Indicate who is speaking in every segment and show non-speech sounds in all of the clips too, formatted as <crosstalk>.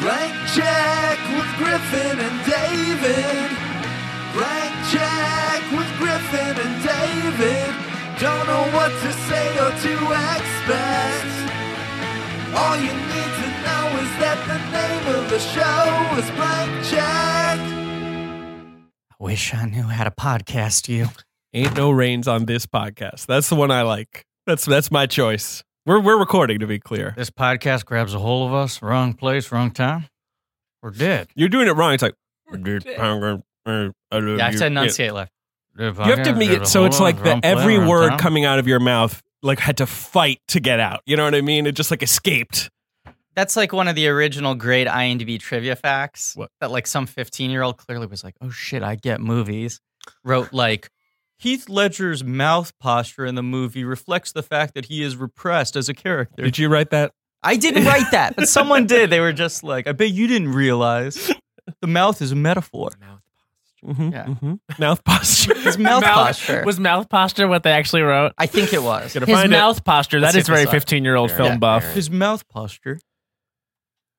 Speaker 1: Blank check with Griffin and David. Blank check with Griffin and David. Don't know what to say or to expect. All you need to know is that the name of the show is Blank Check.
Speaker 2: Wish I knew how to podcast you.
Speaker 3: Ain't no rains on this podcast. That's the one I like. That's that's my choice. We're we're recording to be clear.
Speaker 2: This podcast grabs a hold of us, wrong place, wrong time. We're dead.
Speaker 3: You're doing it wrong. <laughs> It's like um,
Speaker 2: Yeah, I
Speaker 3: I
Speaker 2: said enunciate left. You
Speaker 3: You have to make it so it's like the every word coming out of your mouth like had to fight to get out. You know what I mean? It just like escaped.
Speaker 4: That's like one of the original great IMDb trivia facts
Speaker 3: What?
Speaker 4: that like some 15 year old clearly was like, oh shit, I get movies. Wrote like, Heath Ledger's mouth posture in the movie reflects the fact that he is repressed as a character.
Speaker 3: Did you write that?
Speaker 4: I didn't write that, but someone did. They were just like, I bet you didn't realize the mouth is a metaphor.
Speaker 3: Mm-hmm,
Speaker 4: Yeah.
Speaker 3: Mouth posture.
Speaker 4: <laughs> His mouth, posture.
Speaker 5: Was mouth posture what they actually wrote?
Speaker 4: I think it was.
Speaker 3: <laughs> Gonna
Speaker 5: His
Speaker 3: find it.
Speaker 5: mouth posture.
Speaker 4: Let's
Speaker 5: That
Speaker 4: see
Speaker 5: is
Speaker 4: if we
Speaker 5: very
Speaker 4: saw it.
Speaker 5: 15 year old film buff.
Speaker 4: His mouth posture.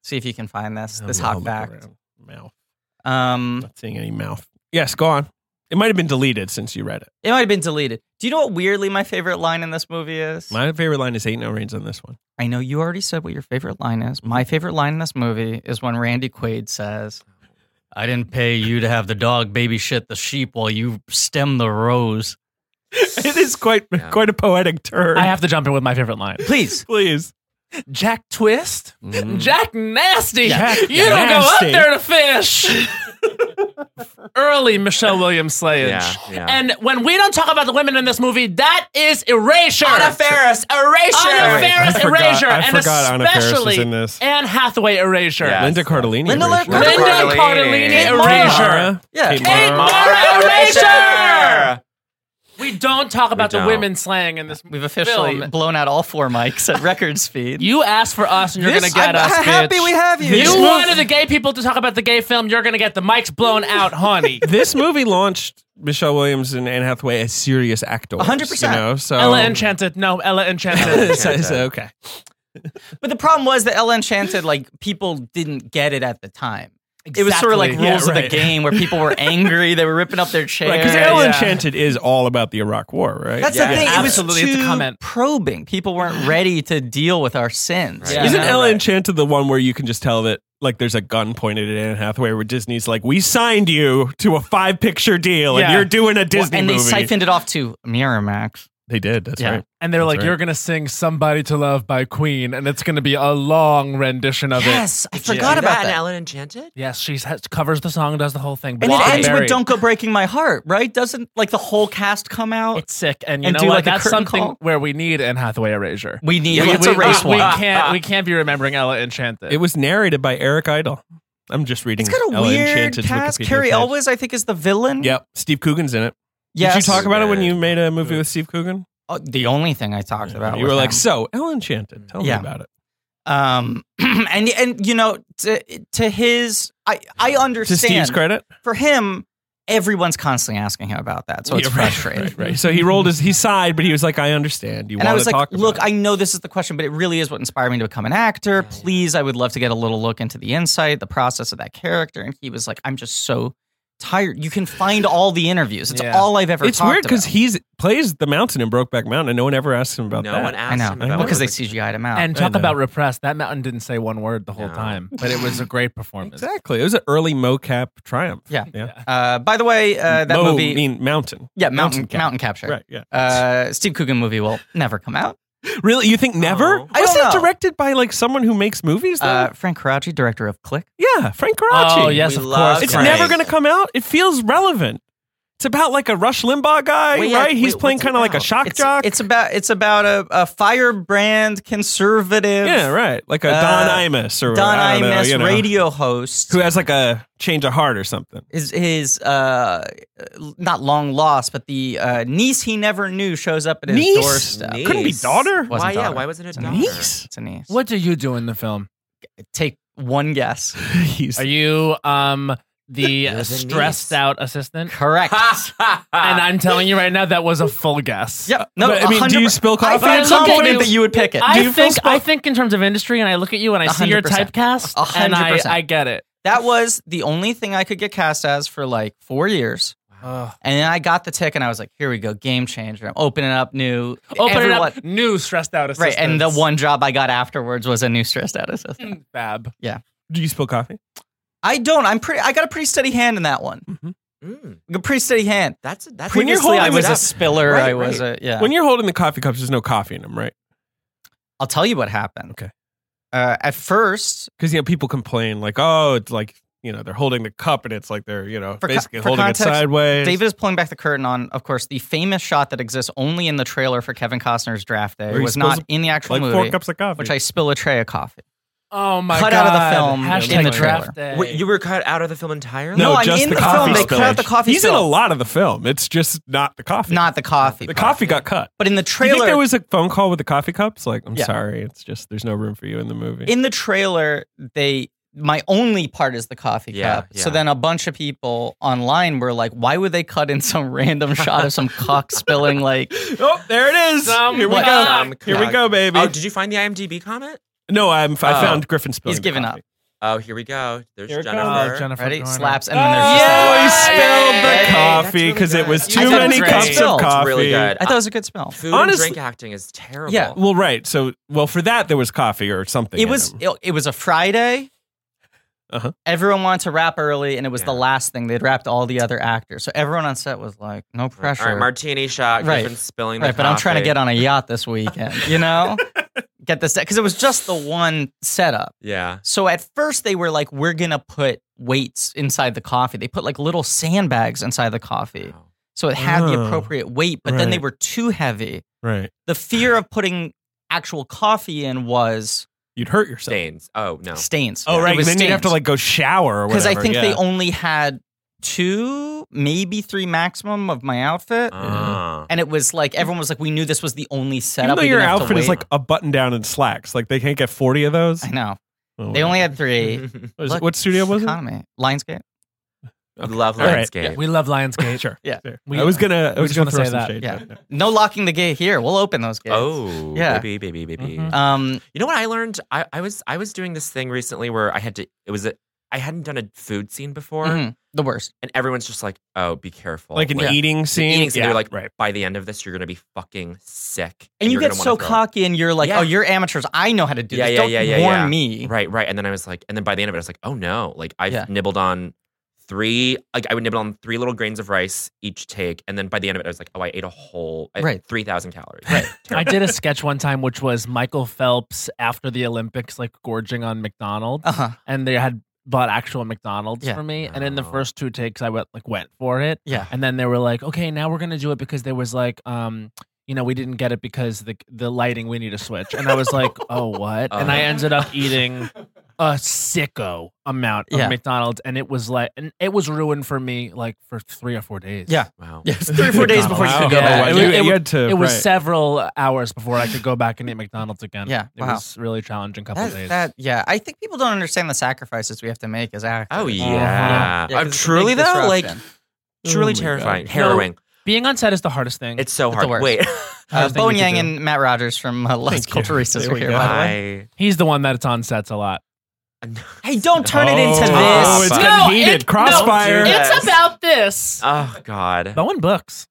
Speaker 4: See if you can find this. This
Speaker 3: Oh, I'll
Speaker 4: hot
Speaker 3: look
Speaker 4: fact.
Speaker 3: around. Mouth.
Speaker 4: Um,
Speaker 3: Not seeing any mouth. Yes, go on. It might have been deleted since you read it.
Speaker 4: It might have been deleted. Do you know what weirdly my favorite line in this movie is?
Speaker 3: My favorite line is "Ain't no rains on this one."
Speaker 4: I know you already said what your favorite line is. My favorite line in this movie is when Randy Quaid says, I didn't pay you to have the dog baby shit the sheep while you stem the rose.
Speaker 3: <laughs> It is quite quite a poetic turn.
Speaker 5: I have to jump in with my favorite line.
Speaker 4: Please.
Speaker 3: <laughs> Please.
Speaker 5: Jack Twist? Jack Nasty.
Speaker 3: Jack
Speaker 5: you don't
Speaker 3: Nasty.
Speaker 5: go up there to fish. Early Michelle Williams slayage.
Speaker 6: Yeah, yeah.
Speaker 5: And when we don't talk about the women in this movie, that is erasure.
Speaker 4: Ferris, erasure.
Speaker 5: Anna Ferris
Speaker 3: I forgot-
Speaker 5: erasure.
Speaker 3: I
Speaker 5: and
Speaker 3: forgot Anna Faris was
Speaker 5: especially
Speaker 3: in this.
Speaker 5: Anne Hathaway erasure.
Speaker 6: Yeah.
Speaker 3: Linda Cardellini.
Speaker 4: Linda
Speaker 3: erasure.
Speaker 4: Linda
Speaker 5: Linda
Speaker 6: Cardellini.
Speaker 5: Cardellini
Speaker 6: Kate
Speaker 5: erasure.
Speaker 4: Yeah.
Speaker 3: Kate
Speaker 5: Kate
Speaker 3: Mara.
Speaker 5: Mara erasure.
Speaker 6: Erasure!
Speaker 5: We don't talk about the
Speaker 6: don't.
Speaker 5: women slaying in this movie.
Speaker 4: We've officially
Speaker 5: Film.
Speaker 4: blown out all four mics at record speed.
Speaker 5: You asked for us, and you're
Speaker 4: This-
Speaker 5: gonna get
Speaker 4: I'm
Speaker 5: us.
Speaker 4: happy
Speaker 5: bitch.
Speaker 4: we have you. This
Speaker 5: You
Speaker 4: movie-
Speaker 5: wanted the gay people to talk about the gay film. You're gonna get the mics blown out, honey.
Speaker 3: this movie launched Michelle Williams and Anne Hathaway as serious actors.
Speaker 4: 100%.
Speaker 3: You know, so
Speaker 5: Ella Enchanted. No, Ella Enchanted.
Speaker 3: <laughs> So- so, okay.
Speaker 4: But the problem was that Ella Enchanted, like, people didn't get it at the time. It was sort of like
Speaker 5: Exactly. Yeah,
Speaker 4: rules of the
Speaker 3: right.
Speaker 4: game where people were angry, they were ripping up their chairs.
Speaker 3: Because Ella
Speaker 5: yeah.
Speaker 3: Enchanted is all about the Iraq War, right?
Speaker 4: That's
Speaker 6: Yeah,
Speaker 4: the thing.
Speaker 5: absolutely.
Speaker 4: It was
Speaker 5: It's a
Speaker 4: too
Speaker 5: comment.
Speaker 4: probing. People weren't ready to deal with our sins.
Speaker 6: Right. Yeah.
Speaker 3: Isn't
Speaker 5: Yeah.
Speaker 3: Ella Enchanted the one where you can just tell that like there's a gun pointed at Anne Hathaway where Disney's like, we signed you to a five picture deal and
Speaker 5: Yeah.
Speaker 3: you're doing a Disney
Speaker 4: and they
Speaker 3: movie.
Speaker 4: siphoned it off to Miramax.
Speaker 3: they did. That's
Speaker 4: Yeah.
Speaker 3: right.
Speaker 5: And they're
Speaker 3: That's
Speaker 5: like,
Speaker 3: right.
Speaker 5: "You're gonna sing "Somebody to Love" by Queen," and it's gonna be a long rendition of it.
Speaker 4: Yes, I forgot
Speaker 6: Did
Speaker 4: about
Speaker 6: in
Speaker 4: that.
Speaker 6: Ellen Enchanted?
Speaker 5: Yes, she has, covers the song, does the whole thing, but
Speaker 4: And it
Speaker 5: it's
Speaker 4: ends
Speaker 5: very-
Speaker 4: with "Don't Go Breaking My Heart," right? Doesn't like the whole cast come out?
Speaker 5: It's sick, and you
Speaker 4: And
Speaker 5: know
Speaker 4: do,
Speaker 5: what?
Speaker 4: like, a
Speaker 5: That's
Speaker 4: curtain
Speaker 5: something
Speaker 4: call.
Speaker 5: where we need Anne Hathaway erasure.
Speaker 4: we need.
Speaker 5: we,
Speaker 4: let's
Speaker 5: we-
Speaker 4: erase one.
Speaker 5: we, We can't. We can't be remembering Ella Enchanted.
Speaker 3: It was narrated by Eric Idle. I'm just reading.
Speaker 4: it's got a
Speaker 3: Ella
Speaker 4: weird
Speaker 3: Enchanted's
Speaker 4: cast.
Speaker 3: Wikipedia
Speaker 4: Carrie
Speaker 3: page.
Speaker 4: Elwes, I think, is the villain.
Speaker 3: Yep. Steve Coogan's in it.
Speaker 4: Yes.
Speaker 3: Did you talk about it when
Speaker 6: Yeah.
Speaker 3: you made a movie with Steve Coogan?
Speaker 4: Oh, the only thing I talked about.
Speaker 3: you
Speaker 4: with
Speaker 3: were like,
Speaker 4: him.
Speaker 3: so Ella Enchanted. Tell
Speaker 4: Yeah.
Speaker 3: me about it.
Speaker 4: um, <clears throat> and and you know, to to his, I I
Speaker 3: To
Speaker 4: understand.
Speaker 3: Steve's credit,
Speaker 4: for him, everyone's constantly asking him about that, so it's
Speaker 3: Yeah, right,
Speaker 4: frustrating.
Speaker 3: Right, right. So he rolled his. He sighed, but he was like, "I understand. You
Speaker 4: And
Speaker 3: want
Speaker 4: I was
Speaker 3: to
Speaker 4: like,
Speaker 3: talk about
Speaker 4: look,
Speaker 3: it."
Speaker 4: I know this is the question, but it really is what inspired me to become an actor. Please, I would love to get a little look into the insight, the process of that character. And he was like, I'm just so tired. You can find all the interviews. It's
Speaker 5: Yeah.
Speaker 4: all I've ever
Speaker 3: It's
Speaker 4: talked
Speaker 3: weird because
Speaker 4: about.
Speaker 3: he's plays the mountain in Brokeback Mountain, and no one ever asks him about
Speaker 6: No
Speaker 3: that.
Speaker 6: one
Speaker 4: I
Speaker 6: asked
Speaker 4: know.
Speaker 6: him
Speaker 3: I
Speaker 6: about
Speaker 4: Because they
Speaker 6: it.
Speaker 4: CGI'd him out.
Speaker 5: and
Speaker 3: I
Speaker 5: talk
Speaker 3: know.
Speaker 5: about repressed. That mountain didn't say one word the whole
Speaker 6: No.
Speaker 5: time, but it was a great performance.
Speaker 3: exactly. It was an early mocap triumph.
Speaker 4: Yeah.
Speaker 3: <laughs> yeah.
Speaker 4: uh, by the way, uh, that
Speaker 3: Mo
Speaker 4: movie.
Speaker 3: mean mountain.
Speaker 4: yeah, Mountain,
Speaker 3: Cap.
Speaker 4: Mountain Capture.
Speaker 3: Right. Yeah.
Speaker 4: Uh, Steve Coogan movie will never come
Speaker 3: <laughs>
Speaker 4: out.
Speaker 3: really? You think never?
Speaker 6: Oh.
Speaker 4: I
Speaker 3: was
Speaker 4: don't
Speaker 3: that
Speaker 4: know.
Speaker 3: directed by like someone who makes movies? Though?
Speaker 4: Uh, Frank Karachi, director of Click.
Speaker 3: yeah, Frank Karachi.
Speaker 5: Oh yes,
Speaker 6: We
Speaker 5: of
Speaker 6: love
Speaker 5: course.
Speaker 3: It's
Speaker 6: Frank.
Speaker 3: never going to come out. It feels relevant. It's about like a Rush Limbaugh guy,
Speaker 6: Wait,
Speaker 3: right?
Speaker 6: wait,
Speaker 3: He's playing
Speaker 6: what's it
Speaker 3: kind of like a
Speaker 6: about?
Speaker 3: shock
Speaker 4: It's,
Speaker 3: jock.
Speaker 4: it's about it's about a, a firebrand conservative.
Speaker 3: yeah, right. Like a Don
Speaker 4: Uh,
Speaker 3: Imus or
Speaker 4: Don
Speaker 3: I don't know,
Speaker 4: Imus,
Speaker 3: you know.
Speaker 4: radio host,
Speaker 3: who has like a change of heart or something.
Speaker 5: <laughs>
Speaker 4: his his uh not long lost, but the uh, niece he never knew shows up at his
Speaker 3: Niece?
Speaker 4: doorstep.
Speaker 6: Niece?
Speaker 3: Couldn't be daughter.
Speaker 4: Wasn't
Speaker 6: Why, yeah,
Speaker 4: daughter.
Speaker 6: why wasn't it
Speaker 4: It's a
Speaker 6: daughter?
Speaker 3: Niece?
Speaker 4: It's a niece.
Speaker 5: What do you do in the film?
Speaker 4: Take one guess.
Speaker 3: He's
Speaker 5: Are you um the
Speaker 1: There's a
Speaker 5: stressed
Speaker 1: niece.
Speaker 5: out
Speaker 3: <laughs>
Speaker 5: assistant.
Speaker 4: Correct. <laughs>
Speaker 5: And I'm telling you right now, that was a full guess.
Speaker 4: Yep. No,
Speaker 3: But, I mean, do
Speaker 4: 100%
Speaker 3: you spill
Speaker 5: I
Speaker 3: coffee?
Speaker 5: find
Speaker 3: at some
Speaker 5: looking
Speaker 3: point?
Speaker 5: at
Speaker 4: confident that you would pick it.
Speaker 5: I
Speaker 3: Do you feel
Speaker 5: think I
Speaker 3: spo-
Speaker 5: think in terms of industry, and I look at you and I see your
Speaker 4: 100%.
Speaker 5: typecast,
Speaker 4: A hundred
Speaker 5: and I,
Speaker 4: percent.
Speaker 5: I get it.
Speaker 4: that was the only thing I could get cast as for like four years. And then I got the tick and I was like, here we go, game changer. I'm opening up new.
Speaker 5: Open it
Speaker 4: everyone-
Speaker 5: up, new stressed out
Speaker 4: Right.
Speaker 5: assistant.
Speaker 4: And the one job I got afterwards was a new stressed out
Speaker 3: Mm-hmm.
Speaker 4: assistant.
Speaker 5: fab.
Speaker 3: Do you spill coffee?
Speaker 4: I don't. I'm pretty, I got a pretty steady hand in that one.
Speaker 1: Mm,
Speaker 4: A pretty steady hand.
Speaker 1: that's that's
Speaker 3: When you're
Speaker 4: Previously, I
Speaker 3: holding
Speaker 4: was
Speaker 3: it
Speaker 4: a
Speaker 3: up-
Speaker 4: spiller.
Speaker 3: Right,
Speaker 4: I was a, yeah.
Speaker 3: When you're holding the coffee cups, there's no coffee in them, right?
Speaker 4: I'll tell you what happened.
Speaker 3: Okay.
Speaker 4: Uh, at first,
Speaker 3: Because you know people complain like, oh, it's like you know they're holding the cup and it's like they're you know
Speaker 4: For co-
Speaker 3: basically
Speaker 4: for
Speaker 3: holding
Speaker 4: context,
Speaker 3: it sideways.
Speaker 4: David is pulling back the curtain on, of course, the famous shot that exists only in the trailer for Kevin Costner's draft day.
Speaker 3: Where
Speaker 4: It
Speaker 3: he
Speaker 4: was
Speaker 3: spills
Speaker 4: not in the actual
Speaker 3: like four
Speaker 4: movie,
Speaker 3: cups of coffee.
Speaker 4: which I spill a tray of coffee.
Speaker 7: Oh my
Speaker 4: cut
Speaker 7: god!
Speaker 4: out of the film in the
Speaker 5: Hashtag
Speaker 4: trailer.
Speaker 5: draft day.
Speaker 1: Wait, you were cut out of the film entirely.
Speaker 4: No,
Speaker 3: no,
Speaker 4: I'm
Speaker 3: just
Speaker 4: in
Speaker 3: the,
Speaker 4: the
Speaker 3: coffee
Speaker 4: film. They cut out
Speaker 3: spillage.
Speaker 4: the coffee
Speaker 3: He's in
Speaker 4: spill.
Speaker 3: a lot of the film. It's just not the coffee.
Speaker 4: Not the coffee.
Speaker 3: the
Speaker 4: part.
Speaker 3: coffee got cut.
Speaker 4: But in the
Speaker 3: Do you think
Speaker 4: trailer,
Speaker 3: there was a phone call with the coffee cups? Like, I'm
Speaker 4: Yeah.
Speaker 3: sorry, it's just there's no room for you in the movie.
Speaker 4: in the trailer, they my only part is the coffee
Speaker 1: Yeah,
Speaker 4: cup. So
Speaker 1: yeah.
Speaker 4: then a bunch of people online were like, "Why would they cut in some <laughs> random shot of some cock spilling?" Like,
Speaker 3: <laughs> oh, there it is.
Speaker 5: Some
Speaker 3: Here we
Speaker 4: what?
Speaker 3: go.
Speaker 1: Um,
Speaker 3: Here we
Speaker 1: yeah.
Speaker 3: go, baby.
Speaker 1: Oh, did you find the IMDb comment?
Speaker 3: no, I'm, I
Speaker 1: Oh.
Speaker 3: found Griffin spilling.
Speaker 4: He's
Speaker 3: the
Speaker 4: given
Speaker 3: coffee.
Speaker 1: Oh, here we go. There's
Speaker 3: Here it
Speaker 1: Jennifer.
Speaker 7: Oh, Jennifer
Speaker 4: ready,
Speaker 7: Garner.
Speaker 4: slaps, and then there's just
Speaker 3: Oh,
Speaker 4: like-
Speaker 3: he
Speaker 1: Yay!
Speaker 3: spilled the
Speaker 1: That's
Speaker 3: coffee
Speaker 1: really
Speaker 3: because
Speaker 1: good.
Speaker 3: it was
Speaker 1: I
Speaker 3: too
Speaker 4: thought it was
Speaker 3: many
Speaker 4: great.
Speaker 3: cups of
Speaker 4: Spilled.
Speaker 3: coffee.
Speaker 1: It's really good.
Speaker 4: I thought it was a good smell.
Speaker 1: Food and
Speaker 3: Honestly-
Speaker 1: drink acting is terrible.
Speaker 4: Yeah.
Speaker 3: Well, right. So, well, for that there was coffee or something.
Speaker 4: It
Speaker 3: in
Speaker 4: was
Speaker 3: them.
Speaker 4: it, it was a Friday.
Speaker 3: Uh-huh.
Speaker 4: Everyone wanted to wrap early, and it was the
Speaker 1: Yeah.
Speaker 4: last thing they'd wrapped all the other actors. So everyone on set was like, "No pressure."
Speaker 1: All right, martini shot.
Speaker 4: Right.
Speaker 1: Griffin spilling.
Speaker 4: Right,
Speaker 1: the
Speaker 4: but I'm trying to
Speaker 1: coffee.
Speaker 4: get on a yacht this weekend, you
Speaker 1: <laughs>
Speaker 4: know? Get this because it was just the one setup.
Speaker 1: Yeah.
Speaker 4: So at first they were like, we're gonna put weights inside the coffee. They put like little sandbags inside the coffee.
Speaker 1: Wow.
Speaker 4: So it had the
Speaker 3: Oh,
Speaker 4: appropriate weight, but then they
Speaker 3: right.
Speaker 4: were too heavy.
Speaker 3: right.
Speaker 4: The fear of putting actual coffee in was
Speaker 3: You'd hurt yourself.
Speaker 1: Stains. Oh no.
Speaker 4: stains.
Speaker 3: Oh,
Speaker 4: It
Speaker 3: right.
Speaker 4: was
Speaker 3: Then you'd have to
Speaker 4: stains.
Speaker 3: like go shower or whatever.
Speaker 4: I think
Speaker 3: yeah.
Speaker 4: they only had two, maybe three maximum of my outfit.
Speaker 1: Ah.
Speaker 4: and it was like everyone was like, we knew this was the only setup.
Speaker 3: Even though
Speaker 4: we
Speaker 3: your
Speaker 4: didn't have to
Speaker 3: outfit is
Speaker 4: wait.
Speaker 3: like a button down and slacks, like they can't get forty of those.
Speaker 4: I know.
Speaker 3: Oh,
Speaker 4: They only had
Speaker 1: <laughs>
Speaker 4: three.
Speaker 3: what, is it-
Speaker 4: look,
Speaker 3: what studio was it?
Speaker 4: Economy. Lionsgate.
Speaker 1: Love
Speaker 3: All right.
Speaker 1: landscape.
Speaker 7: We love Lionsgate.
Speaker 3: Sure.
Speaker 4: Yeah.
Speaker 3: Fair.
Speaker 7: We-
Speaker 3: I was gonna. I
Speaker 7: we
Speaker 3: was
Speaker 7: just
Speaker 3: gonna
Speaker 7: wanna
Speaker 3: throw
Speaker 7: say
Speaker 3: some
Speaker 7: that.
Speaker 3: shade.
Speaker 4: Yeah.
Speaker 3: but no.
Speaker 4: No locking the gate here. We'll open those gates.
Speaker 1: Oh,
Speaker 4: Yeah.
Speaker 1: baby, baby, baby.
Speaker 7: Mhm.
Speaker 4: Um,
Speaker 1: You know what I learned? I, I was I was doing this thing recently where I had to. It was a. I hadn't done a food scene before,
Speaker 4: mhm, the worst.
Speaker 1: and everyone's just like, "Oh, be careful!"
Speaker 3: Like an
Speaker 4: Yeah.
Speaker 3: eating scene.
Speaker 1: eating scene,
Speaker 3: yeah.
Speaker 1: they're like-
Speaker 3: right.
Speaker 1: by the end of this, you're gonna be fucking sick,
Speaker 4: And you
Speaker 1: you're
Speaker 4: get
Speaker 1: gonna wanna
Speaker 4: so
Speaker 1: throw up.
Speaker 4: cocky and you're like,
Speaker 1: Yeah.
Speaker 4: oh, you're amateurs. I know how to do
Speaker 1: Yeah,
Speaker 4: this.
Speaker 1: yeah,
Speaker 4: Don't
Speaker 1: yeah, yeah,
Speaker 4: warn
Speaker 1: yeah.
Speaker 4: me.
Speaker 1: Right, right. And then I was like, and then by the end of it, I was like, oh no, like I've
Speaker 4: Yeah.
Speaker 1: nibbled on three, like I would nibble on three little grains of rice each take. And then by the end of it, I was like, oh, I ate a whole,
Speaker 4: Right.
Speaker 1: 3,000 calories. <laughs>
Speaker 5: I did a sketch one time, which was Michael Phelps after the Olympics, like gorging on McDonald's,
Speaker 4: Uh huh.
Speaker 5: and they had bought actual McDonald's
Speaker 4: Yeah.
Speaker 5: for me. And in the
Speaker 1: Oh.
Speaker 5: first two takes, I went like went for it,
Speaker 4: <laughs> Yeah.
Speaker 5: and then they were like, "Okay, now we're gonna do it because there was like, um, you know, we didn't get it because the the lighting we need to switch." And I
Speaker 1: <laughs>
Speaker 5: was like, "Oh, what?" and I
Speaker 1: Uh-huh.
Speaker 5: ended up eating a sicko amount of
Speaker 4: Yeah.
Speaker 5: McDonald's, and it was like, and it was ruined for me like for three or four days.
Speaker 4: Yeah.
Speaker 1: Wow.
Speaker 4: Yeah, it's <laughs> three or four days before you could go
Speaker 5: Yeah.
Speaker 4: back.
Speaker 5: It
Speaker 3: It,
Speaker 5: was-
Speaker 3: you,
Speaker 5: it
Speaker 3: you
Speaker 5: was-
Speaker 3: had to.
Speaker 5: It was
Speaker 3: right.
Speaker 5: several hours before I could go back and eat McDonald's
Speaker 4: <laughs>
Speaker 5: again.
Speaker 4: Yeah,
Speaker 5: it
Speaker 4: wow.
Speaker 5: was really challenging couple
Speaker 4: That,
Speaker 5: days.
Speaker 4: that- yeah, I think people don't understand the sacrifices we have to make as actors.
Speaker 1: Oh, yeah.
Speaker 5: Yeah,
Speaker 4: Yeah, 'cause
Speaker 1: Uh,
Speaker 4: it's a
Speaker 1: truly,
Speaker 4: big
Speaker 1: though, like,
Speaker 4: disruption.
Speaker 1: truly
Speaker 3: Oh my
Speaker 1: terrifying.
Speaker 3: God.
Speaker 1: Harrowing.
Speaker 5: Being on set is the hardest thing.
Speaker 1: it's so
Speaker 4: It's the
Speaker 1: hard.
Speaker 4: worst.
Speaker 1: Wait.
Speaker 4: uh,
Speaker 5: hardest thing you
Speaker 4: Bowen
Speaker 5: could
Speaker 4: Yang
Speaker 5: do.
Speaker 4: and Matt Rogers from uh, Las
Speaker 3: Thank you.
Speaker 4: Culturistas
Speaker 3: There
Speaker 4: were
Speaker 3: we
Speaker 4: here.
Speaker 3: go.
Speaker 4: By the way.
Speaker 1: I.
Speaker 5: he's the one that's on sets a lot.
Speaker 4: Hey, don't turn it into
Speaker 3: Oh,
Speaker 4: this.
Speaker 1: No,
Speaker 3: it's getting
Speaker 5: it-
Speaker 3: heated.
Speaker 5: no,
Speaker 3: Crossfire.
Speaker 1: it's- Yes.
Speaker 5: about this.
Speaker 1: Oh, God.
Speaker 5: Bowen books.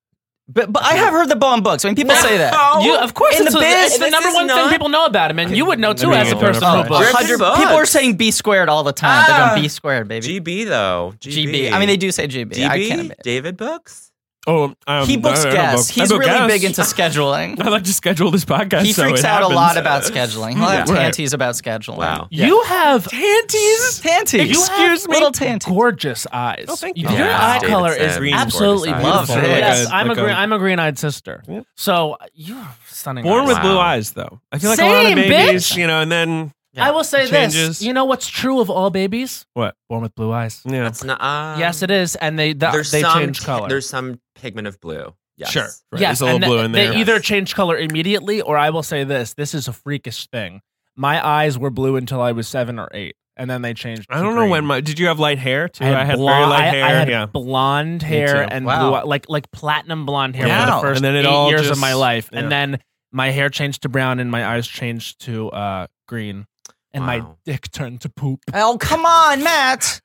Speaker 4: But, but I have heard the bomb books. I mean, people say that.
Speaker 1: No.
Speaker 5: You, of course,
Speaker 4: In
Speaker 5: it's
Speaker 4: the
Speaker 5: a-
Speaker 4: biz,
Speaker 5: it's the
Speaker 1: this
Speaker 5: number
Speaker 1: is
Speaker 5: one thing
Speaker 1: not-
Speaker 5: people know about him, and you would know too
Speaker 3: Let me
Speaker 5: as a
Speaker 3: get rid of
Speaker 5: person who
Speaker 3: it.
Speaker 4: A
Speaker 1: Griffin
Speaker 5: books.
Speaker 4: Oh, hundred-
Speaker 1: books.
Speaker 4: people are saying B squared all the time. They're
Speaker 1: Ah.
Speaker 4: going B squared, baby.
Speaker 1: GB, though. GB.
Speaker 4: GB. I mean, they do say GB. I can't
Speaker 1: DB?
Speaker 4: admit. it.
Speaker 1: David Books?
Speaker 3: Oh, um,
Speaker 4: he books
Speaker 3: I don't know
Speaker 4: guests.
Speaker 3: about- I
Speaker 4: He's
Speaker 3: book
Speaker 4: really
Speaker 3: guests.
Speaker 4: big into scheduling.
Speaker 3: <laughs> I like to schedule this podcast.
Speaker 4: he
Speaker 3: so
Speaker 4: freaks
Speaker 3: it
Speaker 4: out a
Speaker 3: happens.
Speaker 4: lot about scheduling. He'll have
Speaker 3: Right.
Speaker 4: tanties about scheduling.
Speaker 1: Wow.
Speaker 5: You have
Speaker 3: Tanties.
Speaker 4: Tanties.
Speaker 5: you have
Speaker 4: Excuse me. Little tanties.
Speaker 5: gorgeous eyes.
Speaker 3: Oh, thank you.
Speaker 5: Your
Speaker 1: Yeah.
Speaker 5: eye
Speaker 1: David
Speaker 5: color
Speaker 1: said
Speaker 5: is
Speaker 1: green is
Speaker 5: absolutely
Speaker 1: gorgeous eyes.
Speaker 4: Love
Speaker 5: beautiful.
Speaker 4: it.
Speaker 5: Yes,
Speaker 3: Like a-
Speaker 5: I'm a
Speaker 3: like a-
Speaker 5: green. I'm a green-eyed sister.
Speaker 3: Yeah.
Speaker 5: So you're stunning.
Speaker 3: Born
Speaker 5: eyes.
Speaker 3: with
Speaker 1: Wow.
Speaker 3: blue eyes, though. I feel like a lot of
Speaker 5: Same,
Speaker 3: babies,
Speaker 5: bitch.
Speaker 3: you know, and then
Speaker 5: I will say this.
Speaker 3: Changes.
Speaker 5: You know what's true of all babies?
Speaker 3: What?
Speaker 5: Born with blue eyes.
Speaker 3: yeah,
Speaker 1: That's not. Uh,
Speaker 5: yes, it is, and they the,
Speaker 1: There's
Speaker 5: they
Speaker 1: some
Speaker 5: change
Speaker 1: t-
Speaker 5: color.
Speaker 1: There's some pigment of blue. Yes.
Speaker 3: sure. Right.
Speaker 5: Yes,
Speaker 3: There's a little
Speaker 5: and th-
Speaker 3: blue in
Speaker 5: they
Speaker 3: there.
Speaker 5: either change color immediately, or I will say this: this is a freakish thing. My eyes were blue until I was seven or eight, and then they changed.
Speaker 3: I
Speaker 5: to
Speaker 3: don't know
Speaker 5: green.
Speaker 3: when my. Did you have light hair too? I had, very
Speaker 5: blonde-
Speaker 3: light
Speaker 5: I-
Speaker 3: hair.
Speaker 5: I had
Speaker 3: yeah.
Speaker 5: blonde hair
Speaker 4: too.
Speaker 5: and
Speaker 4: Wow.
Speaker 5: blue, like like platinum blonde hair
Speaker 4: Wow.
Speaker 5: for the first
Speaker 3: And then it
Speaker 5: eight
Speaker 3: all
Speaker 5: years
Speaker 3: just-
Speaker 5: of my life,
Speaker 3: yeah.
Speaker 5: and then my hair changed to brown and my eyes changed to uh, green, and my
Speaker 8: Wow.
Speaker 5: dick turned to poop.
Speaker 4: Oh, come on, Matt.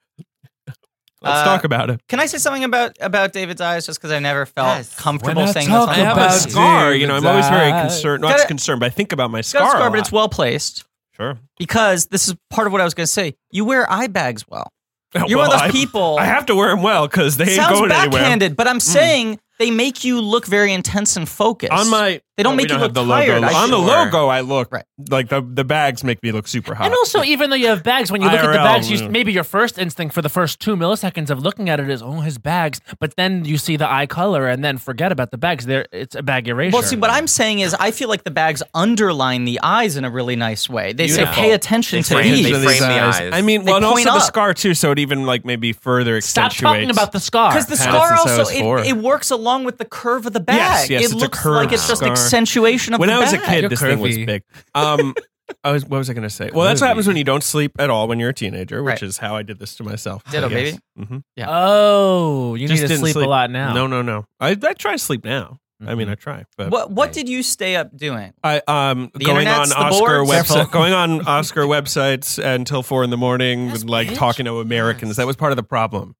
Speaker 3: Let's
Speaker 4: Uh,
Speaker 3: talk about it.
Speaker 4: Can I say something about about David's eyes? Just because I never felt
Speaker 8: Yes.
Speaker 4: comfortable
Speaker 9: Why not
Speaker 4: saying
Speaker 9: talk
Speaker 4: this
Speaker 3: I
Speaker 4: on
Speaker 3: have
Speaker 4: the
Speaker 3: a
Speaker 9: about
Speaker 4: podcast.
Speaker 9: it?
Speaker 3: scar. You know, I'm always very
Speaker 9: David's
Speaker 3: concerned. Not
Speaker 4: eyes.
Speaker 3: concerned, but I think about my
Speaker 4: It's got a
Speaker 3: scar. a
Speaker 4: scar, but
Speaker 3: lot.
Speaker 4: it's well placed
Speaker 3: <laughs> sure.
Speaker 4: because this is part of what I was going to say. You wear eye bags well. You're
Speaker 3: Well,
Speaker 4: one of
Speaker 3: I-
Speaker 4: those people.
Speaker 3: <laughs> I have to wear them well because they ain't
Speaker 4: sounds
Speaker 3: going anywhere. Mm.
Speaker 4: backhanded, but I'm saying they make you look very intense and focused.
Speaker 3: On my,
Speaker 4: They don't
Speaker 3: no, we
Speaker 4: make you
Speaker 3: have
Speaker 4: look
Speaker 3: the logo.
Speaker 4: tired, I
Speaker 3: On the
Speaker 4: sure.
Speaker 3: logo, I look
Speaker 4: Right.
Speaker 3: like the the bags make me look super hot.
Speaker 5: And also, even though you have bags, when you look at the
Speaker 3: IRL,
Speaker 5: bags, you,
Speaker 3: yeah.
Speaker 5: maybe your first instinct for the first two milliseconds of looking at it is, "Oh, his bags," but then you see the eye color, and then forget about the bags. There, it's a bag erasure.
Speaker 4: well, see, what I'm saying is, I feel like the bags underline the eyes in a really nice way. They say,
Speaker 8: Beautiful.
Speaker 4: "Pay attention to
Speaker 8: frame- they
Speaker 4: these,"
Speaker 3: uh,
Speaker 8: frame the eyes.
Speaker 3: I mean,
Speaker 4: They
Speaker 3: well, and also
Speaker 4: point
Speaker 3: the
Speaker 4: up.
Speaker 3: scar too, so it even like maybe further
Speaker 5: Stop
Speaker 3: accentuates.
Speaker 5: talking about the scar.
Speaker 4: because the
Speaker 3: Had it
Speaker 4: scar
Speaker 3: since I
Speaker 4: also
Speaker 3: was four.
Speaker 4: it, it works along with the curve of the bag.
Speaker 3: yes,
Speaker 4: it
Speaker 3: it's a
Speaker 4: looks like
Speaker 3: curved
Speaker 4: it's just
Speaker 3: scar.
Speaker 4: accentuation of
Speaker 3: when
Speaker 4: the
Speaker 3: I was a
Speaker 4: bag.
Speaker 3: kid,
Speaker 9: You're
Speaker 3: this thing was
Speaker 9: curvy.
Speaker 3: big. Um, <laughs> I was, what was I going to say? Well, that's what
Speaker 9: Curvy.
Speaker 3: happens when you don't sleep at all when you're a teenager, which
Speaker 4: Right.
Speaker 3: is how I did this to myself.
Speaker 4: Ditto, baby.
Speaker 3: Mm-hmm.
Speaker 5: oh, you need to sleep, a lot now.
Speaker 3: No, no, no. I, I try to sleep now. I
Speaker 4: Mm-hmm.
Speaker 3: mean, I try, but
Speaker 4: What what did you stay up doing?
Speaker 3: I um
Speaker 4: The
Speaker 3: going on
Speaker 4: internet's the
Speaker 3: Oscar
Speaker 4: boards.
Speaker 3: website,
Speaker 4: Careful.
Speaker 3: <laughs> going on Oscar websites until four in the morning,
Speaker 5: Yes,
Speaker 3: and like
Speaker 5: bitch.
Speaker 3: talking to Americans. That was part of the problem.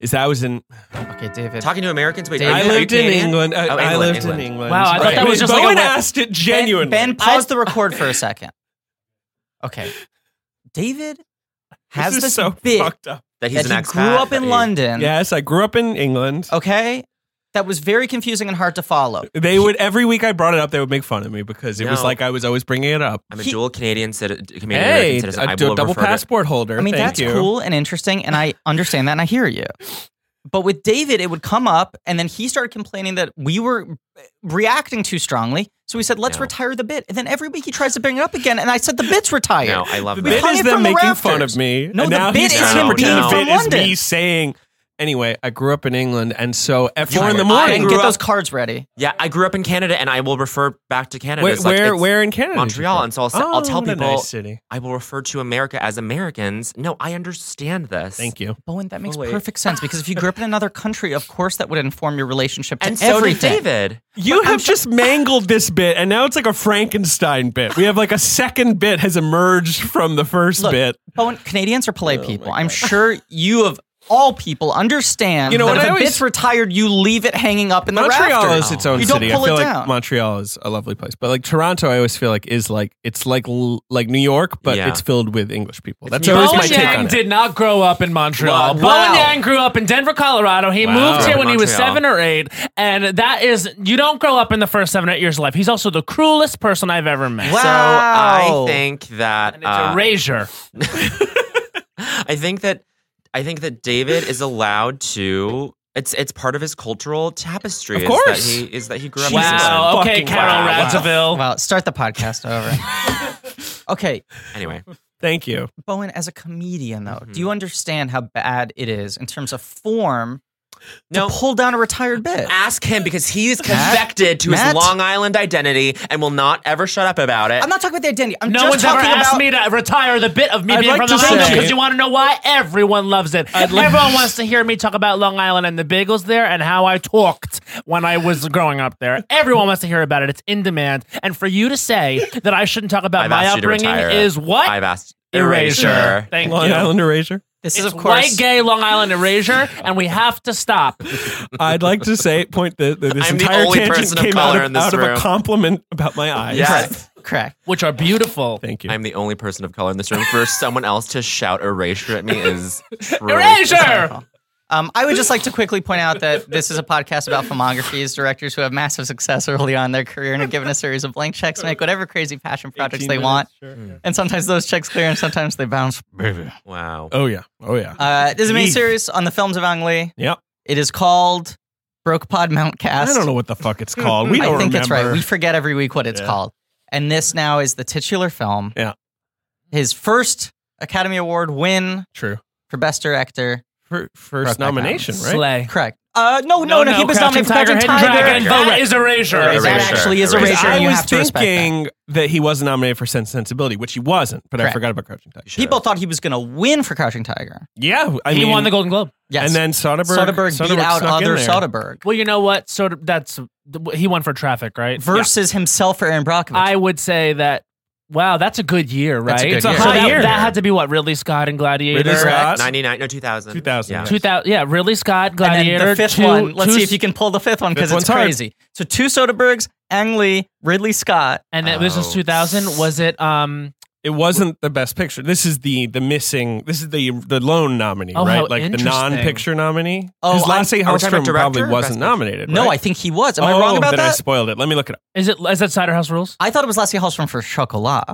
Speaker 3: Is that I was in
Speaker 4: Okay, David.
Speaker 8: Talking to Americans, wait,
Speaker 4: Dave,
Speaker 8: are
Speaker 3: I
Speaker 8: you-
Speaker 3: lived
Speaker 8: are you
Speaker 3: in
Speaker 8: Canadian?
Speaker 3: England. I,
Speaker 8: Oh,
Speaker 3: I
Speaker 8: England,
Speaker 3: lived
Speaker 8: England.
Speaker 3: in England.
Speaker 5: Wow, I thought
Speaker 3: Right.
Speaker 4: that was just like a
Speaker 3: Bowen
Speaker 4: web-
Speaker 3: asked it
Speaker 4: Ben-
Speaker 3: genuinely.
Speaker 4: Ben, pause the record for a second. Okay, David
Speaker 3: This
Speaker 4: has
Speaker 3: is
Speaker 4: this,
Speaker 3: so
Speaker 4: bit
Speaker 3: fucked up.
Speaker 8: that he's
Speaker 4: that
Speaker 8: an
Speaker 4: he
Speaker 8: expat.
Speaker 4: grew up
Speaker 8: that
Speaker 4: in
Speaker 8: he-
Speaker 4: London.
Speaker 3: Yes, I grew up in England.
Speaker 4: Oh. Okay, that was very confusing and hard to follow.
Speaker 3: They would every week I brought it up. They would make fun of me because it was
Speaker 8: No.
Speaker 3: like I was always bringing it up.
Speaker 8: I'm a
Speaker 4: He-
Speaker 8: dual Canadian citizen. Canadian
Speaker 3: Hey,
Speaker 8: American
Speaker 3: a
Speaker 8: citizen. I
Speaker 3: du-
Speaker 8: will
Speaker 3: double
Speaker 8: refer to-
Speaker 3: passport holder.
Speaker 4: I mean,
Speaker 3: Thank
Speaker 4: that's
Speaker 3: you.
Speaker 4: cool and interesting, and I understand that, and I hear you. But with David, it would come up, and then he started complaining that we were reacting too strongly. So we said, let's
Speaker 8: No.
Speaker 4: retire the bit. And then every week he tries to bring it up again, and I said, the bit's retired.
Speaker 8: No, I love
Speaker 3: The
Speaker 8: that.
Speaker 3: bit
Speaker 4: hung
Speaker 3: is
Speaker 4: it
Speaker 3: them
Speaker 4: from the
Speaker 3: making
Speaker 4: rafters.
Speaker 3: fun of me.
Speaker 4: No,
Speaker 3: and
Speaker 4: the
Speaker 3: now
Speaker 4: bit
Speaker 3: he's
Speaker 8: is
Speaker 3: out.
Speaker 8: him
Speaker 3: The
Speaker 8: being
Speaker 3: bit
Speaker 4: from
Speaker 3: is
Speaker 4: London.
Speaker 3: me saying. Anyway, I grew up in England, and so at four in the
Speaker 4: I
Speaker 3: morning,
Speaker 4: didn't
Speaker 8: grew
Speaker 4: get
Speaker 8: up-
Speaker 4: those cards ready.
Speaker 8: Yeah, I grew up in Canada, and I will refer back to Canada.
Speaker 3: where
Speaker 8: It's like-
Speaker 3: where,
Speaker 8: it's
Speaker 3: where in Canada? did you
Speaker 8: Montreal,
Speaker 3: grow
Speaker 8: and so I'll,
Speaker 3: up? Oh,
Speaker 8: s will tell
Speaker 3: what a
Speaker 8: people
Speaker 3: nice city.
Speaker 8: I will refer to America as Americans. No, I understand this.
Speaker 3: Thank you.
Speaker 4: Bowen, that
Speaker 3: Oh,
Speaker 4: makes
Speaker 8: Fully.
Speaker 4: perfect sense because if you grew up in another country, of course that would inform your relationship to
Speaker 8: And so did
Speaker 4: everything.
Speaker 8: David.
Speaker 3: You have just mangled this bit, and now it's like a Frankenstein bit. We have like a second bit has emerged from the first
Speaker 4: Look,
Speaker 3: bit.
Speaker 4: Bowen, Canadians are polite
Speaker 3: Oh,
Speaker 4: people. I'm sure you of all people understand
Speaker 3: You know,
Speaker 4: that
Speaker 3: and
Speaker 4: if
Speaker 3: I
Speaker 4: a
Speaker 3: always-
Speaker 4: bit's retired, you leave it hanging up in the
Speaker 3: Montreal
Speaker 4: rafters.
Speaker 3: is its own
Speaker 4: You don't
Speaker 3: city.
Speaker 4: pull
Speaker 3: I feel
Speaker 4: it
Speaker 3: like
Speaker 4: down.
Speaker 3: Montreal is a lovely place, but like Toronto, I always feel like is like it's like l- like New York, but
Speaker 8: Yeah.
Speaker 3: it's filled with English people. That's
Speaker 8: New
Speaker 3: always
Speaker 8: York.
Speaker 3: my
Speaker 5: Bowen
Speaker 8: Here's
Speaker 3: take on
Speaker 5: Yang
Speaker 3: it.
Speaker 5: did not grow up in
Speaker 8: Wow.
Speaker 5: Montreal. Bowen Yang grew up in Denver, Colorado. He
Speaker 3: Wow.
Speaker 5: moved here when he was
Speaker 8: Montreal.
Speaker 5: seven or eight, and that is you don't grow up in the first seven or eight years of life. He's also the cruelest person I've ever met.
Speaker 4: Wow.
Speaker 8: So I
Speaker 4: Wow.
Speaker 8: think that
Speaker 5: And it's
Speaker 8: uh,
Speaker 5: erasure.
Speaker 8: I think that I think that David is allowed to. It's it's part of his cultural tapestry.
Speaker 3: Of
Speaker 8: is that
Speaker 3: course.
Speaker 8: he is that he grew up. in England.
Speaker 5: Wow. Okay,
Speaker 3: Fucking
Speaker 5: Carol
Speaker 3: wow.
Speaker 5: Radzivill.
Speaker 4: Well, start the
Speaker 5: <laughs>
Speaker 4: podcast over. okay,
Speaker 8: Anyway,
Speaker 3: Thank you.
Speaker 4: Bowen, as a comedian, though,
Speaker 8: Mhm.
Speaker 4: do
Speaker 5: Mm-hmm.
Speaker 4: you understand how bad it is in terms of form
Speaker 8: No.
Speaker 4: to pull down a retired bit?
Speaker 8: ask him because he is connected to his
Speaker 4: Matt?
Speaker 8: Long Island identity and will not ever shut up about it.
Speaker 4: I'm not talking about the identity. I'm
Speaker 5: No
Speaker 4: just
Speaker 5: one's ever
Speaker 4: talking
Speaker 5: asked
Speaker 4: about
Speaker 5: me to retire the bit of me
Speaker 3: I'd
Speaker 5: being
Speaker 3: like
Speaker 5: from
Speaker 3: to
Speaker 5: Long Island
Speaker 3: say-
Speaker 5: because you want to know why everyone loves it. everyone wants to hear me talk about Long Island and the bagels there and how I talked when I was growing up there. Everyone wants to hear about it. It's in demand. And for you to say that I shouldn't talk about
Speaker 8: I've
Speaker 5: my
Speaker 8: asked you to
Speaker 5: upbringing
Speaker 8: retire.
Speaker 5: is what
Speaker 8: I've asked erasure.
Speaker 5: Thank
Speaker 8: <laughs>
Speaker 3: Long
Speaker 5: you.
Speaker 3: Island Erasure.
Speaker 4: this.
Speaker 5: It's
Speaker 4: Is of course
Speaker 5: white gay Long Island erasure, and we have to stop.
Speaker 3: I'd like to say point that that this
Speaker 8: I'm the
Speaker 3: entire
Speaker 8: only
Speaker 3: tangent
Speaker 8: person of
Speaker 3: came out
Speaker 8: color
Speaker 3: of,
Speaker 8: in this
Speaker 3: out of a
Speaker 8: room.
Speaker 3: compliment about my eyes.
Speaker 8: Yes.
Speaker 5: <laughs>
Speaker 4: correct.
Speaker 5: Which are beautiful.
Speaker 3: Thank you.
Speaker 8: I'm the only person of color in this room. For someone else to shout erasure at me is truly-
Speaker 5: Erasure.
Speaker 4: Um, I would just like to quickly point out that this is a podcast about filmographies, directors who have massive success early on in their career and are given a series of blank checks to make whatever crazy passion projects
Speaker 3: 18
Speaker 4: they
Speaker 3: minutes,
Speaker 4: want.
Speaker 3: sure.
Speaker 4: And sometimes those checks clear and sometimes they bounce.
Speaker 8: Wow.
Speaker 3: Oh yeah. Oh yeah.
Speaker 4: Uh, this is a
Speaker 3: Yeesh.
Speaker 4: mini series on the films of Ang Lee.
Speaker 3: yep.
Speaker 4: It is called Broke Pod Mount Cast.
Speaker 3: I don't know what the fuck it's called. We
Speaker 4: I
Speaker 3: don't
Speaker 4: think it's
Speaker 3: remember.
Speaker 4: right. We forget every week what it's
Speaker 3: Yeah.
Speaker 4: called. And this now is the titular film.
Speaker 3: Yeah.
Speaker 4: His first Academy Award win
Speaker 3: True.
Speaker 4: for Best Director.
Speaker 3: Fir- First
Speaker 4: Brokeback Mountain.
Speaker 3: nomination, right?
Speaker 5: Slay.
Speaker 4: Correct. Uh, no, no, no, He was nominated for Crouching Tiger.
Speaker 5: Dragon.
Speaker 4: That
Speaker 5: That is erasure.
Speaker 2: Yeah,
Speaker 4: That
Speaker 2: Erasure.
Speaker 4: actually is
Speaker 2: Erasure.
Speaker 4: erasure.
Speaker 3: I
Speaker 4: and you
Speaker 3: was
Speaker 4: have to respect that.
Speaker 3: thinking that he was nominated for Sense and Sensibility, which he wasn't, but I
Speaker 4: Correct.
Speaker 3: forgot about Crouching Tiger.
Speaker 4: People thought he was going to win for Crouching Tiger.
Speaker 3: Yeah, I
Speaker 5: He
Speaker 3: mean,
Speaker 5: won the Golden Globe.
Speaker 4: Yes.
Speaker 3: and then Soderbergh,
Speaker 4: Soderbergh, beat out
Speaker 3: snuck in
Speaker 4: other
Speaker 3: there.
Speaker 4: Soderbergh
Speaker 5: Well, you know what? So that's he won for Traffic, right?
Speaker 4: versus himself for Aaron Brockovich.
Speaker 5: I would say that. Wow, that's a good year, right?
Speaker 4: That's a good
Speaker 5: so
Speaker 4: year.
Speaker 5: that-
Speaker 4: High
Speaker 5: that,
Speaker 4: year.
Speaker 5: had to be what Ridley Scott and Gladiator.
Speaker 3: Ridley Scott.
Speaker 8: 99, no, 2000.
Speaker 3: 2000,
Speaker 8: Yeah.
Speaker 3: yes.
Speaker 5: Two thousand, yeah, Ridley Scott,
Speaker 4: and then
Speaker 5: Gladiator.
Speaker 4: the fifth
Speaker 5: two-
Speaker 4: one. Let's
Speaker 5: two-
Speaker 4: see if you can pull the fifth one because
Speaker 3: Fifth
Speaker 4: it's
Speaker 3: one's hard.
Speaker 4: crazy. So two Soderberghs, Ang Lee, Ridley Scott.
Speaker 5: And then, this was
Speaker 8: Oh.
Speaker 5: two thousand. Was it? Um,
Speaker 3: It wasn't the best picture. This is the the missing. This is the the lone nominee,
Speaker 5: Oh, how
Speaker 3: right? Like the
Speaker 5: interesting.
Speaker 3: non-picture nominee.
Speaker 4: Oh,
Speaker 3: Because Lasse
Speaker 8: I'm- are we talking
Speaker 3: Hallström
Speaker 8: about
Speaker 3: probably
Speaker 8: director or
Speaker 3: wasn't
Speaker 8: best picture?
Speaker 3: nominated.
Speaker 4: No, I
Speaker 3: right?
Speaker 4: think he was. Am I
Speaker 3: Oh,
Speaker 4: wrong about
Speaker 3: then I
Speaker 4: that?
Speaker 3: spoiled it. Let me look it up.
Speaker 5: is it? Is that Cider House Rules?
Speaker 4: I thought it was Lassie Hallstrom for
Speaker 3: Oh,
Speaker 4: Chocolat,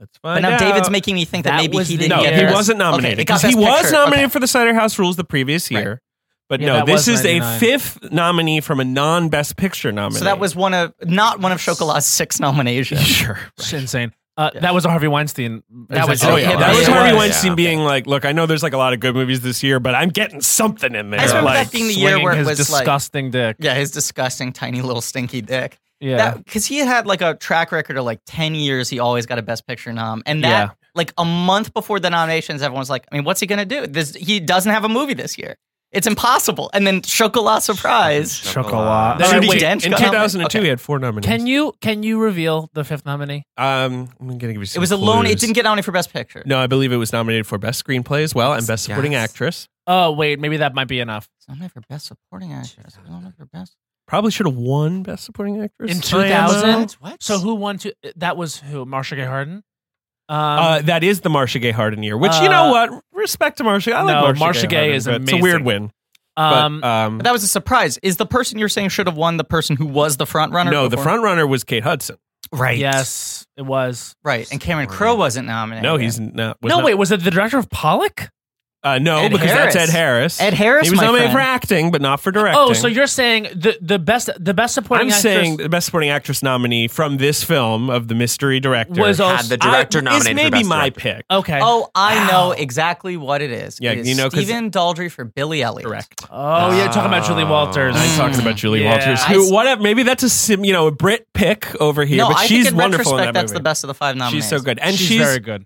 Speaker 3: Let's
Speaker 4: but
Speaker 3: find
Speaker 4: now
Speaker 3: out.
Speaker 4: David's making me think that,
Speaker 5: That
Speaker 4: maybe
Speaker 5: was
Speaker 4: he
Speaker 5: the
Speaker 4: didn't
Speaker 3: No,
Speaker 5: Yeah,
Speaker 4: get
Speaker 3: he
Speaker 5: yes.
Speaker 4: Best-
Speaker 3: wasn't nominated
Speaker 4: Okay, it got
Speaker 3: because he
Speaker 4: Best
Speaker 3: was
Speaker 4: Picture.
Speaker 3: nominated
Speaker 4: Okay.
Speaker 3: for the Cider House Rules the previous year. But
Speaker 5: Yeah,
Speaker 3: no,
Speaker 5: that
Speaker 3: this
Speaker 5: was
Speaker 3: is a
Speaker 5: 99.
Speaker 3: fifth nominee from a non-best picture nominee.
Speaker 4: So that was one of not one of Chocolat's six nominations.
Speaker 3: <laughs> sure.
Speaker 5: It's insane. Uh, That was a Harvey Weinstein.
Speaker 4: That was-
Speaker 5: example.
Speaker 3: Oh yeah,
Speaker 4: Yeah,
Speaker 3: that
Speaker 4: yeah,
Speaker 3: was
Speaker 4: yeah.
Speaker 3: Harvey
Speaker 4: Yeah.
Speaker 3: Weinstein being like, "Look, I know there's like a lot of good movies this year, but I'm getting something in there."
Speaker 4: I just remember
Speaker 3: like,
Speaker 4: that being the year
Speaker 5: Swinging
Speaker 4: where it
Speaker 5: his
Speaker 4: was like,
Speaker 5: disgusting dick.
Speaker 4: yeah, his disgusting tiny little stinky dick.
Speaker 5: Yeah.
Speaker 4: because he had like a track record of like 10 years he always got a best picture nom and that
Speaker 5: Yeah.
Speaker 4: like a month before the nominations everyone's like i mean what's he gonna do this he doesn't have a movie this year it's impossible and then chocolat surprise
Speaker 5: Chocolat.
Speaker 4: Then
Speaker 3: Two-
Speaker 4: I
Speaker 3: in
Speaker 4: went-
Speaker 3: in 2002, he had four nominees.
Speaker 5: Can you can you reveal the fifth nominee?
Speaker 3: Um, I'm gonna give you.
Speaker 4: it
Speaker 3: Some
Speaker 4: was a lone it
Speaker 3: clues.
Speaker 4: didn't get nominated for best picture
Speaker 3: No, I believe it was nominated for best screenplay as well and best supporting
Speaker 8: Yes.
Speaker 3: actress.
Speaker 5: Oh wait, maybe that might be enough.
Speaker 4: it's nominated for best supporting actress it's nominated for best
Speaker 3: Probably should have won best supporting actress
Speaker 5: In
Speaker 3: I am, uh,
Speaker 5: 2000?
Speaker 8: What?
Speaker 5: So who won? To that was who? Marsha Gay Harden. Um,
Speaker 3: uh, that is the Marsha Gay Harden year, which you know what? Respect to Marsha. I
Speaker 5: no,
Speaker 3: like Marsha,
Speaker 5: Marcia Gay
Speaker 3: Harden,
Speaker 5: is
Speaker 3: but It's a weird
Speaker 5: amazing.
Speaker 3: win, but
Speaker 5: um,
Speaker 3: um,
Speaker 4: but that was a surprise is the person you're saying should have won the person who was the front runner
Speaker 3: no, the
Speaker 4: before?
Speaker 3: front runner was Kate Hudson.
Speaker 4: right
Speaker 5: yes, it was.
Speaker 4: right and cameron crowe wasn't nominated
Speaker 3: No, he's not. Was
Speaker 5: no,
Speaker 3: not-
Speaker 5: wait, was it the director of Pollock?
Speaker 3: Uh, no,
Speaker 4: Ed
Speaker 3: because that's
Speaker 4: Harris.
Speaker 3: Ed Harris.
Speaker 4: Ed Harris,
Speaker 3: He was
Speaker 4: my
Speaker 3: nominated
Speaker 4: friend.
Speaker 3: for acting, but not for directing.
Speaker 5: Oh, so you're saying the the best the best supporting
Speaker 3: I'm
Speaker 5: actress
Speaker 3: saying the best supporting actress nominee from this film of the mystery director
Speaker 5: was
Speaker 3: I-
Speaker 8: Had
Speaker 5: also
Speaker 8: the director
Speaker 3: is
Speaker 8: nominated
Speaker 3: maybe
Speaker 8: for best
Speaker 3: my
Speaker 8: director.
Speaker 3: pick.
Speaker 5: okay.
Speaker 4: Oh, I know exactly what it is.
Speaker 3: Yeah,
Speaker 4: it is
Speaker 3: you know, 'cause-
Speaker 4: Stephen Daldry for Billy Elliot.
Speaker 3: Correct.
Speaker 5: Oh, yeah, talking about Julie Walters.
Speaker 3: I'm talking Ah. about Julie
Speaker 5: Yeah.
Speaker 3: Walters.
Speaker 4: Mm. I
Speaker 3: Who,
Speaker 4: s-
Speaker 3: whatever. Maybe that's a sim, you know a Brit pick over here,
Speaker 4: No,
Speaker 3: but
Speaker 4: I
Speaker 3: she's
Speaker 4: think in
Speaker 3: wonderful
Speaker 4: retrospect,
Speaker 3: in that
Speaker 4: that's
Speaker 3: movie.
Speaker 4: the best of the five nominees.
Speaker 3: She's so good, and she's,
Speaker 5: she's, very good.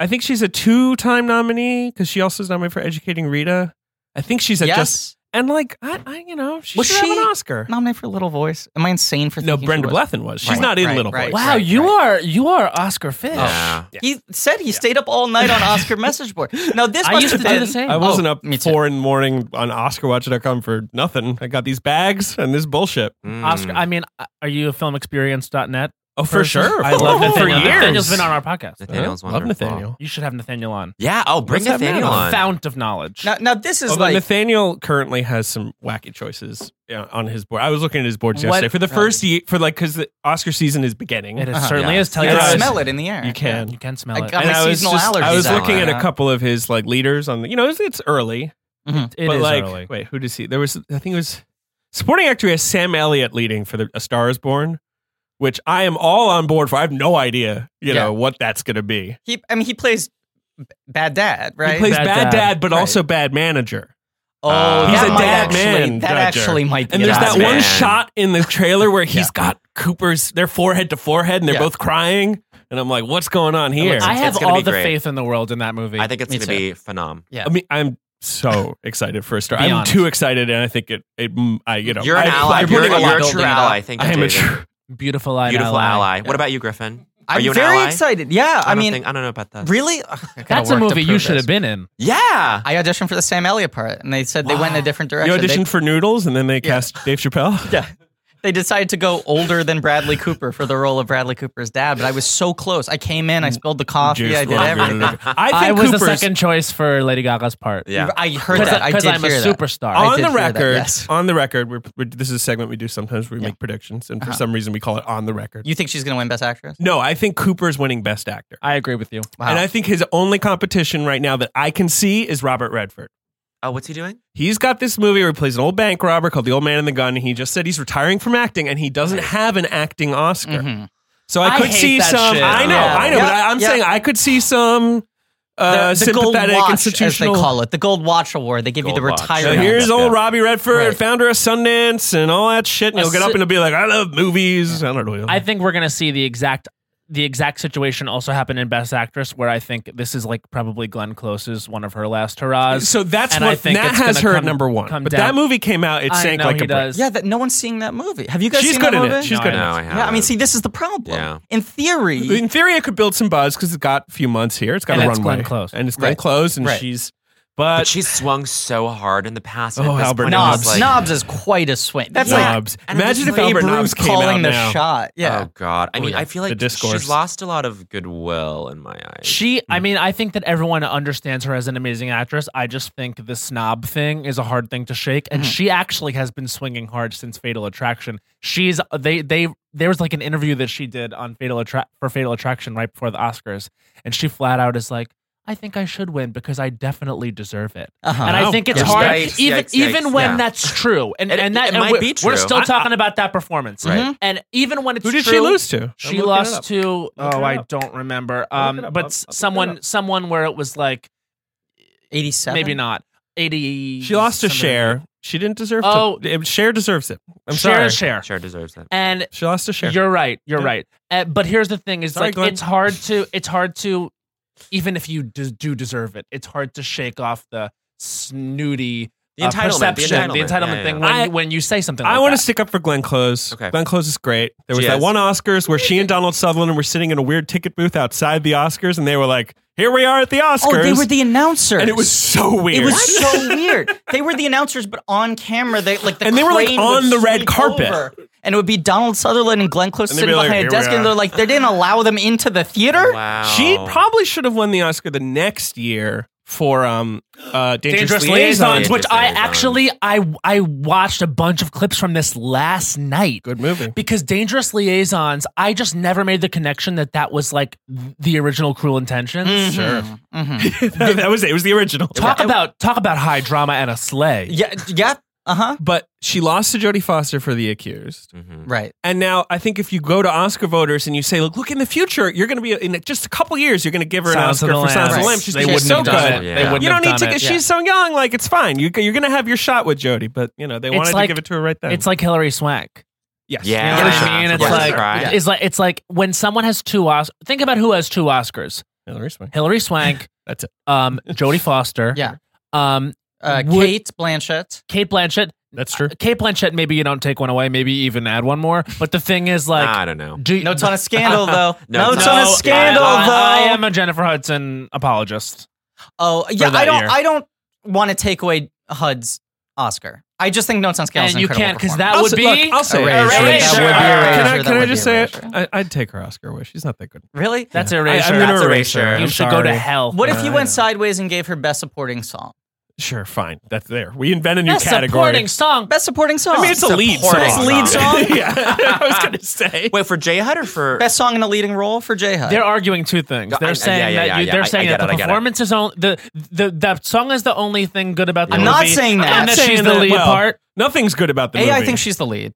Speaker 3: I think she's a two-time nominee because she also is nominated for Educating Rita. I think she's a
Speaker 4: Yes,
Speaker 3: just and like I, I you know she
Speaker 4: Was
Speaker 3: should have an
Speaker 4: she-
Speaker 3: Oscar.
Speaker 4: nominated for Little Voice. Am I insane for
Speaker 3: No,
Speaker 4: thinking she
Speaker 3: Brenda
Speaker 4: was?
Speaker 3: Blethyn was. She's
Speaker 4: Right,
Speaker 3: not in
Speaker 4: right,
Speaker 3: Little
Speaker 4: right.
Speaker 3: Voice.
Speaker 5: Wow,
Speaker 4: right,
Speaker 5: you
Speaker 4: right.
Speaker 5: are you are Oscar Fish.
Speaker 8: Yeah.
Speaker 4: He said he stayed up all night
Speaker 3: <laughs>
Speaker 4: on Oscar message board. Now this
Speaker 5: I
Speaker 4: must
Speaker 5: used
Speaker 4: have
Speaker 5: to do
Speaker 4: been Oh,
Speaker 5: the same.
Speaker 3: I wasn't up
Speaker 4: me too.
Speaker 3: four in the morning on OscarWatch.com for nothing. I got these bags and this bullshit.
Speaker 8: Mm.
Speaker 5: Oscar.
Speaker 3: Hmm.
Speaker 5: I mean, uh, are you a filmexperience.net?
Speaker 3: Oh,
Speaker 5: person? I love Nathaniel. Nathaniel's been on our podcast.
Speaker 8: Nathaniel's
Speaker 3: Love
Speaker 8: wonderful.
Speaker 3: Nathaniel.
Speaker 5: You should have Nathaniel on.
Speaker 8: Yeah. Oh, bring
Speaker 3: What's that
Speaker 8: Nathaniel
Speaker 3: matter?
Speaker 8: on.
Speaker 5: A fount of knowledge.
Speaker 4: Now, now this is
Speaker 3: Although
Speaker 4: like
Speaker 3: Nathaniel currently has some wacky choices yeah, on his board. I was looking at his boards
Speaker 5: What-
Speaker 3: yesterday for the first year, for like because the Oscar season is beginning.
Speaker 5: it is,
Speaker 4: Uh-huh.
Speaker 5: certainly
Speaker 8: Yeah.
Speaker 5: is. Tell
Speaker 4: you
Speaker 3: Yeah,
Speaker 5: your
Speaker 3: I
Speaker 4: can
Speaker 3: was-
Speaker 4: smell it in the air.
Speaker 3: You can.
Speaker 5: You can smell
Speaker 4: I
Speaker 5: it.
Speaker 4: got my
Speaker 3: I was,
Speaker 4: seasonal allergies.
Speaker 3: I was
Speaker 4: out.
Speaker 3: looking at
Speaker 8: Yeah.
Speaker 3: a couple of his like leaders on the. You know, it's, it's early,
Speaker 5: It
Speaker 3: but
Speaker 5: is
Speaker 3: like,
Speaker 5: early.
Speaker 3: wait, who does he? There was, I think it was supporting actor. He has Sam Elliott leading for the A Star Is Born, which I am all on board for. I have no idea, you
Speaker 4: Yeah.
Speaker 3: know, what that's going to be.
Speaker 4: He, I mean, he plays b- bad dad, right?
Speaker 3: He plays Ah.
Speaker 5: Bad
Speaker 3: bad,
Speaker 5: dad.
Speaker 3: dad, but also bad manager.
Speaker 4: oh,
Speaker 8: He's
Speaker 4: that
Speaker 8: a
Speaker 4: might
Speaker 8: dad
Speaker 4: actually,
Speaker 3: man,
Speaker 4: That
Speaker 3: Dodger.
Speaker 4: actually might be.
Speaker 3: And
Speaker 4: it.
Speaker 3: there's
Speaker 8: Bad
Speaker 3: that
Speaker 8: man.
Speaker 3: one shot in the trailer where he's
Speaker 4: Yeah.
Speaker 3: got Cooper's their forehead to forehead, and they're
Speaker 4: Yeah.
Speaker 3: both crying. And I'm like, what's going on here?
Speaker 5: I
Speaker 3: I,
Speaker 8: it's
Speaker 5: have
Speaker 8: gonna
Speaker 5: all
Speaker 8: be
Speaker 5: the
Speaker 8: great.
Speaker 5: faith in the world in that movie.
Speaker 8: I think it's
Speaker 4: Me
Speaker 8: going to be phenom.
Speaker 4: Yeah.
Speaker 3: mean, I'm so excited for a star.
Speaker 5: Be
Speaker 3: I'm
Speaker 5: honest.
Speaker 3: too excited, and I think it. it mm, I you know,
Speaker 8: You're an
Speaker 3: I,
Speaker 8: ally.
Speaker 3: I'm
Speaker 8: You're,
Speaker 3: putting a lot-
Speaker 8: you're a
Speaker 4: building
Speaker 8: true
Speaker 4: it up.
Speaker 8: ally. Thank you.
Speaker 3: I am a
Speaker 8: David.
Speaker 3: true.
Speaker 5: beautiful eye,
Speaker 8: beautiful ally. What about you, Griffin? Are
Speaker 4: I'm
Speaker 8: you an
Speaker 4: very
Speaker 8: ally?
Speaker 4: excited. Yeah, I,
Speaker 8: I, don't
Speaker 4: mean,
Speaker 8: think, I don't know about that.
Speaker 3: <laughs>
Speaker 4: really, I gotta
Speaker 5: That's a
Speaker 4: work to
Speaker 5: movie you
Speaker 4: prove
Speaker 5: should
Speaker 4: this.
Speaker 5: have been in.
Speaker 8: Yeah.
Speaker 4: I auditioned for the Sam Elliott part, and they said they went in a different
Speaker 3: You
Speaker 4: direction. They-
Speaker 3: auditioned for Noodles, and then they cast Dave Chappelle.
Speaker 4: Yeah. They decided to go older than Bradley Cooper for the role of Bradley Cooper's dad, but I was so close. I came in, I spilled the coffee, I did everything.
Speaker 3: I think
Speaker 5: I was
Speaker 3: Cooper's
Speaker 5: the second choice for Lady Gaga's part.
Speaker 8: Yeah.
Speaker 4: I heard that. I did
Speaker 5: Because I'm a
Speaker 4: hear that.
Speaker 5: superstar.
Speaker 4: I
Speaker 3: on
Speaker 4: did
Speaker 3: the
Speaker 4: hear that,
Speaker 3: record.
Speaker 4: yes.
Speaker 3: On the record, we're, we're, this is a segment we do sometimes. Where we make predictions, and for some reason, we call it on the record.
Speaker 4: You think she's going to win Best Actress?
Speaker 3: no, I think Cooper's winning Best Actor,
Speaker 5: I agree with you.
Speaker 4: Wow.
Speaker 3: and I think his only competition right now that I can see is Robert Redford.
Speaker 8: Oh, what's he doing?
Speaker 3: He's got this movie where he plays an old bank robber called The Old Man and the Gun, and he just said he's retiring from acting, and he doesn't have an acting Oscar.
Speaker 4: Mhm.
Speaker 3: So I
Speaker 5: I
Speaker 3: could
Speaker 5: hate
Speaker 3: see
Speaker 5: that
Speaker 3: some.
Speaker 5: shit.
Speaker 3: I know,
Speaker 4: Yeah.
Speaker 3: I know, but
Speaker 4: Yeah,
Speaker 3: I, I'm
Speaker 4: yeah.
Speaker 3: saying I could see some uh,
Speaker 4: the gold
Speaker 3: sympathetic
Speaker 4: watch, as they
Speaker 3: institutional.
Speaker 4: call it, the gold watch award. They give you the
Speaker 1: Gold watch.
Speaker 3: So
Speaker 4: retirement.
Speaker 3: here's
Speaker 1: Yeah.
Speaker 3: old Robbie Redford,
Speaker 4: Right.
Speaker 3: founder of Sundance and all that shit. And
Speaker 4: A
Speaker 3: he'll get up
Speaker 4: si-
Speaker 3: and he'll be like, I love movies. I don't know.
Speaker 5: I think we're gonna see the exact the exact situation also happen in Best Actress, where I think this is like probably Glenn Close's one of her last hurrahs.
Speaker 3: so that's
Speaker 5: and I
Speaker 3: what
Speaker 5: think
Speaker 3: Nat
Speaker 5: it's
Speaker 3: has
Speaker 5: gonna
Speaker 3: her at
Speaker 5: come-
Speaker 3: number one.
Speaker 5: come
Speaker 3: But
Speaker 5: down.
Speaker 3: that movie came out, it
Speaker 5: I
Speaker 3: sank
Speaker 5: know
Speaker 3: like
Speaker 5: he
Speaker 3: a brick.
Speaker 5: does.
Speaker 4: Yeah, that no one's seeing that movie. Have you guys
Speaker 3: She's
Speaker 4: seen
Speaker 3: good
Speaker 4: that
Speaker 3: in
Speaker 4: movie?
Speaker 3: it. She's
Speaker 1: No, I
Speaker 3: good in
Speaker 1: know, I
Speaker 3: it.
Speaker 4: yeah, I mean,
Speaker 1: haven't.
Speaker 4: see, this is the problem.
Speaker 1: Yeah.
Speaker 4: In theory,
Speaker 3: In theory, it could build some buzz because it's got a few months here. It's got
Speaker 5: And
Speaker 3: a
Speaker 5: it's
Speaker 3: runway,
Speaker 5: Glenn Close.
Speaker 3: and it's Glenn
Speaker 4: Right.
Speaker 3: Close, and
Speaker 4: Right.
Speaker 3: she's. But,
Speaker 1: But she's swung so hard in the past. and
Speaker 3: Oh,
Speaker 1: at this
Speaker 3: Albert
Speaker 1: point, I was
Speaker 4: Knobs,
Speaker 1: like,
Speaker 4: Knobs is quite a swing. That's like
Speaker 3: Knobs.
Speaker 1: and I'm
Speaker 3: Imagine
Speaker 1: just
Speaker 3: if
Speaker 1: like-
Speaker 3: Albert
Speaker 4: Babe
Speaker 3: Knobs
Speaker 4: Ruth
Speaker 3: came
Speaker 4: calling
Speaker 3: out
Speaker 4: the
Speaker 3: now.
Speaker 4: shot. Yeah,
Speaker 1: Oh God! I mean, I feel
Speaker 3: The
Speaker 1: like
Speaker 3: discourse.
Speaker 1: she's lost a lot of goodwill in my eyes.
Speaker 5: She,
Speaker 1: Mm.
Speaker 5: I mean, I think that everyone understands her as an amazing actress. I just think the snob thing is a hard thing to shake, and
Speaker 1: Mm-hmm.
Speaker 5: she actually has been swinging hard since Fatal Attraction. She's they they there was like an interview that she did on Fatal Attra- for Fatal Attraction right before the Oscars, and she flat out is like. I think I should win because I definitely deserve it,
Speaker 3: Oh.
Speaker 4: Uh-huh.
Speaker 5: and I
Speaker 3: Wow.
Speaker 5: think it's
Speaker 1: Oh, Yikes,
Speaker 5: hard,
Speaker 1: yikes,
Speaker 5: even
Speaker 1: yikes,
Speaker 5: even
Speaker 1: yikes.
Speaker 5: when
Speaker 1: Yeah.
Speaker 5: that's true, and
Speaker 1: It-
Speaker 5: and that
Speaker 1: it
Speaker 5: and
Speaker 1: might
Speaker 5: we're,
Speaker 1: be
Speaker 5: we're
Speaker 1: true.
Speaker 5: still
Speaker 1: I-
Speaker 5: talking about that performance,
Speaker 1: Right.
Speaker 4: Mm-hmm.
Speaker 5: and even when it's
Speaker 3: Who did
Speaker 5: true,
Speaker 3: she lose to?
Speaker 5: she
Speaker 3: I'm looking it up.
Speaker 5: lost to oh
Speaker 3: Look it
Speaker 5: I
Speaker 3: up.
Speaker 5: don't remember
Speaker 3: I'll look
Speaker 5: um
Speaker 3: it up.
Speaker 5: but
Speaker 3: I'll- I'll
Speaker 5: s-
Speaker 3: look it
Speaker 5: someone
Speaker 3: up.
Speaker 5: someone where it was like
Speaker 4: eighty-seven.
Speaker 5: maybe not 80
Speaker 3: She lost to
Speaker 5: something.
Speaker 3: Cher. She didn't deserve.
Speaker 5: Oh.
Speaker 3: to. Cher deserves it. I'm
Speaker 5: Cher
Speaker 3: sorry.
Speaker 5: is Cher
Speaker 1: sure deserves that.
Speaker 5: and
Speaker 3: She lost to Cher.
Speaker 5: you're right you're
Speaker 3: Yeah.
Speaker 5: right uh, but here's the thing is
Speaker 3: Sorry,
Speaker 5: like
Speaker 3: Glenn.
Speaker 5: it's hard
Speaker 3: <laughs>
Speaker 5: to it's hard to even if you do, do deserve it it's hard to shake off the snooty
Speaker 1: The
Speaker 5: uh,
Speaker 1: entitlement, the
Speaker 5: perception
Speaker 1: entitlement. Yeah, yeah,
Speaker 5: thing
Speaker 1: yeah.
Speaker 5: when
Speaker 3: I-
Speaker 5: you, when you say something like
Speaker 3: I want to
Speaker 5: that.
Speaker 3: stick up for Glenn Close.
Speaker 1: Okay.
Speaker 3: Glenn Close is great. There was
Speaker 1: She
Speaker 3: that
Speaker 1: is.
Speaker 3: one Oscars where she and Donald Sutherland were sitting in a weird ticket booth outside the Oscars, and they were like, "Here we are at the Oscars."
Speaker 4: Oh, they were the announcers.
Speaker 3: and it was so weird.
Speaker 4: It was so
Speaker 3: <laughs>
Speaker 4: weird. They were the announcers, but on camera, they like the
Speaker 3: And they were, like,
Speaker 4: crane
Speaker 3: on
Speaker 4: would
Speaker 3: the red
Speaker 4: sweep
Speaker 3: carpet.
Speaker 4: over, and it would be Donald Sutherland and Glenn Close
Speaker 3: And they'd
Speaker 4: sitting
Speaker 3: be like,
Speaker 4: behind
Speaker 3: "Here
Speaker 4: a
Speaker 3: we
Speaker 4: desk,
Speaker 3: are."
Speaker 4: and they're like, they didn't allow them into the theater.
Speaker 1: Wow.
Speaker 3: She probably should have won the Oscar the next year for um uh Dangerous,
Speaker 5: Dangerous
Speaker 3: Liaisons,
Speaker 5: Liaisons, which
Speaker 1: Dangerous
Speaker 5: I
Speaker 1: Liaisons.
Speaker 5: actually I I watched a bunch of clips from this last night.
Speaker 3: Good movie.
Speaker 5: Because Dangerous Liaisons, I just never made the connection that that was like the original Cruel Intentions.
Speaker 4: Mm-hmm.
Speaker 3: Sure. <laughs>
Speaker 4: Mhm.
Speaker 3: <laughs> that was it. It was the original.
Speaker 5: Talk about talk about high drama and a sleigh.
Speaker 4: Yeah, yeah, uh huh.
Speaker 3: But she lost to Jodie Foster for The Accused.
Speaker 1: Mhm.
Speaker 4: Right.
Speaker 3: And now I think if you go to Oscar voters and you say, "Look, look in the future, you're going to be in just a couple years, you're going to give her
Speaker 5: Silence
Speaker 3: an
Speaker 5: of
Speaker 3: Oscar
Speaker 5: the
Speaker 3: for Silence of the
Speaker 5: Lambs.
Speaker 3: Lambs." She's
Speaker 5: They
Speaker 3: been
Speaker 5: wouldn't
Speaker 3: so
Speaker 5: have
Speaker 3: good.
Speaker 5: done
Speaker 1: it.
Speaker 5: They
Speaker 1: Yeah.
Speaker 5: wouldn't
Speaker 3: You
Speaker 5: have
Speaker 3: don't need
Speaker 5: done
Speaker 3: to.
Speaker 5: it.
Speaker 3: She's so young. Like it's fine. You, you're going to have your shot with Jody, but you know they
Speaker 5: It's
Speaker 3: wanted
Speaker 5: like-
Speaker 3: to give it to her right then.
Speaker 5: It's like Hillary Swank.
Speaker 3: yes,
Speaker 1: Yeah.
Speaker 5: You know what I mean? It's
Speaker 1: Yeah.
Speaker 5: like
Speaker 1: Right.
Speaker 5: it's like it's like when someone has two Oscars. Think about who has two Oscars:
Speaker 3: Hillary Swank.
Speaker 5: Hillary <laughs> Swank,
Speaker 3: That's it.
Speaker 5: um, Jodie Foster,
Speaker 4: Yeah.
Speaker 5: um,
Speaker 4: Uh,
Speaker 5: Would-
Speaker 4: Kate Blanchett.
Speaker 5: Kate Blanchett,
Speaker 3: That's true.
Speaker 5: Kate Blanchett, maybe you don't take one away, maybe even add one more. But the thing is, like,
Speaker 1: I don't know.
Speaker 5: do
Speaker 4: No, it's on a <laughs> scandal though.
Speaker 1: No,
Speaker 4: no,
Speaker 1: it's
Speaker 4: Oh, it's on a
Speaker 1: not.
Speaker 4: scandal
Speaker 5: I, I
Speaker 4: though.
Speaker 5: am a Jennifer Hudson apologist.
Speaker 4: oh, yeah.
Speaker 5: that
Speaker 4: I don't.
Speaker 5: year.
Speaker 4: I don't want to take away HUD's Oscar. I just think Notes on Scale is
Speaker 5: And
Speaker 4: an
Speaker 5: you
Speaker 4: incredible
Speaker 5: can't because
Speaker 4: performance.
Speaker 5: that
Speaker 3: I'll
Speaker 5: would
Speaker 3: say-
Speaker 5: be
Speaker 3: look, I'll say it.
Speaker 4: Erasure. That
Speaker 5: Erasure.
Speaker 4: would be erasure.
Speaker 3: Can I,
Speaker 4: That
Speaker 3: can I
Speaker 4: would
Speaker 3: just
Speaker 4: be
Speaker 3: say
Speaker 4: erasure.
Speaker 3: it? I, I'd take her Oscar away. She's not that good.
Speaker 4: really.
Speaker 5: That's
Speaker 3: I,
Speaker 5: erasure.
Speaker 3: I'm gonna
Speaker 1: That's
Speaker 3: erase her.
Speaker 1: erasure.
Speaker 5: you
Speaker 3: I'm
Speaker 5: should go
Speaker 3: sorry.
Speaker 5: to hell.
Speaker 4: What if you
Speaker 3: Uh,
Speaker 4: went sideways and gave her Best Supporting Song?
Speaker 3: Sure, fine. That's there. We invent a new
Speaker 5: Best
Speaker 3: category.
Speaker 5: supporting song.
Speaker 4: Best Supporting Song.
Speaker 3: I mean, it's a lead song.
Speaker 1: Supporting
Speaker 4: lead song.
Speaker 3: <laughs> yeah, I was gonna say.
Speaker 1: Wait for J Hud or for
Speaker 4: Best song in a leading role for J Hud.
Speaker 5: They're arguing two things.
Speaker 1: No, I-
Speaker 5: They're
Speaker 1: yeah,
Speaker 5: saying
Speaker 1: yeah,
Speaker 5: that
Speaker 1: yeah,
Speaker 5: you,
Speaker 1: yeah.
Speaker 5: they're
Speaker 1: I- I
Speaker 5: saying
Speaker 1: get
Speaker 5: that
Speaker 1: it, I
Speaker 5: the
Speaker 1: get it.
Speaker 5: performance is on the the that song is the only thing good about the
Speaker 4: I'm not
Speaker 5: movie,
Speaker 4: saying that.
Speaker 5: And that she's the
Speaker 3: that-
Speaker 5: lead
Speaker 3: well,
Speaker 5: part.
Speaker 3: Nothing's good about
Speaker 4: A,
Speaker 3: the movie.
Speaker 4: I think she's the lead.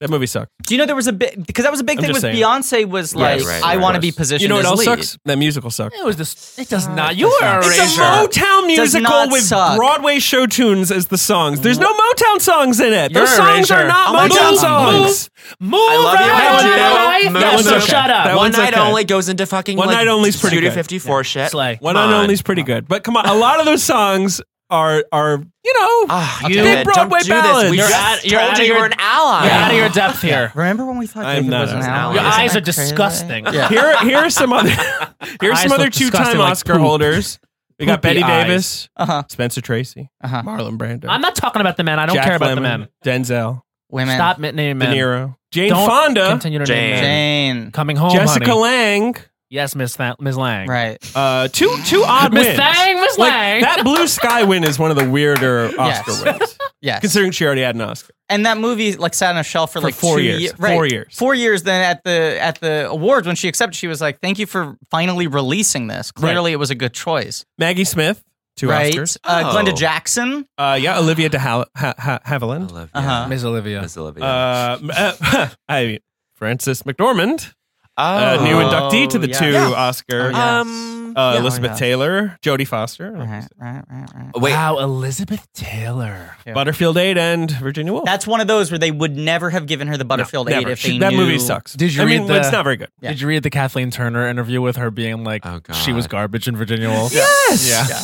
Speaker 3: that movie sucks.
Speaker 4: Do you know there was a bit because that was a big
Speaker 3: I'm
Speaker 4: thing with
Speaker 3: just saying.
Speaker 4: Beyonce was like
Speaker 1: right,
Speaker 4: I
Speaker 1: right.
Speaker 4: want to
Speaker 1: Of
Speaker 4: be
Speaker 1: course.
Speaker 4: positioned
Speaker 3: You know what
Speaker 4: as
Speaker 3: else
Speaker 4: lead.
Speaker 3: sucks? That musical sucks.
Speaker 5: It was this. It does not. You are a
Speaker 4: It's a
Speaker 3: It's a
Speaker 5: erasure.
Speaker 3: Motown
Speaker 4: Does
Speaker 3: musical
Speaker 4: not
Speaker 3: with
Speaker 4: suck.
Speaker 3: Broadway show tunes as the songs. There's no Motown songs in it. Those
Speaker 5: You're a
Speaker 3: songs are
Speaker 5: rager.
Speaker 3: not
Speaker 5: Oh my
Speaker 3: Motown
Speaker 4: God.
Speaker 3: songs.
Speaker 5: Move
Speaker 1: I love you.
Speaker 5: right
Speaker 3: That one's
Speaker 5: on
Speaker 3: okay.
Speaker 5: away.
Speaker 1: That
Speaker 5: Yeah,
Speaker 1: one's
Speaker 5: so
Speaker 1: okay.
Speaker 5: shut up.
Speaker 1: One
Speaker 3: That one's
Speaker 1: night
Speaker 3: okay.
Speaker 1: only goes into fucking
Speaker 3: One
Speaker 1: like,
Speaker 3: Night Only's pretty
Speaker 1: Studio
Speaker 3: good.
Speaker 1: 54 shit.
Speaker 5: Slay.
Speaker 3: One
Speaker 1: Come
Speaker 3: on
Speaker 1: on.
Speaker 3: only's pretty good, but come on, a lot of those songs are are you know
Speaker 1: Ah,
Speaker 3: big
Speaker 1: you David, don't
Speaker 3: Broadway
Speaker 1: do this.
Speaker 3: ballads.
Speaker 1: We
Speaker 5: You're
Speaker 1: just
Speaker 5: out- you're
Speaker 1: told
Speaker 5: out
Speaker 1: you
Speaker 5: of your-
Speaker 1: you're an ally.
Speaker 5: You're out of your depth here.
Speaker 4: Remember when we thought
Speaker 3: I'm
Speaker 4: David
Speaker 3: not
Speaker 4: was
Speaker 3: an
Speaker 4: an
Speaker 1: ally.
Speaker 4: ally?
Speaker 1: Your
Speaker 4: Isn't
Speaker 5: eyes
Speaker 4: that
Speaker 5: are disgusting.
Speaker 4: crazy? Yeah.
Speaker 3: here here are some
Speaker 5: <laughs>
Speaker 3: other here are
Speaker 5: Eyes
Speaker 3: some other
Speaker 5: look
Speaker 3: two
Speaker 5: disgusting
Speaker 3: time
Speaker 5: like
Speaker 3: Oscar
Speaker 5: poop.
Speaker 3: holders. We got
Speaker 5: Poopy
Speaker 3: Betty
Speaker 5: eyes.
Speaker 3: Davis,
Speaker 4: Uh huh.
Speaker 3: Spencer Tracy,
Speaker 4: Uh-huh.
Speaker 3: Marlon Brando.
Speaker 5: I'm not talking about the men. I don't
Speaker 3: Jack
Speaker 5: care about
Speaker 3: Lemmon, Denzel,
Speaker 5: the men.
Speaker 4: Women.
Speaker 5: Stop naming
Speaker 3: De
Speaker 5: men.
Speaker 3: Niro, Jane
Speaker 5: Don't
Speaker 3: Fonda,
Speaker 5: Continue to name
Speaker 1: Jane.
Speaker 5: men.
Speaker 4: Jane.
Speaker 5: Coming home,
Speaker 3: Jessica
Speaker 5: honey.
Speaker 3: Lang.
Speaker 5: Yes, Miss Tha- Miss Lang.
Speaker 4: Right.
Speaker 3: Uh, two two odd
Speaker 5: Miss
Speaker 3: wins.
Speaker 5: Lang, Miss
Speaker 3: Like,
Speaker 5: Lang.
Speaker 3: that Blue Sky win is one of the weirder
Speaker 5: <laughs>
Speaker 3: Oscar
Speaker 4: Yes.
Speaker 3: wins,
Speaker 4: Yes.
Speaker 3: considering she already had an Oscar.
Speaker 4: and that movie like sat on a shelf for,
Speaker 3: For
Speaker 4: like
Speaker 3: four
Speaker 4: two
Speaker 3: years.
Speaker 4: ye-
Speaker 3: Four
Speaker 4: right.
Speaker 3: years.
Speaker 4: Four years. Then at the at the awards when she accepted, she was like, "Thank you for finally releasing this. Clearly, it was a good choice."
Speaker 3: Maggie Smith, two
Speaker 4: right.
Speaker 3: Oscars.
Speaker 4: Uh,
Speaker 1: Oh.
Speaker 4: Glenda Jackson.
Speaker 3: Uh, yeah, Olivia De Hal- ha- ha- Havilland.
Speaker 1: Olivia.
Speaker 4: Uh-huh.
Speaker 5: Miss
Speaker 3: <laughs>
Speaker 5: Olivia.
Speaker 1: Miss Olivia.
Speaker 3: Uh, m- uh, I mean, Frances McDormand. uh, new
Speaker 4: Oh,
Speaker 3: inductee to the
Speaker 4: yeah.
Speaker 3: two
Speaker 4: Yeah.
Speaker 3: Oscar.
Speaker 4: Oh, yeah.
Speaker 1: Um,
Speaker 3: Uh,
Speaker 4: Yeah.
Speaker 3: Elizabeth
Speaker 4: Oh, yeah.
Speaker 3: Taylor, Jodie Foster,
Speaker 4: Right, right, right, right.
Speaker 1: wait.
Speaker 5: Wow, Elizabeth Taylor.
Speaker 3: Butterfield Eight, and Virginia Woolf.
Speaker 4: That's one of those where they would never have given her the Butterfield
Speaker 3: Never.
Speaker 4: 8 if
Speaker 3: She-
Speaker 4: they
Speaker 3: that
Speaker 4: knew.
Speaker 3: movie sucks.
Speaker 9: Did you
Speaker 3: I
Speaker 9: read
Speaker 3: mean,
Speaker 9: the-
Speaker 3: it's not very good.
Speaker 4: Yeah.
Speaker 9: Did you read the Kathleen Turner interview with her being like
Speaker 1: Oh, God.
Speaker 9: she was garbage in Virginia Woolf?
Speaker 3: Yes.
Speaker 9: Yeah.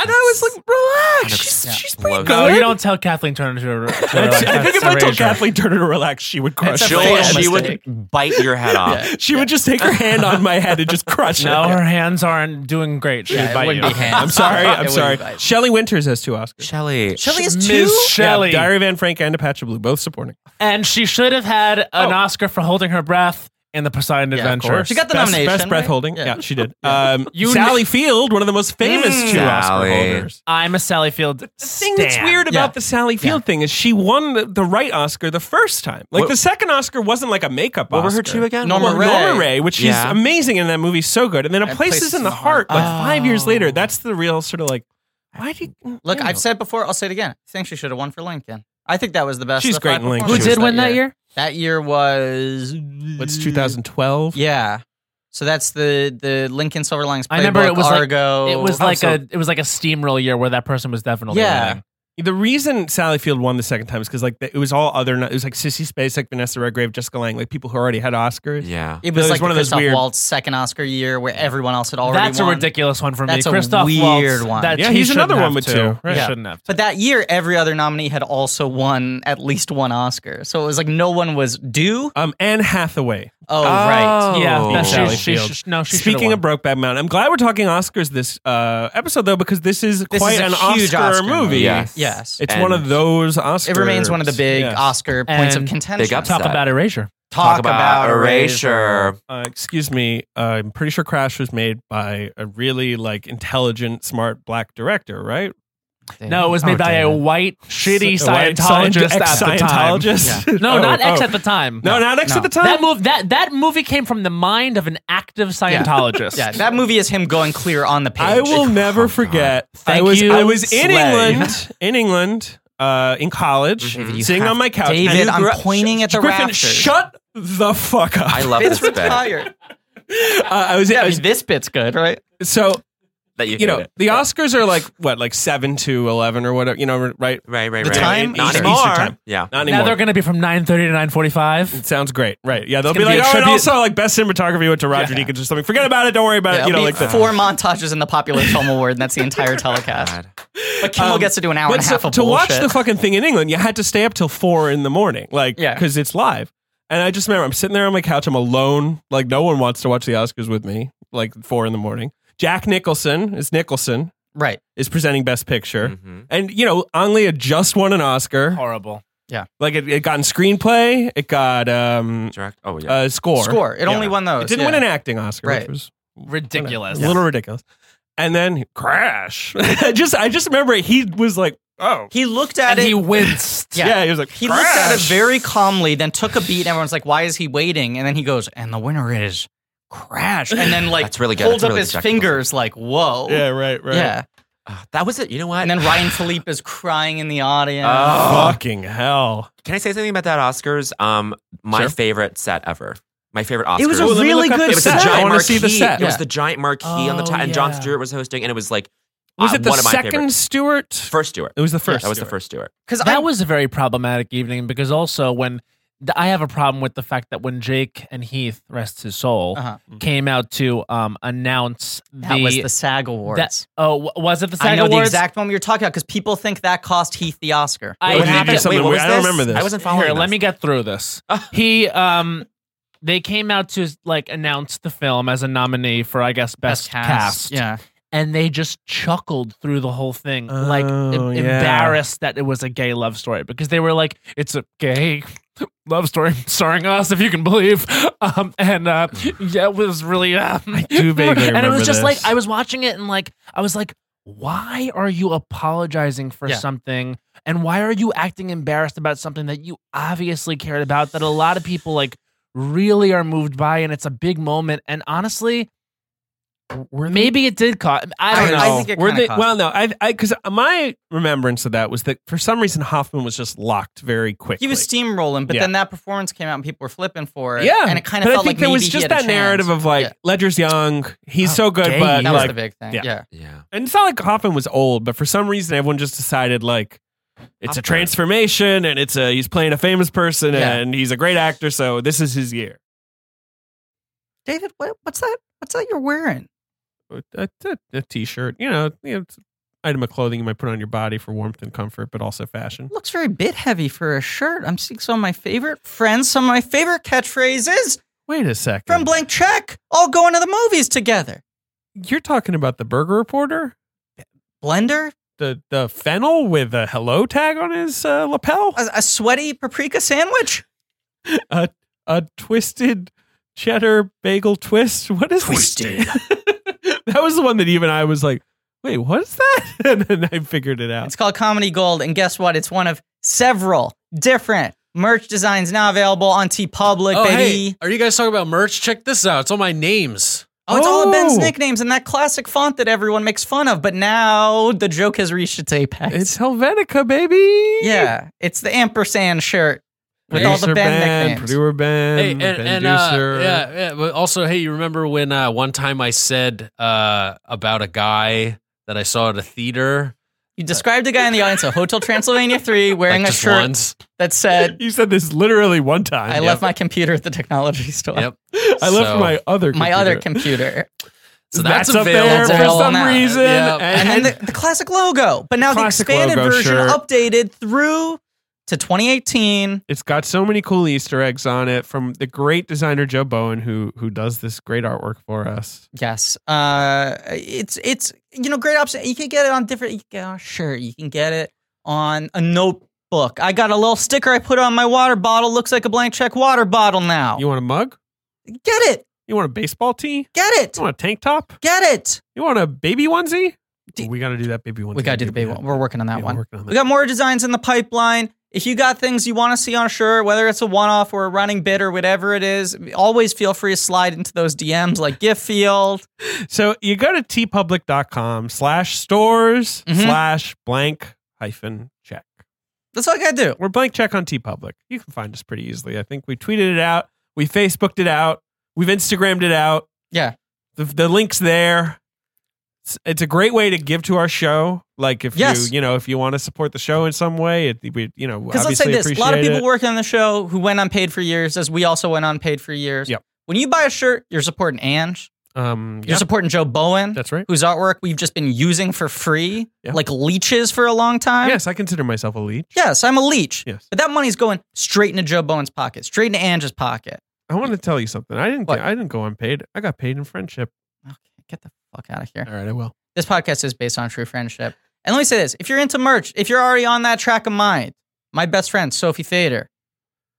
Speaker 3: And I was like, relax. She's,
Speaker 4: Yeah.
Speaker 3: she's pretty
Speaker 1: Love
Speaker 3: good.
Speaker 1: that.
Speaker 5: No, you don't tell Kathleen Turner to. to
Speaker 3: <laughs> I think if I told
Speaker 5: Kathleen.
Speaker 3: Kathleen Turner to relax, she would crush
Speaker 4: That's a
Speaker 3: it.
Speaker 1: She'll,
Speaker 4: fatal
Speaker 1: she would
Speaker 4: mistake.
Speaker 1: bite your head off.
Speaker 3: <laughs> She would just take her hand on my head and just crush
Speaker 5: No,
Speaker 3: it.
Speaker 5: her hands aren't doing great. She
Speaker 4: Yeah,
Speaker 5: would
Speaker 4: it
Speaker 5: bite
Speaker 4: wouldn't
Speaker 5: you.
Speaker 4: be hands. <laughs>
Speaker 3: I'm sorry.
Speaker 4: It
Speaker 3: I'm
Speaker 4: wouldn't
Speaker 3: sorry.
Speaker 4: bite.
Speaker 3: Shelley Winters has two Oscars.
Speaker 1: Shelley.
Speaker 4: Shelley is two.
Speaker 5: Ms. Shelley.
Speaker 3: Yeah, Diary of Anne Frank and Apache Blue, both supporting.
Speaker 5: and she should have had an
Speaker 3: Oh.
Speaker 5: Oscar for holding her breath in the Poseidon
Speaker 4: of
Speaker 5: Adventure.
Speaker 4: She got the
Speaker 3: best,
Speaker 4: nomination,
Speaker 3: Best breath
Speaker 4: right?
Speaker 3: holding. Yeah,
Speaker 4: <laughs> Yeah.
Speaker 3: she did. Um,
Speaker 5: You-
Speaker 3: Sally Field, one of the most famous
Speaker 1: Mm,
Speaker 3: two Oscar
Speaker 1: Sally.
Speaker 3: holders.
Speaker 5: I'm a Sally Field.
Speaker 3: The thing that's weird
Speaker 4: Yeah.
Speaker 3: about the Sally Field thing is she won the, the right Oscar the first time. Like
Speaker 1: What-
Speaker 3: the second Oscar wasn't like a makeup
Speaker 1: What
Speaker 3: Oscar.
Speaker 1: were her two again?
Speaker 4: Norma
Speaker 3: Well,
Speaker 4: Ray.
Speaker 3: Norma Ray, which she's
Speaker 1: Yeah.
Speaker 3: amazing in that movie, so good. And then A
Speaker 4: And
Speaker 3: Places in the Heart, like five
Speaker 4: Oh.
Speaker 3: years later, that's the real sort of like, why did you
Speaker 4: Look,
Speaker 3: you know.
Speaker 4: I've said before, I'll say it again. I think she should have won for Lincoln. I think that was the best.
Speaker 3: She's
Speaker 4: of the
Speaker 3: great
Speaker 4: five
Speaker 3: in Lincoln.
Speaker 5: Who
Speaker 4: performances
Speaker 5: did win that year?
Speaker 4: That year was
Speaker 3: what's 2012?
Speaker 4: Yeah. So that's the the Lincoln Silver Linings playbook.
Speaker 5: I remember it was like-
Speaker 4: Argo. Oh,
Speaker 5: It
Speaker 3: Oh,
Speaker 5: was like a it was like a steamroll year where that person was definitely
Speaker 4: Yeah.
Speaker 5: winning.
Speaker 3: The reason Sally Field won the second time is because like the, it was all other. It was like Sissy Spacek, Vanessa Redgrave, Jessica Lang, like people who already had Oscars.
Speaker 1: Yeah.
Speaker 4: It was
Speaker 3: It was
Speaker 4: like
Speaker 3: one
Speaker 4: the
Speaker 3: of those
Speaker 4: Christoph
Speaker 3: weird-
Speaker 4: Waltz second Oscar year where everyone else had already
Speaker 5: That's
Speaker 4: won.
Speaker 5: a ridiculous one for me.
Speaker 4: That's a
Speaker 5: Christoph
Speaker 4: weird
Speaker 5: Waltz,
Speaker 4: one.
Speaker 5: that
Speaker 3: Yeah,
Speaker 5: he
Speaker 3: he's
Speaker 5: shouldn't
Speaker 3: another
Speaker 5: have
Speaker 3: one with
Speaker 5: to.
Speaker 3: two. Right.
Speaker 5: He
Speaker 4: Yeah.
Speaker 5: shouldn't have. To.
Speaker 4: But that year, every other nominee had also won at least one Oscar. So it was like no one was due.
Speaker 3: Um, Anne Hathaway.
Speaker 4: Oh, right.
Speaker 5: yeah,
Speaker 1: Oh.
Speaker 5: no, she,
Speaker 3: Sally
Speaker 5: she,
Speaker 3: Field.
Speaker 5: she, no, she should've
Speaker 3: Speaking
Speaker 5: won.
Speaker 3: of Brokeback Mountain, I'm glad we're talking Oscars this uh, episode though because this is
Speaker 4: This
Speaker 3: quite
Speaker 4: is a
Speaker 3: an
Speaker 4: huge
Speaker 3: Oscar,
Speaker 4: Oscar
Speaker 3: movie.
Speaker 4: movie.
Speaker 1: Yes.
Speaker 4: Yes.
Speaker 3: It's
Speaker 1: And
Speaker 3: one of those Oscars.
Speaker 4: It remains one of the big
Speaker 3: Yes.
Speaker 4: Oscar points of
Speaker 5: And
Speaker 4: contention.
Speaker 1: big upset.
Speaker 5: talk about erasure.
Speaker 1: Talk about erasure.
Speaker 3: Uh, excuse me. Uh, I'm pretty sure Crash was made by a really like intelligent, smart black director, right?
Speaker 5: No, it was
Speaker 4: Oh,
Speaker 5: made by a white shitty
Speaker 3: A white
Speaker 5: Scientologist
Speaker 3: ex-
Speaker 5: at the time.
Speaker 3: Scientologist.
Speaker 5: No,
Speaker 3: Oh,
Speaker 5: not X
Speaker 3: oh.
Speaker 5: at the time.
Speaker 3: No, not X
Speaker 4: No.
Speaker 3: at the time.
Speaker 5: That move that that movie came from the mind of an active <laughs> Scientologist.
Speaker 4: Yeah, that movie is him going clear on the page.
Speaker 3: I will never forget. I
Speaker 5: Thank
Speaker 3: was
Speaker 5: you,
Speaker 3: I was in
Speaker 5: Slay.
Speaker 3: England, in England, uh, in college,
Speaker 4: Mm-hmm.
Speaker 3: <laughs>
Speaker 4: You
Speaker 3: sitting
Speaker 4: have-
Speaker 3: on my couch.
Speaker 4: David,
Speaker 3: and
Speaker 4: I'm
Speaker 3: Gri-
Speaker 4: pointing at the
Speaker 3: Griffin,
Speaker 4: rafters.
Speaker 3: shut the fuck up.
Speaker 1: I love this
Speaker 4: It's
Speaker 1: bit
Speaker 4: retired.
Speaker 3: <laughs> Uh, I was,
Speaker 4: Yeah,
Speaker 3: I
Speaker 4: I
Speaker 3: was-
Speaker 4: mean, this bit's good,
Speaker 3: <laughs>
Speaker 4: right?
Speaker 3: so
Speaker 1: that you,
Speaker 3: you know
Speaker 1: hated.
Speaker 3: the Oscars are like what, like seven to eleven or whatever. You know, right?
Speaker 1: right, right,
Speaker 4: The
Speaker 1: right.
Speaker 4: time?
Speaker 1: not
Speaker 4: Easter.
Speaker 1: anymore.
Speaker 3: Easter time.
Speaker 1: Yeah.
Speaker 3: Not
Speaker 5: Now
Speaker 3: anymore.
Speaker 5: they're going to be from 9:30 to 9:45.
Speaker 3: Sounds great, right? Yeah, they'll be
Speaker 5: gonna
Speaker 3: like,
Speaker 5: be a
Speaker 3: oh, and
Speaker 5: tribute-
Speaker 3: also like best cinematography went to Roger Deakins or something. Forget about it. Don't worry about
Speaker 4: Yeah,
Speaker 3: it. You know,
Speaker 4: it'll be
Speaker 3: like the
Speaker 4: four montages in the popular film award, and that's the entire telecast.
Speaker 1: God.
Speaker 4: But Kimmel gets to do an hour
Speaker 3: Um, But
Speaker 4: and a
Speaker 3: so-
Speaker 4: half of
Speaker 3: to
Speaker 4: bullshit.
Speaker 3: watch the fucking thing in England, you had to stay up till four in the morning, like,
Speaker 4: Yeah.
Speaker 3: because it's live. And I just remember I'm sitting there on my couch, I'm alone, like no one wants to watch the Oscars with me, like four in the morning. Jack Nicholson is Nicholson
Speaker 4: right.
Speaker 3: is presenting Best Picture,
Speaker 1: Mhm.
Speaker 3: and you know Ang Lee had just won an Oscar,
Speaker 5: Horrible.
Speaker 3: like it, it got in screenplay, it got um
Speaker 1: Direct. Oh yeah.
Speaker 3: uh, score,
Speaker 4: Score. It
Speaker 3: Yeah.
Speaker 4: only won those.
Speaker 3: It didn't
Speaker 4: yeah.
Speaker 3: win an acting Oscar, which
Speaker 4: Right.
Speaker 3: was
Speaker 5: Ridiculous.
Speaker 3: a little ridiculous. And then crash. <laughs> I just I just remember he was like, oh
Speaker 4: He looked at
Speaker 5: And
Speaker 4: it.
Speaker 5: he winced.
Speaker 4: Yeah.
Speaker 3: yeah, he was like
Speaker 4: He looked at it
Speaker 3: "Crash."
Speaker 4: very calmly, then took a beat, and everyone's like, "Why is he waiting?" And then he goes, "And the winner is <laughs> Crash." And then like
Speaker 1: That's really good.
Speaker 4: holds
Speaker 1: That's
Speaker 4: up
Speaker 1: really
Speaker 4: his
Speaker 1: good, Jack
Speaker 4: fingers, like, "Whoa,
Speaker 3: <laughs> Yeah, right, right.
Speaker 4: yeah."
Speaker 1: Ah, that was it. You know what?
Speaker 4: And then Ryan Philippe is crying in the audience.
Speaker 1: Oh.
Speaker 3: Fucking hell.
Speaker 1: Can I say something about that Oscars? Um, my
Speaker 3: Sure.
Speaker 1: favorite set ever. My favorite Oscars.
Speaker 4: it was a
Speaker 3: Ooh, let me
Speaker 4: really
Speaker 3: look up
Speaker 4: good
Speaker 1: It was
Speaker 3: set.
Speaker 1: a
Speaker 3: I
Speaker 1: giant
Speaker 3: wanna
Speaker 1: marquee.
Speaker 3: see the set.
Speaker 1: It was
Speaker 4: Yeah.
Speaker 1: the giant marquee on the
Speaker 5: Oh,
Speaker 1: top, and John
Speaker 5: yeah.
Speaker 1: Stewart was hosting, and it was like
Speaker 3: Was
Speaker 1: uh,
Speaker 3: it the
Speaker 1: one of my
Speaker 3: second
Speaker 1: favorites.
Speaker 3: Stewart?
Speaker 1: First Stewart.
Speaker 3: It was the first.
Speaker 1: That was the
Speaker 3: Stewart.
Speaker 1: first Stewart.
Speaker 4: because
Speaker 5: That was a very problematic evening because also when th- I have a problem with the fact that when Jake and Heath rests his soul
Speaker 4: Uh-huh.
Speaker 5: came out to um, announce the,
Speaker 4: that was the SAG Awards.
Speaker 5: that- oh w- was it the
Speaker 4: I
Speaker 5: SAG
Speaker 4: know
Speaker 5: Awards?
Speaker 4: the exact moment you're talking about because people think that cost Heath the Oscar.
Speaker 5: I
Speaker 3: Or did he do
Speaker 5: happened-
Speaker 3: something
Speaker 1: Wait, what
Speaker 3: weird?
Speaker 1: was
Speaker 3: I don't
Speaker 1: this?
Speaker 3: remember this.
Speaker 1: I wasn't following.
Speaker 5: Here, let
Speaker 1: this.
Speaker 5: me get through this. he um they came out to like announce the film as a nominee for I guess best, cast.
Speaker 4: Yeah.
Speaker 5: And they just chuckled through the whole thing, like em-
Speaker 3: Oh, yeah.
Speaker 5: embarrassed that it was a gay love story because they were like, "It's a gay love story starring us, if you can believe." Um, and uh, yeah, it was really. Um, I <laughs>
Speaker 3: do vaguely
Speaker 5: And it
Speaker 3: remember
Speaker 5: was just like
Speaker 3: this.
Speaker 5: I was watching it and like I was like, "Why are you apologizing for
Speaker 4: Yeah.
Speaker 5: something and why are you acting embarrassed about something that you obviously cared about that a lot of people like really are moved by and it's a big moment and honestly
Speaker 3: were they-
Speaker 5: Maybe it did cause. I
Speaker 4: I
Speaker 5: don't
Speaker 4: don't
Speaker 5: know.
Speaker 4: know. think it
Speaker 3: Were
Speaker 4: kinda
Speaker 3: they-
Speaker 4: cost-
Speaker 3: well, no, I, I, because my remembrance of that was that for some reason Hoffman was just locked very quickly.
Speaker 4: He was steamrolling, but
Speaker 3: Yeah.
Speaker 4: then that performance came out and people were flipping for it.
Speaker 3: yeah,
Speaker 4: and it kind of
Speaker 3: but
Speaker 4: felt
Speaker 3: I think
Speaker 4: like
Speaker 3: there
Speaker 4: maybe
Speaker 3: was
Speaker 4: he
Speaker 3: just
Speaker 4: had a
Speaker 3: that
Speaker 4: chance.
Speaker 3: narrative of like
Speaker 4: Yeah. Oh,
Speaker 3: Ledger's young, he's so good,
Speaker 5: dang.
Speaker 3: but
Speaker 4: that was
Speaker 3: like,
Speaker 4: the big thing.
Speaker 3: yeah.
Speaker 4: Yeah.
Speaker 1: Yeah.
Speaker 3: and it's not like Hoffman was old, but for some reason everyone just decided like it's a
Speaker 1: Hoffman.
Speaker 3: transformation and it's a he's playing a famous person
Speaker 4: Yeah.
Speaker 3: and he's a great actor, so this is his year.
Speaker 4: David, what, what's that? What's that you're wearing?
Speaker 3: A a- a t-shirt, you know, you know, it's an item of clothing you might put on your body for warmth and comfort, but also fashion.
Speaker 4: Looks very bit heavy for a shirt. I'm seeing some of my favorite friends, some of my favorite catchphrases
Speaker 3: Wait a second,
Speaker 4: from Blank Check, all going to the movies together.
Speaker 3: you're talking about the Burger Reporter.
Speaker 4: Blender,
Speaker 3: the the fennel with a hello tag on his uh, lapel,
Speaker 4: a, a sweaty paprika sandwich,
Speaker 3: a twisted cheddar bagel twist. What is twisted? <laughs> that was the one that even I was like, wait, what is that? <laughs> And then I figured it out.
Speaker 4: It's called Comedy Gold, and guess what? It's one of several different merch designs now available on T Public,
Speaker 9: Oh,
Speaker 4: baby.
Speaker 9: hey, are you guys talking about merch? Check this out. It's all my names.
Speaker 4: Oh, it's all of Ben's
Speaker 3: Oh.
Speaker 4: nicknames and that classic font that everyone makes fun of, but now the joke has reached its apex.
Speaker 3: It's Helvetica, baby.
Speaker 4: yeah, it's the ampersand shirt with all the
Speaker 3: Producer
Speaker 4: Ben
Speaker 3: Ben,
Speaker 4: nicknames.
Speaker 3: Producer Ben,
Speaker 9: Hey, and,
Speaker 3: Ben
Speaker 9: and uh,
Speaker 3: Deucer.
Speaker 9: yeah, yeah, but also, hey, you remember when uh, one time I said uh, about a guy that I saw at a theater,
Speaker 4: You described a guy in the audience at Hotel Transylvania 3 wearing a
Speaker 9: like just
Speaker 4: shirt
Speaker 9: once?
Speaker 4: that
Speaker 3: <laughs>
Speaker 4: said,
Speaker 3: You said this literally one time.
Speaker 4: I left my computer at the technology <laughs> store.
Speaker 9: Yep.
Speaker 3: I left
Speaker 9: So-
Speaker 3: my other
Speaker 4: My
Speaker 3: computer.
Speaker 4: other computer.
Speaker 9: So
Speaker 3: that's,
Speaker 9: that's,
Speaker 3: up there
Speaker 9: available.
Speaker 3: for
Speaker 4: available
Speaker 3: some
Speaker 4: now.
Speaker 3: reason.
Speaker 9: Yeah.
Speaker 4: And, then the, the classic logo, but now the
Speaker 3: Classic
Speaker 4: expanded
Speaker 3: logo
Speaker 4: version
Speaker 3: shirt.
Speaker 4: updated through to 2018.
Speaker 3: it's got so many cool Easter eggs on it from the great designer Joe Bowen, who who does this great artwork for us.
Speaker 4: Yes. Uh, it's it's you know great option. You can get it on different. You can get it on a shirt. You can get it on a notebook. I got a little sticker I put on my water bottle. Looks like a blank check water bottle now.
Speaker 3: You want a mug?
Speaker 4: get it.
Speaker 3: You want a baseball tee?
Speaker 4: Get it.
Speaker 3: You want a tank top?
Speaker 4: Get it.
Speaker 3: You want a baby onesie?
Speaker 4: D-
Speaker 3: we got to do that baby onesie.
Speaker 4: We gotta do the big
Speaker 3: Yeah.
Speaker 4: one. We're working on that
Speaker 3: Yeah,
Speaker 4: one.
Speaker 3: working on
Speaker 4: We
Speaker 3: that.
Speaker 4: got more designs in the pipeline. If you got things you want to see on a shirt, whether it's a one-off or a running bit or whatever it is, always feel free to slide into those DMs like gift field.
Speaker 3: So you go to tpublic.com slash stores
Speaker 4: Mhm.
Speaker 3: slash blank hyphen check.
Speaker 4: That's all I gotta do.
Speaker 3: We're blank check on tpublic. You can find us pretty easily. I think we tweeted it out. We Facebooked it out. We've Instagrammed it out.
Speaker 4: Yeah.
Speaker 3: The, the link's there. It's, it's a great way to give to our show. Like if
Speaker 4: Yes.
Speaker 3: you, you know, if you want to support the show in some way, it, we, you know,
Speaker 4: Because
Speaker 3: obviously
Speaker 4: let's say this: a
Speaker 3: appreciate
Speaker 4: lot of people
Speaker 3: it.
Speaker 4: working on the show who went unpaid for years, as we also went unpaid for years.
Speaker 3: Yep.
Speaker 4: When you buy a shirt, you're supporting Ange.
Speaker 3: Um,
Speaker 4: You're
Speaker 3: yeah,
Speaker 4: supporting Joe Bowen,
Speaker 3: that's right.
Speaker 4: whose artwork we've just been using for free,
Speaker 3: Yeah.
Speaker 4: like leeches for a long time.
Speaker 3: yes, I consider myself a leech.
Speaker 4: Yes, I'm a leech.
Speaker 3: Yes.
Speaker 4: But that money's going straight into Joe Bowen's pocket, straight into Ange's pocket.
Speaker 3: I want to tell you something. I didn't.
Speaker 4: What?
Speaker 3: I didn't go unpaid. I got paid in friendship.
Speaker 4: Okay, get the fuck out of here.
Speaker 9: All right, I will.
Speaker 4: This podcast is based on true friendship. And let me say this if you're into merch, if you're already on that track of mind, my best friend, Sophie Fader,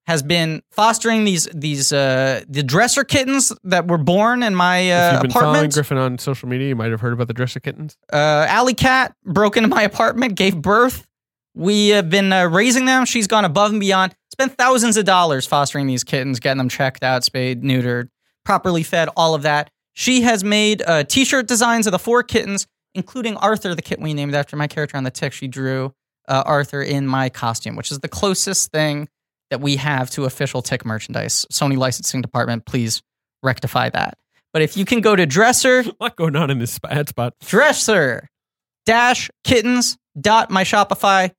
Speaker 4: has been fostering these these uh the dresser kittens that were born in my
Speaker 3: if
Speaker 4: uh,
Speaker 3: you've been following
Speaker 4: apartment.
Speaker 3: Griffin on social media, you might have heard about the dresser kittens.
Speaker 4: uh, alley cat broke into my apartment, gave birth. We have been uh, raising them. She's gone above and beyond. Spent thousands of dollars fostering these kittens, getting them checked out, spayed, neutered, properly fed, all of that. She has made uh, t-shirt designs of the four kittens, including Arthur, the kitten we named after my character on the tick. She drew uh, Arthur in my costume, which is the closest thing that we have to official tick merchandise. Sony licensing department, please rectify that. But if you can go to Dresser,
Speaker 3: A lot going on in this sp- ad spot.
Speaker 4: dresser dash kittens dot myshopify.com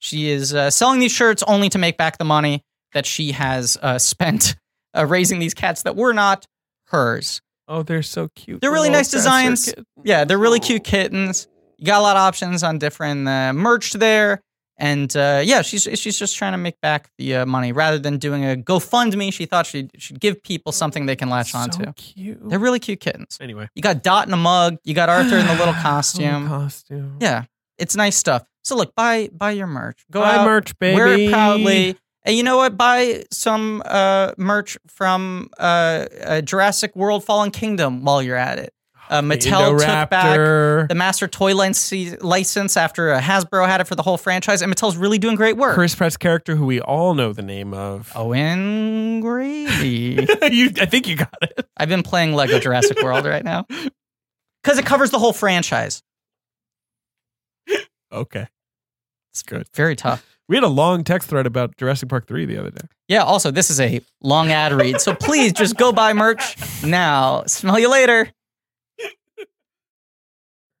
Speaker 4: she is uh, selling these shirts only to make back the money that she has uh, spent uh, raising these cats that were not hers
Speaker 3: Oh, they're so cute.
Speaker 4: They're
Speaker 3: The
Speaker 4: really
Speaker 3: little
Speaker 4: nice
Speaker 3: dresser
Speaker 4: designs.
Speaker 3: kitten.
Speaker 4: yeah they're
Speaker 3: Oh.
Speaker 4: really cute kittens you got a lot of options on different uh, merch there and uh, yeah she's she's just trying to make back the uh, money rather than doing a gofundme she thought she'd, she'd give people something they can latch
Speaker 3: So
Speaker 4: on to
Speaker 3: cute.
Speaker 4: they're really cute kittens
Speaker 3: anyway,
Speaker 4: you got dot in a mug you got arthur in the
Speaker 3: <sighs>
Speaker 4: little
Speaker 3: Oh,
Speaker 4: costume
Speaker 3: Little costume.
Speaker 4: yeah, it's nice stuff. So look, buy buy your merch. Go
Speaker 3: Buy
Speaker 4: out,
Speaker 3: merch, baby.
Speaker 4: wear it proudly, and you know what? Buy some
Speaker 3: <sighs>
Speaker 4: uh, merch from uh, uh, Jurassic World: Fallen Kingdom while you're at it. Uh,
Speaker 3: The
Speaker 4: Mattel took back
Speaker 3: Indoraptor.
Speaker 4: the master toy license license after uh, Hasbro had it for the whole franchise, and Mattel's really doing great work.
Speaker 3: Chris Pratt's character, who we all know the name of.
Speaker 4: Oh. Owen Grady.
Speaker 3: <laughs> you, I think you got it.
Speaker 4: I've been playing Lego Jurassic World right now because it covers the whole franchise.
Speaker 3: Okay, it's good.
Speaker 4: Very tough.
Speaker 3: We had a long text thread about Jurassic Park three the other day.
Speaker 4: Yeah. Also, this is a long ad read, so please just go buy merch now. Smell you later.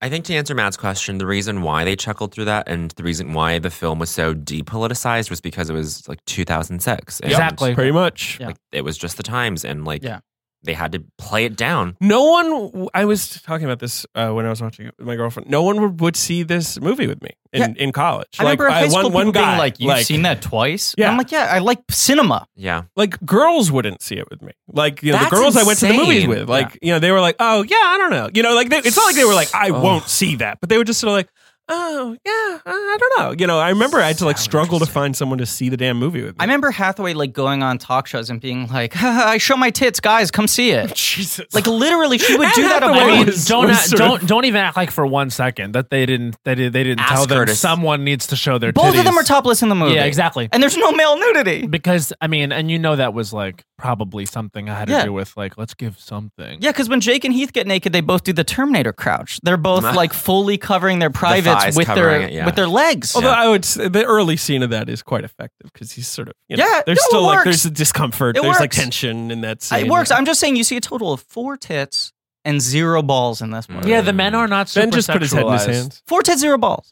Speaker 1: I think to answer Matt's question, the reason why they chuckled through that and the reason why the film was so depoliticized was because it was like 2006. and,
Speaker 5: Exactly.
Speaker 3: Pretty much.
Speaker 4: Yeah.
Speaker 1: Like it was just the times and like
Speaker 4: Yeah.
Speaker 1: they had to play it down.
Speaker 3: No one. I was talking about this uh, when I was watching it with my girlfriend. No one would, would see this movie with me in, in college.
Speaker 4: I remember high school
Speaker 3: one, one
Speaker 4: people being
Speaker 3: guy,
Speaker 2: like you've seen that twice. Oh
Speaker 3: Yeah.
Speaker 4: I'm like, yeah, I like cinema.
Speaker 1: Yeah.
Speaker 3: like girls wouldn't see it with me. Like you know,
Speaker 1: That's
Speaker 3: the girls I went to the
Speaker 1: insane.
Speaker 3: movies with, like you know, they were like, "Oh yeah, I don't know," you know, like they, it's not like they were like, "I
Speaker 4: Oh.
Speaker 3: won't see that," but they were just sort of like, "Oh yeah, uh, I don't know," you know. I remember I had to like
Speaker 1: So
Speaker 3: struggle to
Speaker 1: interesting.
Speaker 3: find someone to see the damn movie with
Speaker 4: I
Speaker 3: me.
Speaker 4: remember Hathaway like going on talk shows and being like, <laughs> "I show my tits, guys, come see it."
Speaker 3: Jesus,
Speaker 4: Like literally, she would do that.
Speaker 3: Hathaway
Speaker 4: about-
Speaker 5: I mean,
Speaker 3: was-
Speaker 5: don't
Speaker 3: was
Speaker 5: act-
Speaker 3: sort of-
Speaker 5: don't don't even act like for one second that they didn't that they, they didn't
Speaker 1: Ask
Speaker 5: tell
Speaker 1: her
Speaker 5: them
Speaker 1: to s-
Speaker 5: someone needs to show their.
Speaker 4: Both of them
Speaker 5: titties.
Speaker 4: are topless in the movie.
Speaker 5: Yeah, exactly.
Speaker 4: And there's no male nudity.
Speaker 5: Because I mean, and you know that was like probably something I had to
Speaker 4: Yeah.
Speaker 5: do with like let's give something.
Speaker 4: Yeah, because when Jake and Heath get naked, they both do the Terminator crouch. They're both like fully covering their privates
Speaker 1: thighs
Speaker 4: with their
Speaker 1: covering it, yeah.
Speaker 4: with their legs.
Speaker 3: Although I would, say the early scene of that is quite effective because he's sort of you know,
Speaker 4: Yeah,
Speaker 3: There's
Speaker 4: no, it
Speaker 3: still like
Speaker 4: works.
Speaker 3: there's a discomfort.
Speaker 4: It
Speaker 3: there's like
Speaker 4: works.
Speaker 3: tension in that scene.
Speaker 4: it works. I'm just saying, you see a total of four tits and zero balls in this one.
Speaker 5: Yeah, the men are not.
Speaker 3: ben just put his head in his
Speaker 5: sexualized.
Speaker 3: hands.
Speaker 4: Four tits, zero balls.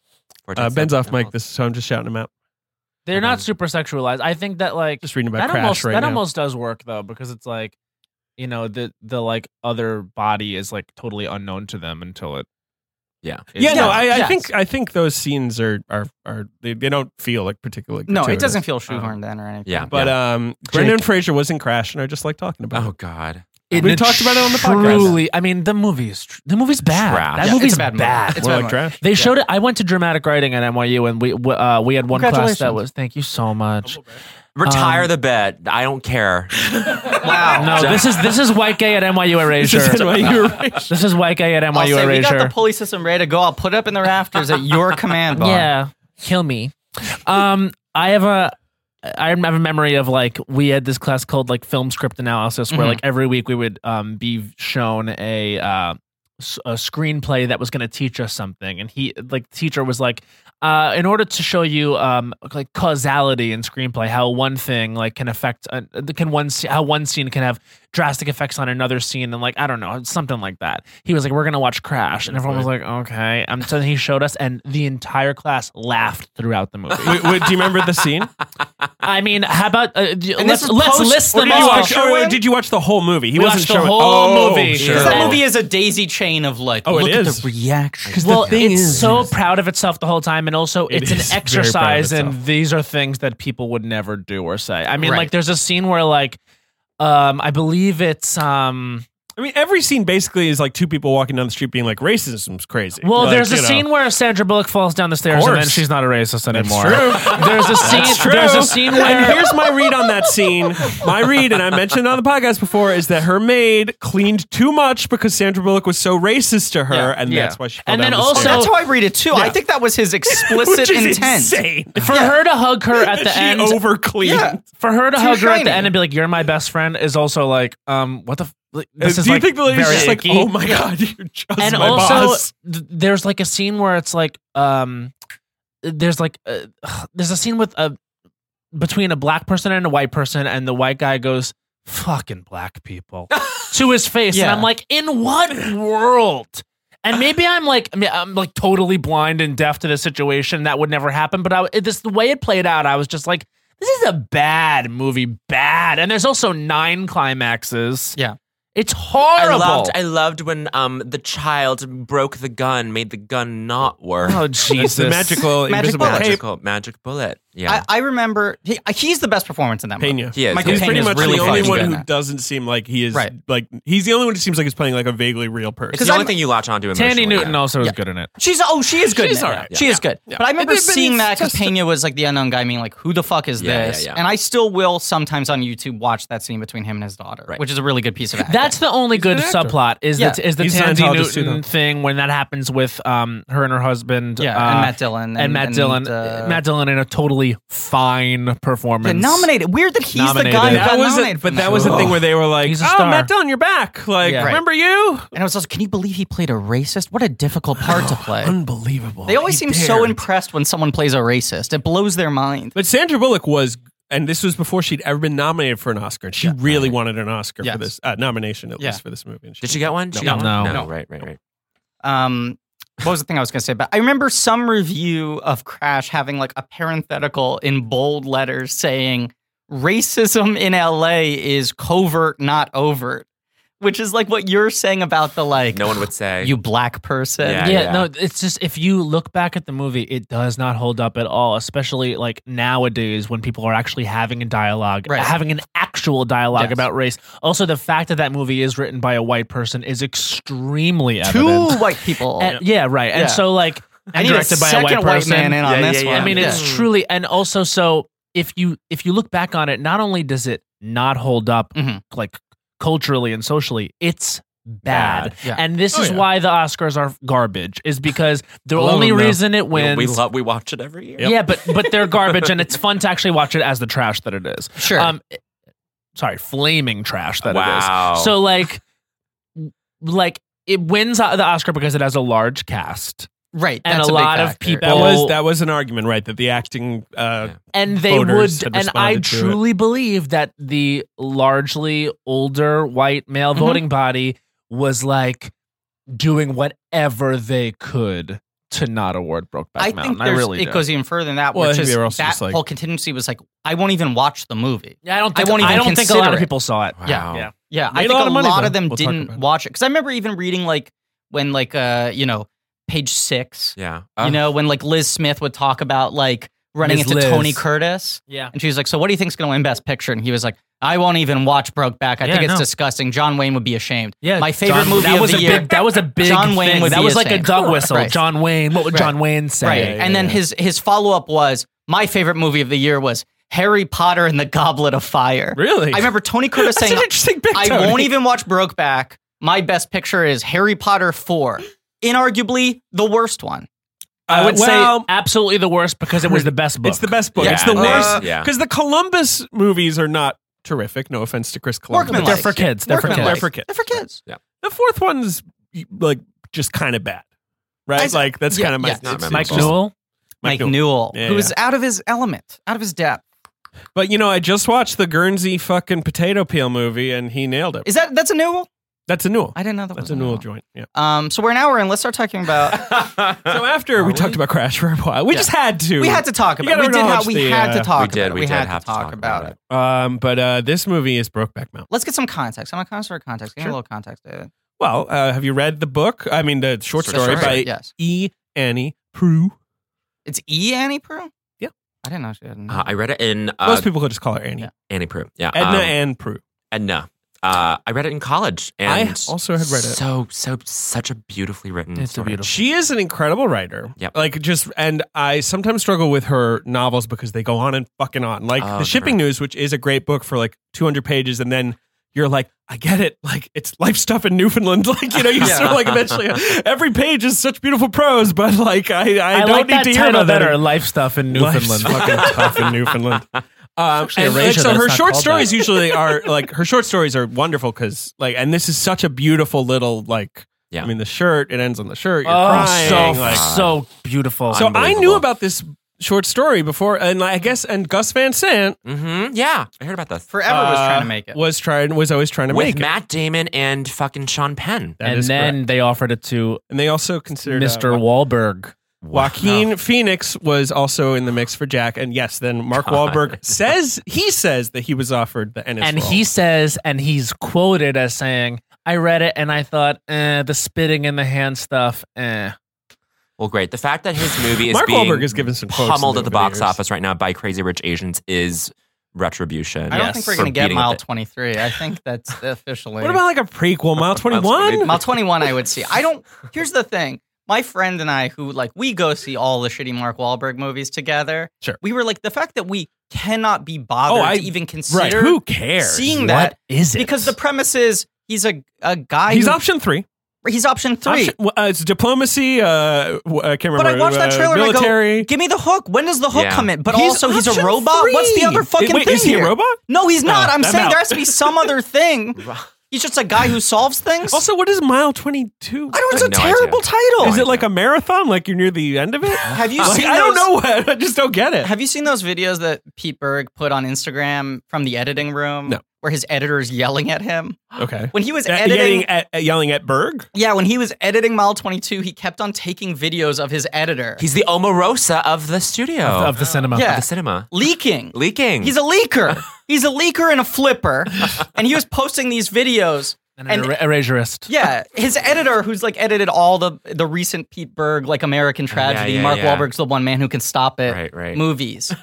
Speaker 3: Uh, Ben's off mic, this so I'm just shouting him out.
Speaker 5: They're not super sexualized. I think that like
Speaker 3: Just reading about
Speaker 5: that
Speaker 3: Crash
Speaker 5: almost
Speaker 3: right
Speaker 5: that
Speaker 3: now.
Speaker 5: almost does work though because it's like you know the the like other body is like totally unknown to them until it.
Speaker 1: Yeah.
Speaker 5: is
Speaker 3: yeah, no,
Speaker 5: done.
Speaker 3: I, I
Speaker 4: yes.
Speaker 3: think I think those scenes are are are they, they don't feel like particularly.
Speaker 4: No, it
Speaker 3: gratuitous.
Speaker 4: doesn't feel shoehorned in or anything.
Speaker 1: Yeah.
Speaker 3: But um, Brendan Fraser was in Crash, and I just like talking about.
Speaker 1: Oh
Speaker 3: it.
Speaker 1: God.
Speaker 5: It
Speaker 3: We talked about it on the podcast.
Speaker 5: Truly, I mean, the movie is tr- the movie's bad.
Speaker 1: Trash.
Speaker 5: That
Speaker 4: Yeah,
Speaker 5: movie's
Speaker 4: it's a bad movie.
Speaker 5: bad.
Speaker 4: It's bad
Speaker 3: More like
Speaker 4: one.
Speaker 5: <laughs>
Speaker 3: Crash.
Speaker 5: They showed it. I went to dramatic writing at NYU, and we we, uh, we had one class that
Speaker 4: Congratulations.
Speaker 5: was. Thank you so much.
Speaker 3: Um,
Speaker 1: Retire the bet. I don't care.
Speaker 4: Wow.
Speaker 5: No, this is this is white gay at <laughs> NYU erasure.
Speaker 3: Just said why you were-
Speaker 5: This is white gay at
Speaker 4: I'll
Speaker 5: NYU
Speaker 4: say, we got the
Speaker 5: erasure.
Speaker 4: pulley system ready to go. I'll put up in the rafters at <laughs> your command bar.
Speaker 5: Yeah, kill me. Um, I have a. I have a memory of like we had this class called like film script analysis where
Speaker 4: Mhm.
Speaker 5: like every week we would um be shown a uh s- a screenplay that was going to teach us something and he like the teacher was like uh in order to show you um like causality in screenplay how one thing like can affect uh, can one sc- how one scene can have drastic effects on another scene and like i don't know something like that he was like we're going to watch crash and everyone was like okay um so he showed us and the entire class laughed throughout the movie
Speaker 3: <laughs> Wait, wait, do you remember the scene?
Speaker 5: i mean how about uh, d-
Speaker 4: And
Speaker 5: let's
Speaker 4: this is
Speaker 5: let's
Speaker 4: post-
Speaker 5: list
Speaker 4: or
Speaker 5: them
Speaker 4: did
Speaker 3: you
Speaker 4: you
Speaker 5: all
Speaker 4: watch-
Speaker 3: or
Speaker 4: showing?
Speaker 3: did you watch the whole movie? He
Speaker 5: We
Speaker 3: wasn't
Speaker 5: watched the
Speaker 3: showing.
Speaker 5: whole
Speaker 3: oh,
Speaker 5: movie.
Speaker 3: Sure.
Speaker 4: Because that
Speaker 5: Yeah.
Speaker 4: movie is a daisy chain of like,
Speaker 3: Oh, it
Speaker 4: look at
Speaker 3: is.
Speaker 4: the reaction.
Speaker 5: well, it's so proud of itself the whole time, and also
Speaker 3: It is
Speaker 5: it's an
Speaker 3: very
Speaker 5: exercise,
Speaker 3: proud of
Speaker 5: and
Speaker 3: itself.
Speaker 5: these are things that people would never do or say. I mean,
Speaker 4: Right.
Speaker 5: like there's a scene where like, um, I believe it's um,
Speaker 3: I mean, every scene basically is like two people walking down the street being like, "Racism's crazy."
Speaker 5: well,
Speaker 3: Like,
Speaker 5: there's a
Speaker 3: you know.
Speaker 5: scene where Sandra Bullock falls down the stairs, and then
Speaker 3: course.
Speaker 5: she's not a racist anymore.
Speaker 3: true.
Speaker 5: <laughs> There's a scene.
Speaker 3: True.
Speaker 5: There's a scene where
Speaker 3: And here's my read on that scene. My read, and I mentioned it on the podcast before, is that her maid cleaned too much because Sandra Bullock was so racist to her,
Speaker 5: Yeah.
Speaker 3: and
Speaker 5: Yeah.
Speaker 3: that's why she. Fell
Speaker 5: And
Speaker 3: down
Speaker 5: then
Speaker 3: the
Speaker 5: also-
Speaker 3: stairs.
Speaker 4: That's how I read it too. I think that was his explicit
Speaker 3: Which is
Speaker 4: intent.
Speaker 3: insane.
Speaker 5: for her to hug
Speaker 3: <laughs>
Speaker 5: her at the
Speaker 3: she
Speaker 5: end.
Speaker 3: over cleaned.
Speaker 4: Yeah.
Speaker 5: for her to
Speaker 4: Too
Speaker 5: hug her at
Speaker 4: shiny.
Speaker 5: the end and be like, "You're my best friend," is also like, um, what the. F- like, this
Speaker 3: Uh,
Speaker 5: is
Speaker 3: Do you
Speaker 5: like
Speaker 3: think the lady's
Speaker 5: very
Speaker 3: just
Speaker 5: icky.
Speaker 3: like, oh my god, you're just
Speaker 5: and
Speaker 3: my
Speaker 5: also
Speaker 3: boss?
Speaker 5: th- there's like a scene where it's like um there's like uh, there's a scene with a between a black person and a white person and the white guy goes fucking black people to his face and
Speaker 4: Yeah.
Speaker 5: i'm like in what world and maybe i'm like I mean, i'm like totally blind and deaf to this situation that would never happen but i it- this the way it played out i was just like this is a bad movie bad and there's also nine climaxes
Speaker 4: Yeah.
Speaker 5: it's horrible
Speaker 1: I loved, I loved when um the child broke the gun, made the gun not work.
Speaker 5: oh jesus <laughs>
Speaker 3: It's the magical,
Speaker 4: Magic
Speaker 3: invisible
Speaker 4: bullet.
Speaker 3: tape.
Speaker 1: magical magic bullet. Yeah.
Speaker 4: I, I remember he, he's the best performance in that movie.
Speaker 3: Pena.
Speaker 1: He is.
Speaker 4: Michael
Speaker 3: He's
Speaker 1: He's
Speaker 4: Pena
Speaker 3: pretty
Speaker 4: is
Speaker 3: much
Speaker 4: really
Speaker 3: the only
Speaker 4: fucking
Speaker 3: one
Speaker 4: good in
Speaker 3: who
Speaker 4: that.
Speaker 3: doesn't seem like he is
Speaker 4: Right.
Speaker 3: like he's the only one who seems like he's playing like a vaguely real person.
Speaker 1: It's the only thing you latch onto emotionally.
Speaker 10: Tandy Newton
Speaker 1: yeah.
Speaker 10: also
Speaker 4: Yeah.
Speaker 10: is good in it.
Speaker 4: She's oh she is good.
Speaker 1: She's
Speaker 4: in it.
Speaker 1: all right.
Speaker 4: She is good. But I remember
Speaker 10: But- but
Speaker 4: seeing
Speaker 10: it's
Speaker 4: that because
Speaker 10: just-
Speaker 4: Pena was like the unknown guy, being like, "Who the fuck is
Speaker 1: Yeah, yeah,
Speaker 4: this?"
Speaker 1: yeah.
Speaker 4: And I still will sometimes on YouTube watch that scene between him and his daughter,
Speaker 1: Right.
Speaker 4: which is a really good piece of acting.
Speaker 5: That's the only good subplot is
Speaker 4: Yeah.
Speaker 5: the is the
Speaker 3: He's
Speaker 5: Tandy
Speaker 3: Scientologist too, though.
Speaker 5: Newton thing when that happens with um her and her husband
Speaker 4: yeah,
Speaker 5: uh,
Speaker 4: and Matt Dillon and,
Speaker 5: and Matt Dillon
Speaker 4: uh,
Speaker 5: Matt Dillon in a totally fine
Speaker 4: yeah,
Speaker 5: performance
Speaker 4: nominated. Weird that he's the guy who
Speaker 5: Nominated.
Speaker 4: got
Speaker 3: that was a,
Speaker 4: nominated for
Speaker 3: but that was the
Speaker 4: movie.
Speaker 3: thing where they were like,
Speaker 5: He's a
Speaker 3: "Oh,
Speaker 5: star.
Speaker 3: Matt Dillon, you're back! Like,
Speaker 4: Yeah. Right.
Speaker 3: remember you?"
Speaker 4: And I was also, can you believe he played a racist? What a difficult part
Speaker 3: <gasps>
Speaker 4: to play.
Speaker 5: unbelievable
Speaker 4: They always seem so impressed when someone plays a racist. It blows their mind.
Speaker 3: But Sandra Bullock was, and this was before she'd ever been nominated for an Oscar. And she really wanted an Oscar
Speaker 4: Yes.
Speaker 3: for this uh, nomination, at
Speaker 4: Yeah.
Speaker 3: least for this movie. And
Speaker 1: Did she get one? She got
Speaker 3: No.
Speaker 1: one?
Speaker 9: No.
Speaker 1: no. Right, right, right.
Speaker 4: Um, what was the thing I was going to say? But I remember some review of Crash having like a parenthetical in bold letters saying racism in LA is covert, not overt, which is like what you're saying about the like,
Speaker 1: No one would say.
Speaker 4: you black person.
Speaker 1: Yeah,
Speaker 5: yeah, no, it's just if you look back at the movie, it does not hold up at all, especially like nowadays when people are actually having a dialogue,
Speaker 4: Right.
Speaker 5: having an actual dialogue
Speaker 4: Yes.
Speaker 5: about race. Also, the fact that that movie is written by a white person is extremely
Speaker 4: Two
Speaker 5: evident.
Speaker 4: white people.
Speaker 5: And- yeah, right.
Speaker 4: Yeah.
Speaker 5: And so, like,
Speaker 4: I
Speaker 5: and
Speaker 4: need a
Speaker 5: directed by a white
Speaker 4: second white
Speaker 5: person.
Speaker 4: man in on
Speaker 1: Yeah,
Speaker 4: this
Speaker 1: yeah,
Speaker 4: one.
Speaker 1: yeah.
Speaker 5: I mean, it's
Speaker 4: Yeah.
Speaker 5: truly, and also, so if you if you look back on it, not only does it not hold up,
Speaker 4: Mhm.
Speaker 5: like culturally and socially, it's bad.
Speaker 1: Bad.
Speaker 4: Yeah.
Speaker 5: And this
Speaker 3: Oh,
Speaker 5: is
Speaker 3: yeah.
Speaker 5: why the Oscars are garbage, is because the
Speaker 3: love
Speaker 5: only
Speaker 3: them, though.
Speaker 5: reason it
Speaker 1: We-
Speaker 5: wins.
Speaker 1: We love. We watch it every year.
Speaker 5: Yeah, but but they're
Speaker 1: <laughs>
Speaker 5: garbage, and it's fun to actually watch it as the trash that it is.
Speaker 4: Sure.
Speaker 5: Um, it- sorry, flaming trash that it is.
Speaker 1: wow.
Speaker 4: Oh.
Speaker 5: So like, like it wins the Oscar because it has a large cast
Speaker 4: right.
Speaker 5: and
Speaker 4: that's
Speaker 5: a
Speaker 4: big
Speaker 5: lot of
Speaker 4: factor.
Speaker 5: people-
Speaker 3: that
Speaker 5: Oh.
Speaker 3: was that was an argument, right? That the acting, uh,
Speaker 5: and they
Speaker 3: voters
Speaker 5: would
Speaker 3: had
Speaker 5: and i
Speaker 3: responded to it.
Speaker 5: truly believe that the largely older white male
Speaker 4: Mhm.
Speaker 5: voting body was like doing whatever they could to not award Brokeback
Speaker 4: I
Speaker 5: Mountain.
Speaker 4: think
Speaker 5: I
Speaker 4: there's-
Speaker 5: really
Speaker 4: it
Speaker 5: do.
Speaker 4: goes even further than that,
Speaker 3: Well, I
Speaker 4: which
Speaker 3: think
Speaker 4: is
Speaker 3: they were also
Speaker 4: that
Speaker 3: just like-
Speaker 4: whole contingency was like, I won't even watch the movie.
Speaker 5: Yeah, I don't.
Speaker 4: I
Speaker 5: Think, I,
Speaker 4: won't even
Speaker 5: don't think a lot
Speaker 4: consider
Speaker 5: of
Speaker 4: it.
Speaker 5: people saw it.
Speaker 1: Wow.
Speaker 5: Yeah.
Speaker 4: Yeah, I
Speaker 3: Made a
Speaker 4: think a lot
Speaker 3: lot
Speaker 4: of,
Speaker 3: of money, though.
Speaker 4: them
Speaker 3: We'll talk
Speaker 4: didn't
Speaker 3: about it.
Speaker 4: watch it because I remember even reading like when like uh you know page six,
Speaker 1: Yeah. Uh,
Speaker 5: Uh-huh.
Speaker 4: you know when like Liz Smith would talk about like running
Speaker 5: Ms.
Speaker 4: into
Speaker 5: Liz.
Speaker 4: Tony Curtis
Speaker 5: Yeah.
Speaker 4: and she was like, so what do you think's going to win Best Picture? And he was like, I won't even watch Brokeback. I
Speaker 5: Yeah,
Speaker 4: think it's
Speaker 5: no.
Speaker 4: disgusting. John Wayne would be ashamed.
Speaker 5: Yeah,
Speaker 4: My favorite
Speaker 5: John-
Speaker 4: movie
Speaker 5: that
Speaker 4: of
Speaker 5: was
Speaker 4: the
Speaker 5: a
Speaker 4: year-
Speaker 5: Big, that was a big
Speaker 4: John Wayne
Speaker 5: thing.
Speaker 4: would
Speaker 5: that
Speaker 4: be
Speaker 5: was like a
Speaker 4: ashamed.
Speaker 5: dog whistle.
Speaker 4: Right.
Speaker 5: John Wayne. What would
Speaker 4: Right.
Speaker 5: John Wayne say?
Speaker 4: right?
Speaker 3: yeah,
Speaker 4: and then
Speaker 3: yeah.
Speaker 4: his his follow up was my favorite movie of the year was Harry Potter and the Goblet of Fire.
Speaker 3: really,
Speaker 4: I remember Tony Curtis
Speaker 3: that's
Speaker 4: saying,
Speaker 3: an interesting pick.
Speaker 4: I
Speaker 3: Tony.
Speaker 4: won't even watch Brokeback. My best picture is Harry Potter 4. Inarguably the worst one.
Speaker 5: I
Speaker 3: Uh,
Speaker 5: would
Speaker 3: well,
Speaker 5: say absolutely the worst because it was the best book.
Speaker 3: it's the best book.
Speaker 1: Yeah,
Speaker 3: it's the
Speaker 4: Uh,
Speaker 1: they-
Speaker 3: worst
Speaker 1: yeah.
Speaker 3: because the Columbus movies are not terrific. No offense to Chris Columbus.
Speaker 4: Workman
Speaker 5: They're for kids. They're for kids.
Speaker 3: They're for kids.
Speaker 4: They're for kids.
Speaker 3: The fourth one's like just kind of bad, right?
Speaker 4: I-
Speaker 3: like that's
Speaker 4: yeah,
Speaker 3: kind of my
Speaker 4: yeah.
Speaker 1: Not
Speaker 3: it's-
Speaker 1: memorable.
Speaker 5: Mike
Speaker 3: it's just-
Speaker 5: Newell.
Speaker 4: Mike,
Speaker 3: Newell.
Speaker 4: Newell,
Speaker 3: Yeah,
Speaker 4: who was out of his element, out of his depth.
Speaker 3: But you know, I just watched the Guernsey fucking potato peel movie, and he nailed it.
Speaker 4: Is that that's a Newell?
Speaker 3: That's a Newell.
Speaker 4: I didn't know that
Speaker 3: That's
Speaker 4: was
Speaker 3: a Newell joint. Yeah.
Speaker 4: Um, so we're an hour in. Let's start talking
Speaker 3: <laughs>
Speaker 4: about.
Speaker 3: So after we talked about Crash for a while, we just had to.
Speaker 4: We had to talk
Speaker 3: You
Speaker 4: about. it. We
Speaker 3: gotta
Speaker 4: did. Have,
Speaker 3: acknowledge
Speaker 4: we
Speaker 3: the,
Speaker 4: had to
Speaker 3: uh,
Speaker 4: talk.
Speaker 1: we did.
Speaker 4: About it.
Speaker 1: We, did
Speaker 4: had
Speaker 1: have
Speaker 4: to talk about it.
Speaker 3: Um, but uh, this movie is Brokeback Mountain.
Speaker 4: Let's get some context. I'm a connoisseur of context. Give me a
Speaker 3: Sure.
Speaker 4: little context, David.
Speaker 3: Well, uh, have you read the book? I mean, the short
Speaker 4: The
Speaker 3: story
Speaker 4: short
Speaker 3: by
Speaker 4: story, yes.
Speaker 3: E. Annie Prue.
Speaker 4: It's E Annie Prue.
Speaker 3: Yeah.
Speaker 4: I didn't know she had. a name.
Speaker 1: Uh, I read it in
Speaker 3: Most
Speaker 1: uh,
Speaker 3: people could just call her Annie.
Speaker 4: Yeah.
Speaker 1: Annie Prue. Yeah.
Speaker 3: Edna
Speaker 1: um,
Speaker 3: Ann Prue.
Speaker 1: Edna. Uh, I read it in college, and
Speaker 3: I also had read it.
Speaker 1: So so such a beautifully written.
Speaker 5: It's a
Speaker 1: story.
Speaker 5: beautiful-
Speaker 3: She is an incredible writer.
Speaker 1: Yep.
Speaker 3: Like just and I sometimes struggle with her novels because they go on and fucking on. Like
Speaker 1: Oh,
Speaker 3: The Shipping News, which is a great book for like 200 pages and then you're like, I get it. Like it's life stuff in Newfoundland. <laughs> Like, you know, you sort of like eventually every page is such beautiful prose, but like I, I,
Speaker 5: I
Speaker 3: don't
Speaker 5: like
Speaker 3: need
Speaker 5: that
Speaker 3: to hear
Speaker 5: title
Speaker 3: about that.
Speaker 5: better. Life stuff in
Speaker 3: Life's
Speaker 5: Newfoundland.
Speaker 3: fucking tough in
Speaker 1: <laughs>
Speaker 3: Newfoundland.
Speaker 1: Uh,
Speaker 3: Um,
Speaker 5: actually
Speaker 3: and,
Speaker 5: a
Speaker 3: like,
Speaker 5: ratio
Speaker 3: so
Speaker 5: that's
Speaker 3: her
Speaker 5: not
Speaker 3: short
Speaker 5: called
Speaker 3: stories usually are like her short stories are wonderful because like and this is such a beautiful little like
Speaker 1: Yeah.
Speaker 3: I mean the shirt it ends on the shirt you're
Speaker 5: Oh,
Speaker 3: crying
Speaker 5: so
Speaker 3: like
Speaker 5: so beautiful.
Speaker 3: so I
Speaker 1: Unbelievable.
Speaker 3: knew about this short story before, and I guess and Gus Van Sant
Speaker 1: Mm-hmm. Yeah, I heard about this.
Speaker 4: Forever was
Speaker 3: uh,
Speaker 4: trying to make it.
Speaker 3: Was trying was always trying to
Speaker 1: with
Speaker 3: make it.
Speaker 1: Matt Damon and fucking Sean Penn.
Speaker 3: That
Speaker 5: and
Speaker 3: is
Speaker 5: then
Speaker 3: correct.
Speaker 5: they offered it to
Speaker 3: and they also considered uh,
Speaker 5: Mr.
Speaker 3: Wa-
Speaker 5: Wahlberg.
Speaker 3: Joaquin Phoenix was also in the mix for Jack, and yes, then Mark
Speaker 1: God.
Speaker 3: Wahlberg says he says that he was offered the Ennis
Speaker 5: And
Speaker 3: role.
Speaker 5: he says, and he's quoted as saying, I read it and I thought, eh, the spitting in the hand stuff, eh.
Speaker 1: Well, great. The fact that his movie is
Speaker 3: Mark
Speaker 1: being
Speaker 3: Wahlberg has given some quotes
Speaker 1: pummeled
Speaker 3: in
Speaker 1: at the
Speaker 3: over the
Speaker 1: box
Speaker 3: years.
Speaker 1: office right now by Crazy Rich Asians is retribution.
Speaker 4: I don't think we're going to
Speaker 1: for
Speaker 4: get
Speaker 1: beating up
Speaker 4: mile
Speaker 1: it.
Speaker 4: 23. I think that's the official.
Speaker 3: What about like a prequel, Mile Twenty
Speaker 1: funny.
Speaker 3: One?
Speaker 4: mile 21? I would see. I don't. Here's the thing. My friend and I, who like, we go see all the shitty Mark Wahlberg movies together.
Speaker 3: Sure.
Speaker 4: We were like, the fact that we cannot be bothered
Speaker 3: Oh, I-
Speaker 4: to even
Speaker 3: Right?
Speaker 4: consider
Speaker 3: Who cares?
Speaker 4: seeing
Speaker 5: What
Speaker 4: that
Speaker 5: is it?
Speaker 4: because the premise is he's a, a guy.
Speaker 3: He's
Speaker 4: who-
Speaker 3: option three.
Speaker 4: He's option three.
Speaker 3: Option- well, uh, it's diplomacy. Uh, w- I can't remember.
Speaker 4: But I watched that
Speaker 3: uh,
Speaker 4: trailer and I go,
Speaker 3: Military.
Speaker 4: Give me the hook. When does the hook
Speaker 1: Yeah.
Speaker 4: come in? But
Speaker 3: He's
Speaker 4: also, he's a
Speaker 3: option
Speaker 4: robot. What's the
Speaker 3: three.
Speaker 4: other fucking
Speaker 3: Wait,
Speaker 4: thing
Speaker 3: Is he
Speaker 4: here?
Speaker 3: a robot?
Speaker 4: No, he's not. I'm
Speaker 3: I'm
Speaker 4: saying
Speaker 3: out.
Speaker 4: there has to be some
Speaker 3: <laughs>
Speaker 4: other thing. He's just a guy who solves things.
Speaker 3: Also, what is Mile Twenty Two?
Speaker 4: I don't. It's
Speaker 1: I
Speaker 4: a
Speaker 1: have no
Speaker 4: terrible
Speaker 1: idea.
Speaker 4: title.
Speaker 3: Is it like a marathon? Like you're near the end of
Speaker 4: <laughs>
Speaker 3: it?
Speaker 4: Have you
Speaker 3: Like,
Speaker 4: seen?
Speaker 3: I don't
Speaker 4: those-
Speaker 3: know. What, I just don't get it.
Speaker 4: Have you seen those videos that Pete Berg put on Instagram from the editing room?
Speaker 3: No.
Speaker 4: Where his editor is yelling at him
Speaker 3: okay.
Speaker 4: when he was
Speaker 3: Uh,
Speaker 4: editing.
Speaker 3: yelling at, at- yelling at Berg.
Speaker 4: Yeah, when he was editing Mile 22, he kept on taking videos of his editor
Speaker 1: He's the Omarosa of the studio,
Speaker 3: Oh.
Speaker 5: of, of the cinema.
Speaker 4: Yeah.
Speaker 1: of the cinema.
Speaker 3: <laughs>
Speaker 4: leaking.
Speaker 1: Leaking.
Speaker 4: He's a leaker. He's a leaker and a flipper. and he was posting these videos.
Speaker 5: And an er- eraserist.
Speaker 4: Yeah, his editor, who's like edited all the the recent Pete Berg like American Tragedy,
Speaker 1: yeah,
Speaker 4: Mark
Speaker 1: yeah.
Speaker 4: Wahlberg's the one man who can stop it
Speaker 1: Right, right.
Speaker 5: <laughs>
Speaker 4: movies,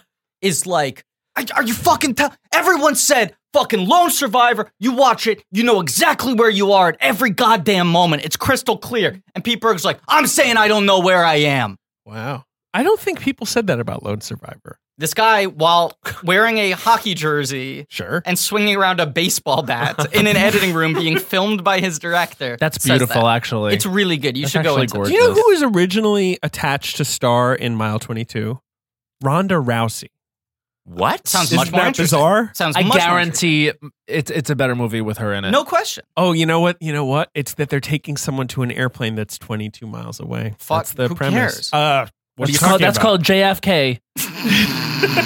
Speaker 4: is like, "I- are you fucking? T- Everyone said fucking Lone Survivor. You watch it, you know exactly where you are at every goddamn moment. It's crystal clear. And Pete Berg's like, I'm saying I don't know where I am.
Speaker 3: Wow. I don't think people said that about Lone Survivor.
Speaker 4: This guy, while <laughs> wearing a hockey jersey,
Speaker 3: Sure.
Speaker 4: and swinging around a baseball
Speaker 5: <laughs>
Speaker 4: bat in an editing room being filmed by his director.
Speaker 5: That's
Speaker 4: says
Speaker 5: beautiful,
Speaker 4: that.
Speaker 5: actually.
Speaker 4: It's really good. You
Speaker 5: That's
Speaker 4: should go
Speaker 5: actually
Speaker 4: into
Speaker 3: Do
Speaker 5: gorgeous.
Speaker 4: it.
Speaker 3: you know who was originally attached to star in Mile 22? Ronda Rousey.
Speaker 1: what?
Speaker 4: Sounds
Speaker 3: Isn't
Speaker 4: much more
Speaker 3: that
Speaker 4: interesting.
Speaker 3: bizarre?
Speaker 4: Sounds
Speaker 5: I
Speaker 4: much more
Speaker 5: guarantee it's it's a better movie with her in it.
Speaker 4: interesting. No question.
Speaker 3: Oh, you know what? You know what? It's that they're taking someone to an airplane that's 22 miles away.
Speaker 4: Fuck,
Speaker 3: that's the
Speaker 4: who
Speaker 3: premise.
Speaker 4: cares?
Speaker 3: Uh, what
Speaker 5: What
Speaker 3: are you
Speaker 5: you call,
Speaker 3: talking
Speaker 5: that's
Speaker 3: about?
Speaker 5: called
Speaker 4: <laughs>
Speaker 5: JFK.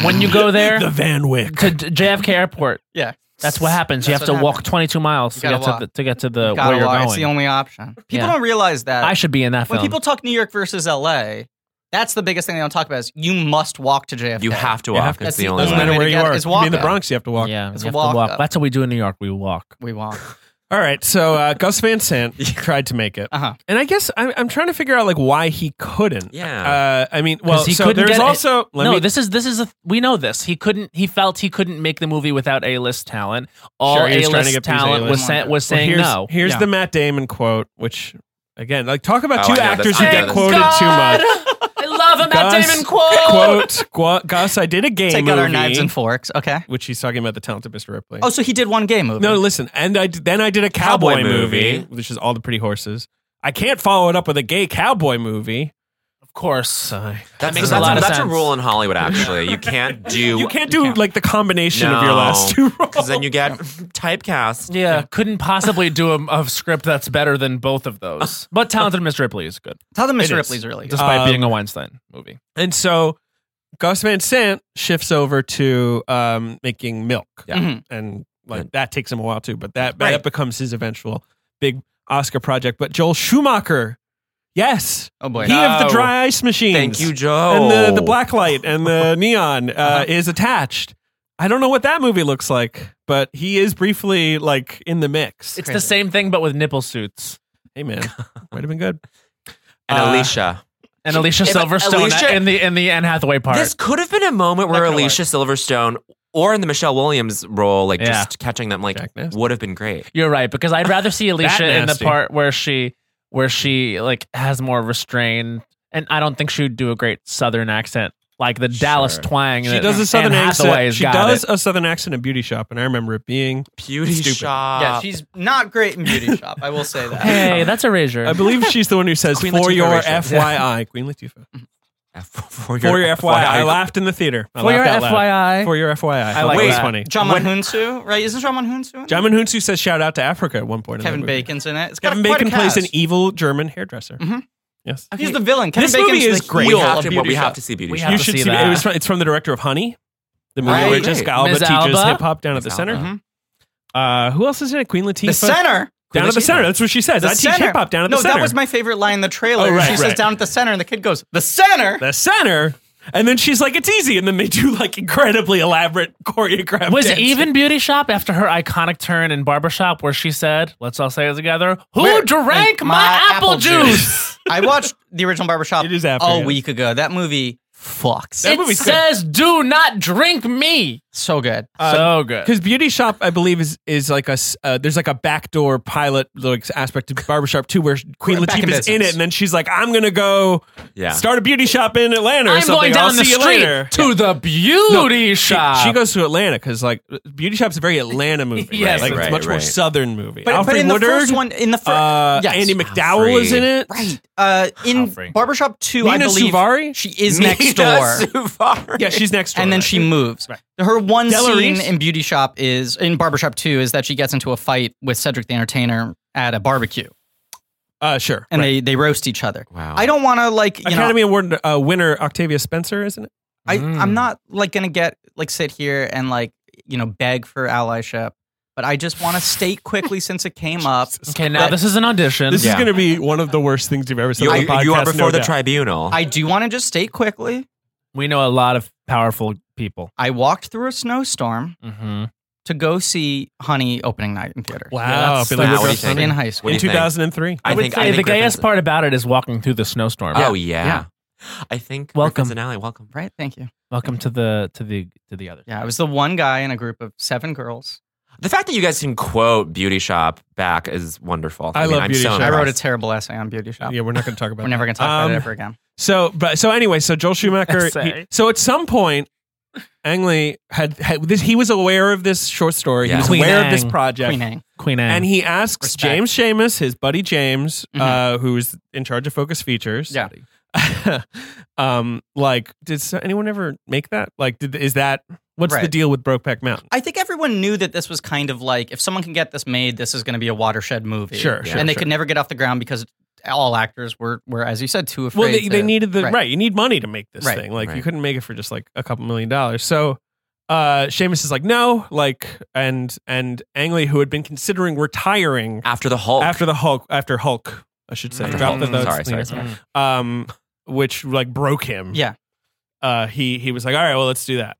Speaker 5: when you go there
Speaker 3: the Van Wick.
Speaker 5: to J- JFK Airport,
Speaker 4: Yeah.
Speaker 5: that's what happens. you
Speaker 4: That's
Speaker 5: have
Speaker 4: what
Speaker 5: to walk 22 miles
Speaker 4: You
Speaker 5: to
Speaker 4: gotta
Speaker 5: get to,
Speaker 4: walk.
Speaker 5: the, to get to the
Speaker 4: Gotta
Speaker 5: where you're
Speaker 4: lie.
Speaker 5: going.
Speaker 4: It's the only option. People
Speaker 5: Yeah.
Speaker 4: don't realize that.
Speaker 5: I should be in that
Speaker 4: when
Speaker 5: film.
Speaker 4: people talk New York versus LA, that's the biggest thing they don't talk about is you must walk to JFK.
Speaker 1: You have to
Speaker 3: You
Speaker 1: walk.
Speaker 3: have to-
Speaker 1: it's the
Speaker 4: that's
Speaker 1: only
Speaker 4: the
Speaker 3: Doesn't
Speaker 1: way.
Speaker 3: matter
Speaker 4: way to
Speaker 3: where you
Speaker 4: get
Speaker 3: are.
Speaker 4: is
Speaker 3: You mean in the
Speaker 4: walk.
Speaker 3: Bronx, you have to walk.
Speaker 5: yeah, you
Speaker 4: It's
Speaker 5: have to
Speaker 4: walk
Speaker 5: walk.
Speaker 4: up.
Speaker 5: That's what we do in New York. We walk.
Speaker 4: We walk.
Speaker 3: All right, so uh, Gus Van
Speaker 5: <laughs>
Speaker 3: Sant tried to make it, <laughs>
Speaker 4: Uh-huh.
Speaker 3: and I guess I'm, I'm trying to figure out like why he couldn't.
Speaker 1: Yeah.
Speaker 3: uh, I mean, well,
Speaker 5: 'Cause he
Speaker 3: so
Speaker 5: couldn't
Speaker 3: there's
Speaker 5: get it.
Speaker 3: also let
Speaker 5: no,
Speaker 3: me-
Speaker 5: this is this is a we know this. He couldn't. He felt he couldn't make the movie without A list talent. All
Speaker 3: Sure, he was
Speaker 5: A
Speaker 3: trying to
Speaker 5: list
Speaker 3: get these
Speaker 5: talent was
Speaker 3: A-list.
Speaker 5: sa- was
Speaker 3: Well,
Speaker 5: saying
Speaker 3: here's,
Speaker 5: no.
Speaker 3: Here's
Speaker 4: Yeah.
Speaker 3: the Matt Damon quote, which again, like talk about
Speaker 1: Oh,
Speaker 3: two
Speaker 1: I know this.
Speaker 3: actors who
Speaker 1: I know
Speaker 3: get
Speaker 1: this.
Speaker 3: quoted too much.
Speaker 5: I love a Matt
Speaker 3: Gus-
Speaker 5: Damon quote.
Speaker 3: Quote, gu- Gus, I did a game
Speaker 4: Take
Speaker 3: movie,
Speaker 4: out our knives and forks. Okay.
Speaker 3: which he's talking about the talented Mr. Ripley.
Speaker 4: Oh, so he did one gay movie.
Speaker 3: No, listen, and I d- then I did a cowboy,
Speaker 1: Cowboy
Speaker 3: movie,
Speaker 1: movie.
Speaker 3: which is all the pretty horses. I can't follow it up with a gay cowboy movie.
Speaker 5: Of course.
Speaker 1: That's,
Speaker 5: makes
Speaker 1: that's,
Speaker 5: a lot of
Speaker 1: that's
Speaker 5: sense.
Speaker 1: a rule in <laughs> Hollywood, actually. <laughs> You can't do.
Speaker 3: You can't do like the combination of your
Speaker 1: No.
Speaker 3: last two <laughs> roles.
Speaker 1: Because then you get <laughs> typecast.
Speaker 5: Yeah, couldn't possibly do a, a script that's better than both of those. But Talented Miss Ripley is good,
Speaker 4: Tell them
Speaker 3: It
Speaker 4: Mr.
Speaker 3: is.
Speaker 4: Ripley's really good.
Speaker 5: despite
Speaker 3: Um,
Speaker 5: being a Weinstein movie.
Speaker 3: And so Gus Van Sant shifts over to um, making milk.
Speaker 1: Yeah.
Speaker 4: Mhm.
Speaker 3: And like
Speaker 1: Right.
Speaker 3: that takes him a while too, but that
Speaker 1: Right.
Speaker 3: that becomes his eventual big Oscar project. But Joel Schumacher, yes,
Speaker 4: Oh boy.
Speaker 3: he of the
Speaker 1: No.
Speaker 3: dry ice machines.
Speaker 1: Thank you, Joe.
Speaker 3: And the the black light and the neon uh, is attached. I don't know what that movie looks like, but he is briefly like in the mix.
Speaker 5: It's the same thing, but with nipple suits.
Speaker 3: hey man, might have been good.
Speaker 1: and
Speaker 3: uh,
Speaker 1: Alicia.
Speaker 5: And Alicia
Speaker 1: If
Speaker 5: Silverstone
Speaker 1: Alicia-
Speaker 5: in the in the Anne Hathaway part.
Speaker 1: This could have been a moment where
Speaker 5: Not gonna
Speaker 1: Alicia Silverstone or in the Michelle Williams role, like
Speaker 5: Yeah.
Speaker 1: just catching them, like
Speaker 3: Jack Nicholson.
Speaker 1: would have been great.
Speaker 5: You're right because I'd rather see Alicia in the
Speaker 3: nasty.
Speaker 5: part where she where she like has more restraint, and I don't think she would do a great Southern accent like the Dallas
Speaker 1: Sure.
Speaker 5: twang.
Speaker 3: She
Speaker 5: that
Speaker 3: does a southern
Speaker 5: Anne
Speaker 3: accent.
Speaker 5: Hathaway's
Speaker 3: She
Speaker 5: got
Speaker 3: does
Speaker 5: it.
Speaker 3: a southern accent in Beauty Shop, and I remember it being
Speaker 1: Beauty
Speaker 3: Stupid.
Speaker 1: shop.
Speaker 3: uh,
Speaker 4: yeah, she's not great in
Speaker 3: <laughs>
Speaker 4: Beauty Shop. I will say that. <laughs> Uh-huh.
Speaker 5: Hey, that's a razor.
Speaker 3: I believe she's the one who says
Speaker 1: Queen
Speaker 3: for
Speaker 1: Latifah
Speaker 3: your
Speaker 1: Rachel."
Speaker 3: FYI,
Speaker 4: <laughs>
Speaker 3: Queen Latifah.
Speaker 1: <laughs> for
Speaker 3: <laughs> For your FYI, I laughed in the theater. I
Speaker 5: For your
Speaker 3: laughed out loud.
Speaker 5: FYI,
Speaker 3: For your FYI, I,
Speaker 5: like
Speaker 3: thought that was
Speaker 5: that.
Speaker 3: funny.
Speaker 4: Jaman Hunsu, right? Isn't Jaman Hunsu? in it?
Speaker 3: Jamin Hunsu says shout out to Africa at one point. in
Speaker 4: Kevin
Speaker 3: that movie.
Speaker 4: Bacon's in it. It's got
Speaker 3: Kevin
Speaker 4: quite a
Speaker 3: Bacon plays an
Speaker 4: cast.
Speaker 3: evil German hairdresser.
Speaker 4: Mhm.
Speaker 3: Yes,
Speaker 4: He's the villain. Kevin
Speaker 3: This movie
Speaker 4: Bacon's
Speaker 3: is
Speaker 4: the
Speaker 3: great.
Speaker 1: we
Speaker 4: heel
Speaker 1: have
Speaker 4: of
Speaker 1: to, but
Speaker 4: Beauty
Speaker 1: we
Speaker 4: Shop.
Speaker 1: have to see Beauty
Speaker 5: We
Speaker 1: Shop.
Speaker 5: have
Speaker 3: you
Speaker 5: to
Speaker 3: should
Speaker 5: see
Speaker 3: see.
Speaker 5: that.
Speaker 3: It was from, it's from the director of Honey, the movie
Speaker 4: Right.
Speaker 3: where Jessica Alba
Speaker 5: Ms.
Speaker 3: teaches
Speaker 5: Alba?
Speaker 3: hip hop down at the
Speaker 1: Ms.
Speaker 3: center.
Speaker 1: Alba.
Speaker 3: Uh, who else is in it? Queen Latifah.
Speaker 4: Uh-huh. The center.
Speaker 3: down at the
Speaker 1: Latifah.
Speaker 3: center. That's what she says.
Speaker 4: The
Speaker 3: I teach
Speaker 4: center.
Speaker 3: hip hop down at
Speaker 4: no,
Speaker 3: the center.
Speaker 4: that was my favorite line in the trailer.
Speaker 3: Oh, right,
Speaker 4: she says
Speaker 3: right.
Speaker 4: down at the center, and the kid goes, "The center."
Speaker 3: the center. And then she's like, "It's easy," and then they do like incredibly elaborate choreographed.
Speaker 5: was
Speaker 3: dance.
Speaker 5: even Beauty Shop after her iconic turn in Barbershop where she said, "Let's all say it together." Who
Speaker 4: Where-
Speaker 5: drank
Speaker 4: Like,
Speaker 5: my, apple, juice?
Speaker 4: <laughs> I watched the original Barbershop
Speaker 3: It is after,
Speaker 4: a
Speaker 3: yeah.
Speaker 4: week ago. That movie fucks.
Speaker 3: That
Speaker 5: it
Speaker 3: movie's good.
Speaker 5: says, "Do not drink me."
Speaker 4: so good.
Speaker 3: Uh,
Speaker 5: so good.
Speaker 3: Because Beauty Shop, I believe, is is like a s- uh, there's like a backdoor pilot like aspect of Barbershop too, where Queen
Speaker 4: Right, back in
Speaker 3: Latifah's in
Speaker 4: business.
Speaker 3: it, and then she's like, "I'm gonna go
Speaker 1: Yeah.
Speaker 3: start a beauty shop in Atlanta or
Speaker 5: I'm
Speaker 3: something.
Speaker 5: going
Speaker 3: I'll
Speaker 5: down the
Speaker 3: see you
Speaker 5: street
Speaker 3: later."
Speaker 5: to the beauty shop.
Speaker 3: She goes to Atlanta because like Beauty Shop's a very
Speaker 4: <laughs>
Speaker 3: Atlanta movie.
Speaker 5: Yes,
Speaker 3: right? like
Speaker 1: right,
Speaker 3: it's much more
Speaker 1: right.
Speaker 3: southern movie.
Speaker 4: But,
Speaker 3: Alfred
Speaker 4: but in
Speaker 3: Woodard,
Speaker 4: the first one, in the first,
Speaker 3: uh,
Speaker 4: yes.
Speaker 3: Andy McDowell is in it.
Speaker 4: Right. Uh, in Barbershop 2, I
Speaker 3: Nina
Speaker 4: believe <laughs>
Speaker 3: Suvari?
Speaker 4: she is next door.
Speaker 3: <laughs> Yeah, she's next door.
Speaker 4: and then she moves. Her one
Speaker 3: Della
Speaker 4: scene
Speaker 3: Reese?
Speaker 4: in Beauty Shop is in Barbershop 2 is that she gets into a fight with Cedric the Entertainer at a barbecue
Speaker 3: uh, sure.
Speaker 4: and
Speaker 3: right.
Speaker 4: they, they roast each other.
Speaker 1: <laughs> Wow.
Speaker 4: I don't want to like, you know,
Speaker 3: Academy Award uh, winner Octavia Spencer, isn't it?
Speaker 4: I,
Speaker 1: Mm.
Speaker 4: I'm not like going to get like sit here and like, you know, beg for allyship, but I just want to
Speaker 1: <laughs>
Speaker 4: state quickly since it came up.
Speaker 5: okay, now this is an audition.
Speaker 3: This
Speaker 1: Yeah.
Speaker 3: is going to be one of the worst things you've ever said.
Speaker 1: You,
Speaker 3: on the
Speaker 1: you- you
Speaker 3: podcast,
Speaker 1: are
Speaker 3: no
Speaker 1: before the
Speaker 3: doubt.
Speaker 1: tribunal.
Speaker 4: I do want to just state quickly.
Speaker 5: we know a lot of powerful people.
Speaker 4: I walked through a snowstorm
Speaker 5: Mm-hmm.
Speaker 4: to go see Honey opening night in theater
Speaker 3: Wow,
Speaker 5: that's
Speaker 3: Billy
Speaker 1: the
Speaker 3: Bob
Speaker 1: worst
Speaker 3: Thornton.
Speaker 1: thing.
Speaker 4: in high school.
Speaker 1: What do
Speaker 3: in
Speaker 1: you think?
Speaker 3: 2003.
Speaker 5: I, would say the
Speaker 1: Griffin's-
Speaker 5: gayest part about it is walking through the snowstorm.
Speaker 1: Oh yeah.
Speaker 4: Yeah.
Speaker 1: I think
Speaker 5: Welcome.
Speaker 1: welcome Griffin's an alley. Welcome.
Speaker 4: Right? Thank you.
Speaker 5: Welcome to the to the to the other.
Speaker 4: Yeah, I was the one guy in a group of seven girls.
Speaker 1: The fact that you guys can quote Beauty Shop back is wonderful.
Speaker 3: I love
Speaker 1: I'm
Speaker 3: Beauty
Speaker 1: so
Speaker 3: Shop.
Speaker 4: I wrote a
Speaker 1: impressed.
Speaker 4: terrible essay on beauty shop.
Speaker 3: Yeah, we're not going to talk about.
Speaker 4: We're never going
Speaker 3: that.
Speaker 4: to talk about it
Speaker 3: Um,
Speaker 4: ever again.
Speaker 3: So, but so anyway, so Joel Schumacher.
Speaker 5: Essay.
Speaker 3: he- so at some point, Ang Lee had, had this. He was aware of this short story.
Speaker 1: Yeah.
Speaker 3: He was
Speaker 5: Queen
Speaker 3: aware of this
Speaker 5: Ang.
Speaker 3: project.
Speaker 4: Queen Anne.
Speaker 5: Queen Anne.
Speaker 3: And he asks
Speaker 4: Respect.
Speaker 3: James Seamus, his buddy James,
Speaker 4: Mhm.
Speaker 3: uh, who's in charge of Focus Features.
Speaker 4: Yeah.
Speaker 3: <laughs> um, like, did s- anyone ever make that? Like, did, is that what's the
Speaker 4: Right.
Speaker 3: deal with Brokeback Mountain?
Speaker 4: I think everyone knew that this was kind of like if someone can get this made, this is going to be a watershed movie.
Speaker 3: Sure, sure,
Speaker 4: And they
Speaker 3: sure.
Speaker 4: could never get off the ground because all actors were, were as you said, too afraid.
Speaker 3: Well, they, they
Speaker 4: to-
Speaker 3: needed the right.
Speaker 4: right.
Speaker 3: You need money to make this
Speaker 4: Right.
Speaker 3: thing. Like, you
Speaker 1: Right.
Speaker 3: couldn't make it for just like a couple million dollars. So. Uh, Seamus is like no, like and and Angley, who had been considering retiring
Speaker 1: after the Hulk.
Speaker 3: after the Hulk, after Hulk, I should say,
Speaker 1: After
Speaker 3: Drop
Speaker 1: Hulk.
Speaker 3: the notes,
Speaker 1: Sorry, sorry,
Speaker 3: Lena.
Speaker 1: sorry.
Speaker 3: Um, which like broke him.
Speaker 4: Yeah.
Speaker 3: Uh, he he was like, all right, well, let's do that.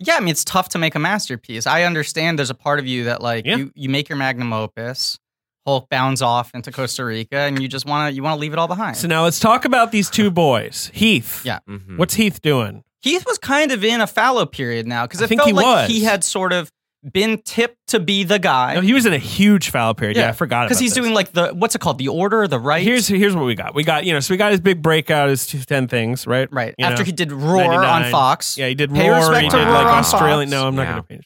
Speaker 4: Yeah, I mean, it's tough to make a masterpiece. I understand there's a part of you that, like,
Speaker 3: Yeah.
Speaker 4: you, you make your magnum opus. Hulk bounds off into Costa Rica, and you just want to you want to leave it all behind.
Speaker 3: So now let's talk about these two boys, Heath.
Speaker 4: Yeah.
Speaker 1: Mhm.
Speaker 3: What's Heath doing?
Speaker 4: Heath was kind of in a fallow period now because
Speaker 3: I
Speaker 4: it
Speaker 3: think
Speaker 4: felt
Speaker 3: he
Speaker 4: like
Speaker 3: was.
Speaker 4: he had sort of been tipped to be the guy.
Speaker 3: No, he was in a huge foul period. Yeah,
Speaker 4: Yeah,
Speaker 3: I forgot
Speaker 4: because
Speaker 3: about
Speaker 4: he's
Speaker 3: this.
Speaker 4: doing like the what's it called the order the right
Speaker 3: Here's here's what we got. We got you know. So we got his big breakout, his two- ten things, right?
Speaker 4: right
Speaker 3: You
Speaker 4: after
Speaker 3: know,
Speaker 4: he did roar
Speaker 3: 99.
Speaker 4: on fox
Speaker 3: Yeah, he did
Speaker 4: Pay
Speaker 3: roar.
Speaker 4: respect
Speaker 3: He
Speaker 1: to
Speaker 3: did
Speaker 1: Roar
Speaker 3: like
Speaker 1: on
Speaker 3: Australian.
Speaker 4: Fox.
Speaker 3: No, I'm not
Speaker 1: Yeah.
Speaker 3: going to pay.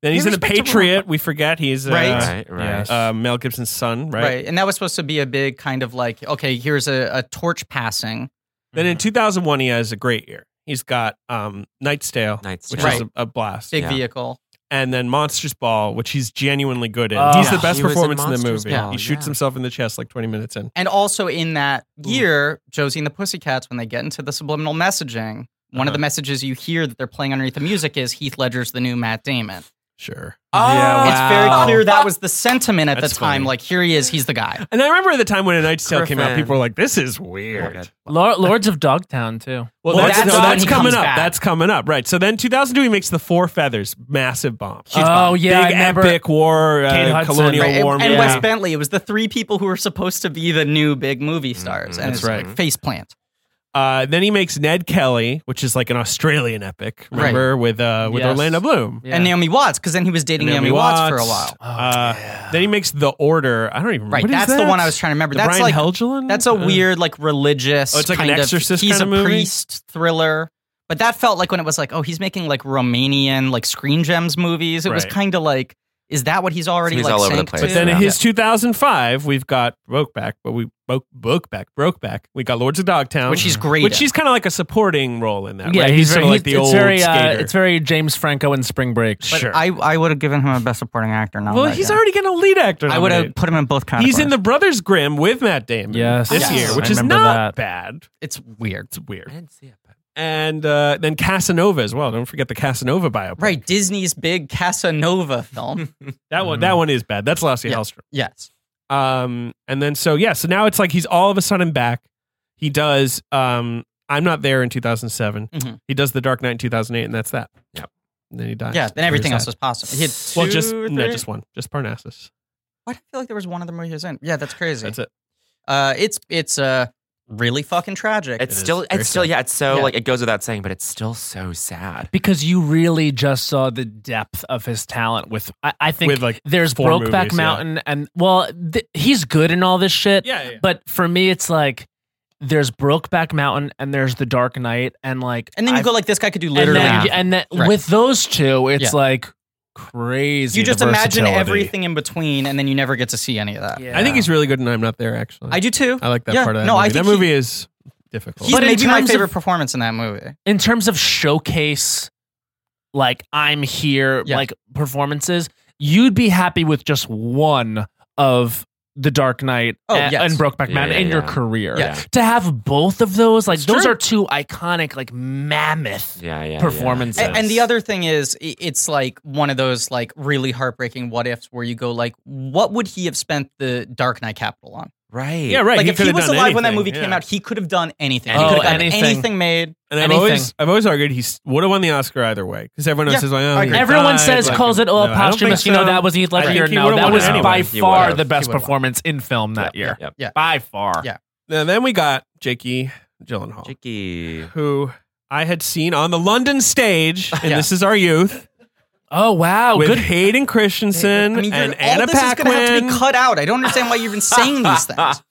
Speaker 3: Then he's
Speaker 4: Pay
Speaker 3: in a
Speaker 4: respect to Roar on
Speaker 3: Patriot. We forget he's uh,
Speaker 4: Right.
Speaker 1: Right, right.
Speaker 3: uh, Mel Gibson's son,
Speaker 4: right.
Speaker 3: right?
Speaker 4: and that was supposed to be a big kind of like okay here's a, a torch passing
Speaker 3: Then in 2001, he has a great year. He's got um, Knight's Tale,
Speaker 1: Knight's
Speaker 3: which
Speaker 4: Tale.
Speaker 3: is a, a blast,
Speaker 4: big
Speaker 1: Yeah.
Speaker 4: vehicle
Speaker 3: and then Monsters Ball, which he's genuinely good in.
Speaker 5: Oh.
Speaker 3: he's the
Speaker 1: Yeah.
Speaker 3: best
Speaker 1: He was in
Speaker 3: performance in, the
Speaker 1: Monsters
Speaker 3: movie.
Speaker 1: Ball,
Speaker 3: he shoots
Speaker 1: yeah.
Speaker 3: himself in the chest like 20 minutes in.
Speaker 4: and also in that year josie and the pussycats when they get into the subliminal messaging one
Speaker 3: Uh-huh.
Speaker 4: of the messages you hear that they're playing underneath the music is Heath Ledger's the new Matt Damon.
Speaker 3: Sure.
Speaker 1: Oh.
Speaker 4: It's very
Speaker 1: Wow.
Speaker 4: clear that was the sentiment at
Speaker 3: That's
Speaker 4: the time.
Speaker 3: funny.
Speaker 4: Like, here he is, he's the guy.
Speaker 3: And I remember at the time when A Knight's Tale came out,
Speaker 1: Griffin.
Speaker 3: people were like, "This is weird."
Speaker 5: Lor- Lords of Dogtown too.
Speaker 3: Well,
Speaker 4: Well,
Speaker 3: that's,
Speaker 4: that's
Speaker 3: no,
Speaker 4: when
Speaker 3: that's
Speaker 4: he
Speaker 3: coming
Speaker 4: comes
Speaker 3: up.
Speaker 4: back.
Speaker 3: That's coming up, right? So then, 2002, he makes the Four Feathers, massive bomb,
Speaker 5: oh yeah,
Speaker 3: big
Speaker 5: I remember.
Speaker 3: epic war, uh,
Speaker 5: Kate Hudson.
Speaker 3: colonial
Speaker 4: Right, and-
Speaker 3: war,
Speaker 4: and,
Speaker 3: movie.
Speaker 4: Wes Bentley. It was the three people who were supposed to be the new big movie
Speaker 3: Mm-hmm.
Speaker 4: stars.
Speaker 1: Mhm.
Speaker 4: and
Speaker 1: That's
Speaker 4: it's
Speaker 1: right.
Speaker 4: Face plant.
Speaker 3: Uh, then he makes Ned Kelly, which is like an Australian epic,
Speaker 4: Right.
Speaker 3: remember with uh, with
Speaker 5: Yes.
Speaker 3: Orlando Bloom.
Speaker 5: Yeah.
Speaker 4: and Naomi Watts because then he was dating Naomi, Watts, for a while.
Speaker 5: Oh,
Speaker 4: Oh,
Speaker 3: Uh, Then he makes The Order. I don't even
Speaker 4: Right,
Speaker 3: what is
Speaker 4: that's the
Speaker 3: that?
Speaker 4: one I was trying to remember.
Speaker 3: The
Speaker 4: That's
Speaker 3: Brian
Speaker 4: like
Speaker 3: Helgeland?
Speaker 4: that's a
Speaker 3: Uh,
Speaker 4: weird like religious.
Speaker 3: Oh, it's like an
Speaker 4: kind of-
Speaker 3: Exorcist
Speaker 4: He's
Speaker 3: kind of
Speaker 4: a
Speaker 3: movie?
Speaker 4: priest thriller, but that felt like when it was like, oh, he's making like Romanian like Screen Gems movies. It was
Speaker 3: Right.
Speaker 4: kind of like, is that what he's already
Speaker 1: He's
Speaker 4: like
Speaker 1: all over the
Speaker 4: sank
Speaker 1: place.
Speaker 4: to?
Speaker 3: But then
Speaker 1: Yeah.
Speaker 3: in his 2005, we've got Brokeback, but we broke Brokeback, Brokeback. We got Lords of Dogtown,
Speaker 4: Which he's great
Speaker 3: Which
Speaker 4: in.
Speaker 3: he's kind of like a supporting role in that.
Speaker 5: yeah,
Speaker 3: right?
Speaker 5: he's,
Speaker 3: sort
Speaker 5: very,
Speaker 3: of like the
Speaker 5: he's- it's
Speaker 3: old
Speaker 5: very uh,
Speaker 3: skater.
Speaker 5: it's very James Franco in Spring Break.
Speaker 4: But
Speaker 3: sure.
Speaker 4: I I would have given him a best supporting actor. Not
Speaker 3: well, he's already getting a lead actor.
Speaker 4: I would have
Speaker 3: nominated.
Speaker 4: put him in both categories.
Speaker 3: He's in the Brothers Grimm with Matt Damon.
Speaker 5: Yes.
Speaker 3: this
Speaker 4: Yes.
Speaker 3: year, which
Speaker 5: I
Speaker 3: is
Speaker 5: remember
Speaker 3: not
Speaker 5: that.
Speaker 3: bad.
Speaker 4: It's weird.
Speaker 3: It's weird.
Speaker 1: didn't see it, but-
Speaker 3: And uh, then Casanova as well. Don't forget the Casanova biopic.
Speaker 4: Right, Disney's big Casanova
Speaker 3: Hmm.
Speaker 4: film.
Speaker 3: That
Speaker 5: Mm.
Speaker 3: one. That one is bad. That's Lassie
Speaker 4: Yeah.
Speaker 3: Hallstrom.
Speaker 4: yes.
Speaker 3: Um, and then so yeah, so now it's like he's all of a sudden back. He does. Um, I'm not there in 2007.
Speaker 4: Mhm.
Speaker 3: He does the Dark Knight in 2008, and that's that.
Speaker 1: Yep.
Speaker 3: And then he dies.
Speaker 4: Yeah, then everything
Speaker 3: Very
Speaker 4: else
Speaker 3: sad.
Speaker 4: was possible. He had two
Speaker 3: well, just
Speaker 4: or
Speaker 3: no,
Speaker 4: three-
Speaker 3: just one, just Parnassus.
Speaker 4: Why do I feel like there was one other movie he was in? Yeah, that's crazy.
Speaker 3: That's it.
Speaker 4: Uh, it's it's uh, really fucking tragic.
Speaker 1: It's still,
Speaker 9: very
Speaker 1: it's still, yeah, it's so
Speaker 4: Yeah.
Speaker 1: like it goes without saying, but it's still so sad.
Speaker 5: because you really just saw the depth of his talent with I, I think
Speaker 3: With, like,
Speaker 5: there's
Speaker 3: four
Speaker 5: Brokeback
Speaker 3: movies, yeah.
Speaker 5: Mountain and well th- he's good in all this shit
Speaker 3: Yeah, yeah, yeah.
Speaker 5: but for me it's like there's Brokeback Mountain and there's The Dark Knight and like
Speaker 4: and then you
Speaker 5: I've-
Speaker 4: go like this guy could do literally.
Speaker 5: and
Speaker 4: anything.
Speaker 5: then, and then
Speaker 4: Right.
Speaker 5: with those two it's
Speaker 4: Yeah.
Speaker 5: like crazy
Speaker 4: you just
Speaker 5: the
Speaker 4: imagine
Speaker 5: versatility.
Speaker 4: everything in between, and then you never get to see any of that.
Speaker 5: Yeah.
Speaker 3: I think he's really good, and I'm not there actually.
Speaker 4: I do too.
Speaker 3: I like that
Speaker 4: Yeah,
Speaker 3: part of that
Speaker 4: no, I
Speaker 3: movie.
Speaker 4: think
Speaker 3: that
Speaker 4: he-
Speaker 3: movie is difficult.
Speaker 4: He's
Speaker 5: But in
Speaker 4: maybe my
Speaker 5: terms of-
Speaker 4: favorite performance in that movie.
Speaker 5: in terms of showcase like i'm here
Speaker 4: Yeah.
Speaker 5: like performances you'd be happy with just one of the dark knight
Speaker 4: Oh,
Speaker 5: and,
Speaker 4: yes.
Speaker 5: and brokeback
Speaker 1: Yeah,
Speaker 5: mountain
Speaker 1: yeah,
Speaker 5: in your
Speaker 1: yeah.
Speaker 5: career
Speaker 1: Yeah.
Speaker 5: to have both of those like
Speaker 4: It's
Speaker 5: those
Speaker 4: true.
Speaker 5: are two iconic like mammoth
Speaker 1: Yeah, yeah. yeah.
Speaker 5: performances
Speaker 4: A- And the other thing is, i- it's like one of those like really heartbreaking what ifs where you go like, what would he have spent the Dark Knight capital on?
Speaker 1: right?
Speaker 3: yeah, right.
Speaker 4: Like if
Speaker 3: could
Speaker 4: he
Speaker 3: have
Speaker 4: was
Speaker 3: done
Speaker 4: alive when that
Speaker 3: anything,
Speaker 4: movie came
Speaker 3: yeah.
Speaker 4: out, he could have done anything.
Speaker 5: Oh,
Speaker 4: he could have
Speaker 5: anything.
Speaker 4: gotten anything made.
Speaker 3: and I've
Speaker 5: anything.
Speaker 3: always, I've always argued he would have won the Oscar either way because everyone else
Speaker 4: Yeah,
Speaker 3: is like, oh,
Speaker 4: I
Speaker 3: he
Speaker 4: agree.
Speaker 5: Everyone
Speaker 3: died,
Speaker 5: says
Speaker 3: like,
Speaker 5: calls it all
Speaker 3: no, I don't
Speaker 5: posthumous.
Speaker 3: think
Speaker 5: You know
Speaker 3: so.
Speaker 5: that was Heath
Speaker 3: I
Speaker 5: Ledger.
Speaker 3: think he
Speaker 5: No,
Speaker 3: would've
Speaker 5: that
Speaker 3: won
Speaker 5: was
Speaker 3: anyway.
Speaker 5: by
Speaker 1: He
Speaker 5: far
Speaker 1: would've.
Speaker 5: the
Speaker 4: He
Speaker 5: best
Speaker 4: would've won.
Speaker 5: performance in film that year.
Speaker 1: Yep.
Speaker 4: Yeah.
Speaker 5: By far.
Speaker 4: Yeah.
Speaker 3: Now, then we got Jakey Gyllenhaal,
Speaker 1: Chicky. <laughs>
Speaker 3: who I had seen on the
Speaker 4: <laughs>
Speaker 3: London stage, and
Speaker 4: Yeah.
Speaker 3: this is our youth
Speaker 5: Oh wow.
Speaker 3: with
Speaker 5: Good
Speaker 3: Hayden Christensen
Speaker 4: I mean, you're-
Speaker 3: and
Speaker 4: all
Speaker 3: Anna
Speaker 4: this is going to have to
Speaker 3: Paquin,
Speaker 4: be cut out. I don't understand why you're even saying
Speaker 3: <laughs>
Speaker 4: these things.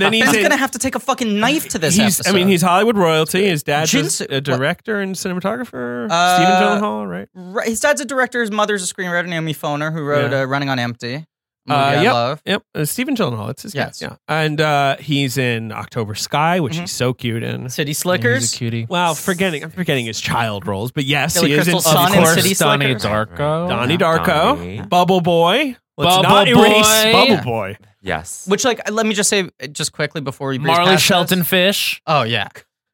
Speaker 4: <laughs>
Speaker 3: then he's
Speaker 4: Ben's
Speaker 3: in-
Speaker 4: going to have to take a fucking knife to this
Speaker 3: he's,
Speaker 4: episode.
Speaker 3: I mean, he's Hollywood royalty. His dad's
Speaker 4: Jinx-
Speaker 3: a, a director and cinematographer.
Speaker 4: Uh,
Speaker 3: Stephen Gyllenhaal, right?
Speaker 4: Right, his dad's a director. His mother's a screenwriter, Naomi Foner, who wrote
Speaker 3: Yeah.
Speaker 4: uh, Running on Empty. a Movie
Speaker 3: Uh,
Speaker 4: I
Speaker 3: yep.
Speaker 4: love.
Speaker 3: Yep, uh, Stephen Gyllenhaal. It's his
Speaker 4: Yes.
Speaker 3: yes. Yeah, and uh, he's in October Sky, which
Speaker 4: Mhm.
Speaker 3: he's so cute in.
Speaker 4: City Slickers.
Speaker 5: cutie.
Speaker 3: Wow, forgetting I'm forgetting his child roles, but yes,
Speaker 4: Billy
Speaker 3: he is in
Speaker 4: Crystal's son in
Speaker 3: of course,
Speaker 4: City
Speaker 5: Donnie
Speaker 4: Slickers.
Speaker 5: Darko.
Speaker 3: Donnie
Speaker 1: Yeah.
Speaker 3: Darko,
Speaker 1: Donnie.
Speaker 3: Bubble Boy. Let's
Speaker 5: Bubble
Speaker 3: not erase
Speaker 5: Boy.
Speaker 3: Bubble Boy.
Speaker 1: Yes.
Speaker 4: Which, like, let me just say, uh, just quickly before we breeze
Speaker 5: Marley
Speaker 4: past
Speaker 5: Shelton
Speaker 4: this.
Speaker 5: Fish.
Speaker 4: Oh yeah,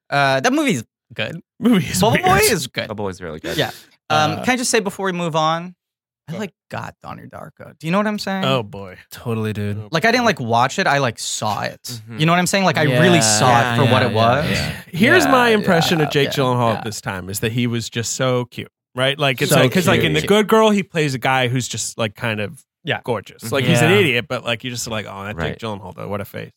Speaker 4: uh, that
Speaker 3: <laughs>
Speaker 4: movie's good.
Speaker 3: Movie is
Speaker 4: Bubble
Speaker 3: weird.
Speaker 4: Boy is good.
Speaker 1: Bubble Oh, is really good.
Speaker 4: Yeah. Um,
Speaker 3: Uh,
Speaker 4: can I just say before we move on, I like got Donnie Darko. Do you know what I'm saying?
Speaker 3: Oh boy,
Speaker 5: Totally, dude.
Speaker 4: like I didn't like watch it. I like saw it.
Speaker 3: Mm-hmm.
Speaker 1: Mhm.
Speaker 4: You know what I'm saying? Like I
Speaker 5: Yeah,
Speaker 4: really saw
Speaker 1: yeah,
Speaker 4: it for what
Speaker 5: yeah,
Speaker 4: it
Speaker 5: yeah,
Speaker 4: was.
Speaker 5: yeah.
Speaker 3: here's
Speaker 4: Yeah,
Speaker 3: my impression
Speaker 4: yeah,
Speaker 3: of Jake
Speaker 4: yeah,
Speaker 3: Gyllenhaal
Speaker 4: yeah.
Speaker 3: at this time is that he was just so cute, right? Like it's
Speaker 5: So
Speaker 3: like because like in
Speaker 5: cute.
Speaker 3: the Good Girl, he plays a guy who's just like kind of
Speaker 4: Yeah.
Speaker 3: gorgeous, like he's an
Speaker 5: Yeah.
Speaker 3: idiot, but like you're just like oh that
Speaker 1: Right.
Speaker 3: Jake Gyllenhaal though, what a face.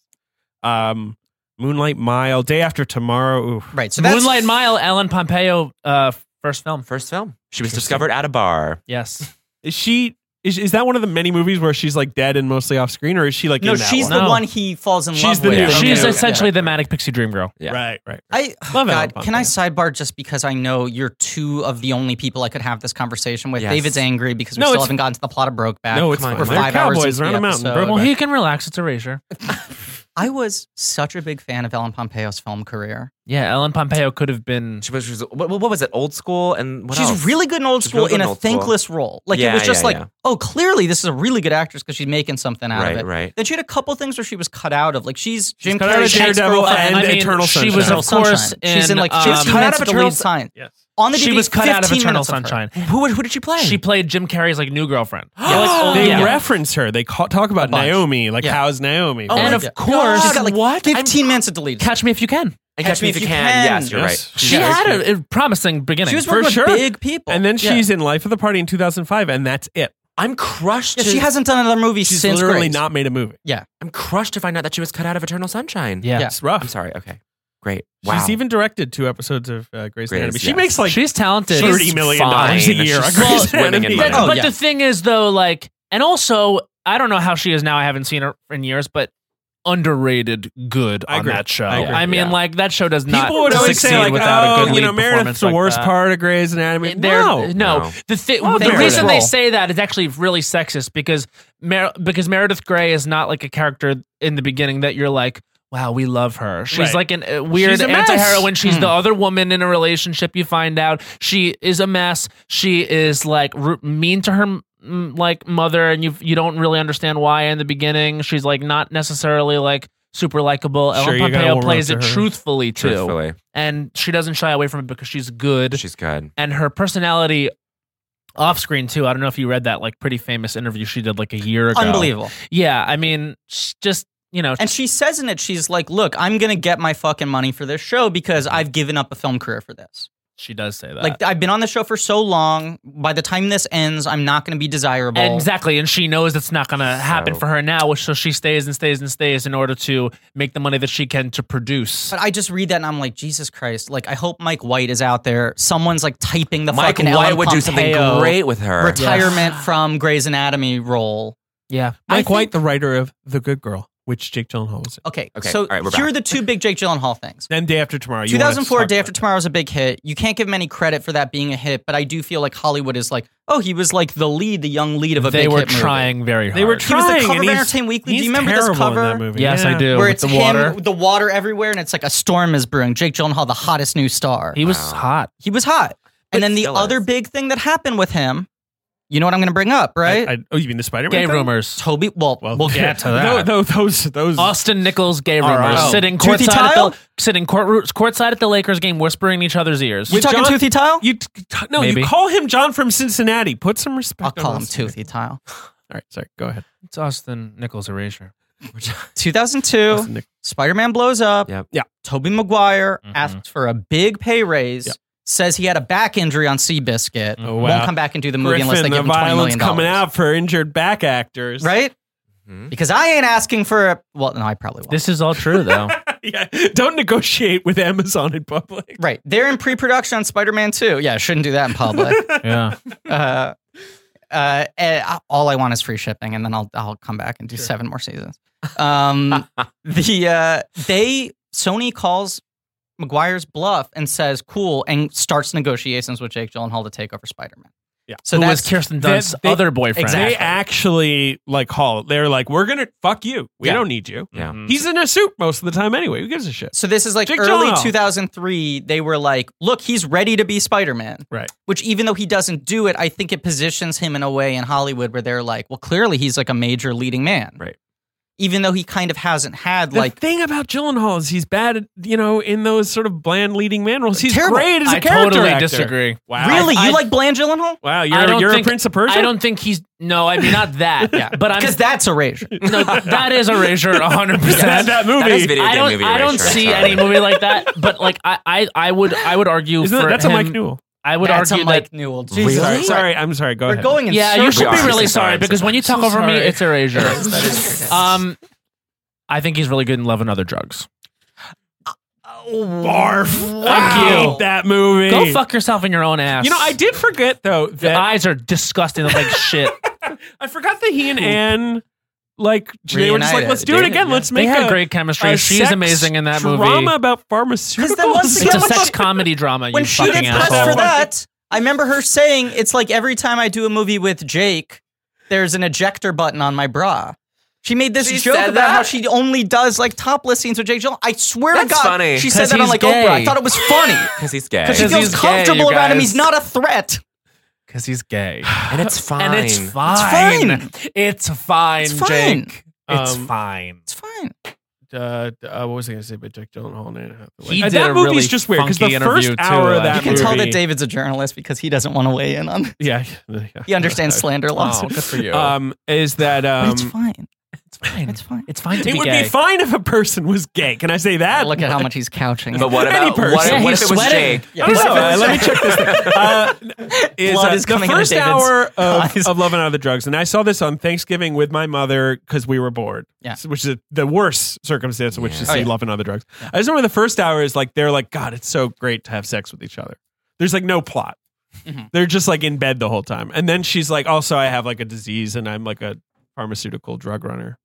Speaker 3: Um, Moonlight Mile, Day After Tomorrow, oof.
Speaker 4: Right. So that's
Speaker 5: Moonlight Mile, Ellen Pompeo, uh, first film.
Speaker 1: First film. She was discovered at a bar.
Speaker 5: Yes.
Speaker 3: Is she? Is, is that one of the many movies where she's like dead and mostly off screen, or is she like
Speaker 4: No,
Speaker 3: in that
Speaker 4: she's
Speaker 3: one?
Speaker 4: the
Speaker 5: No.
Speaker 4: one he falls in
Speaker 3: She's
Speaker 4: love
Speaker 3: the
Speaker 4: with.
Speaker 3: new- Okay,
Speaker 5: She's
Speaker 3: okay.
Speaker 5: essentially the manic pixie dream girl.
Speaker 1: Yeah.
Speaker 3: right, right.
Speaker 4: I
Speaker 3: Love Ellen
Speaker 4: God,
Speaker 3: Pompeo.
Speaker 4: can I sidebar just because I know you're two of the only people I could have this conversation with?
Speaker 1: Yes.
Speaker 4: David's angry because we
Speaker 3: No,
Speaker 4: still
Speaker 3: it's-
Speaker 4: haven't gotten to the plot of Brokeback.
Speaker 3: No, it's
Speaker 1: Come on, come
Speaker 3: fine.
Speaker 4: We're
Speaker 1: on.
Speaker 3: They're
Speaker 4: five hours
Speaker 3: cowboys
Speaker 4: into
Speaker 3: around
Speaker 4: the
Speaker 3: a mountain.
Speaker 4: episode.
Speaker 5: Well,
Speaker 3: Brokeback.
Speaker 5: he can relax. It's erasure.
Speaker 4: I was such a big fan of Ellen Pompeo's film career.
Speaker 5: Yeah, Ellen Pompeo could have been.
Speaker 1: She was, she was what, what was it? Old school and what
Speaker 4: she's
Speaker 1: else?
Speaker 4: really good in old
Speaker 1: She's
Speaker 4: school
Speaker 1: really good
Speaker 4: in
Speaker 1: in
Speaker 4: a
Speaker 1: Old School.
Speaker 4: thankless role. Like it
Speaker 1: Yeah,
Speaker 4: was just
Speaker 1: yeah,
Speaker 4: like,
Speaker 1: yeah.
Speaker 4: oh, clearly this is a really good actress because she's making something out
Speaker 1: right,
Speaker 4: of it.
Speaker 1: right.
Speaker 4: Then she had a couple things where she was cut out of. Like she's, Jim
Speaker 3: cut out
Speaker 4: Carrey
Speaker 3: of Daredevil
Speaker 4: ex-girlfriend.
Speaker 3: and
Speaker 5: I mean,
Speaker 3: Eternal
Speaker 5: she
Speaker 3: Sunshine.
Speaker 5: was,
Speaker 4: Eternal
Speaker 5: of course,
Speaker 4: Sunshine. she's in
Speaker 5: in,
Speaker 4: like
Speaker 5: um,
Speaker 4: 15
Speaker 5: She was
Speaker 1: cut out
Speaker 4: minutes
Speaker 1: of
Speaker 4: of
Speaker 1: Eternal
Speaker 4: deleted sign.
Speaker 3: Yes.
Speaker 4: On the
Speaker 5: She
Speaker 4: DVD,
Speaker 5: was cut out of
Speaker 4: 15
Speaker 5: Eternal
Speaker 4: minutes of her.
Speaker 5: Sunshine.
Speaker 1: Who, who did she play?
Speaker 5: She played Jim Carrey's like
Speaker 4: <gasps>
Speaker 5: new girlfriend. <gasps>
Speaker 4: oh,
Speaker 3: They
Speaker 5: Oh, yeah.
Speaker 3: reference her. They ca- talk about
Speaker 4: bunch.
Speaker 3: Naomi. Like,
Speaker 4: Yeah.
Speaker 3: how's Naomi?
Speaker 5: and
Speaker 3: Like,
Speaker 5: of
Speaker 4: Oh God.
Speaker 5: course,
Speaker 4: She's got like
Speaker 5: what?
Speaker 4: 15 minutes of deleted. sign.
Speaker 5: Catch me if you can.
Speaker 1: and Catch Me If You Can. Yes, you're
Speaker 3: Yes.
Speaker 1: right.
Speaker 5: She
Speaker 3: Yeah.
Speaker 5: had a, a promising beginning.
Speaker 4: She was
Speaker 3: For
Speaker 4: working
Speaker 3: sure.
Speaker 4: with big people.
Speaker 3: and then
Speaker 4: Yeah.
Speaker 3: she's in Life of the Party in 2005, and that's it.
Speaker 1: I'm crushed.
Speaker 4: Yeah,
Speaker 1: to-
Speaker 4: she hasn't done another movie
Speaker 3: She's
Speaker 4: since
Speaker 3: literally
Speaker 4: Grace.
Speaker 3: not made a movie.
Speaker 1: I'm crushed to find out that she was cut out of Eternal Sunshine.
Speaker 5: yeah.
Speaker 4: Yeah.
Speaker 3: It's rough.
Speaker 1: I'm sorry. Okay. Great. Wow.
Speaker 3: She's even directed two episodes of uh, Grey's
Speaker 1: Grey's,
Speaker 3: Anatomy. She
Speaker 1: yes.
Speaker 3: makes like
Speaker 5: she's talented.
Speaker 3: $30
Speaker 5: She's
Speaker 3: million
Speaker 5: fine.
Speaker 3: dollars a
Speaker 5: <laughs>
Speaker 3: year. on
Speaker 1: She's
Speaker 3: Grey's
Speaker 1: swimming in
Speaker 3: Anatomy.
Speaker 1: money.
Speaker 4: Oh,
Speaker 5: but
Speaker 4: yeah.
Speaker 5: the thing is, though, like, and also, I don't know how she is now. I haven't seen her in years, but underrated good
Speaker 3: I
Speaker 5: on
Speaker 3: agree.
Speaker 5: that show.
Speaker 3: I
Speaker 5: I,
Speaker 3: agree.
Speaker 5: mean,
Speaker 1: Yeah.
Speaker 5: like that show does not.
Speaker 3: People would always
Speaker 5: succeed
Speaker 3: say like,
Speaker 5: without a
Speaker 3: "Oh,
Speaker 5: good
Speaker 3: you know,
Speaker 5: lead
Speaker 3: Meredith's
Speaker 5: performance
Speaker 3: the
Speaker 5: like
Speaker 3: worst
Speaker 5: that.
Speaker 3: part of Grey's Anatomy."
Speaker 5: They're-
Speaker 3: no, Oh,
Speaker 1: No.
Speaker 5: The thi-
Speaker 4: Well,
Speaker 5: the
Speaker 4: they're
Speaker 5: reason
Speaker 4: good.
Speaker 5: they
Speaker 4: Role.
Speaker 5: say that is actually really sexist because Mer- because Meredith Grey is not like a character in the beginning that you're like, wow, we love her. She's
Speaker 3: Right.
Speaker 5: like an a weird
Speaker 3: She's a mess. Hmm.
Speaker 5: anti-heroine. She's the other woman in a relationship. You find out she is a mess. She is like ru mean to her. mm, Like mother, and you you don't really understand why in the beginning. She's like not necessarily like super likable.
Speaker 3: Sure,
Speaker 5: Ellen
Speaker 3: you gotta
Speaker 5: Pompeo
Speaker 3: warm up
Speaker 5: plays
Speaker 3: to
Speaker 5: it
Speaker 3: her.
Speaker 5: truthfully too,
Speaker 1: Truthfully,
Speaker 5: and she doesn't shy away from it because she's good
Speaker 1: she's good.
Speaker 5: and her personality off screen too. I don't know if you read that like pretty famous interview she did like a year ago.
Speaker 4: Unbelievable.
Speaker 5: Yeah, I mean, sh- just you know,
Speaker 4: And she says in it, she's like, look, I'm going to get my fucking money for this show because I've given up a film career for this.
Speaker 5: She does say that.
Speaker 4: Like I've been on the show for so long. By the time this ends, I'm not going to be desirable.
Speaker 5: Exactly, and she knows it's not going to happen
Speaker 1: So-
Speaker 5: for her now, which- so she stays and stays and stays in order to make the money that she can to produce.
Speaker 4: But I just read that and I'm like, Jesus Christ! Like I hope Mike White is out there. Someone's like typing the
Speaker 1: Mike
Speaker 4: fucking
Speaker 1: White
Speaker 4: Ellen
Speaker 1: would do something
Speaker 4: Pompeo
Speaker 1: great with her.
Speaker 4: retirement from Grey's Anatomy role.
Speaker 5: Yeah,
Speaker 3: Mike
Speaker 4: think-
Speaker 3: White, the writer of The Good Girl, which Jake Gyllenhaal was in.
Speaker 4: Okay,
Speaker 1: Okay,
Speaker 4: so
Speaker 1: all right, we're
Speaker 4: here
Speaker 1: back.
Speaker 4: are the two big Jake Gyllenhaal things.
Speaker 3: Then Day After Tomorrow. you want us to
Speaker 4: 2004
Speaker 3: talk
Speaker 4: Day
Speaker 3: about
Speaker 4: After
Speaker 3: that.
Speaker 4: Tomorrow is a big hit. You can't give him any credit for that being a hit, but I do feel like Hollywood is like, oh, he was like the lead, the young lead of a
Speaker 5: they
Speaker 4: big
Speaker 5: were
Speaker 4: hit movie.
Speaker 5: trying very hard.
Speaker 3: They were
Speaker 4: He was
Speaker 3: trying.
Speaker 4: the cover
Speaker 3: and
Speaker 4: of
Speaker 3: he's-
Speaker 4: Entertainment Weekly. Do
Speaker 3: he's
Speaker 4: you remember this
Speaker 3: terrible in
Speaker 4: cover?
Speaker 3: that movie.
Speaker 5: Yes,
Speaker 3: Yeah.
Speaker 5: I do.
Speaker 4: Where
Speaker 5: with
Speaker 4: it's
Speaker 5: the
Speaker 4: him,
Speaker 5: water.
Speaker 4: the water everywhere, and it's like a storm is brewing. Jake Gyllenhaal, the hottest new star.
Speaker 5: He was
Speaker 1: Wow.
Speaker 5: hot.
Speaker 4: He was hot.
Speaker 1: But
Speaker 4: And then the
Speaker 1: still
Speaker 4: other
Speaker 1: is.
Speaker 4: big thing that happened with him, you know what I'm going to bring up, right?
Speaker 3: I, I, oh, you mean the Spider-Man?
Speaker 9: Gay
Speaker 3: thing?
Speaker 9: rumors.
Speaker 4: Toby, well,
Speaker 3: Well,
Speaker 4: we'll get to that.
Speaker 3: No, no, those, those.
Speaker 5: Austin Nichols gay rumors
Speaker 3: right.
Speaker 5: sitting
Speaker 4: Toothy
Speaker 5: courtside at
Speaker 4: Tile?
Speaker 5: the sitting court courtside at the Lakers game, whispering in each other's ears.
Speaker 4: You talking
Speaker 3: John-
Speaker 4: Toothy Tile?
Speaker 3: You t- t- no,
Speaker 5: Maybe.
Speaker 3: you call him John from Cincinnati. Put some
Speaker 4: I'll
Speaker 3: respect. on
Speaker 4: call him
Speaker 3: Austin.
Speaker 4: Toothy Tile.
Speaker 3: All right, sorry. Go ahead.
Speaker 5: it's Austin Nichols erasure.
Speaker 4: 2002,
Speaker 3: <laughs> Austin Nick-
Speaker 4: Spider-Man blows up.
Speaker 1: Yep.
Speaker 3: Yeah.
Speaker 4: Toby Maguire
Speaker 5: Mhm.
Speaker 4: asks for a big pay raise.
Speaker 3: Yep.
Speaker 4: Says he had a back injury on Seabiscuit.
Speaker 3: Oh,
Speaker 4: Won't
Speaker 3: wow.
Speaker 4: come back and do the movie unless they
Speaker 3: Griffin,
Speaker 4: give him
Speaker 3: the
Speaker 4: $20
Speaker 3: violence
Speaker 4: million.
Speaker 3: coming out for injured back actors.
Speaker 4: Right?
Speaker 1: Mhm.
Speaker 4: Because I ain't asking for a... Well, no, I probably won't.
Speaker 5: This is all
Speaker 3: <laughs>
Speaker 5: true though.
Speaker 3: <laughs> yeah. Don't negotiate with Amazon in public.
Speaker 4: right. They're in pre-production on Spider-Man 2. Yeah, shouldn't do that in public.
Speaker 3: <laughs>
Speaker 5: yeah,
Speaker 4: uh, uh, eh, all I want is free shipping, and then I'll I'll come back and do seven more seasons.
Speaker 3: <laughs>
Speaker 4: Um, the uh, they Sony calls McGuire's bluff and says cool, and starts negotiations with Jake Gyllenhaal to take over Spider Man.
Speaker 3: Yeah.
Speaker 4: so
Speaker 5: who was
Speaker 4: that's
Speaker 5: Kirsten
Speaker 3: that-
Speaker 5: Dunst's
Speaker 3: they-
Speaker 5: other boyfriend?
Speaker 4: <laughs> Exactly.
Speaker 3: They actually like Hall. They're like, we're gonna fuck you. We
Speaker 4: Yeah. Mm.
Speaker 3: don't need you.
Speaker 1: Yeah.
Speaker 5: Mhm.
Speaker 3: He's in a suit most of the time anyway. Who gives a shit?
Speaker 4: so this is like
Speaker 3: Jake
Speaker 4: early
Speaker 3: Gyllenhaal.
Speaker 4: 2003. They were like, look, he's ready to be Spider Man.
Speaker 3: Right.
Speaker 4: Which even though he doesn't do it, I think it positions him in a way in Hollywood where they're like, well, clearly he's like a major leading man.
Speaker 1: Right.
Speaker 4: Even though he kind of hasn't had
Speaker 3: The
Speaker 4: like
Speaker 3: thing about Gyllenhaal is he's bad, at, you know, in those sort of bland leading man roles. He's
Speaker 4: Terrible.
Speaker 3: great as a
Speaker 5: I
Speaker 3: character
Speaker 5: totally
Speaker 3: actor.
Speaker 5: disagree.
Speaker 3: Wow.
Speaker 4: Really?
Speaker 5: I-
Speaker 4: you like Bland Gyllenhaal?
Speaker 3: Wow.
Speaker 5: I
Speaker 3: You're
Speaker 5: don't
Speaker 3: you're
Speaker 5: think-
Speaker 3: a prince of Persia. <laughs>
Speaker 5: I don't think he's no. I mean, not that. yeah, but I'm
Speaker 4: Because that's <laughs> erasure.
Speaker 5: no, that is erasure, hundred
Speaker 3: That's
Speaker 5: percent.
Speaker 3: that movie.
Speaker 1: That is video
Speaker 5: I
Speaker 1: game
Speaker 5: don't.
Speaker 1: movie
Speaker 5: I don't
Speaker 1: erasure,
Speaker 5: see
Speaker 1: sorry.
Speaker 5: any movie like that. But like, I, I, I would, I would argue
Speaker 3: Isn't
Speaker 5: for
Speaker 3: that, that's
Speaker 5: him,
Speaker 3: a Mike Newell.
Speaker 5: I would
Speaker 4: that's
Speaker 5: argue
Speaker 4: a Mike
Speaker 5: that.
Speaker 4: Newell.
Speaker 1: Really?
Speaker 4: Jesus
Speaker 3: Sorry,
Speaker 4: Christ.
Speaker 3: sorry, I'm sorry. Go
Speaker 4: We're
Speaker 3: ahead.
Speaker 4: going in
Speaker 5: Yeah, you
Speaker 4: circles.
Speaker 5: should
Speaker 1: We
Speaker 5: be
Speaker 1: are.
Speaker 5: really
Speaker 1: I'm sorry,
Speaker 5: sorry
Speaker 1: I'm
Speaker 5: because when you talk
Speaker 4: so
Speaker 5: over me,
Speaker 4: sorry.
Speaker 3: <laughs>
Speaker 5: it's erasure.
Speaker 4: That is-
Speaker 5: um, I think he's really good in Love and Other Drugs.
Speaker 3: barf.
Speaker 5: Wow.
Speaker 3: I hate that movie.
Speaker 5: Go fuck yourself in your own ass.
Speaker 3: You know, I did forget though
Speaker 5: The
Speaker 3: that
Speaker 5: eyes are disgusting. They look like shit.
Speaker 3: I forgot that he and Anne like they were just like,
Speaker 4: Reunited.
Speaker 3: let's do it
Speaker 4: They-
Speaker 3: again. Let's
Speaker 5: They
Speaker 3: make
Speaker 5: had
Speaker 3: a,
Speaker 5: great chemistry.
Speaker 3: a
Speaker 5: She's
Speaker 3: sex
Speaker 5: amazing in that
Speaker 3: drama
Speaker 5: movie.
Speaker 3: about pharmaceuticals.
Speaker 4: once
Speaker 5: It's
Speaker 4: again,
Speaker 3: <laughs>
Speaker 5: a
Speaker 4: Yeah,
Speaker 5: sex
Speaker 4: like-
Speaker 5: comedy drama.
Speaker 4: when
Speaker 5: you
Speaker 4: she
Speaker 5: fucking
Speaker 4: did press
Speaker 5: asshole.
Speaker 4: for that, I remember her saying, it's like every time I do a movie with Jake, there's an ejector button on my bra. She made this
Speaker 1: She
Speaker 4: joke
Speaker 1: said
Speaker 4: about
Speaker 1: that?
Speaker 4: how she only does like topless scenes with Jake Gyllenhaal. I swear to
Speaker 1: That's
Speaker 4: God,
Speaker 1: funny.
Speaker 4: she said
Speaker 5: 'Cause
Speaker 4: that on
Speaker 5: he's
Speaker 4: like
Speaker 5: gay.
Speaker 4: Oprah. I thought it was funny.
Speaker 1: Because he's
Speaker 4: <laughs>
Speaker 1: gay.
Speaker 4: She
Speaker 5: Because
Speaker 4: feels
Speaker 5: he's gay,
Speaker 4: comfortable
Speaker 5: you
Speaker 4: around him.
Speaker 5: guys.
Speaker 4: He's not a threat.
Speaker 5: because he's gay.
Speaker 1: and it's fine.
Speaker 5: And it's
Speaker 4: fine.
Speaker 5: fine. It's fine,
Speaker 4: It's fine.
Speaker 5: Jake. It's
Speaker 3: Um,
Speaker 5: fine.
Speaker 4: It's fine.
Speaker 3: uh, uh, what was I going to say about Jake Gyllenhaal and Anne Hathaway?
Speaker 5: He
Speaker 3: Uh,
Speaker 5: did
Speaker 3: that
Speaker 5: a
Speaker 3: movie's
Speaker 5: really
Speaker 3: just weird because
Speaker 5: funky
Speaker 3: the first
Speaker 5: interview,
Speaker 3: hour
Speaker 5: too,
Speaker 3: of that
Speaker 4: You can tell
Speaker 3: movie-
Speaker 4: that David's a journalist because he doesn't want to weigh in on this.
Speaker 3: yeah, yeah,
Speaker 4: He understands slander laws.
Speaker 5: Oh, good for you.
Speaker 3: Um, is that
Speaker 4: But
Speaker 3: um?
Speaker 4: it's fine.
Speaker 5: <laughs> it's fine.
Speaker 4: It's fine.
Speaker 5: It's fine to
Speaker 3: It
Speaker 5: be
Speaker 3: would
Speaker 5: gay.
Speaker 3: be fine if a person was gay. Can I say that?
Speaker 4: Look at how much he's couching.
Speaker 1: But what
Speaker 3: Any
Speaker 1: about
Speaker 4: <laughs>
Speaker 3: person.
Speaker 1: what,
Speaker 3: Yeah,
Speaker 1: what
Speaker 5: he's
Speaker 1: if it was
Speaker 5: sweating.
Speaker 1: Jake?
Speaker 4: Yeah,
Speaker 3: I
Speaker 4: what
Speaker 3: don't know.
Speaker 4: if it
Speaker 3: Uh,
Speaker 4: was <laughs>
Speaker 3: let me check this. thing. <laughs> Uh, is,
Speaker 4: Blood
Speaker 3: uh,
Speaker 4: is
Speaker 3: the
Speaker 4: coming out of
Speaker 3: first
Speaker 4: David's
Speaker 3: hour
Speaker 4: <laughs>
Speaker 3: of,
Speaker 4: eyes.
Speaker 3: of Love and Other Drugs, and I saw this on Thanksgiving with my mother because we were bored.
Speaker 4: Yeah.
Speaker 3: S- which is the worst circumstance in which to
Speaker 1: Yeah.
Speaker 3: see
Speaker 4: Oh, yeah.
Speaker 3: Love and Other Drugs. I just remember the first hour is like they're like, God, it's so great to have sex with each other. There's like no plot.
Speaker 4: Mhm.
Speaker 3: They're just like in bed the whole time, and then she's like, "Also, I have like a disease, and I'm like a pharmaceutical drug runner."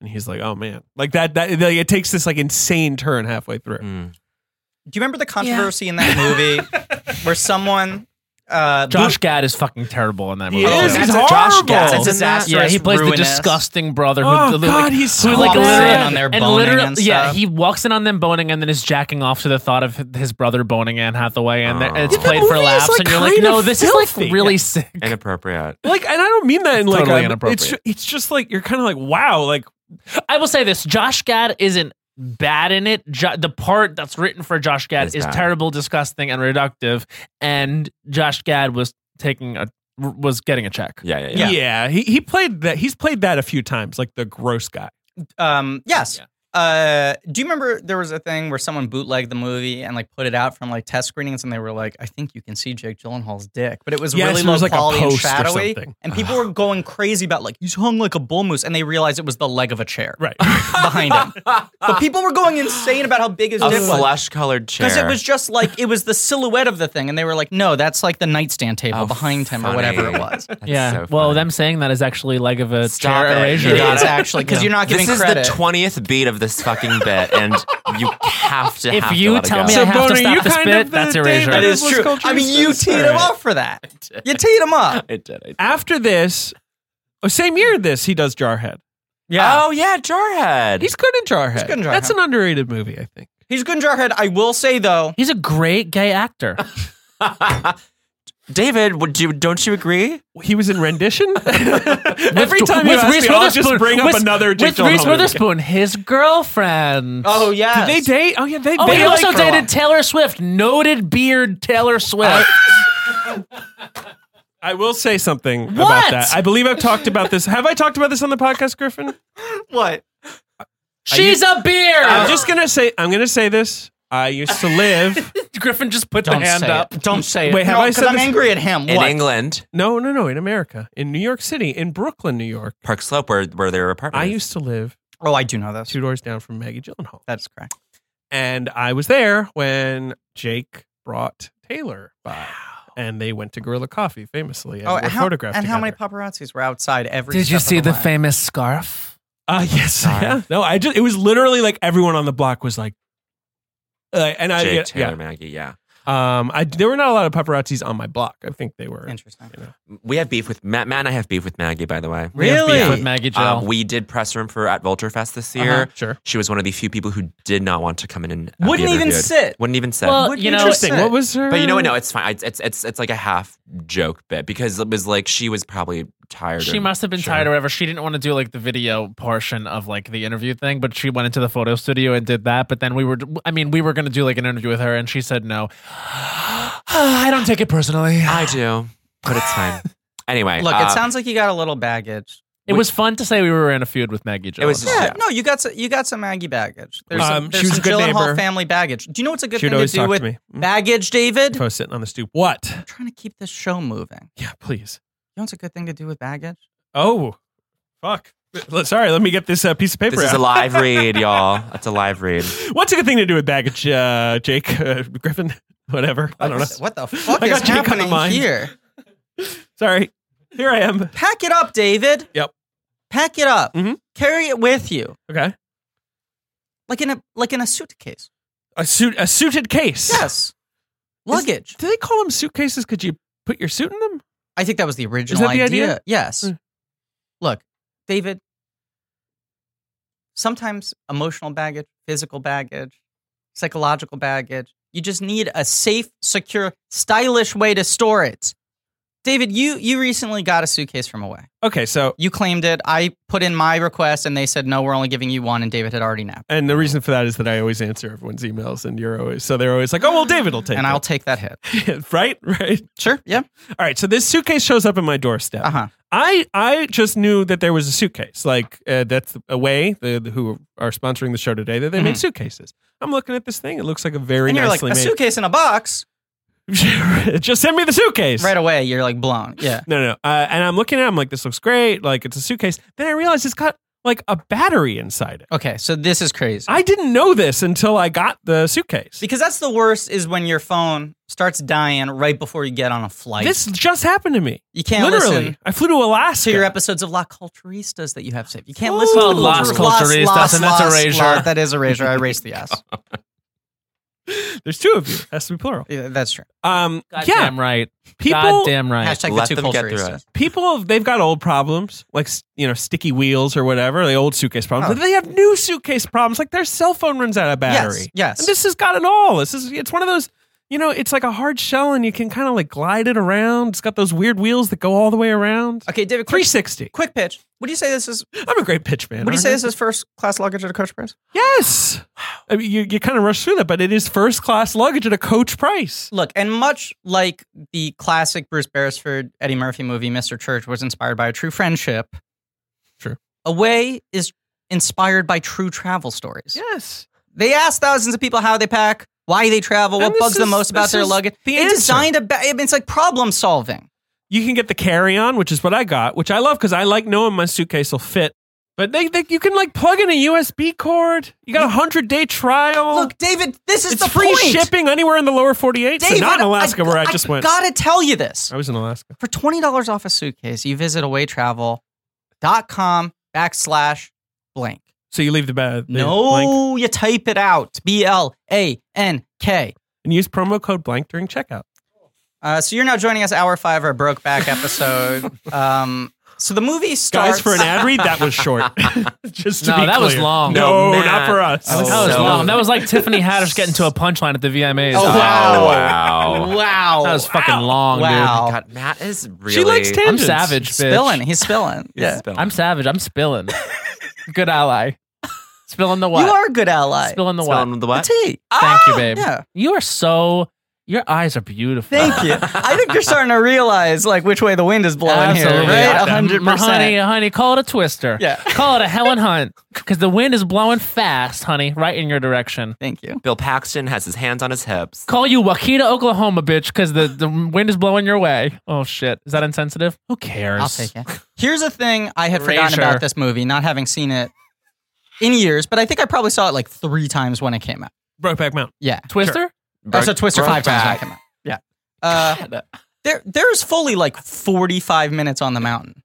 Speaker 3: And he's like, "Oh man, like that." That like, it takes this like insane turn halfway through.
Speaker 1: Mm.
Speaker 4: Do you remember the controversy in that movie where someone uh,
Speaker 5: Josh Gad is fucking terrible in that movie.
Speaker 3: He
Speaker 4: Oh,
Speaker 3: is.
Speaker 4: that's
Speaker 3: He's
Speaker 4: a
Speaker 3: horrible.
Speaker 4: Josh Gad. That's a disaster.
Speaker 5: Yeah, he plays the
Speaker 4: Ruinous.
Speaker 5: disgusting brother who,
Speaker 3: Oh,
Speaker 5: who,
Speaker 3: God,
Speaker 5: like,
Speaker 3: he's
Speaker 5: who,
Speaker 3: so
Speaker 5: like
Speaker 4: Walks in
Speaker 5: literally,
Speaker 4: on their boning
Speaker 5: literally-
Speaker 4: and
Speaker 5: yeah,
Speaker 4: stuff.
Speaker 5: he walks in on them boning and then is jacking off to the thought of his brother boning Anne Hathaway, and
Speaker 1: Oh.
Speaker 5: they're- it's
Speaker 1: Yeah,
Speaker 3: the
Speaker 5: played for
Speaker 3: movie is,
Speaker 5: laughs,
Speaker 3: like,
Speaker 5: and you're like,
Speaker 3: kinda
Speaker 5: no, this is
Speaker 3: filthy.
Speaker 5: like really
Speaker 3: Yeah.
Speaker 5: sick.
Speaker 1: Inappropriate.
Speaker 3: Like, and I don't mean that in like
Speaker 5: Totally
Speaker 3: a-
Speaker 5: inappropriate.
Speaker 3: It's ju- it's just like you're kind of like, wow, like
Speaker 5: I will say this: Josh Gad isn't bad in it. Jo- the part that's written for Josh Gad
Speaker 1: It's
Speaker 5: is
Speaker 1: bad.
Speaker 5: terrible, disgusting, and reductive. And Josh Gad was taking a was getting a check.
Speaker 1: Yeah, yeah, yeah.
Speaker 3: yeah, he he played that. He's played that a few times, like the gross guy.
Speaker 4: um, yes.
Speaker 5: Yeah.
Speaker 4: Uh, do you remember there was a thing where someone bootlegged the movie and like put it out from like test screenings, and they were like, "I think you can see Jake Gyllenhaal's dick," but it was
Speaker 3: Yes,
Speaker 4: really
Speaker 3: it
Speaker 4: low
Speaker 3: was like a
Speaker 4: quality and
Speaker 3: post or
Speaker 4: shadowy,
Speaker 3: something.
Speaker 4: and people were going crazy about like he's hung like a bull moose, and they realized it was the leg of a chair
Speaker 5: <laughs>
Speaker 3: Right.
Speaker 4: behind him. <laughs> but people were going insane about how big his
Speaker 1: A
Speaker 4: dick was.
Speaker 1: flesh colored chair.
Speaker 4: Because it was just like it was the silhouette of the thing, and they were like, "No, that's like the nightstand table
Speaker 1: Oh,
Speaker 4: behind him,
Speaker 1: funny.
Speaker 4: or whatever it was."
Speaker 1: That's
Speaker 5: yeah.
Speaker 1: so
Speaker 5: well,
Speaker 1: funny.
Speaker 5: them saying that is actually leg of a
Speaker 1: Stop
Speaker 5: chair
Speaker 1: it.
Speaker 5: erasure.
Speaker 1: You
Speaker 4: It
Speaker 1: got
Speaker 4: is actually because you're not
Speaker 1: This
Speaker 4: getting
Speaker 1: is
Speaker 4: credit.
Speaker 1: the twentieth beat of this fucking bit, and you have to.
Speaker 5: If
Speaker 1: have to
Speaker 5: you
Speaker 1: let it
Speaker 5: tell
Speaker 1: go.
Speaker 5: me
Speaker 3: <laughs>
Speaker 5: I
Speaker 3: So,
Speaker 5: have
Speaker 3: Boner,
Speaker 5: to
Speaker 3: you
Speaker 5: stop the
Speaker 3: kind
Speaker 5: spit,
Speaker 3: of
Speaker 5: that's
Speaker 3: the
Speaker 5: erasure.
Speaker 3: David
Speaker 4: that is
Speaker 3: What's
Speaker 4: true.
Speaker 3: culture
Speaker 4: I mean,
Speaker 3: is
Speaker 4: you
Speaker 3: this?
Speaker 4: teed him up for that. You teed him up.
Speaker 1: it did. I did.
Speaker 3: After this, oh, same year this, he does Jarhead.
Speaker 1: Oh yeah, Jarhead.
Speaker 3: He's good in Jarhead.
Speaker 4: good in
Speaker 3: That's
Speaker 4: Jarhead.
Speaker 3: an underrated movie, I think.
Speaker 4: He's good in Jarhead. I will say though,
Speaker 5: He's a great
Speaker 1: <laughs>
Speaker 5: gay actor.
Speaker 1: <laughs> David, would you? Don't you agree?
Speaker 3: He was in rendition. Every
Speaker 5: With-
Speaker 3: time you
Speaker 5: with
Speaker 3: ask
Speaker 5: Reese
Speaker 3: me, I'll just
Speaker 5: Witherspoon-
Speaker 3: bring up
Speaker 5: with-
Speaker 3: another Jake
Speaker 5: With Reese
Speaker 3: Gyllenhaal movie.
Speaker 5: Witherspoon, his girlfriend.
Speaker 4: oh yeah,
Speaker 3: Did they date? Oh yeah, they.
Speaker 5: Oh,
Speaker 3: they
Speaker 5: he
Speaker 3: like
Speaker 5: also
Speaker 3: her.
Speaker 5: dated Taylor Swift, noted beard Taylor Swift.
Speaker 3: I will say something about
Speaker 5: What?
Speaker 3: that. I believe I've talked about this. Have I talked about this on the podcast, Griffin?
Speaker 4: what?
Speaker 5: She's a beard.
Speaker 3: I'm just gonna say. I'm gonna say this. I used to live. <laughs>
Speaker 5: Griffin just put
Speaker 4: Don't
Speaker 5: the hand
Speaker 4: say
Speaker 5: up.
Speaker 4: it. Don't say it.
Speaker 3: Wait, have
Speaker 4: No,
Speaker 3: I
Speaker 4: 'cause
Speaker 3: said
Speaker 4: I'm
Speaker 3: this-
Speaker 4: angry at him.
Speaker 1: In
Speaker 4: What?
Speaker 1: England,
Speaker 3: No, no, no. In America, in New York City, in Brooklyn, New York,
Speaker 1: Park Slope, where where their apartment.
Speaker 3: I
Speaker 1: is.
Speaker 3: used to live
Speaker 4: Oh, I do know this.
Speaker 3: two doors down from Maggie Gyllenhaal,
Speaker 4: That's correct.
Speaker 3: and I was there when Jake brought Taylor by, and they went to Gorilla Coffee, famously, and
Speaker 4: Oh,
Speaker 3: were
Speaker 4: and how,
Speaker 3: photographed.
Speaker 4: and how many
Speaker 3: together.
Speaker 4: paparazzis were outside every?
Speaker 5: Did
Speaker 4: step
Speaker 5: you
Speaker 4: of
Speaker 5: see the
Speaker 4: way?
Speaker 5: famous scarf?
Speaker 3: Uh, <laughs> yes. Yeah. No, I just, it was literally like everyone on the block was like, uh, and I,
Speaker 1: Jake
Speaker 3: yeah,
Speaker 1: Taylor Maggie. Yeah,
Speaker 3: yeah. Um, I, there were not a lot of paparazzis on my block. I think they were.
Speaker 4: Interesting.
Speaker 1: we have beef with Matt. Matt and I have beef with Maggie. By the way,
Speaker 5: We have beef
Speaker 4: Really?
Speaker 5: With Maggie Jill.
Speaker 1: um, we did press room for at Vulture Fest this year.
Speaker 3: Uh-huh, sure.
Speaker 1: She was one of the few people who did not want to come in and uh, be
Speaker 4: Wouldn't even
Speaker 1: interviewed.
Speaker 4: sit.
Speaker 1: Wouldn't even sit.
Speaker 5: Well,
Speaker 4: Wouldn't
Speaker 5: you
Speaker 4: you
Speaker 5: know,
Speaker 4: just
Speaker 5: it-
Speaker 4: say-
Speaker 3: Interesting. What was her?
Speaker 1: But you know
Speaker 4: Mm.
Speaker 1: what? No, it's fine. It's it's it's, it's like a half joke bit because it was like she was probably tired.
Speaker 5: she
Speaker 1: and-
Speaker 5: must have been
Speaker 1: Sure.
Speaker 5: tired or whatever. She didn't want to do like the video portion of like the interview thing, but she went into the photo studio and did that. But then we were, I mean, we were going to do like an interview with her and she said no. <sighs> I don't take it
Speaker 1: <sighs>
Speaker 5: personally.
Speaker 1: I
Speaker 4: <sighs>
Speaker 1: do, but it's fine. Anyway,
Speaker 4: Look,
Speaker 1: uh,
Speaker 4: it sounds like you got a little baggage.
Speaker 5: it was fun to say we were in a feud with Maggie Jill.
Speaker 1: It was just-
Speaker 4: Yeah,
Speaker 1: Yeah.
Speaker 4: no, you got some, you got some Maggie baggage. There's
Speaker 3: Um,
Speaker 4: some, there's
Speaker 3: she was
Speaker 4: some
Speaker 3: a good
Speaker 4: Gyllenhaal
Speaker 3: neighbor.
Speaker 4: family baggage. Do you know what's a good
Speaker 3: She'd
Speaker 4: thing to
Speaker 3: always
Speaker 4: do
Speaker 3: talk
Speaker 4: with Mm-hmm.
Speaker 3: to me. Mm.
Speaker 4: baggage, David?
Speaker 3: If I was sitting on the stoop. What?
Speaker 4: trying to keep this show moving.
Speaker 3: Yeah, please.
Speaker 4: You know what's a good thing to do with baggage?
Speaker 3: Oh, fuck. Let- Sorry, let me get this uh, piece of paper.
Speaker 1: this is a
Speaker 3: out.
Speaker 1: live read,
Speaker 4: <laughs>
Speaker 1: y'all. That's a live read.
Speaker 3: What's a good thing to do with baggage, uh, Jake uh, Griffin? <laughs> Whatever. I don't know.
Speaker 4: What the fuck
Speaker 3: <laughs> I
Speaker 4: is
Speaker 3: got Jake on the
Speaker 4: happening
Speaker 3: mind.
Speaker 4: here?
Speaker 3: Sorry. Here I am.
Speaker 4: Pack it up, David.
Speaker 3: Yep.
Speaker 4: Pack it up.
Speaker 3: Mhm.
Speaker 4: Carry it with you,
Speaker 3: Okay.
Speaker 4: like in a like in a suitcase.
Speaker 3: A suit, a suited case.
Speaker 4: Yes. Luggage.
Speaker 3: Do they call them suitcases? Could you put your suit in them?
Speaker 4: I think that was the original
Speaker 3: the idea?
Speaker 4: Yes.
Speaker 3: Hmm.
Speaker 4: Look, David. Sometimes emotional baggage, physical baggage, psychological baggage. You just need a safe, secure, stylish way to store it. David, you you recently got a suitcase from away.
Speaker 3: Okay, so
Speaker 4: You claimed it. I put in my request, and they said no. We're only giving you one, and David had already napped.
Speaker 3: and the reason for that is that I always answer everyone's emails, and you're always so they're always like, "Oh well, David will take
Speaker 4: And
Speaker 3: it."
Speaker 4: I'll take that hit.
Speaker 3: <laughs> right, right.
Speaker 4: Sure. Yeah.
Speaker 3: All right, so this suitcase shows up at my doorstep.
Speaker 4: Uh huh.
Speaker 3: I I just knew that there was a suitcase. Like uh, that's a way the, the- who are sponsoring the show today that they make suitcases. I'm looking at this thing. It looks like a very
Speaker 4: Mm-hmm. And you're like
Speaker 3: nicely
Speaker 4: a suitcase in a box.
Speaker 3: made. <laughs> just send me the suitcase.
Speaker 4: Right away, you're like blown. Yeah.
Speaker 3: No, no. Uh, and I'm looking at. it, I'm like, this looks great. Like it's a suitcase. Then I realized it's got like a battery inside it.
Speaker 4: Okay. So this is crazy.
Speaker 3: I didn't know this until I got the suitcase.
Speaker 4: Because that's the worst is when your phone starts dying right before you get on a flight.
Speaker 3: This just happened to me.
Speaker 4: you can't
Speaker 3: Literally,
Speaker 4: listen
Speaker 3: I flew to Alaska.
Speaker 4: to your episodes of La Culturistas that you have saved. You can't
Speaker 3: Ooh.
Speaker 4: listen to
Speaker 3: Well,
Speaker 4: the
Speaker 3: Las
Speaker 5: Culturistas, and that's erasure.
Speaker 4: that is erasure. I erased the S.
Speaker 3: <laughs> There's two of you. Has to be plural.
Speaker 4: Yeah, that's true.
Speaker 3: Um, yeah,
Speaker 5: Goddamn right.
Speaker 3: people.
Speaker 5: Goddamn right.
Speaker 4: Hashtag
Speaker 1: Let
Speaker 4: the two
Speaker 1: them get through
Speaker 4: culturistas.
Speaker 1: it.
Speaker 3: people they've got old problems like you know sticky wheels or whatever the old suitcase problems
Speaker 4: Huh.
Speaker 3: but they have new suitcase problems like their cell phone runs out of battery
Speaker 4: Yes. Yes.
Speaker 3: and this has got it all this is it's one of those you know it's like a hard shell and you can kind of like glide it around it's got those weird wheels that go all the way around
Speaker 4: okay, David, quick,
Speaker 3: 360
Speaker 4: quick pitch. Would you say this is
Speaker 3: i'm a great pitch man
Speaker 4: would you
Speaker 3: aren't
Speaker 4: say
Speaker 3: I?
Speaker 4: this is first class luggage at a coach price?
Speaker 3: yes I mean, you, you kind of rush through that but it is first class luggage at a coach price
Speaker 4: Look, and much like the classic Bruce Beresford, Eddie Murphy movie, Mr. Church was inspired by a true friendship.
Speaker 3: True.
Speaker 4: Away is inspired by true travel stories.
Speaker 3: Yes.
Speaker 4: They asked thousands of people how they pack, why they travel,
Speaker 3: And
Speaker 4: what
Speaker 3: this
Speaker 4: bugs them
Speaker 3: is-
Speaker 4: most about
Speaker 3: this
Speaker 4: their
Speaker 3: is
Speaker 4: luggage.
Speaker 3: the
Speaker 4: they
Speaker 3: answer.
Speaker 4: designed a. Ba- I mean, it's like problem solving.
Speaker 3: You can get the carry on, which is what I got, which I love because I like knowing my suitcase will fit. But they, they you can like plug in a USB cord. You got a hundred day trial.
Speaker 4: Look, David, this is
Speaker 3: Oh. it's
Speaker 4: the
Speaker 3: free
Speaker 4: point.
Speaker 3: shipping anywhere in the lower forty eight. So
Speaker 4: David,
Speaker 3: not in Alaska where I just went.
Speaker 4: Gotta tell you this.
Speaker 3: I was in Alaska.
Speaker 4: For twenty dollars off a suitcase, you visit awaytravel.com backslash blank.
Speaker 3: So you leave the bed.
Speaker 4: no, you type it out. B L A N K.
Speaker 3: and use promo code blank during checkout.
Speaker 4: Uh, so you're now joining us hour five of our
Speaker 5: <laughs>
Speaker 4: Brokeback episode. um, so the movie starts. <laughs>
Speaker 3: Guys, for an ad read, that was short. <laughs> Just to
Speaker 5: No,
Speaker 3: be
Speaker 5: that was
Speaker 3: clear.
Speaker 5: long.
Speaker 3: No,
Speaker 1: No, Matt.
Speaker 3: not for us.
Speaker 1: That was
Speaker 5: Oh, That was
Speaker 1: So-
Speaker 5: long. That was like Tiffany Haddish getting to a punchline at the VMAs.
Speaker 4: Oh,
Speaker 1: Oh,
Speaker 4: Wow.
Speaker 1: wow.
Speaker 4: wow.
Speaker 5: That was fucking long,
Speaker 4: Wow.
Speaker 5: dude.
Speaker 1: God, Matt is really.
Speaker 3: She likes
Speaker 5: I'm
Speaker 3: tangents.
Speaker 5: savage, bitch.
Speaker 4: spilling. He's spilling.
Speaker 1: Yeah.
Speaker 5: I'm savage. I'm spilling. Good ally. Spilling the what?
Speaker 4: You are a good ally.
Speaker 5: spilling the what?
Speaker 1: Spelling the
Speaker 4: the
Speaker 1: what?
Speaker 4: tea. Ah!
Speaker 5: Thank you, babe.
Speaker 4: Yeah.
Speaker 5: You are so. Your eyes are beautiful.
Speaker 4: Thank
Speaker 5: <laughs>
Speaker 4: you. I think you're starting to realize like which way the wind is blowing
Speaker 5: Absolutely.
Speaker 4: here, right?
Speaker 5: Yeah.
Speaker 4: A hundred
Speaker 5: My Honey,
Speaker 4: percent.
Speaker 5: honey, call it a twister.
Speaker 4: Yeah.
Speaker 5: Call it a Helen Hunt because the wind is blowing fast, honey, right in your direction.
Speaker 4: Thank you.
Speaker 1: Bill Paxton has his hands on his hips.
Speaker 5: Call you Wakita, Oklahoma, bitch, because the, the wind is blowing your way. Oh, shit. Is that insensitive? Who cares?
Speaker 4: I'll take it. Here's a thing I had forgotten
Speaker 5: Erasure.
Speaker 4: about this movie, not having seen it in years, but I think I probably saw it like three times when it came out.
Speaker 3: Brokeback Mountain.
Speaker 4: Yeah.
Speaker 5: Twister?
Speaker 4: Oh, so Twister
Speaker 1: Brokeback.
Speaker 4: five times when it came out. Yeah.
Speaker 5: <laughs>
Speaker 4: Uh, there, there's fully like 45 minutes on the mountain.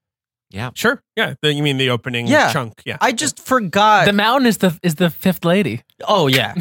Speaker 3: Sure. Yeah. The, you mean the opening
Speaker 4: Yeah.
Speaker 3: chunk? Yeah.
Speaker 4: I just forgot.
Speaker 5: The mountain is the is the fifth lady.
Speaker 4: oh, yeah.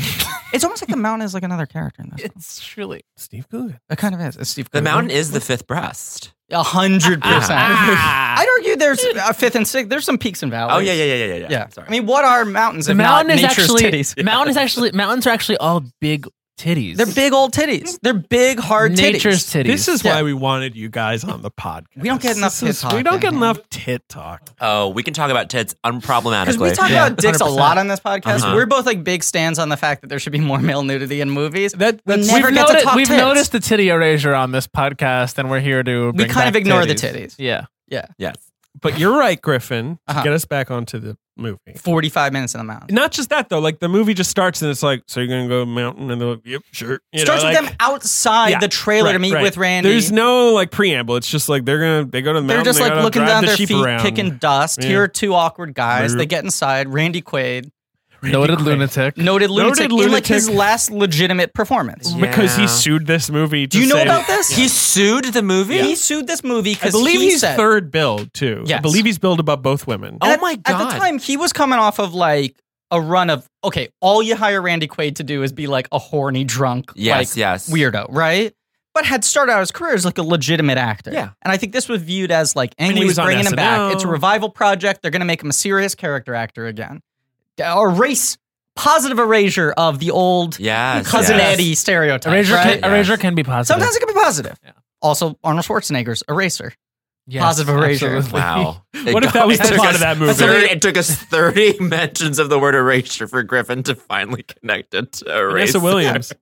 Speaker 4: it's almost like the mountain is like another character in this. It,
Speaker 5: It's truly
Speaker 3: Steve Coogan.
Speaker 4: kind of is. It's Steve
Speaker 1: The
Speaker 4: Coogan.
Speaker 1: mountain is the fifth breast.
Speaker 4: A hundred percent.
Speaker 5: Ah.
Speaker 4: I'd argue there's a fifth and sixth. There's some peaks and valleys.
Speaker 1: Oh, yeah, yeah, yeah, yeah, yeah.
Speaker 4: yeah.
Speaker 1: Sorry.
Speaker 4: I mean, what are mountains?
Speaker 5: the
Speaker 4: if
Speaker 5: mountain
Speaker 4: not
Speaker 5: is
Speaker 4: nature's
Speaker 5: actually
Speaker 4: titties? <laughs>
Speaker 5: mountain is actually mountains are actually all big titties.
Speaker 4: They're big old titties. They're big hard titties.
Speaker 5: nature's titties.
Speaker 3: This is
Speaker 4: Yeah.
Speaker 3: why we wanted you guys on the podcast.
Speaker 4: We don't get enough
Speaker 3: This
Speaker 4: tit
Speaker 3: is-
Speaker 4: talk,
Speaker 3: We don't get
Speaker 4: man.
Speaker 3: enough tit talk.
Speaker 1: oh, we can talk about tits
Speaker 4: Because
Speaker 1: unproblematically.
Speaker 4: we talk
Speaker 5: Yeah,
Speaker 4: about dicks a
Speaker 5: 100%.
Speaker 4: lot on this podcast.
Speaker 1: Uh-huh.
Speaker 4: We're both like big stands on the fact that there should be more male nudity in movies.
Speaker 3: That-
Speaker 4: we
Speaker 3: that's-
Speaker 4: never
Speaker 5: we've
Speaker 4: get
Speaker 5: noti-
Speaker 4: to talk
Speaker 5: we've
Speaker 4: tits.
Speaker 5: noticed the titty erasure on this podcast, and we're here to.
Speaker 4: we
Speaker 5: bring
Speaker 4: kind of
Speaker 5: back
Speaker 4: ignore the
Speaker 5: titties.
Speaker 4: titties.
Speaker 5: Yeah,
Speaker 1: yes.
Speaker 3: But you're right, Griffin.
Speaker 4: Uh-huh.
Speaker 3: To get us back onto the movie.
Speaker 4: 45 minutes in the mountain.
Speaker 3: Not just that though. Like the movie just starts and it's like, so you're gonna go mountain and they're like, yep, sure. You know,
Speaker 4: Starts with
Speaker 3: like-
Speaker 4: them outside
Speaker 3: Yeah,
Speaker 4: the trailer to
Speaker 3: right,
Speaker 4: meet
Speaker 3: right.
Speaker 4: with Randy.
Speaker 3: There's no like preamble. It's just like they're gonna they go to the
Speaker 4: They're
Speaker 3: mountain.
Speaker 4: just
Speaker 3: they
Speaker 4: like
Speaker 3: gotta
Speaker 4: looking
Speaker 3: drive
Speaker 4: down
Speaker 3: the
Speaker 4: their
Speaker 3: sheep
Speaker 4: feet,
Speaker 3: around.
Speaker 4: kicking dust.
Speaker 3: Yeah.
Speaker 4: Here are two awkward guys.
Speaker 3: Boop.
Speaker 4: They get inside. Randy Quaid,
Speaker 5: noted lunatic.
Speaker 4: noted lunatic, in like
Speaker 3: lunatic.
Speaker 4: his last legitimate performance.
Speaker 3: because
Speaker 1: Yeah.
Speaker 3: he sued this movie.
Speaker 4: Do
Speaker 3: to
Speaker 4: you know
Speaker 3: say-
Speaker 4: about this?
Speaker 1: He sued the movie?
Speaker 4: He sued this movie
Speaker 3: I
Speaker 4: because
Speaker 3: believe
Speaker 4: he
Speaker 3: he's
Speaker 4: said,
Speaker 3: third billed too. I
Speaker 4: Yes.
Speaker 3: believe he's billed above both women.
Speaker 1: Oh
Speaker 4: And at-
Speaker 1: my God.
Speaker 4: At the time, he was coming off of like a run of okay, all you hire Randy Quaid to do is be like a horny drunk,
Speaker 1: Yes,
Speaker 4: like
Speaker 1: yes.
Speaker 4: weirdo, right? But had started out his career as like a legitimate actor.
Speaker 1: Yeah.
Speaker 4: and I think this was viewed as like
Speaker 3: mean, he
Speaker 4: Angley's
Speaker 3: was on
Speaker 4: bringing him back.
Speaker 3: SNL.
Speaker 4: It's a revival project. They're going to make him a serious character actor again, or race positive erasure of the old
Speaker 1: Yes.
Speaker 4: cousin
Speaker 1: yes.
Speaker 4: Eddie stereotype.
Speaker 5: Erasure,
Speaker 4: right?
Speaker 5: can, erasure can be positive.
Speaker 4: Sometimes it can be positive.
Speaker 5: Yeah.
Speaker 4: Also, Arnold Schwarzenegger's Eraser.
Speaker 5: Yes,
Speaker 4: positive erasure.
Speaker 5: <laughs> absolutely.
Speaker 1: Wow. It
Speaker 3: What if
Speaker 1: got-
Speaker 3: that was
Speaker 1: it
Speaker 3: the
Speaker 1: took
Speaker 3: plot
Speaker 1: us-
Speaker 3: of that movie?
Speaker 1: Sorry, it took us 30 <laughs> mentions of the word erasure for Griffin to finally connect it to erase. <laughs>
Speaker 3: Vanessa Williams.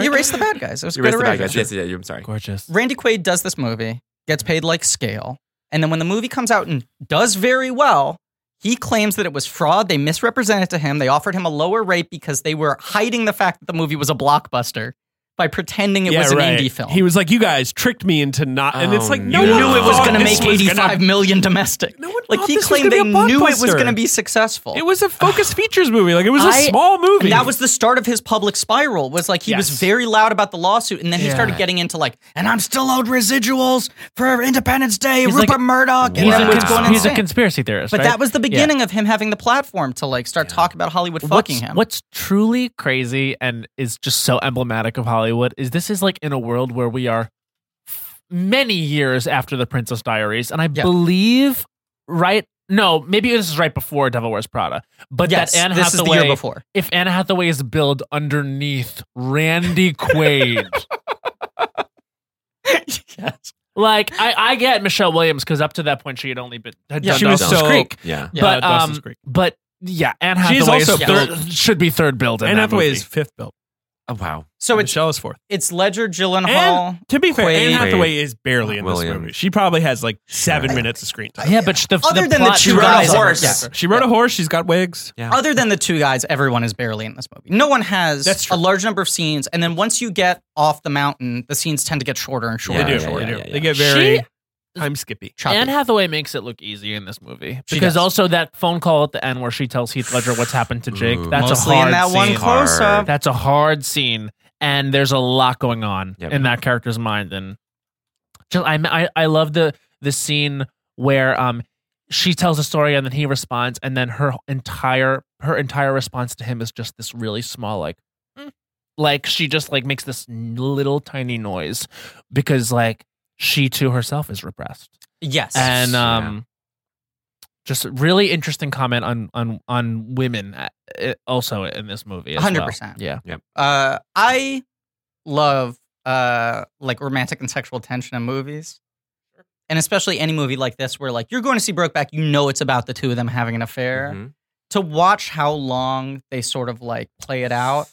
Speaker 4: You erase the bad guys. It was a
Speaker 1: You
Speaker 4: good
Speaker 1: erased the bad
Speaker 4: erasure.
Speaker 1: guys. Yes, yeah, yeah, I'm sorry.
Speaker 5: Gorgeous.
Speaker 4: Randy Quaid does this movie, gets paid like scale, and then when the movie comes out and does very well, he claims that it was fraud. They misrepresented to him. They offered him a lower rate because they were hiding the fact that the movie was a blockbuster by pretending it
Speaker 3: yeah,
Speaker 4: was an
Speaker 3: right.
Speaker 4: indie film.
Speaker 3: He was like, "You guys tricked me into not," and it's
Speaker 1: Oh,
Speaker 3: like,
Speaker 1: no.
Speaker 3: "No,
Speaker 4: knew
Speaker 3: one
Speaker 1: No.
Speaker 4: it was
Speaker 3: thought
Speaker 4: going to
Speaker 3: this
Speaker 4: make
Speaker 3: was gonna-
Speaker 4: eighty-five million domestic.
Speaker 3: No one
Speaker 4: like
Speaker 3: thought
Speaker 4: he
Speaker 3: this was
Speaker 4: claimed they
Speaker 3: gonna be a
Speaker 4: knew it was
Speaker 3: blockbuster.
Speaker 4: going to be successful.
Speaker 3: It was
Speaker 4: <laughs>
Speaker 3: a focus features movie. Like it was a
Speaker 4: I-
Speaker 3: small movie.
Speaker 4: And that was the start of his public spiral. Was like he was
Speaker 3: Yes.
Speaker 4: very loud about the lawsuit, and then he
Speaker 5: Yeah.
Speaker 4: started getting into like, and I'm still owed residuals for Independence Day,
Speaker 5: He's
Speaker 4: Rupert
Speaker 5: like-
Speaker 4: Murdoch, and
Speaker 5: He's, a,
Speaker 1: Wow.
Speaker 4: everyone's
Speaker 5: cons-
Speaker 4: going
Speaker 5: he's a
Speaker 4: insane.
Speaker 5: conspiracy theorist.
Speaker 4: but
Speaker 5: right?
Speaker 4: that was the beginning of him having the platform to like start talking about Hollywood fucking
Speaker 5: what's,
Speaker 4: him.
Speaker 5: What's truly crazy and is just so emblematic of Hollywood is this is like in a world where we are f- many years after the Princess Diaries, and I
Speaker 4: Yeah.
Speaker 5: believe right. No, maybe this is right before Devil Wears Prada, but
Speaker 4: yes,
Speaker 5: that Anne
Speaker 4: this is the
Speaker 5: Hathaway.
Speaker 4: year
Speaker 5: <laughs>
Speaker 4: before.
Speaker 5: If Anne Hathaway is billed underneath
Speaker 3: <laughs>
Speaker 5: Randy Quaid,
Speaker 4: yes.
Speaker 5: like I, I get Michelle Williams because up to that point she had only been had
Speaker 4: Yeah,
Speaker 5: done
Speaker 3: she was
Speaker 5: Dawson's
Speaker 3: so-
Speaker 5: Creek,
Speaker 1: Yeah.
Speaker 4: Yeah,
Speaker 5: but
Speaker 3: Dawson's
Speaker 5: um,
Speaker 3: Creek.
Speaker 5: but yeah, Anne
Speaker 3: She's
Speaker 5: Hathaway is
Speaker 3: also
Speaker 5: third- should be third billed. In
Speaker 3: Anne
Speaker 5: that
Speaker 3: Hathaway
Speaker 5: movie.
Speaker 3: is fifth billed.
Speaker 1: Oh wow.
Speaker 4: So it's
Speaker 3: Michelle is fourth.
Speaker 4: it's Ledger Gyllenhaal.
Speaker 3: And to be fair, Anne
Speaker 4: Quaid.
Speaker 3: Hathaway is barely in this
Speaker 1: Williams.
Speaker 3: movie. She probably has like seven minutes of screen time.
Speaker 5: Yeah, but the,
Speaker 4: Other
Speaker 5: the
Speaker 4: than the
Speaker 5: plot-
Speaker 4: two
Speaker 1: rode a
Speaker 4: guys,
Speaker 1: horse.
Speaker 4: yeah.
Speaker 3: She rode a horse. She's got wigs.
Speaker 1: Yeah.
Speaker 4: Other than the two guys, everyone is barely in this movie. No one
Speaker 3: That's
Speaker 4: has
Speaker 3: true.
Speaker 4: a large number of scenes, and then once you get off the mountain, the scenes tend to get shorter and shorter.
Speaker 3: They do.
Speaker 4: and shorter.
Speaker 3: they do.
Speaker 1: yeah, yeah.
Speaker 3: They get very
Speaker 5: She-
Speaker 3: time skippy.
Speaker 4: Choppy.
Speaker 5: Anne Hathaway makes it look easy in this movie
Speaker 4: She
Speaker 5: because
Speaker 4: does.
Speaker 5: also that phone call at the end where she tells Heath Ledger what's happened to Jake.
Speaker 1: Ooh.
Speaker 5: that's
Speaker 4: Mostly
Speaker 5: a hard
Speaker 4: in that
Speaker 5: scene.
Speaker 4: one
Speaker 1: scene.
Speaker 4: close
Speaker 1: Hard.
Speaker 4: up.
Speaker 5: That's a hard scene, and there's a lot going on
Speaker 1: Yep.
Speaker 5: in that character's mind. And just I I, I love the the scene where um she tells a story and then he responds, and then her entire her entire response to him is just this really small like. "Mm." Like she just like makes this little tiny noise because like she to herself is repressed
Speaker 4: Yes.
Speaker 5: and
Speaker 1: Yeah.
Speaker 5: um just a really interesting comment on on on women uh, uh, also in this movie as well.
Speaker 4: 100%.
Speaker 5: yeah
Speaker 4: uh, I love uh, like romantic and sexual tension in movies. And especially any movie like this where like you're going to see Brokeback, you know it's about the two of them having an affair.
Speaker 5: Mm-hmm.
Speaker 1: Mhm.
Speaker 4: To watch how long they sort of like play it out,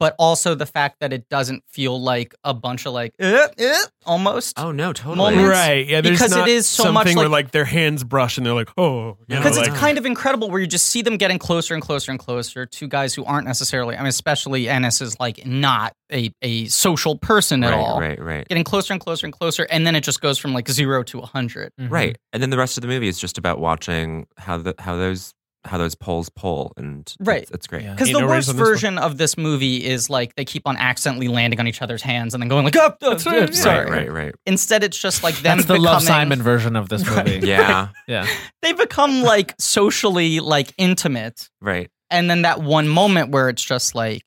Speaker 4: but also the fact that it doesn't feel like a bunch of like eh, eh, almost.
Speaker 1: Oh no, totally.
Speaker 4: Moments.
Speaker 3: Right. Yeah. There's
Speaker 4: Because it
Speaker 3: not
Speaker 4: is so
Speaker 3: something
Speaker 4: much
Speaker 3: where
Speaker 4: like-
Speaker 3: like their hands brush and they're like, oh, you know,
Speaker 4: Because it's
Speaker 3: like-
Speaker 4: kind of incredible where you just see them getting closer and closer and closer. Two guys who aren't necessarily, I mean, especially Ennis is like not a, a social person at
Speaker 1: Right,
Speaker 4: all.
Speaker 1: right, right.
Speaker 4: Getting closer and closer and closer, and then it just goes from like zero to a hundred.
Speaker 5: Mm.
Speaker 1: Right. And then the rest of the movie is just about watching how the how those how those poles pull and
Speaker 4: Right.
Speaker 1: It's, it's great.
Speaker 5: Yeah.
Speaker 4: Because
Speaker 3: Ain't
Speaker 4: Mm. the
Speaker 3: no
Speaker 4: worst
Speaker 3: reason this one.
Speaker 4: version of this movie is like they keep on accidentally landing on each other's hands and then going like, "Up, oh,
Speaker 3: That's right,
Speaker 4: oh, sorry."
Speaker 1: Right, right,
Speaker 4: <laughs>
Speaker 1: right.
Speaker 4: Instead, it's just like them
Speaker 5: that's the love
Speaker 4: becoming-
Speaker 5: simon version of this
Speaker 4: <laughs> Right.
Speaker 5: movie
Speaker 1: Yeah.
Speaker 5: yeah
Speaker 4: They become like socially like intimate,
Speaker 1: right.
Speaker 4: and then that one moment where it's just like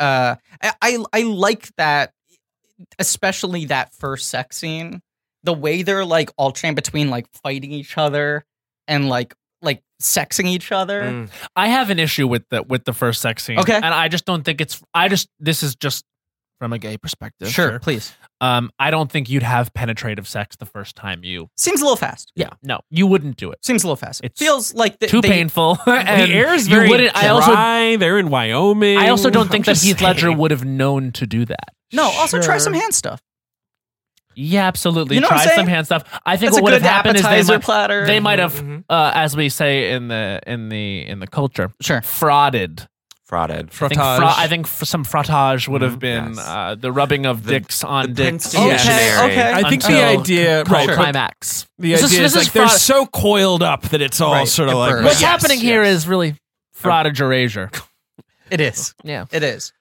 Speaker 4: uh I- I I like that especially that first sex scene the way they're like alternating between like fighting each other and like like sexing each other
Speaker 1: Mm.
Speaker 5: i have an issue with the with the first sex scene
Speaker 4: Okay.
Speaker 5: and i just don't think it's i just this is just from a gay perspective
Speaker 4: sure, please
Speaker 5: um i don't think you'd have penetrative sex the first time you
Speaker 4: seems a little fast
Speaker 5: no you wouldn't do it
Speaker 4: seems a little fast it
Speaker 5: It's
Speaker 4: feels like th-
Speaker 5: too
Speaker 4: they- <laughs>
Speaker 5: painful and
Speaker 3: the air is
Speaker 5: you
Speaker 3: very
Speaker 5: wouldn't-
Speaker 3: dry.
Speaker 5: i also
Speaker 3: they're in Wyoming.
Speaker 5: i also don't think
Speaker 3: I'm
Speaker 5: that
Speaker 3: just
Speaker 5: heath <laughs> ledger
Speaker 3: saying.
Speaker 5: would have known to do that
Speaker 4: no also try some
Speaker 3: Sure.
Speaker 4: hand stuff
Speaker 5: Yeah, absolutely.
Speaker 4: You know what I'm
Speaker 5: Try some
Speaker 4: saying?
Speaker 5: hand stuff. I think
Speaker 4: it's a
Speaker 5: what would
Speaker 4: good
Speaker 5: have happened is
Speaker 4: appetizer
Speaker 5: they might,
Speaker 4: platter
Speaker 5: they might have,
Speaker 1: Mhm.
Speaker 5: uh, as we say in the in the in the culture,
Speaker 4: sure
Speaker 5: frauded.
Speaker 1: Frauded.
Speaker 5: I think, fra- I think f- some frottage would have
Speaker 1: Mhm,
Speaker 3: Mm-hmm.
Speaker 5: been
Speaker 1: yes.
Speaker 5: uh, the rubbing of
Speaker 1: The-
Speaker 5: dicks on
Speaker 1: the
Speaker 5: dicks.
Speaker 1: Princeton
Speaker 5: Yes.
Speaker 1: dictionary.
Speaker 4: okay okay
Speaker 3: I think the
Speaker 5: until
Speaker 3: idea,
Speaker 5: Called
Speaker 3: right, but
Speaker 5: climax.
Speaker 3: the idea
Speaker 5: This is-
Speaker 3: is,
Speaker 5: this is
Speaker 3: like they're
Speaker 5: fraud-
Speaker 3: so coiled up that it's all
Speaker 4: Right,
Speaker 3: sort of
Speaker 4: it
Speaker 3: like
Speaker 4: burns.
Speaker 5: What's
Speaker 4: Yes,
Speaker 5: happening here is really fraudage or erasure.
Speaker 4: it is
Speaker 5: Yeah.
Speaker 4: it is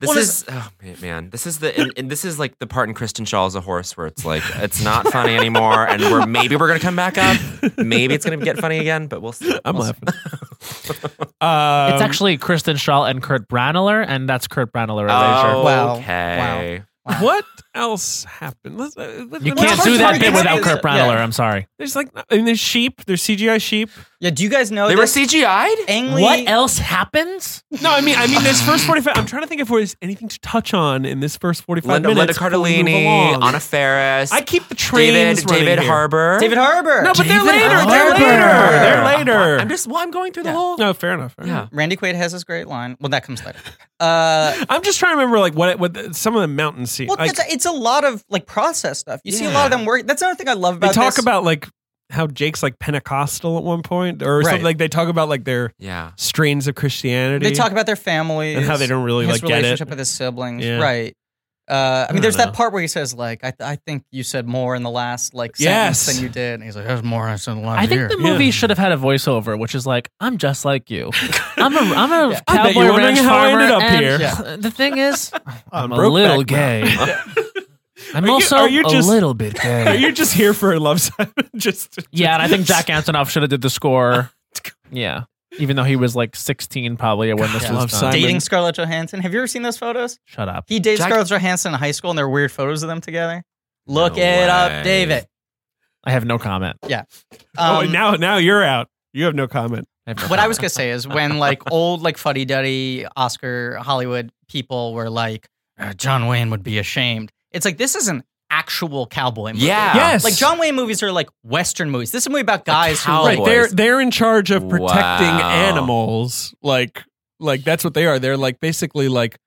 Speaker 1: This
Speaker 4: Well,
Speaker 1: is oh man, man, this is the and, and this is like the part in Kristen Shaw as a horse where it's like it's not funny anymore, and we're maybe we're gonna come back up, maybe it's gonna get funny again, but we'll see.
Speaker 3: I'm
Speaker 1: We'll see.
Speaker 3: laughing. Um,
Speaker 5: <laughs> it's actually Kristen Shaw and Kurt Brannler, and that's Kurt Brannler erasure.
Speaker 1: Oh,
Speaker 4: Wow.
Speaker 1: okay.
Speaker 3: what else happened? Let's- uh, let-
Speaker 5: You
Speaker 3: let me
Speaker 5: can't
Speaker 3: talk
Speaker 5: do
Speaker 3: to
Speaker 5: that
Speaker 3: you.
Speaker 5: bit
Speaker 4: It's-
Speaker 5: without
Speaker 4: it's-
Speaker 5: Kurt Brannler.
Speaker 4: yeah.
Speaker 5: I'm sorry.
Speaker 3: There's like, I mean, there's sheep. There's CGI sheep.
Speaker 4: yeah do you guys know
Speaker 1: They were
Speaker 4: Oh, this?
Speaker 1: CGI'd.
Speaker 4: Angley-
Speaker 5: What else happens?
Speaker 3: No, I mean, I mean, this first 45. I'm trying to think if there's anything to touch on in this first 45
Speaker 1: Linda, Linda
Speaker 3: minutes. before we move
Speaker 1: Cardellini,
Speaker 3: along.
Speaker 1: Anna Faris.
Speaker 3: I keep the trains
Speaker 1: David
Speaker 3: running
Speaker 1: David
Speaker 3: here.
Speaker 1: Harbour.
Speaker 4: david harbor
Speaker 3: No, but they're
Speaker 5: David
Speaker 3: later.
Speaker 5: Harbour.
Speaker 3: They're later. They're
Speaker 1: I'm
Speaker 3: later.
Speaker 1: just well, I'm going through the
Speaker 4: Yeah.
Speaker 1: whole.
Speaker 3: No, fair enough. Fair enough.
Speaker 1: Yeah.
Speaker 4: randy quaid has this great line well that comes later uh
Speaker 3: I'm just trying to remember like what what the- some of the mountain scenes.
Speaker 4: Well,
Speaker 3: like,
Speaker 4: it's, it's a lot of like process stuff. You see a lot of them work. That's another thing I love about.
Speaker 3: they talk
Speaker 4: this.
Speaker 3: about like how Jake's like Pentecostal at one point or something.
Speaker 4: Right.
Speaker 3: Like they talk about like their
Speaker 1: Yeah.
Speaker 3: strains of Christianity.
Speaker 4: they talk about their families
Speaker 3: and how they don't really
Speaker 4: his
Speaker 3: like get
Speaker 4: relationship
Speaker 3: it.
Speaker 4: with his siblings,
Speaker 3: Yeah.
Speaker 4: right? Uh, I mean,
Speaker 3: don't
Speaker 4: there's
Speaker 3: know.
Speaker 4: that part where he says like, "I, I think you said more in the last like
Speaker 3: Yes.
Speaker 4: sentence than you did," and he's like, "There's more I said in the last
Speaker 5: I think
Speaker 4: year."
Speaker 5: the
Speaker 3: Yeah.
Speaker 5: movie should have had a voiceover, which is like, "I'm just like you. I'm
Speaker 3: <laughs>
Speaker 5: a I'm a
Speaker 3: I bet you're
Speaker 5: cowboy
Speaker 3: wondering
Speaker 5: ranch
Speaker 3: how I
Speaker 5: farmer."
Speaker 3: ended up
Speaker 5: and
Speaker 3: here.
Speaker 5: <laughs> The
Speaker 3: <laughs>
Speaker 5: thing is, I'm, a
Speaker 3: Brokeback
Speaker 5: little
Speaker 3: Mountain.
Speaker 5: gay.
Speaker 3: <laughs>
Speaker 5: I'm
Speaker 3: Are you-
Speaker 5: also
Speaker 3: are you just-
Speaker 5: a little bit
Speaker 3: Are
Speaker 5: gay.
Speaker 3: you just here for love, Simon? <laughs> just
Speaker 5: yeah, and I think Jack Antonoff should have did the score. Yeah, even though he was like 16 probably when this
Speaker 4: God,
Speaker 5: was
Speaker 3: love
Speaker 5: done.
Speaker 3: Simon.
Speaker 4: dating Scarlett Johansson. Have you ever seen those photos?
Speaker 5: Shut up.
Speaker 4: He dates
Speaker 1: Jack-
Speaker 4: Scarlett Johansson in high school, and there are weird photos of them together. Look
Speaker 1: No
Speaker 4: it
Speaker 1: way.
Speaker 4: up, David.
Speaker 5: I have no comment.
Speaker 3: oh,
Speaker 4: Um,
Speaker 3: now now you're out. You have no comment.
Speaker 5: I have no
Speaker 4: what I was
Speaker 5: comment.
Speaker 4: gonna say is when like old like fuddy duddy Oscar Hollywood people were like "Uh, John Wayne would be ashamed. It's like this is an actual cowboy movie.
Speaker 1: Yeah.
Speaker 3: Yes.
Speaker 4: Like John Wayne movies are like Western movies. This is a movie about guys who
Speaker 1: cowboy.
Speaker 4: like,
Speaker 3: Right.
Speaker 1: Cowboys.
Speaker 3: They're they're in charge of protecting
Speaker 1: Wow.
Speaker 3: animals. Like like that's what they are. They're like basically like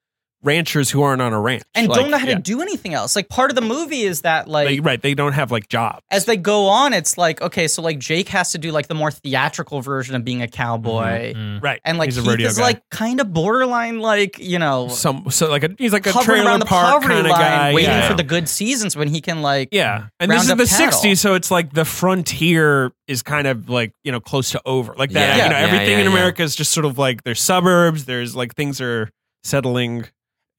Speaker 3: ranchers who aren't on a ranch
Speaker 4: and
Speaker 3: Like,
Speaker 4: don't know how
Speaker 3: yeah.
Speaker 4: to do anything else. Like part of the movie is that like
Speaker 3: They- right. They don't have like jobs.
Speaker 4: as they go on, it's like okay, so like Jake has to do like the more theatrical version of being a cowboy,
Speaker 5: Mm.
Speaker 3: Right.
Speaker 4: and like
Speaker 3: Mm-hmm. he's a
Speaker 4: Keith
Speaker 3: rodeo
Speaker 4: is
Speaker 3: guy.
Speaker 4: like kind of borderline like you know
Speaker 3: some so like a, he's like a
Speaker 4: hovering
Speaker 3: trailer
Speaker 4: around the
Speaker 3: park
Speaker 4: poverty
Speaker 3: kind
Speaker 4: line,
Speaker 3: of guy.
Speaker 4: waiting
Speaker 3: yeah.
Speaker 4: for the good seasons when he can like
Speaker 3: yeah. And
Speaker 4: round
Speaker 3: this is
Speaker 4: up
Speaker 3: the
Speaker 4: cattle.
Speaker 3: '60s, so it's like the frontier is kind of like you know close to over. Like that,
Speaker 1: Yeah.
Speaker 3: you know,
Speaker 1: Yeah,
Speaker 3: everything
Speaker 1: yeah,
Speaker 3: in
Speaker 1: yeah.
Speaker 3: America is just sort of like there's suburbs. There's like things are settling,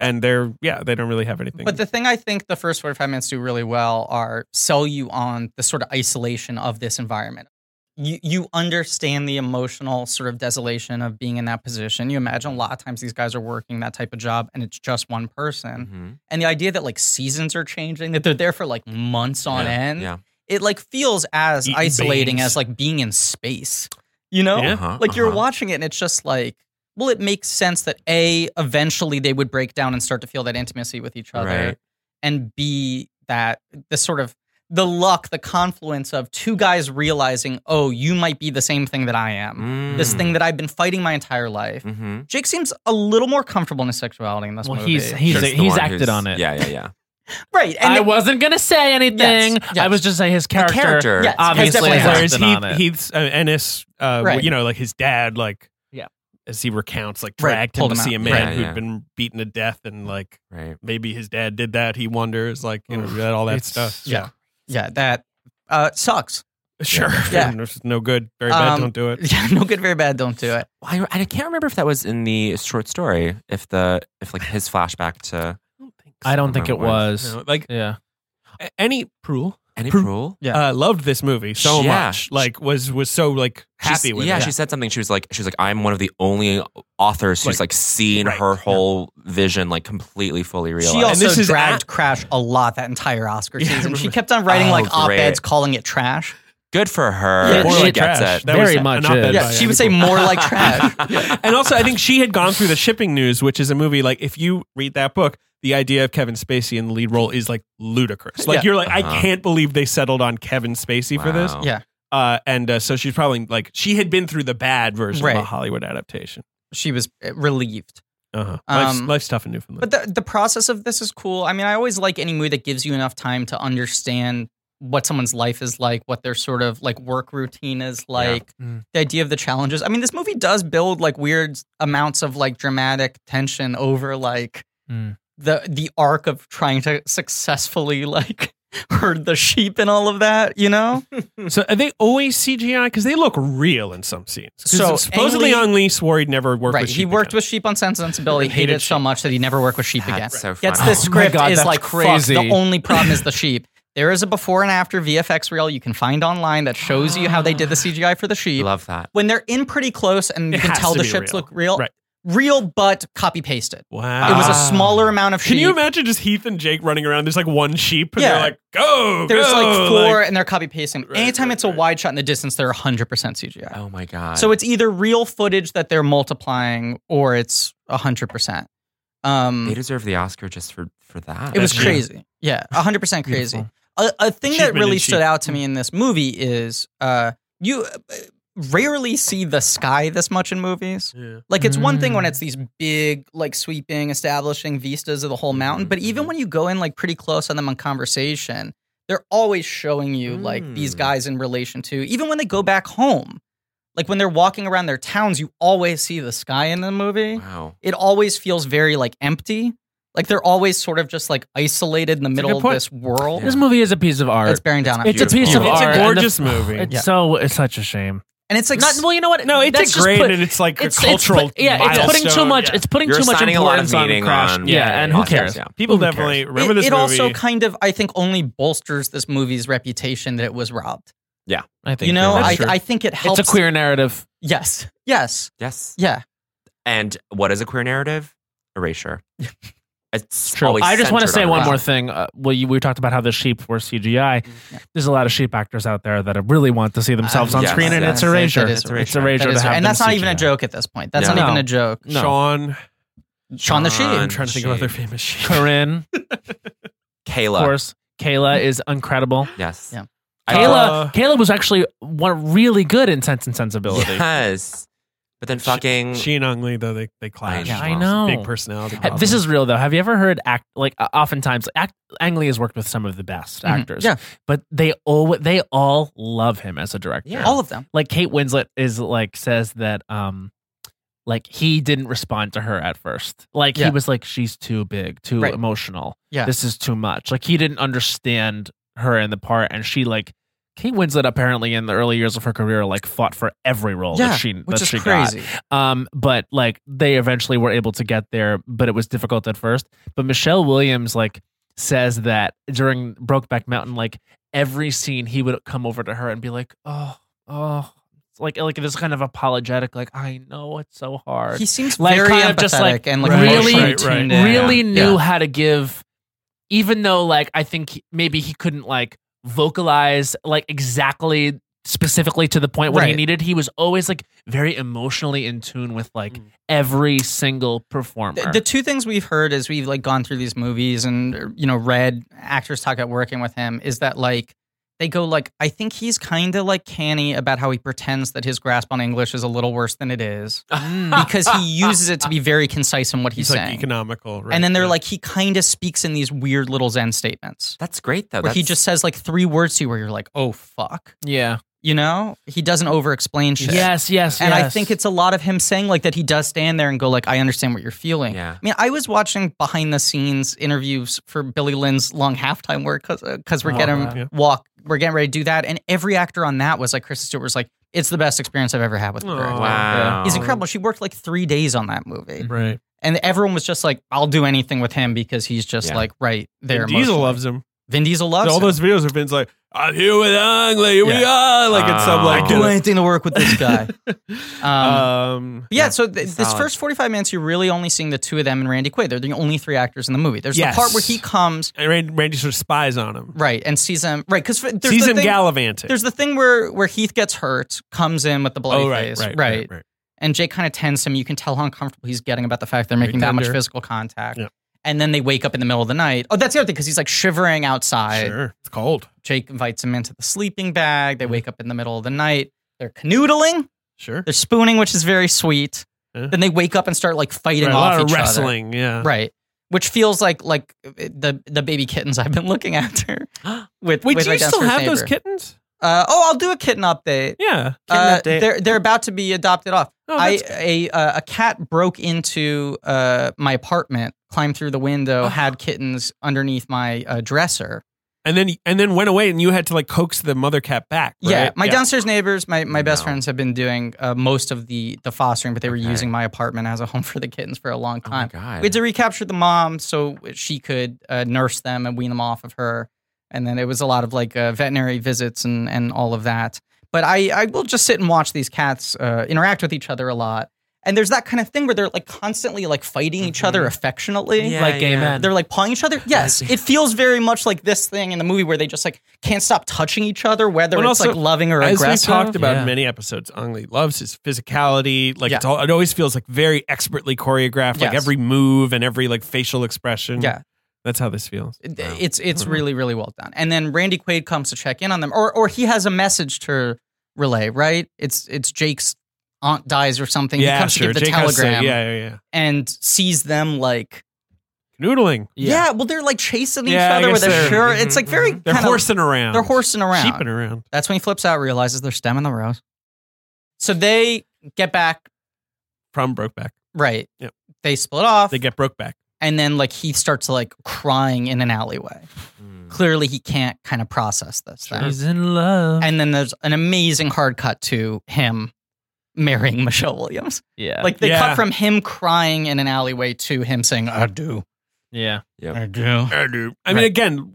Speaker 3: and they're yeah, they don't really have anything.
Speaker 4: But the thing I think the first 45 minutes do really well are sell you on the sort of isolation of this environment. You, you understand the emotional sort of desolation of being in that position. You imagine a lot of times these guys are working that type of job and it's just one person.
Speaker 1: Mhm.
Speaker 4: And the idea that like seasons are changing, that they're there for like months on end,
Speaker 1: Yeah.
Speaker 4: it like feels as
Speaker 3: Eating
Speaker 4: isolating
Speaker 3: beans.
Speaker 4: as like being in space, you know?
Speaker 3: Yeah.
Speaker 1: Uh-huh,
Speaker 4: like you're
Speaker 1: uh-huh.
Speaker 4: watching it and it's just like well it makes sense that a eventually they would break down and start to feel that intimacy with each other
Speaker 1: Right.
Speaker 4: and b that the sort of the luck the confluence of two guys realizing oh you might be the same thing that i am this
Speaker 1: Mm.
Speaker 4: thing that i've been fighting my entire life
Speaker 1: Mhm.
Speaker 4: jake seems a little more comfortable in his sexuality in this
Speaker 5: Well,
Speaker 4: movie
Speaker 5: he's he's
Speaker 1: Just the
Speaker 5: he's
Speaker 1: one
Speaker 5: acted
Speaker 1: who's-
Speaker 5: on it.
Speaker 1: Yeah, yeah, yeah.
Speaker 4: right and
Speaker 5: I
Speaker 4: it-
Speaker 5: wasn't gonna say anything. I
Speaker 4: yes.
Speaker 5: was just saying his
Speaker 1: The
Speaker 5: character.
Speaker 1: character.
Speaker 4: Yes.
Speaker 5: obviously
Speaker 4: definitely
Speaker 5: has
Speaker 3: Whereas
Speaker 5: acted
Speaker 3: he,
Speaker 5: on it.
Speaker 3: Heath's uh, Ennis, uh,
Speaker 4: Right.
Speaker 3: you know, like his dad, like
Speaker 5: Yeah.
Speaker 3: as he recounts, like
Speaker 4: Right,
Speaker 3: dragged him
Speaker 4: pulled
Speaker 3: to
Speaker 4: him
Speaker 3: see
Speaker 4: out.
Speaker 3: a man
Speaker 1: Right.
Speaker 3: who'd
Speaker 1: Yeah.
Speaker 3: been beaten to death, and like
Speaker 1: Right.
Speaker 3: maybe his dad did that. He wonders, like you know, that- all that
Speaker 5: It's-
Speaker 3: stuff.
Speaker 5: <laughs>
Speaker 4: yeah yeah that uh sucks <laughs>
Speaker 3: Sure.
Speaker 4: Yeah.
Speaker 3: It's no good. Very bad.
Speaker 4: Um,
Speaker 3: Don't do it.
Speaker 4: yeah no good very bad don't do it
Speaker 1: Well, I, I can't remember if that was in the short story. If the if like his flashback to
Speaker 5: I don't think it
Speaker 1: Remember when-
Speaker 5: was.
Speaker 3: No, like
Speaker 5: Yeah.
Speaker 3: a- any Prue
Speaker 1: any
Speaker 3: Pro-
Speaker 1: rule.
Speaker 4: Yeah.
Speaker 3: uh, loved this movie so
Speaker 1: Yeah.
Speaker 3: much. Like was was so like happy
Speaker 1: She's-
Speaker 3: with
Speaker 1: yeah,
Speaker 3: it.
Speaker 1: she said something. She was like, she was like, I'm one of the only authors who's
Speaker 3: Like,
Speaker 1: like seen
Speaker 3: right,
Speaker 1: her
Speaker 3: yeah.
Speaker 1: whole vision like completely fully realized.
Speaker 4: She also
Speaker 3: this is
Speaker 4: dragged
Speaker 3: at-
Speaker 4: Crash a lot that entire Oscar
Speaker 3: Yeah, I
Speaker 4: season. She
Speaker 3: remember.
Speaker 4: kept on writing
Speaker 1: Oh,
Speaker 4: like op eds
Speaker 1: great.
Speaker 4: calling it trash.
Speaker 1: Good for
Speaker 5: Yeah,
Speaker 1: her.
Speaker 5: Or
Speaker 1: she
Speaker 5: like
Speaker 1: gets
Speaker 3: trash. <laughs>
Speaker 1: it.
Speaker 3: That
Speaker 5: Very
Speaker 3: was an
Speaker 5: much
Speaker 3: op-ed
Speaker 5: is.
Speaker 3: by
Speaker 4: Yeah, she
Speaker 3: Andy
Speaker 4: would say
Speaker 3: Prue.
Speaker 4: more
Speaker 1: <laughs>
Speaker 3: <laughs>
Speaker 4: like trash.
Speaker 3: and also, I think she had gone through the shipping news, which is a movie like if you read that book, the idea of Kevin Spacey in the lead role is like ludicrous. Like
Speaker 4: Yeah.
Speaker 3: you're like, I
Speaker 1: Uh-huh.
Speaker 3: can't believe they settled on Kevin Spacey for this.
Speaker 1: Wow.
Speaker 4: Yeah.
Speaker 3: Uh, and uh, so she's probably like she had been through the bad version of
Speaker 4: Right.
Speaker 3: a Hollywood adaptation.
Speaker 4: she was uh, relieved.
Speaker 3: Uh-huh. Life's,
Speaker 4: Um,
Speaker 3: life's tough in Newfoundland.
Speaker 4: But the the process of this is cool. I mean, I always like any movie that gives you enough time to understand what someone's life is like, what their sort of like work routine is like,
Speaker 5: Mm.
Speaker 4: the idea of the challenges. I mean, this movie does build like weird amounts of like dramatic tension over like
Speaker 5: Mm.
Speaker 4: the the arc of trying to successfully like <laughs> herd the sheep and all of that, you know?
Speaker 3: So are they always CGI? Because they look real in some scenes. 'Cause
Speaker 4: So,
Speaker 3: supposedly
Speaker 4: Ang Lee-
Speaker 3: Ang Lee swore he'd never worked
Speaker 4: right.
Speaker 3: with
Speaker 4: He worked with sheep on Sense and Sensibility,
Speaker 3: Hated
Speaker 4: hated, it so
Speaker 3: sheep.
Speaker 4: much that he never worked with sheep again.
Speaker 1: That's so
Speaker 4: Gets
Speaker 1: funny.
Speaker 4: this
Speaker 5: Oh my
Speaker 4: script
Speaker 5: God,
Speaker 4: is
Speaker 5: that's
Speaker 4: like
Speaker 5: crazy.
Speaker 4: Fuck, the only problem is the sheep. There is a before and after VFX reel you can find online that shows you how
Speaker 1: <gasps>
Speaker 4: they did the CGI for the
Speaker 1: I
Speaker 4: sheep.
Speaker 1: love that.
Speaker 4: When they're in pretty close and you
Speaker 3: It
Speaker 4: can
Speaker 3: has
Speaker 4: tell
Speaker 3: to
Speaker 4: the
Speaker 3: be
Speaker 4: ships
Speaker 3: real.
Speaker 4: look real,
Speaker 3: Right.
Speaker 4: real but copy pasted.
Speaker 3: Wow.
Speaker 4: It was a
Speaker 1: Ah.
Speaker 4: smaller amount of sheep.
Speaker 3: Can you imagine just Heath and Jake running around? There's like one sheep, and
Speaker 4: Yeah.
Speaker 3: they're like, "Go,
Speaker 4: There's
Speaker 3: go,"
Speaker 4: like four, and they're copy pasting.
Speaker 3: Oh, Right,
Speaker 4: Anytime
Speaker 3: right,
Speaker 4: it's a
Speaker 3: right.
Speaker 4: wide shot in the distance, they're 100% CGI.
Speaker 1: Oh my god.
Speaker 4: So it's either real footage that they're multiplying or it's 100%. Um,
Speaker 1: they deserve the Oscar just for for that.
Speaker 4: it was
Speaker 3: That's
Speaker 4: crazy. Yeah, 100% crazy.
Speaker 5: Beautiful.
Speaker 4: A, a thing that
Speaker 3: Achievement
Speaker 4: really
Speaker 3: in
Speaker 4: stood
Speaker 3: sheep.
Speaker 4: out to me in this movie is uh, you uh, rarely see the sky this much in movies.
Speaker 3: Yeah.
Speaker 4: Like <laughs> it's one thing when
Speaker 5: Mm.
Speaker 4: it's these big, like sweeping, establishing vistas of the whole mountain,
Speaker 1: Mhm,
Speaker 4: but even
Speaker 1: mhm.
Speaker 4: when you go in like pretty close on them on conversation, they're always showing you like these
Speaker 1: Mm.
Speaker 4: guys in relation to even when they go back home. Like when they're walking around their towns, you always see the sky in the movie.
Speaker 1: wow.
Speaker 4: It always feels very like empty. Like they're always sort of just like isolated in the
Speaker 3: a
Speaker 4: middle
Speaker 3: good
Speaker 4: of
Speaker 3: point.
Speaker 4: this world.
Speaker 5: This movie is a piece of art.
Speaker 4: It's bearing down on
Speaker 5: It's a
Speaker 4: people.
Speaker 5: piece of
Speaker 1: Beautiful.
Speaker 3: It's a
Speaker 5: art. and the-
Speaker 3: gorgeous movie.
Speaker 5: It's
Speaker 4: Yeah.
Speaker 5: so it's such a shame.
Speaker 4: and it's like
Speaker 5: Not, well, you know what?
Speaker 3: No, it's
Speaker 5: That's
Speaker 3: a
Speaker 5: just
Speaker 3: great,
Speaker 5: put-
Speaker 3: and it's like
Speaker 5: it's,
Speaker 3: a
Speaker 5: it's
Speaker 3: cultural.
Speaker 5: put- yeah, it's putting too
Speaker 3: milestone.
Speaker 5: much.
Speaker 3: Yeah.
Speaker 5: It's putting
Speaker 1: You're
Speaker 5: too much
Speaker 1: assigning a lot of
Speaker 5: importance on
Speaker 1: meaning
Speaker 5: Crash.
Speaker 1: on-
Speaker 5: yeah,
Speaker 3: yeah,
Speaker 5: and who
Speaker 1: Oscars,
Speaker 5: cares?
Speaker 1: yeah.
Speaker 3: people
Speaker 5: Who cares?
Speaker 3: definitely remember
Speaker 4: it,
Speaker 3: this
Speaker 4: it
Speaker 3: movie.
Speaker 4: also kind of I think only bolsters this movie's reputation that it was robbed.
Speaker 5: I think
Speaker 4: You know,
Speaker 5: you're right.
Speaker 4: I,
Speaker 3: That's true.
Speaker 4: I think it helps.
Speaker 5: it's a queer narrative.
Speaker 4: Yes. Yes.
Speaker 1: Yes.
Speaker 4: Yeah.
Speaker 1: And what is a queer narrative? Erasure. It's
Speaker 5: True.
Speaker 1: always
Speaker 5: I just want to
Speaker 1: centered
Speaker 5: say
Speaker 1: on
Speaker 5: one
Speaker 1: her.
Speaker 5: more thing. Uh, well, you, we talked about how the sheep were CGI. There's a lot of sheep actors out there that really want to see themselves
Speaker 4: Mm-hmm. Uh,
Speaker 5: on
Speaker 1: yes,
Speaker 5: screen, and
Speaker 1: yes,
Speaker 5: it's
Speaker 4: yes,
Speaker 5: erasure.
Speaker 4: that is
Speaker 5: It's
Speaker 4: erasure.
Speaker 5: erasure
Speaker 4: That
Speaker 5: to
Speaker 4: is-
Speaker 5: have
Speaker 4: and
Speaker 5: them
Speaker 4: that's not even a
Speaker 5: CGI.
Speaker 4: joke at this point. That's
Speaker 1: No.
Speaker 4: not even
Speaker 5: No.
Speaker 4: a joke.
Speaker 5: No.
Speaker 3: Sean.
Speaker 4: Sean the
Speaker 1: Sean.
Speaker 4: Sheep.
Speaker 3: I'm trying to think of other famous <laughs> sheep.
Speaker 5: <laughs> Corinne,
Speaker 1: Kayla.
Speaker 5: of course. Kayla
Speaker 4: Mm-hmm.
Speaker 5: is incredible.
Speaker 1: Yes.
Speaker 4: Yeah.
Speaker 1: I-
Speaker 5: Kayla,
Speaker 4: <laughs>
Speaker 3: Uh,
Speaker 5: Kayla was actually one really good in Sense and Sensibility.
Speaker 1: Yes. But then fucking
Speaker 3: She and Ong Lee though they they clash.
Speaker 1: Yeah, Mm. I
Speaker 3: It's a
Speaker 5: know.
Speaker 3: Big
Speaker 4: Uh,
Speaker 3: personality.
Speaker 5: Ha-
Speaker 3: Problem.
Speaker 5: This is real though. Have you ever heard act like uh, oftentimes act Ang Lee has worked with some of the best
Speaker 4: Mhm.
Speaker 5: actors.
Speaker 4: Yeah.
Speaker 5: but they all they all love him as a director.
Speaker 1: Yeah.
Speaker 4: All of them.
Speaker 5: like Kate Winslet is like says that um like he didn't respond to her at first. Like
Speaker 4: Yeah.
Speaker 5: he was like she's too big, too
Speaker 4: Right.
Speaker 5: emotional.
Speaker 4: Yeah.
Speaker 5: This is too much. Like he didn't understand her in the part and she like Kate Winslet apparently in the early years of her career like fought for every role
Speaker 4: Yeah,
Speaker 5: that she
Speaker 4: Which
Speaker 5: that
Speaker 4: is
Speaker 5: she got.
Speaker 4: crazy.
Speaker 5: Um, but like they eventually were able to get there, but it was difficult at first. But Michelle Williams like says that during Brokeback Mountain, like every scene he would come over to her and be like, "Oh, oh," It's like like this kind of apologetic, like I know it's so hard.
Speaker 4: He seems
Speaker 5: Like,
Speaker 4: very
Speaker 5: kind
Speaker 4: empathetic
Speaker 5: of just, like,
Speaker 4: and like
Speaker 5: really-
Speaker 4: emotionally
Speaker 5: right,
Speaker 3: right.
Speaker 4: tuned in.
Speaker 5: really
Speaker 4: Yeah.
Speaker 5: knew how to give, even though like I think he- maybe he couldn't like vocalize like exactly specifically to the point where he
Speaker 4: Right.
Speaker 5: needed. He was always like very emotionally in tune with like
Speaker 4: Mm.
Speaker 5: every single performer.
Speaker 4: The, the two things we've heard as we've like gone through these movies and you know read actors talk about working with him is that like they go like I think he's kind of like canny about how he pretends that his grasp on English is a little worse than it is
Speaker 5: Mm.
Speaker 4: <laughs> because he uses it to be very concise in what he's,
Speaker 3: He's like
Speaker 4: saying.
Speaker 3: economical, right?
Speaker 4: and then they're
Speaker 3: Yeah.
Speaker 4: like he kind of speaks in these weird little Zen statements
Speaker 1: that's great though.
Speaker 4: where he
Speaker 1: That's-
Speaker 4: just says like three words to you where you're like oh fuck
Speaker 5: yeah.
Speaker 4: you know he doesn't over explain shit.
Speaker 5: Yes. Yes.
Speaker 4: And I
Speaker 5: yes.
Speaker 4: think it's a lot of him saying like that he does stand there and go like I understand what you're feeling.
Speaker 1: Yeah.
Speaker 4: I mean, I was watching behind the scenes interviews for Billy Lynn's long halftime work because we're
Speaker 3: Oh,
Speaker 4: getting
Speaker 3: yeah.
Speaker 4: walk, we're getting ready to do that, and every actor on that was like Kristen Stewart was like, it's the best experience I've ever had with the director.
Speaker 1: wow. Oh
Speaker 4: He's incredible. She worked like three days on that movie,
Speaker 3: Oh, right.
Speaker 4: and everyone was just like, "I'll do anything with him because he's just
Speaker 1: Yeah.
Speaker 4: like right there."
Speaker 3: Vin Diesel
Speaker 4: emotionally."
Speaker 3: loves him.
Speaker 4: Vin Diesel loves
Speaker 3: all
Speaker 4: him.
Speaker 3: those videos where Vin's like, "I'm here with Ang Lee. Here We are like it's some
Speaker 1: Oh.
Speaker 3: like
Speaker 1: I
Speaker 4: do anything to work with this
Speaker 3: <laughs>
Speaker 4: guy. um,
Speaker 3: um,
Speaker 4: But yeah, so th- this
Speaker 1: solid.
Speaker 4: first 45 minutes, you're really only seeing the two of them and Randy Quaid. They're the only three actors in the movie. There's
Speaker 3: Yes.
Speaker 4: the part where he comes,
Speaker 3: and Randy, Randy sort of spies on him.
Speaker 4: right, and sees him, right, because there's,
Speaker 3: Sees
Speaker 4: the
Speaker 3: him
Speaker 4: thing-
Speaker 3: gallivanting.
Speaker 4: there's the thing where, where Heath gets hurt, comes in with the bloody
Speaker 3: oh right,
Speaker 4: face,
Speaker 3: right, right, right.
Speaker 4: And Jake kind of tends him. You can tell how uncomfortable he's getting about the fact they're
Speaker 3: Very
Speaker 4: making that much
Speaker 3: tender.
Speaker 4: physical contact.
Speaker 3: Yeah.
Speaker 4: And then they wake up in the middle of the night. Oh, that's the other thing, because he's like shivering outside.
Speaker 3: Sure, Mm-hmm. it's cold.
Speaker 4: Jake invites him into the sleeping bag. They wake up in the middle of the night. They're canoodling.
Speaker 3: Sure,
Speaker 4: They're spooning, which is very sweet.
Speaker 3: Yeah.
Speaker 4: Then they wake up and start like fighting
Speaker 3: Right, a
Speaker 4: off
Speaker 3: lot of
Speaker 4: each other.
Speaker 3: wrestling. Yeah,
Speaker 4: right which feels like like the the baby kittens i've been looking <laughs> after with
Speaker 3: Wait,
Speaker 4: with
Speaker 3: do
Speaker 4: my
Speaker 3: you still
Speaker 4: downstairs
Speaker 3: have those
Speaker 4: neighbor.
Speaker 3: kittens?
Speaker 4: uh, oh i'll do a kitten update
Speaker 3: Yeah.
Speaker 4: uh,
Speaker 1: eh.
Speaker 4: they're they're about to be adopted off.
Speaker 3: Oh,
Speaker 4: I
Speaker 3: that's
Speaker 4: a uh, a cat broke into uh, my apartment, climbed through the
Speaker 3: Uh-huh.
Speaker 4: window, had kittens underneath my uh, dresser.
Speaker 3: and then and then went away, and you had to like coax the mother cat back. Right?
Speaker 4: Yeah, my downstairs neighbors, my, my best
Speaker 1: No.
Speaker 4: friends have been doing uh, most of the the fostering, but they were
Speaker 1: Okay.
Speaker 4: using my apartment as a home <laughs> for the kittens for a long
Speaker 1: Oh my
Speaker 4: time.
Speaker 1: god.
Speaker 4: We had to recapture the mom so she could uh, nurse them and wean them off of her. And then it was a lot of like uh, veterinary visits and, and all of that. But I, I will just sit and watch these cats uh, interact with each other a lot. And there's that kind of thing where they're like constantly like fighting each other
Speaker 3: Mm-hmm.
Speaker 4: affectionately.
Speaker 1: Yeah,
Speaker 5: like gay
Speaker 1: yeah.
Speaker 5: men.
Speaker 4: They're like pawing each other. Yes, it feels very much like this thing in the movie where they just like can't stop touching each other, whether
Speaker 3: Well,
Speaker 4: it's
Speaker 3: also,
Speaker 4: like loving or
Speaker 3: As
Speaker 4: aggressive.
Speaker 3: we've talked about
Speaker 5: Yeah.
Speaker 3: in many episodes, Ang Lee loves his physicality. Like
Speaker 4: Yeah.
Speaker 3: it's all, it always feels like very expertly choreographed. Like
Speaker 4: Yes.
Speaker 3: every move and every like facial expression.
Speaker 4: Yeah.
Speaker 3: that's how this feels.
Speaker 4: It- It's
Speaker 3: Mm-hmm.
Speaker 4: it's really really well done. And then Randy Quaid comes to check in on them, or or he has a message to relay. Right? It's it's Jake's aunt dies or something. he
Speaker 3: yeah,
Speaker 4: comes
Speaker 3: sure.
Speaker 4: to give the
Speaker 3: Jake has to say-
Speaker 4: telegram
Speaker 3: yeah, yeah, yeah.
Speaker 4: and sees them like
Speaker 3: Noodling.
Speaker 4: yeah. well they're like chasing
Speaker 3: Yeah, I
Speaker 4: each other with
Speaker 3: guess
Speaker 4: a
Speaker 3: they're- mm-hmm,
Speaker 4: shirt. It's like very
Speaker 3: They're
Speaker 4: kind
Speaker 3: horsing around.
Speaker 4: Of, they're horsing around.
Speaker 3: Sheeping around.
Speaker 4: That's when he flips out, realizes they're stemming the rose. So they get back
Speaker 3: From Brokeback,
Speaker 4: right.
Speaker 3: Yep.
Speaker 4: They split off,
Speaker 3: they get Brokeback.
Speaker 4: and then like he starts like crying in an alleyway.
Speaker 3: Mm-hmm.
Speaker 1: Mm.
Speaker 4: Clearly, he can't kind of process this. thing.
Speaker 5: he's in love.
Speaker 4: and then there's an amazing hard cut to him marrying Michelle Williams.
Speaker 5: yeah.
Speaker 4: Like they
Speaker 3: Yeah.
Speaker 4: cut from him crying in an alleyway to him saying "I do."
Speaker 5: yeah.
Speaker 11: I do.
Speaker 3: I do. I mean, again,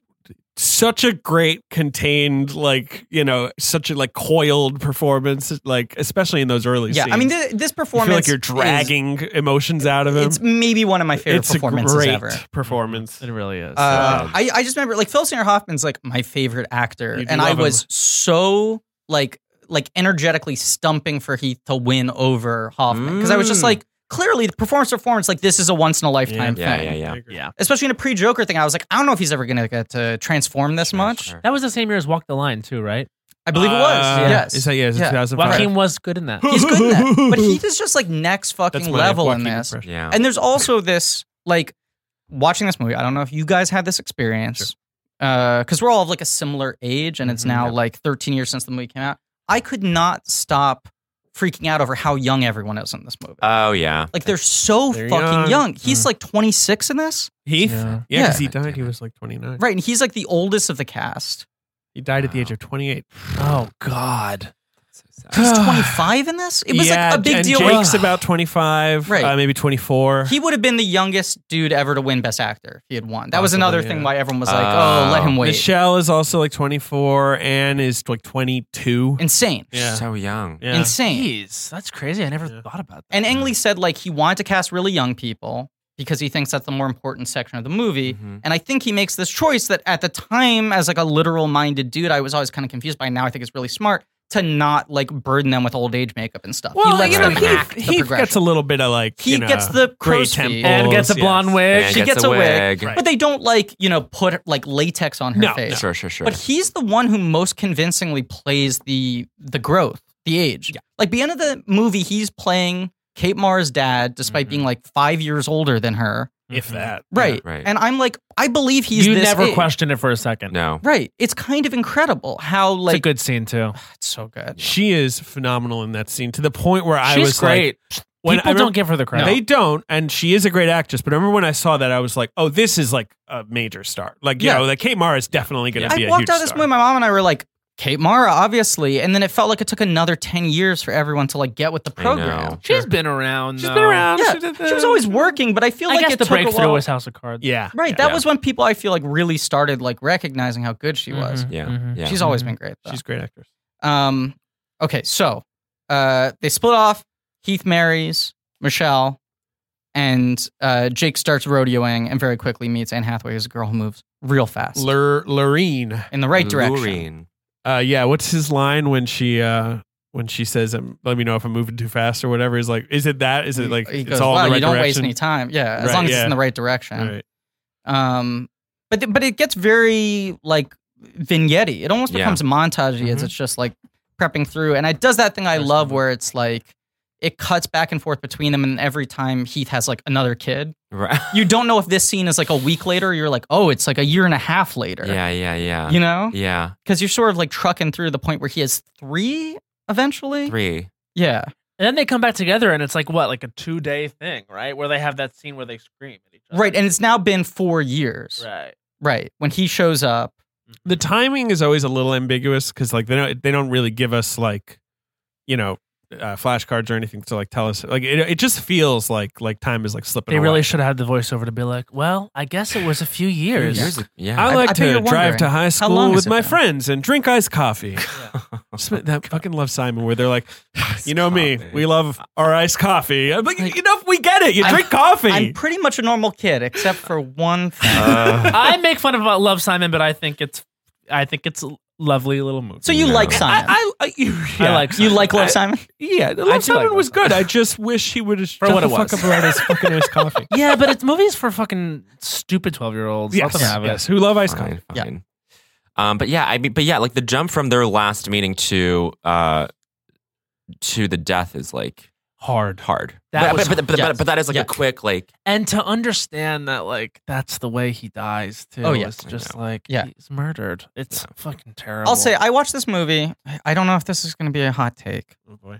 Speaker 3: such a great contained, like you know, such a like coiled performance, like especially in those early
Speaker 4: Yeah,
Speaker 3: scenes.
Speaker 4: I mean th- this
Speaker 3: you
Speaker 4: performance.
Speaker 3: feel like you're
Speaker 4: is-
Speaker 3: dragging emotions out of him.
Speaker 4: it's maybe one of my favorite
Speaker 3: It's a
Speaker 4: performances
Speaker 3: great
Speaker 4: ever.
Speaker 3: performance.
Speaker 5: It really is.
Speaker 4: Uh, I, I just remember like Phil Seymour Hoffman's like my favorite actor,
Speaker 3: You do
Speaker 4: and I
Speaker 3: love him.
Speaker 4: was so like like energetically stumping for Heath to win over Hoffman because I was just
Speaker 1: Mm.
Speaker 4: like clearly the performance performance like this is a once in a lifetime
Speaker 1: Yeah,
Speaker 4: thing.
Speaker 1: yeah, yeah.
Speaker 4: Especially in a pre Joker thing, I was like, I don't know if he's ever gonna get to transform this much.
Speaker 1: Sure.
Speaker 5: that was the same year as Walk the Line too, right?
Speaker 4: I believe it was.
Speaker 3: Uh,
Speaker 4: yes.
Speaker 3: Is that yes?
Speaker 4: Yeah.
Speaker 3: Yeah. 2005.
Speaker 9: Joaquin was good in
Speaker 4: <laughs>
Speaker 9: that.
Speaker 4: He's good in that. But he is just like next
Speaker 3: That's
Speaker 4: fucking
Speaker 3: my
Speaker 4: level in
Speaker 3: Joaquin
Speaker 4: this.
Speaker 3: impression.
Speaker 1: Yeah.
Speaker 4: And there's also this like watching this movie. I don't know if you guys had this experience because we're all of like a similar age, and it's now like 13 years since the movie came out. I could not stop freaking out over how young everyone is in this movie.
Speaker 1: Oh yeah.
Speaker 4: like they're so
Speaker 3: They're
Speaker 4: fucking young.
Speaker 3: young.
Speaker 4: He's like 26 in this,
Speaker 3: Heath.
Speaker 9: Yeah.
Speaker 3: Yeah, because
Speaker 1: Yeah.
Speaker 3: he died. He was like 29.
Speaker 4: right? And he's like the oldest of the cast.
Speaker 3: He died at the age of 28.
Speaker 9: Oh God.
Speaker 5: <sighs>
Speaker 3: <sighs>
Speaker 4: He's 25 in this. It was
Speaker 3: yeah,
Speaker 4: like a big
Speaker 3: and
Speaker 4: deal.
Speaker 3: Jake's about 25,
Speaker 4: Right.
Speaker 3: uh, maybe 24.
Speaker 4: <sighs> he would have been the youngest dude ever to win Best Actor if he had won. That was
Speaker 3: Possibly,
Speaker 4: another
Speaker 3: yeah.
Speaker 4: thing why everyone was like, "Oh, let him wait."
Speaker 3: Michelle is also like 24. Anne is like 22.
Speaker 4: Insane,
Speaker 3: yeah.
Speaker 1: So young.
Speaker 3: yeah.
Speaker 4: insane.
Speaker 9: Jeez, that's crazy. I never
Speaker 3: Yeah.
Speaker 9: thought about that.
Speaker 4: And Engle said like he wanted to cast really young people because he thinks that's the more important section of the movie.
Speaker 3: Mm-hmm.
Speaker 1: Mhm.
Speaker 4: And I think he makes this choice that at the time, as like a literal minded dude, I was always kind of confused by. Now I think it's really smart to not like burden them with old age makeup and stuff.
Speaker 3: Well,
Speaker 4: he lets
Speaker 3: you know,
Speaker 4: them act the
Speaker 3: he, he gets a
Speaker 4: progression.
Speaker 3: little bit of like
Speaker 4: He
Speaker 3: you know,
Speaker 4: gets the
Speaker 3: gray
Speaker 4: crow's feet.
Speaker 3: temples
Speaker 9: And gets a
Speaker 3: yes.
Speaker 9: blonde wig.
Speaker 1: And
Speaker 4: She gets a
Speaker 1: <laughs>
Speaker 4: wig.
Speaker 3: Right.
Speaker 4: but they don't like you know put like latex on her
Speaker 3: No,
Speaker 4: face.
Speaker 1: Sure, sure, sure.
Speaker 4: But he's the one who most convincingly plays the the growth, the age. Like the end of the movie, he's playing Kate Mara's dad, despite
Speaker 1: Mm-hmm.
Speaker 4: being like five years older than her.
Speaker 3: if that.
Speaker 4: Right.
Speaker 1: right.
Speaker 4: And I'm like, I believe he's
Speaker 9: you
Speaker 4: this
Speaker 9: never
Speaker 4: age.
Speaker 9: questioned it for a second.
Speaker 1: no.
Speaker 4: Right. It's kind of incredible how
Speaker 9: It's a
Speaker 4: like
Speaker 9: good scene too.
Speaker 4: it's so good.
Speaker 3: She is phenomenal in that scene to the point where I
Speaker 9: She's
Speaker 3: was like,
Speaker 9: great.
Speaker 3: when
Speaker 9: People
Speaker 3: I remember-
Speaker 9: don't give her the credit.
Speaker 3: They don't, and she is a great actress. But I remember when I saw that, I was like, "Oh, this is like a major star. Like, you
Speaker 4: Yeah.
Speaker 3: know, like Kate Mara is definitely going to be
Speaker 4: I
Speaker 3: a
Speaker 4: walked
Speaker 3: huge
Speaker 4: out of this
Speaker 3: star.
Speaker 4: movie, my mom and I were like, Kate Mara, obviously. And then it felt like it took another ten years for everyone to like get with the
Speaker 1: I know.
Speaker 4: program.
Speaker 9: She's been around.
Speaker 3: She's
Speaker 9: though.
Speaker 3: been around.
Speaker 4: Yeah,
Speaker 3: she, did
Speaker 4: She was
Speaker 3: the-
Speaker 4: always working, but I feel
Speaker 9: I
Speaker 4: like
Speaker 9: guess
Speaker 4: it
Speaker 9: the
Speaker 4: took a
Speaker 9: breakthrough
Speaker 4: while.
Speaker 9: was House of Cards.
Speaker 3: Yeah,
Speaker 4: Right. That was when people I feel like really started like recognizing how good she was.
Speaker 1: Yeah.
Speaker 9: Mhm.
Speaker 1: Yeah.
Speaker 4: She's always been great. Though.
Speaker 3: Mm-hmm. She's a great actress.
Speaker 4: um, okay, so uh, they split off. Heath marries Michelle, and uh, Jake starts rodeoing and very quickly meets Anne Hathaway, who's a girl who moves real fast
Speaker 3: Lur- Lurine.
Speaker 4: in the right direction.
Speaker 1: Lurine.
Speaker 3: Uh, yeah. What's his line when she uh when she says, um, "Let me know if I'm moving too fast" or whatever? Is like, is it that? Is
Speaker 4: He-
Speaker 3: it like
Speaker 4: he
Speaker 3: it's
Speaker 4: goes,
Speaker 3: all
Speaker 4: "Wow,
Speaker 3: in the right
Speaker 4: you don't waste
Speaker 3: direction?
Speaker 4: any time. Yeah, as
Speaker 3: Right,
Speaker 4: long as it's
Speaker 3: yeah.
Speaker 4: in the right direction.
Speaker 3: All right.
Speaker 4: Um, but th- but it gets very like vignette It almost
Speaker 1: Yeah. Mm-hmm.
Speaker 4: becomes montagey as
Speaker 3: Mhm.
Speaker 4: it's just like prepping through, and it does that thing I love where it's like it cuts back and forth between them, and every time Heath has like another kid,
Speaker 1: <laughs> Right.
Speaker 4: you don't know if this scene is like a week later. Or you're like, oh, it's like a year and a half later.
Speaker 1: Yeah, yeah, yeah.
Speaker 4: you know,
Speaker 1: yeah.
Speaker 4: because you're sort of like trucking through the point where he has three eventually.
Speaker 1: Three.
Speaker 4: Yeah,
Speaker 9: And then they come back together, and it's like what, like a two day thing, right? Where they have that scene where they scream at each other.
Speaker 4: right, and it's now been four years.
Speaker 9: Right.
Speaker 4: right. when he shows up.
Speaker 3: The timing is always a little ambiguous because like they don't they don't really give us like you know uh, flashcards or anything to like tell us like it, it just feels like like time is like slipping.
Speaker 9: They
Speaker 3: away.
Speaker 9: really should have had the voiceover to be like, well, I guess it was a few years.
Speaker 1: Years of- yeah.
Speaker 3: I like
Speaker 4: I bet
Speaker 3: to
Speaker 4: you're
Speaker 3: drive to
Speaker 4: wondering,
Speaker 3: high
Speaker 4: long
Speaker 3: school
Speaker 4: has
Speaker 3: with
Speaker 4: it
Speaker 3: my
Speaker 4: been?
Speaker 3: friends and drink iced coffee.
Speaker 1: <laughs>
Speaker 3: Sm- that fucking love Simon, where they're like, you know me,
Speaker 1: coffee.
Speaker 3: we love our iced coffee. I'm like, enough, we get it. You
Speaker 4: I'm-
Speaker 3: drink coffee.
Speaker 4: I'm pretty much a normal kid, except
Speaker 1: <laughs>
Speaker 4: for one thing.
Speaker 5: <laughs>
Speaker 1: Uh,
Speaker 9: I make fun of uh, Love Simon, but I think it's, I think it's a lovely little movie.
Speaker 4: so you
Speaker 1: No.
Speaker 4: like Simon?
Speaker 3: I, I,
Speaker 9: I like
Speaker 4: you like Love Simon?
Speaker 3: yeah,
Speaker 9: I
Speaker 3: Love
Speaker 9: do
Speaker 3: Simon
Speaker 9: like
Speaker 3: was
Speaker 9: Love
Speaker 3: good. I just wish he would have shut
Speaker 9: what
Speaker 3: the
Speaker 9: it
Speaker 3: fuck
Speaker 9: was.
Speaker 3: up about his fucking iced
Speaker 5: <laughs>
Speaker 3: coffee.
Speaker 9: yeah, but it's movies for fucking stupid twelve year olds.
Speaker 3: yes, yes, who love iced coffee.
Speaker 1: fine, fine. Um, but yeah, I mean, but yeah, like the jump from their last meeting to uh to the death is like
Speaker 9: hard.
Speaker 1: hard.
Speaker 9: That
Speaker 1: but,
Speaker 9: was-
Speaker 1: but, but, but,
Speaker 4: yes.
Speaker 1: but that is like
Speaker 4: Yeah.
Speaker 1: a quick like
Speaker 9: And to understand that, like, that's the way he dies too.
Speaker 4: Oh, yeah.
Speaker 9: it's
Speaker 1: I
Speaker 9: just
Speaker 1: know.
Speaker 9: like
Speaker 4: Yeah. Oh,
Speaker 9: he's murdered. It's fucking terrible.
Speaker 4: I'll say I watched this movie. I- I don't know if this is going to be a hot take.
Speaker 3: Oh boy,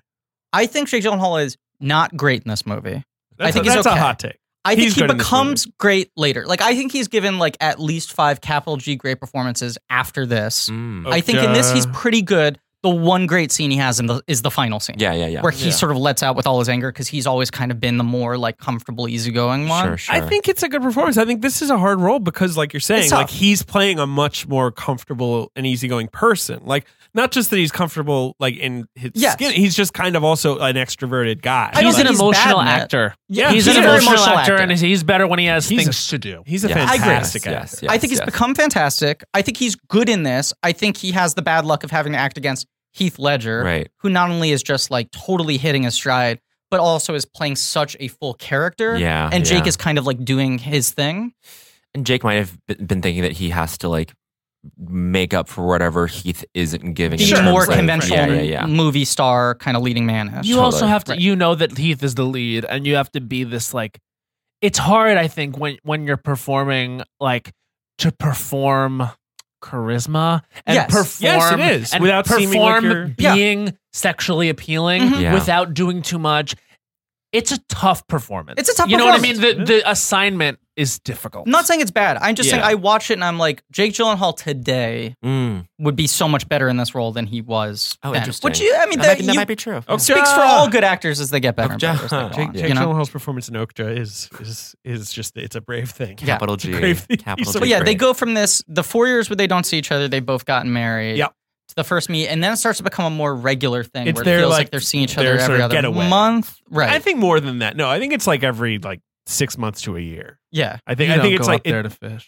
Speaker 4: I think Jake Gyllenhaal is not great in this movie.
Speaker 3: that's,
Speaker 4: think
Speaker 3: a,
Speaker 4: he's
Speaker 3: that's
Speaker 4: okay.
Speaker 3: a hot take.
Speaker 4: I
Speaker 3: He's
Speaker 4: think
Speaker 3: good
Speaker 4: he
Speaker 3: in this
Speaker 4: becomes great later. Like I think he's given like at least five capital G great performances after this.
Speaker 1: mm.
Speaker 4: I think in this he's
Speaker 3: Okay.
Speaker 4: pretty good. The one great scene he has in the is the final scene.
Speaker 1: yeah, yeah, yeah.
Speaker 4: Where he sort of lets out with all his anger because he's always kind of been the more like comfortable, easygoing one.
Speaker 1: Sure, sure.
Speaker 3: I think it's a good performance. I think this is a hard role because, like you're saying,
Speaker 4: It's tough.
Speaker 3: like he's playing a much more comfortable and easygoing person. Like not just that he's comfortable, like in his
Speaker 4: Yes.
Speaker 3: skin, he's just kind of also an extroverted guy.
Speaker 4: I don't
Speaker 9: he's
Speaker 3: Like,
Speaker 9: an
Speaker 4: think he's bad
Speaker 9: emotional
Speaker 4: in that.
Speaker 9: actor.
Speaker 3: yeah,
Speaker 9: he's,
Speaker 4: he's
Speaker 9: an
Speaker 4: a very
Speaker 9: emotional,
Speaker 4: emotional
Speaker 9: actor,
Speaker 4: actor.
Speaker 9: and he's- he's better when he has
Speaker 3: He's a-
Speaker 9: things to do.
Speaker 3: he's a
Speaker 1: Yes. I
Speaker 4: agree.
Speaker 3: fantastic actor.
Speaker 1: Yes, yes,
Speaker 4: I think he's
Speaker 1: yes.
Speaker 4: become fantastic. I think he's good in this. I think he has the bad luck of having to act against Heath Ledger,
Speaker 1: Right.
Speaker 4: who not only is just like totally hitting his stride, but also is playing such a full character.
Speaker 1: Yeah,
Speaker 4: And Jake
Speaker 1: yeah.
Speaker 4: is kind of like doing his thing.
Speaker 1: And Jake might have been been thinking that he has to like make up for whatever Heath isn't giving. in
Speaker 4: the
Speaker 1: terms
Speaker 4: more
Speaker 1: of-
Speaker 4: conventional
Speaker 1: Yeah, yeah, yeah.
Speaker 4: movie star kind of leading man is.
Speaker 5: You also have to
Speaker 4: Right.
Speaker 5: you know that Heath is the lead and you have to be this like it's hard I think when when you're performing like to perform charisma and
Speaker 4: Yes.
Speaker 3: Yes, it
Speaker 5: perform
Speaker 3: is,
Speaker 5: and
Speaker 3: without seeming like
Speaker 5: perform
Speaker 3: you're-
Speaker 4: Yeah.
Speaker 5: being sexually appealing
Speaker 4: Mhm.
Speaker 1: Yeah.
Speaker 5: without doing too much. It's a tough performance.
Speaker 4: It's a tough
Speaker 5: You know what I mean?
Speaker 4: performance.
Speaker 5: The the assignment is difficult.
Speaker 4: I'm not saying it's bad. I'm just saying
Speaker 1: Yeah.
Speaker 4: I watch it and I'm like, Jake Gyllenhaal today
Speaker 1: Mm.
Speaker 4: would be so much better in this role than he was.
Speaker 1: Oh,
Speaker 4: then.
Speaker 1: interesting.
Speaker 4: Which you, I mean,
Speaker 1: That,
Speaker 4: that,
Speaker 1: might, that
Speaker 4: you-
Speaker 1: might be true.
Speaker 3: Okay.
Speaker 4: speaks for all good actors as they get better. and
Speaker 1: Okja.
Speaker 4: better as they go
Speaker 1: Jake-
Speaker 4: on,
Speaker 3: Jake
Speaker 4: you know?
Speaker 3: Gyllenhaal's performance in Okja is is is just it's a brave thing.
Speaker 4: Yeah.
Speaker 1: Capital G.
Speaker 4: <laughs>
Speaker 3: Grave-
Speaker 1: Capital
Speaker 3: he's
Speaker 1: G.
Speaker 3: so-
Speaker 4: But yeah, they
Speaker 1: grave.
Speaker 4: go from this the four years where they don't see each other, they've both gotten married.
Speaker 3: Yep.
Speaker 4: To the first meet, and then it starts to become a more regular thing
Speaker 3: It's
Speaker 4: where it
Speaker 3: their,
Speaker 4: feels like,
Speaker 3: like,
Speaker 4: they're seeing each
Speaker 3: their
Speaker 4: other
Speaker 3: sort
Speaker 4: every
Speaker 3: of
Speaker 4: other
Speaker 3: getaway.
Speaker 4: month. Right.
Speaker 3: I think more than that. No, I think it's like every like six months to a year.
Speaker 4: yeah.
Speaker 3: I think
Speaker 9: You
Speaker 3: I
Speaker 9: don't
Speaker 3: think
Speaker 9: go
Speaker 3: it's like
Speaker 9: up there
Speaker 3: it-
Speaker 9: to fish.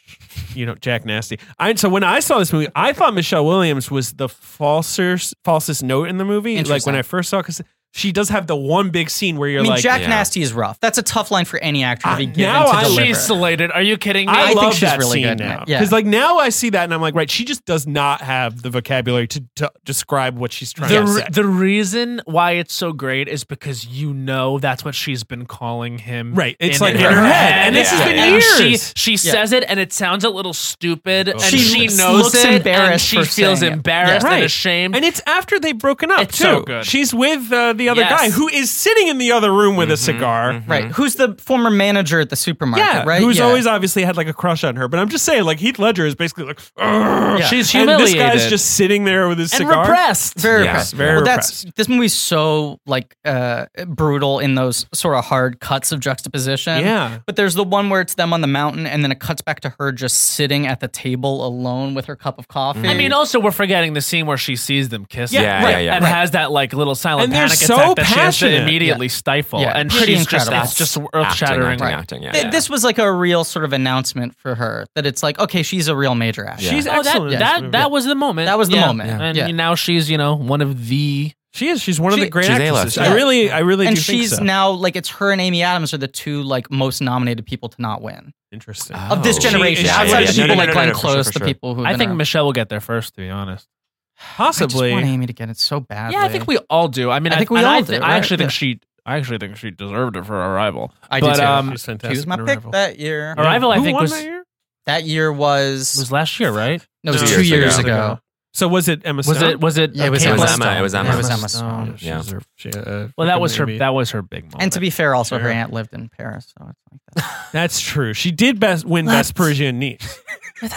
Speaker 3: you know Jack Nasty. I so when I saw this movie, I thought Michelle Williams was the falser falsest note in the movie. Like
Speaker 4: Interesting.
Speaker 3: when I first saw, because she does have the one big scene where you're
Speaker 4: I mean,
Speaker 3: like,
Speaker 4: Jack
Speaker 1: yeah.
Speaker 4: Nasty is rough. That's a tough line for any actor to
Speaker 3: Ah,
Speaker 4: be given
Speaker 3: now
Speaker 4: to
Speaker 3: I-
Speaker 4: deliver.
Speaker 5: she's slated. Are you kidding me?
Speaker 3: I,
Speaker 4: I
Speaker 3: love
Speaker 4: think she's
Speaker 3: that
Speaker 4: really
Speaker 3: scene
Speaker 4: good in
Speaker 3: now
Speaker 4: it. Yeah.
Speaker 3: because like now I see that and I'm like, right, she just does not have the vocabulary to, to describe what she's trying
Speaker 5: The,
Speaker 3: to
Speaker 5: re-
Speaker 3: say.
Speaker 5: the reason why it's so great is because you know that's what she's been calling him.
Speaker 3: Right, it's
Speaker 5: in
Speaker 3: like in her head, and this has been
Speaker 5: And
Speaker 3: years.
Speaker 5: She, she
Speaker 4: Yeah.
Speaker 5: says it, and it sounds a little stupid, and
Speaker 4: Oh, She
Speaker 5: she,
Speaker 4: looks-
Speaker 5: knows
Speaker 4: looks
Speaker 5: it, and
Speaker 4: embarrassed
Speaker 5: she
Speaker 4: for
Speaker 5: feels
Speaker 4: saying it.
Speaker 5: embarrassed
Speaker 3: Right.
Speaker 5: and ashamed.
Speaker 3: And it's after they've broken up
Speaker 5: It's
Speaker 3: too.
Speaker 5: so good.
Speaker 3: She's with uh, the other
Speaker 5: Yes.
Speaker 3: guy who is sitting in the other room with
Speaker 4: Mm-hmm,
Speaker 3: a cigar.
Speaker 4: Right. Who's the former manager at the supermarket,
Speaker 3: Mm-hmm. Yeah,
Speaker 4: right?
Speaker 3: who's
Speaker 4: Yeah.
Speaker 3: always obviously had like a crush on her. But I'm just saying, like Heath Ledger is basically like, "Ugh."
Speaker 5: She's
Speaker 3: and this guy's
Speaker 5: humiliated.
Speaker 3: just sitting there with his
Speaker 5: and
Speaker 3: cigar.
Speaker 5: repressed.
Speaker 4: very
Speaker 1: Yeah.
Speaker 4: repressed.
Speaker 3: Very
Speaker 4: well, that's
Speaker 3: repressed.
Speaker 4: this movie's so like uh brutal in those sort of hard cuts of juxtaposition.
Speaker 3: Yeah.
Speaker 4: But there's the one where it's them on the mountain and then it cuts back to her just sitting at the table alone with her cup of coffee.
Speaker 5: I
Speaker 1: Mm.
Speaker 5: mean, also we're forgetting the scene where she sees them kiss,
Speaker 1: Yeah, Yeah, right, yeah, yeah.
Speaker 5: and
Speaker 1: right.
Speaker 5: has that like little silent
Speaker 3: And they're
Speaker 5: panic
Speaker 3: so
Speaker 5: attack that she has to
Speaker 3: passionate.
Speaker 5: immediately stifle,
Speaker 4: Yeah,
Speaker 5: and
Speaker 4: pretty
Speaker 5: she's
Speaker 4: incredible.
Speaker 5: just it's just earth
Speaker 1: Acting,
Speaker 5: shattering.
Speaker 1: acting, acting, yeah,
Speaker 4: Th-
Speaker 1: yeah.
Speaker 4: this was like a real sort of announcement for her that it's like, okay, she's a real major actor.
Speaker 1: Yeah.
Speaker 3: She's
Speaker 5: Oh,
Speaker 3: excellent. in this
Speaker 5: that that,
Speaker 3: movie.
Speaker 5: that was the moment.
Speaker 4: That was the
Speaker 5: Yeah.
Speaker 4: moment.
Speaker 1: Yeah.
Speaker 5: And
Speaker 4: Yeah.
Speaker 5: now she's you know one of the
Speaker 3: she is. She's one of
Speaker 4: She-
Speaker 3: the great
Speaker 1: She's
Speaker 3: actresses.
Speaker 1: A-list.
Speaker 3: I really, I really
Speaker 4: and
Speaker 3: do think
Speaker 4: she's
Speaker 3: so.
Speaker 4: now like it's her and Amy Adams are the two like most nominated people to not win
Speaker 3: Interesting.
Speaker 4: of this
Speaker 1: Oh.
Speaker 4: generation.
Speaker 3: She- yeah,
Speaker 4: Outside
Speaker 3: yeah,
Speaker 4: of
Speaker 3: yeah.
Speaker 4: people
Speaker 3: No, no,
Speaker 4: like
Speaker 1: no, no,
Speaker 4: Glenn
Speaker 1: no, for sure,
Speaker 4: Close,
Speaker 1: for
Speaker 4: the
Speaker 1: sure.
Speaker 4: people who
Speaker 5: I think
Speaker 4: Michelle.
Speaker 5: Michelle will get there first, to be honest.
Speaker 4: I just want
Speaker 3: Possibly.
Speaker 4: Amy to get it so badly.
Speaker 5: Yeah, I think we all do. I mean,
Speaker 4: I
Speaker 5: I
Speaker 4: think
Speaker 5: think
Speaker 4: we all
Speaker 5: I,
Speaker 4: do,
Speaker 5: thi-
Speaker 4: right?
Speaker 5: I actually think
Speaker 4: Yeah.
Speaker 5: she, I actually think she deserved it for Arrival.
Speaker 4: I do
Speaker 5: but
Speaker 4: too.
Speaker 5: um,
Speaker 3: She's
Speaker 4: She
Speaker 3: fantastic.
Speaker 4: was my
Speaker 3: in
Speaker 4: pick
Speaker 3: Arrival.
Speaker 4: that year.
Speaker 5: Yeah. Arrival, I
Speaker 3: Who
Speaker 5: think,
Speaker 3: won
Speaker 5: was-
Speaker 3: that year?
Speaker 4: That year
Speaker 5: it was
Speaker 4: was
Speaker 5: last year, right?
Speaker 4: no, it was
Speaker 1: two
Speaker 4: two
Speaker 1: years
Speaker 4: years
Speaker 1: ago.
Speaker 4: ago.
Speaker 3: So was it Emma?
Speaker 5: Was
Speaker 3: Stone?
Speaker 5: it? Was it?
Speaker 4: Yeah, it was
Speaker 5: Kate
Speaker 4: Emma
Speaker 5: Winston?
Speaker 1: Stone. It was Emma.
Speaker 4: It was Emma Stone.
Speaker 3: She
Speaker 1: Yeah.
Speaker 3: deserved- she, uh,
Speaker 5: Well, that
Speaker 3: fucking
Speaker 5: was her.
Speaker 3: Emmy.
Speaker 5: That was her big moment.
Speaker 4: And to be fair, also her
Speaker 3: Sure.
Speaker 4: aunt lived in Paris, so it's like that.
Speaker 3: That's true. She did best win best
Speaker 4: <laughs>
Speaker 3: Parisian niece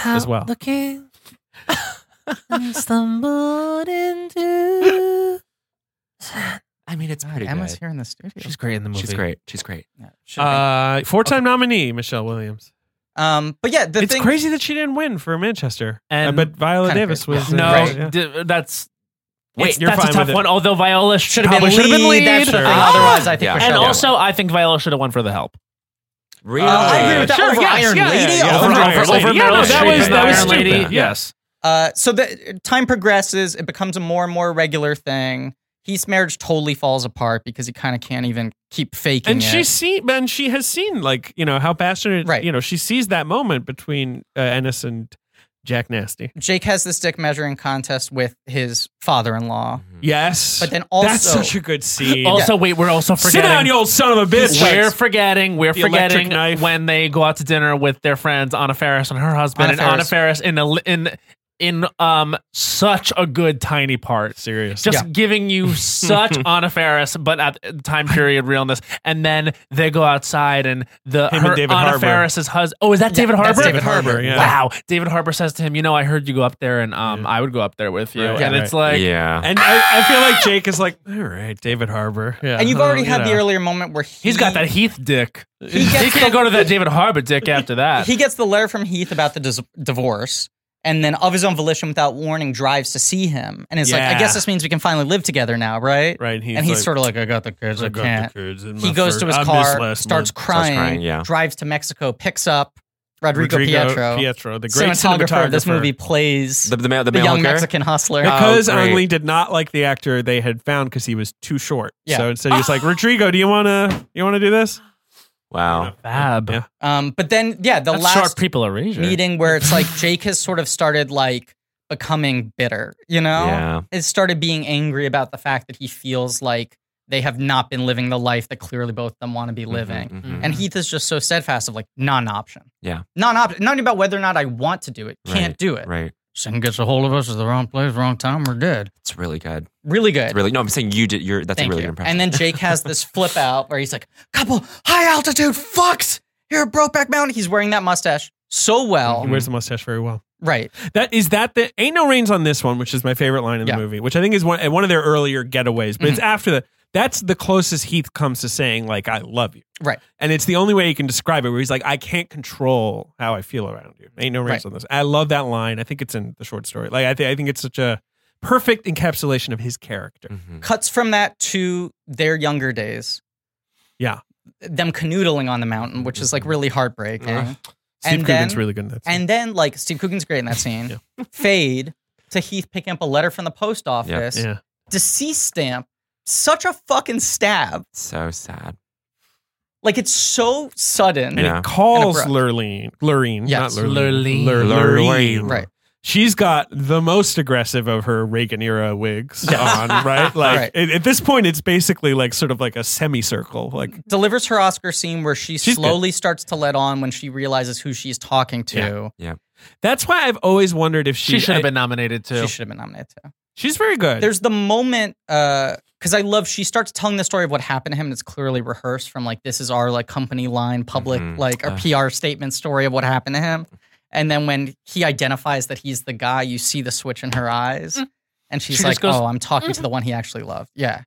Speaker 3: as well.
Speaker 5: looking, I stumbled into.
Speaker 1: I mean, it's pretty
Speaker 4: Emma's
Speaker 1: good.
Speaker 4: here in the studio.
Speaker 5: She's great in the movie.
Speaker 1: She's great. She's great.
Speaker 4: Yeah, should be.
Speaker 3: Uh, four-time nominee Michelle Williams.
Speaker 4: um, but yeah, the
Speaker 3: it's
Speaker 4: thing.
Speaker 3: crazy that she didn't win for Manchester.
Speaker 5: And-
Speaker 3: Uh, but Viola
Speaker 4: Kinda
Speaker 3: Davis
Speaker 4: crazy.
Speaker 3: was
Speaker 5: No,
Speaker 3: uh, yeah.
Speaker 5: d- that's
Speaker 3: Wait,
Speaker 5: it's-
Speaker 3: you're
Speaker 5: that's
Speaker 3: fine
Speaker 5: a tough
Speaker 3: with it.
Speaker 5: one. Although Viola
Speaker 4: Should
Speaker 5: should
Speaker 4: have been,
Speaker 5: should have been
Speaker 4: lead. That's
Speaker 5: lead.
Speaker 4: the thing.
Speaker 3: Ah!
Speaker 4: Otherwise, I think
Speaker 1: Yeah.
Speaker 4: Michelle.
Speaker 5: and
Speaker 4: won.
Speaker 5: also, I think Viola should have won for the help.
Speaker 1: Really?
Speaker 4: Uh, I agree with that.
Speaker 5: Sure,
Speaker 4: over
Speaker 5: yes,
Speaker 4: Iron
Speaker 5: yeah,
Speaker 4: Lady,
Speaker 3: yeah, yeah.
Speaker 4: over,
Speaker 3: Over Iron
Speaker 4: over-
Speaker 3: Lady.
Speaker 4: over
Speaker 3: Yeah, no,
Speaker 4: Meryl
Speaker 3: that
Speaker 4: Streep
Speaker 3: was-
Speaker 4: and
Speaker 3: that was
Speaker 4: Iron Lady.
Speaker 3: stupid. Yeah.
Speaker 5: Yes.
Speaker 4: Uh, so the time progresses, it becomes a more and more regular thing. Heath's marriage totally falls apart because he kind of can't even keep faking
Speaker 3: and
Speaker 4: it.
Speaker 3: she's seen and she has seen like you know how passionate
Speaker 4: Right.
Speaker 3: you know she sees that moment between uh, Ennis and Jack Nasty.
Speaker 4: Jake has this dick measuring contest with his father-in-law,
Speaker 3: Mm-hmm. Yes,
Speaker 4: but then also
Speaker 3: Mhm. that's such a good scene.
Speaker 5: Also, wait, we're
Speaker 3: <laughs>
Speaker 5: also
Speaker 3: Sit
Speaker 5: forgetting.
Speaker 3: down, you old son of a bitch.
Speaker 5: We're forgetting. We're
Speaker 3: The electric
Speaker 5: forgetting
Speaker 3: knife.
Speaker 5: when they go out to dinner with their friends, Anna Faris and her husband,
Speaker 4: Anna
Speaker 5: and Anna Faris in a, li- in in um such a good tiny part.
Speaker 3: serious.
Speaker 5: Just giving you such Anna Faris, but at the time period realness. And then they go outside, and the
Speaker 3: Him and
Speaker 5: her,
Speaker 3: David
Speaker 5: Anna
Speaker 3: Harbour.
Speaker 5: Faris's husband. Oh, is that David Harbour?
Speaker 4: that's David Harbour.
Speaker 3: Harbour, yeah.
Speaker 5: Wow, David Harbour says to him, "You know, I heard you go up there, and um, I would go up there with you."
Speaker 3: Right,
Speaker 5: and
Speaker 3: right.
Speaker 5: it's like,
Speaker 1: yeah.
Speaker 3: And I, I feel like Jake is like, all right, David Harbor. Yeah.
Speaker 4: And you've already
Speaker 3: Uh,
Speaker 4: had
Speaker 3: you
Speaker 4: the
Speaker 3: know.
Speaker 4: earlier moment where he,
Speaker 5: he's got that Heath dick.
Speaker 4: He
Speaker 5: <laughs> He,
Speaker 4: gets the-
Speaker 5: can't go to that David Harbour dick after that.
Speaker 4: He gets the letter from Heath about the dis- divorce, and then of his own volition, without warning, drives to see him, and it's like, I
Speaker 3: Yeah.
Speaker 4: guess this means we can finally live together now, right?
Speaker 3: Right, and he's,
Speaker 4: and he's
Speaker 3: like,
Speaker 4: sort of like, I got the kids, I,
Speaker 3: got the
Speaker 4: can't.
Speaker 3: kids in
Speaker 4: He
Speaker 3: my
Speaker 4: goes
Speaker 3: first-
Speaker 4: to his
Speaker 3: I missed
Speaker 4: car,
Speaker 3: last
Speaker 4: starts
Speaker 3: month.
Speaker 4: crying,
Speaker 1: crying, yeah.
Speaker 4: drives to Mexico, picks up Rodrigo, Pietro,
Speaker 3: the great
Speaker 4: cinematographer, of this
Speaker 3: cinematographer.
Speaker 4: movie, plays
Speaker 1: The,
Speaker 4: the,
Speaker 1: the, ma- the, male
Speaker 4: young
Speaker 1: hooker?
Speaker 4: Mexican hustler.
Speaker 1: Uh,
Speaker 3: Because
Speaker 1: Oh, great.
Speaker 3: Ang Lee did not like the actor they had found because he was too short.
Speaker 4: Yeah. <gasps>
Speaker 3: So instead he was like, Rodrigo, do you wanna you wanna do this?
Speaker 1: Wow.
Speaker 5: Fab.
Speaker 3: Yeah.
Speaker 4: Um, but then yeah, the
Speaker 5: That's
Speaker 4: last
Speaker 5: sharp people erasure.
Speaker 4: meeting where it's like Jake has sort of started like becoming bitter, you know?
Speaker 1: Yeah.
Speaker 4: It started being angry about the fact that he feels like they have not been living the life that clearly both of them want to be living. Mm-hmm.
Speaker 1: Mhm, mhm.
Speaker 4: And Heath is just so steadfast of like, not an option.
Speaker 1: Yeah.
Speaker 4: Not an option. Not about whether or not I want to do it. Can't
Speaker 1: Right,
Speaker 4: do it.
Speaker 1: Right.
Speaker 2: Satan gets a hold of us at the wrong place, wrong time. We're dead.
Speaker 1: It's really good.
Speaker 4: Really good.
Speaker 1: It's really no. I'm saying you did. You're that's
Speaker 4: Thank
Speaker 1: a really
Speaker 4: you.
Speaker 1: good impression.
Speaker 4: And then Jake has
Speaker 1: <laughs>
Speaker 4: this flip out where he's like, couple high altitude fucks here at Brokeback Mountain. He's wearing that mustache so well.
Speaker 3: He wears the mustache very well.
Speaker 1: Mm-hmm.
Speaker 4: Right.
Speaker 3: That is that the ain't no rains on this one, which is my favorite line in the
Speaker 4: Yeah. Mm-hmm.
Speaker 3: movie, which I think is one and one of their earlier getaways. But it's after that. That's the closest Heath comes to saying like I love you,
Speaker 4: Right.
Speaker 3: and it's the only way he can describe it. Where he's like, I can't control how I feel around you. Ain't no rains
Speaker 4: Right.
Speaker 3: on this. I love that line. I think it's in the short story. Like I think I think it's such a perfect encapsulation of his character.
Speaker 1: Mhm.
Speaker 4: cuts from that to their younger days.
Speaker 3: Yeah.
Speaker 4: Them canoodling on the mountain, which is like really heartbreaking.
Speaker 3: Steve
Speaker 4: And
Speaker 3: Coogan's
Speaker 4: then-
Speaker 3: really good in that. scene.
Speaker 4: And then like Steve Coogan's great in that scene. Fade to Heath picking up a letter from the post office.
Speaker 3: yeah,
Speaker 4: Deceased stamp. Such a fucking stab.
Speaker 1: so sad.
Speaker 4: Like it's so sudden.
Speaker 3: and
Speaker 1: Yeah.
Speaker 3: it calls
Speaker 4: And
Speaker 3: Lurleen, Lurleen,
Speaker 4: Yes.
Speaker 3: not Lurleen,
Speaker 5: Lurleen.
Speaker 3: Lur-
Speaker 1: Lurleen.
Speaker 3: Lurleen.
Speaker 4: Right.
Speaker 3: she's got the most aggressive of her Reagan era wigs on,
Speaker 9: <laughs>
Speaker 3: right? Like
Speaker 4: Right.
Speaker 3: At, at this point, it's basically like sort of like a semicircle. Like
Speaker 4: Delivers her Oscar scene where she
Speaker 3: She's good.
Speaker 4: slowly starts to let on when she realizes who she's talking to.
Speaker 3: that's why I've always wondered if she,
Speaker 9: She should
Speaker 3: I-
Speaker 9: have been nominated too.
Speaker 4: She should have been nominated too.
Speaker 3: She's very good.
Speaker 4: There's the moment because I love she starts telling the story of what happened to him, and it's clearly rehearsed from like this is our like company line, public
Speaker 9: Mm-hmm.
Speaker 1: Mhm.
Speaker 4: like our
Speaker 1: Uh.
Speaker 4: PR statement story of what happened to him. And then when he identifies that he's the guy, you see the switch in her eyes, and she's
Speaker 9: She just
Speaker 4: like,
Speaker 9: goes,
Speaker 4: "Oh, I'm talking to the one he actually loved." Yeah.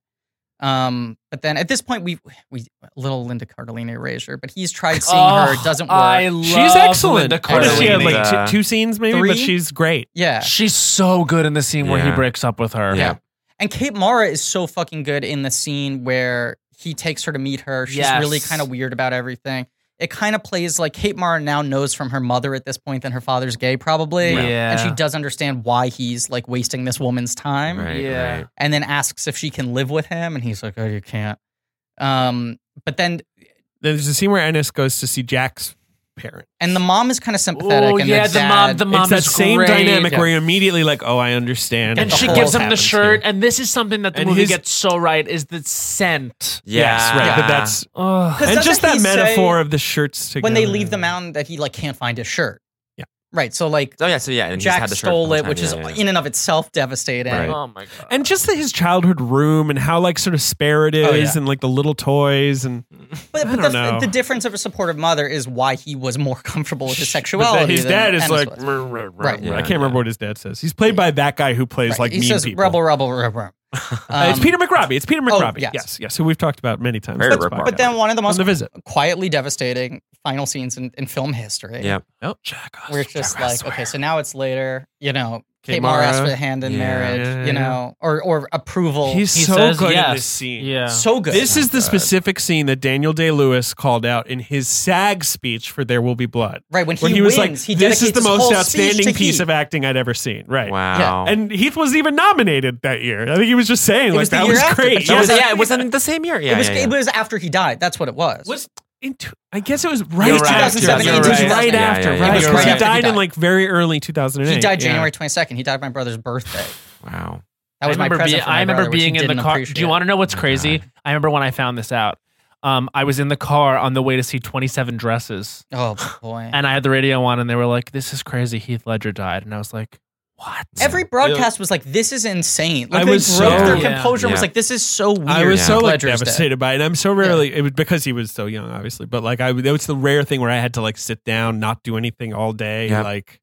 Speaker 4: Um, but then at this point, we we little Linda Cardellini erasure, but he's tried seeing
Speaker 5: Oh,
Speaker 4: her, it doesn't work.
Speaker 9: I love
Speaker 3: she's excellent.
Speaker 9: Linda
Speaker 3: What does she have
Speaker 9: Cardellini.
Speaker 3: like
Speaker 1: Uh,
Speaker 3: two, two scenes maybe?
Speaker 4: three?
Speaker 3: But she's great.
Speaker 4: yeah,
Speaker 9: She's so good in the scene where he
Speaker 1: Yeah.
Speaker 9: breaks up with her.
Speaker 1: Yeah.
Speaker 4: And Kate Mara is so fucking good in the scene where he takes her to meet her. She's
Speaker 9: Yes.
Speaker 4: really kind of weird about everything. It kind of plays like Kate Mara now knows from her mother at this point that her father's gay, probably.
Speaker 9: Yeah.
Speaker 4: And she does understand why he's like wasting this woman's time
Speaker 1: Right.
Speaker 9: Yeah.
Speaker 1: Right.
Speaker 4: and then asks if she can live with him. And he's like, oh, you can't. Um, but then,
Speaker 3: There's a scene where Ennis goes to see Jack's parent.
Speaker 4: and the mom is kind of sympathetic.
Speaker 9: Oh,
Speaker 4: and
Speaker 9: yeah,
Speaker 4: the,
Speaker 9: the mom-
Speaker 4: dad-
Speaker 9: the mom-
Speaker 3: it's that
Speaker 9: is
Speaker 3: same
Speaker 9: great.
Speaker 3: dynamic
Speaker 4: Yeah.
Speaker 3: where you're immediately like, oh, I understand.
Speaker 9: And
Speaker 4: The
Speaker 9: she
Speaker 4: whole
Speaker 9: gives him the
Speaker 4: happens
Speaker 9: shirt, and this is something that the
Speaker 3: And
Speaker 9: movie
Speaker 3: his-
Speaker 9: gets so right: is the scent.
Speaker 1: Yeah.
Speaker 3: Yes, right. But that's
Speaker 4: 'Cause
Speaker 3: and
Speaker 4: doesn't
Speaker 3: just that
Speaker 4: he say
Speaker 3: metaphor of the shirts together.
Speaker 4: when they leave the mountain that he like can't find his shirt.
Speaker 3: Yeah.
Speaker 4: Right. So like
Speaker 1: Oh yeah. So yeah. And he's
Speaker 4: Jack
Speaker 1: had the shirt the
Speaker 4: stole
Speaker 1: whole
Speaker 4: it,
Speaker 1: time.
Speaker 4: which
Speaker 1: Yeah,
Speaker 4: is
Speaker 1: yeah, yeah.
Speaker 4: in and of itself devastating.
Speaker 1: Right.
Speaker 9: Oh my god!
Speaker 3: and just the, his childhood room and how like sort of spare it is,
Speaker 4: Oh, yeah.
Speaker 3: and like the little toys and
Speaker 4: But,
Speaker 3: I
Speaker 4: but
Speaker 3: don't
Speaker 4: the,
Speaker 3: know.
Speaker 4: the difference of a supportive mother is why he was more <laughs> comfortable with his
Speaker 3: But
Speaker 4: sexuality.
Speaker 3: then his
Speaker 4: than
Speaker 3: dad is
Speaker 4: Ennis
Speaker 3: like,
Speaker 4: was.
Speaker 3: "Rrr, rrr, rrr,
Speaker 4: Right.
Speaker 3: rrr."
Speaker 1: Yeah,
Speaker 3: I can't remember
Speaker 1: yeah.
Speaker 3: what his dad says. He's played by that guy who plays
Speaker 4: Right.
Speaker 3: like
Speaker 4: he
Speaker 3: mean
Speaker 4: says
Speaker 3: people.
Speaker 4: rebel, rebel, rebel. rebel.
Speaker 3: Uh, <laughs> it's
Speaker 4: Um,
Speaker 3: Peter McRobbie. It's Peter McRobbie.
Speaker 4: yes.
Speaker 3: yes. yes, who we've talked about many times.
Speaker 1: Very
Speaker 3: That's
Speaker 1: Rick
Speaker 3: fine.
Speaker 4: But then one of the
Speaker 3: on
Speaker 4: most
Speaker 3: the visit,
Speaker 4: quietly devastating final scenes in, in film history.
Speaker 1: Yeah.
Speaker 3: oh, Jack Os-
Speaker 4: Where it's just
Speaker 3: Jack Os-
Speaker 4: like, okay, so now it's later, you know,
Speaker 3: Kate
Speaker 4: Kate Mara asked for
Speaker 3: Mara.
Speaker 4: the hand in
Speaker 1: Yeah.
Speaker 4: marriage,
Speaker 3: Yeah, yeah,
Speaker 4: you
Speaker 3: yeah.
Speaker 4: know, or, or approval.
Speaker 3: he's
Speaker 9: he
Speaker 3: so
Speaker 9: says
Speaker 3: good
Speaker 9: yes.
Speaker 3: in this scene.
Speaker 9: Yeah.
Speaker 4: so good.
Speaker 3: This is the specific scene that Daniel Day Lewis called out in his SAG speech for "There Will Be Blood,"
Speaker 4: right when he,
Speaker 3: where he, was like,
Speaker 4: wins, he
Speaker 3: "This is
Speaker 4: dedicates
Speaker 3: the
Speaker 4: his whole
Speaker 3: most
Speaker 4: speech to
Speaker 3: outstanding piece
Speaker 4: Heath.
Speaker 3: of acting I'd ever seen." Right?
Speaker 1: Wow.
Speaker 3: And Heath was even nominated that year. I think he was just saying, like,
Speaker 4: was the
Speaker 3: that
Speaker 4: year
Speaker 3: was
Speaker 4: after. That
Speaker 3: great.
Speaker 1: yeah,
Speaker 4: was
Speaker 1: was,
Speaker 4: after
Speaker 1: yeah, it was in the same year. Yeah,
Speaker 4: It was,
Speaker 1: yeah,
Speaker 4: it
Speaker 1: yeah.
Speaker 4: was after he died. That's what it was.
Speaker 3: was into, I guess it was right,
Speaker 1: You're right.
Speaker 3: after.
Speaker 1: 2017,
Speaker 3: It was right
Speaker 4: 2018.
Speaker 3: after.
Speaker 1: Yeah, yeah,
Speaker 3: right.
Speaker 1: yeah.
Speaker 3: Because
Speaker 1: You're right.
Speaker 3: He
Speaker 4: After he
Speaker 3: died
Speaker 4: died.
Speaker 3: in like very early 2008.
Speaker 4: he died
Speaker 3: Yeah.
Speaker 4: January 22nd. He died my brother's birthday.
Speaker 1: Wow.
Speaker 4: That was
Speaker 9: I remember
Speaker 4: my present
Speaker 9: being,
Speaker 4: for my
Speaker 9: I remember
Speaker 4: brother, which he
Speaker 9: being in the
Speaker 4: didn't
Speaker 9: car.
Speaker 4: appreciate.
Speaker 9: Do you want to know what's crazy? I remember when I found this out. Um, I was in the car on the way to see 27 Dresses,
Speaker 4: Oh boy!
Speaker 9: and I had the radio on, and they were like, "This is crazy. Heath Ledger died," and I was like, "What?"
Speaker 4: Every broadcast was like, "This is insane." Like
Speaker 3: I
Speaker 4: they
Speaker 3: was
Speaker 4: broke
Speaker 3: so-
Speaker 4: their
Speaker 9: Yeah.
Speaker 4: composure. and Was
Speaker 1: Yeah.
Speaker 4: like, "This is so weird."
Speaker 3: I was
Speaker 1: Yeah.
Speaker 3: so like
Speaker 4: Ledger's dead.
Speaker 3: devastated by it, and I'm so rarely it was because he was so young, obviously. But like I, it was the rare thing where I had to like sit down, not do anything all day,
Speaker 1: Yeah.
Speaker 3: like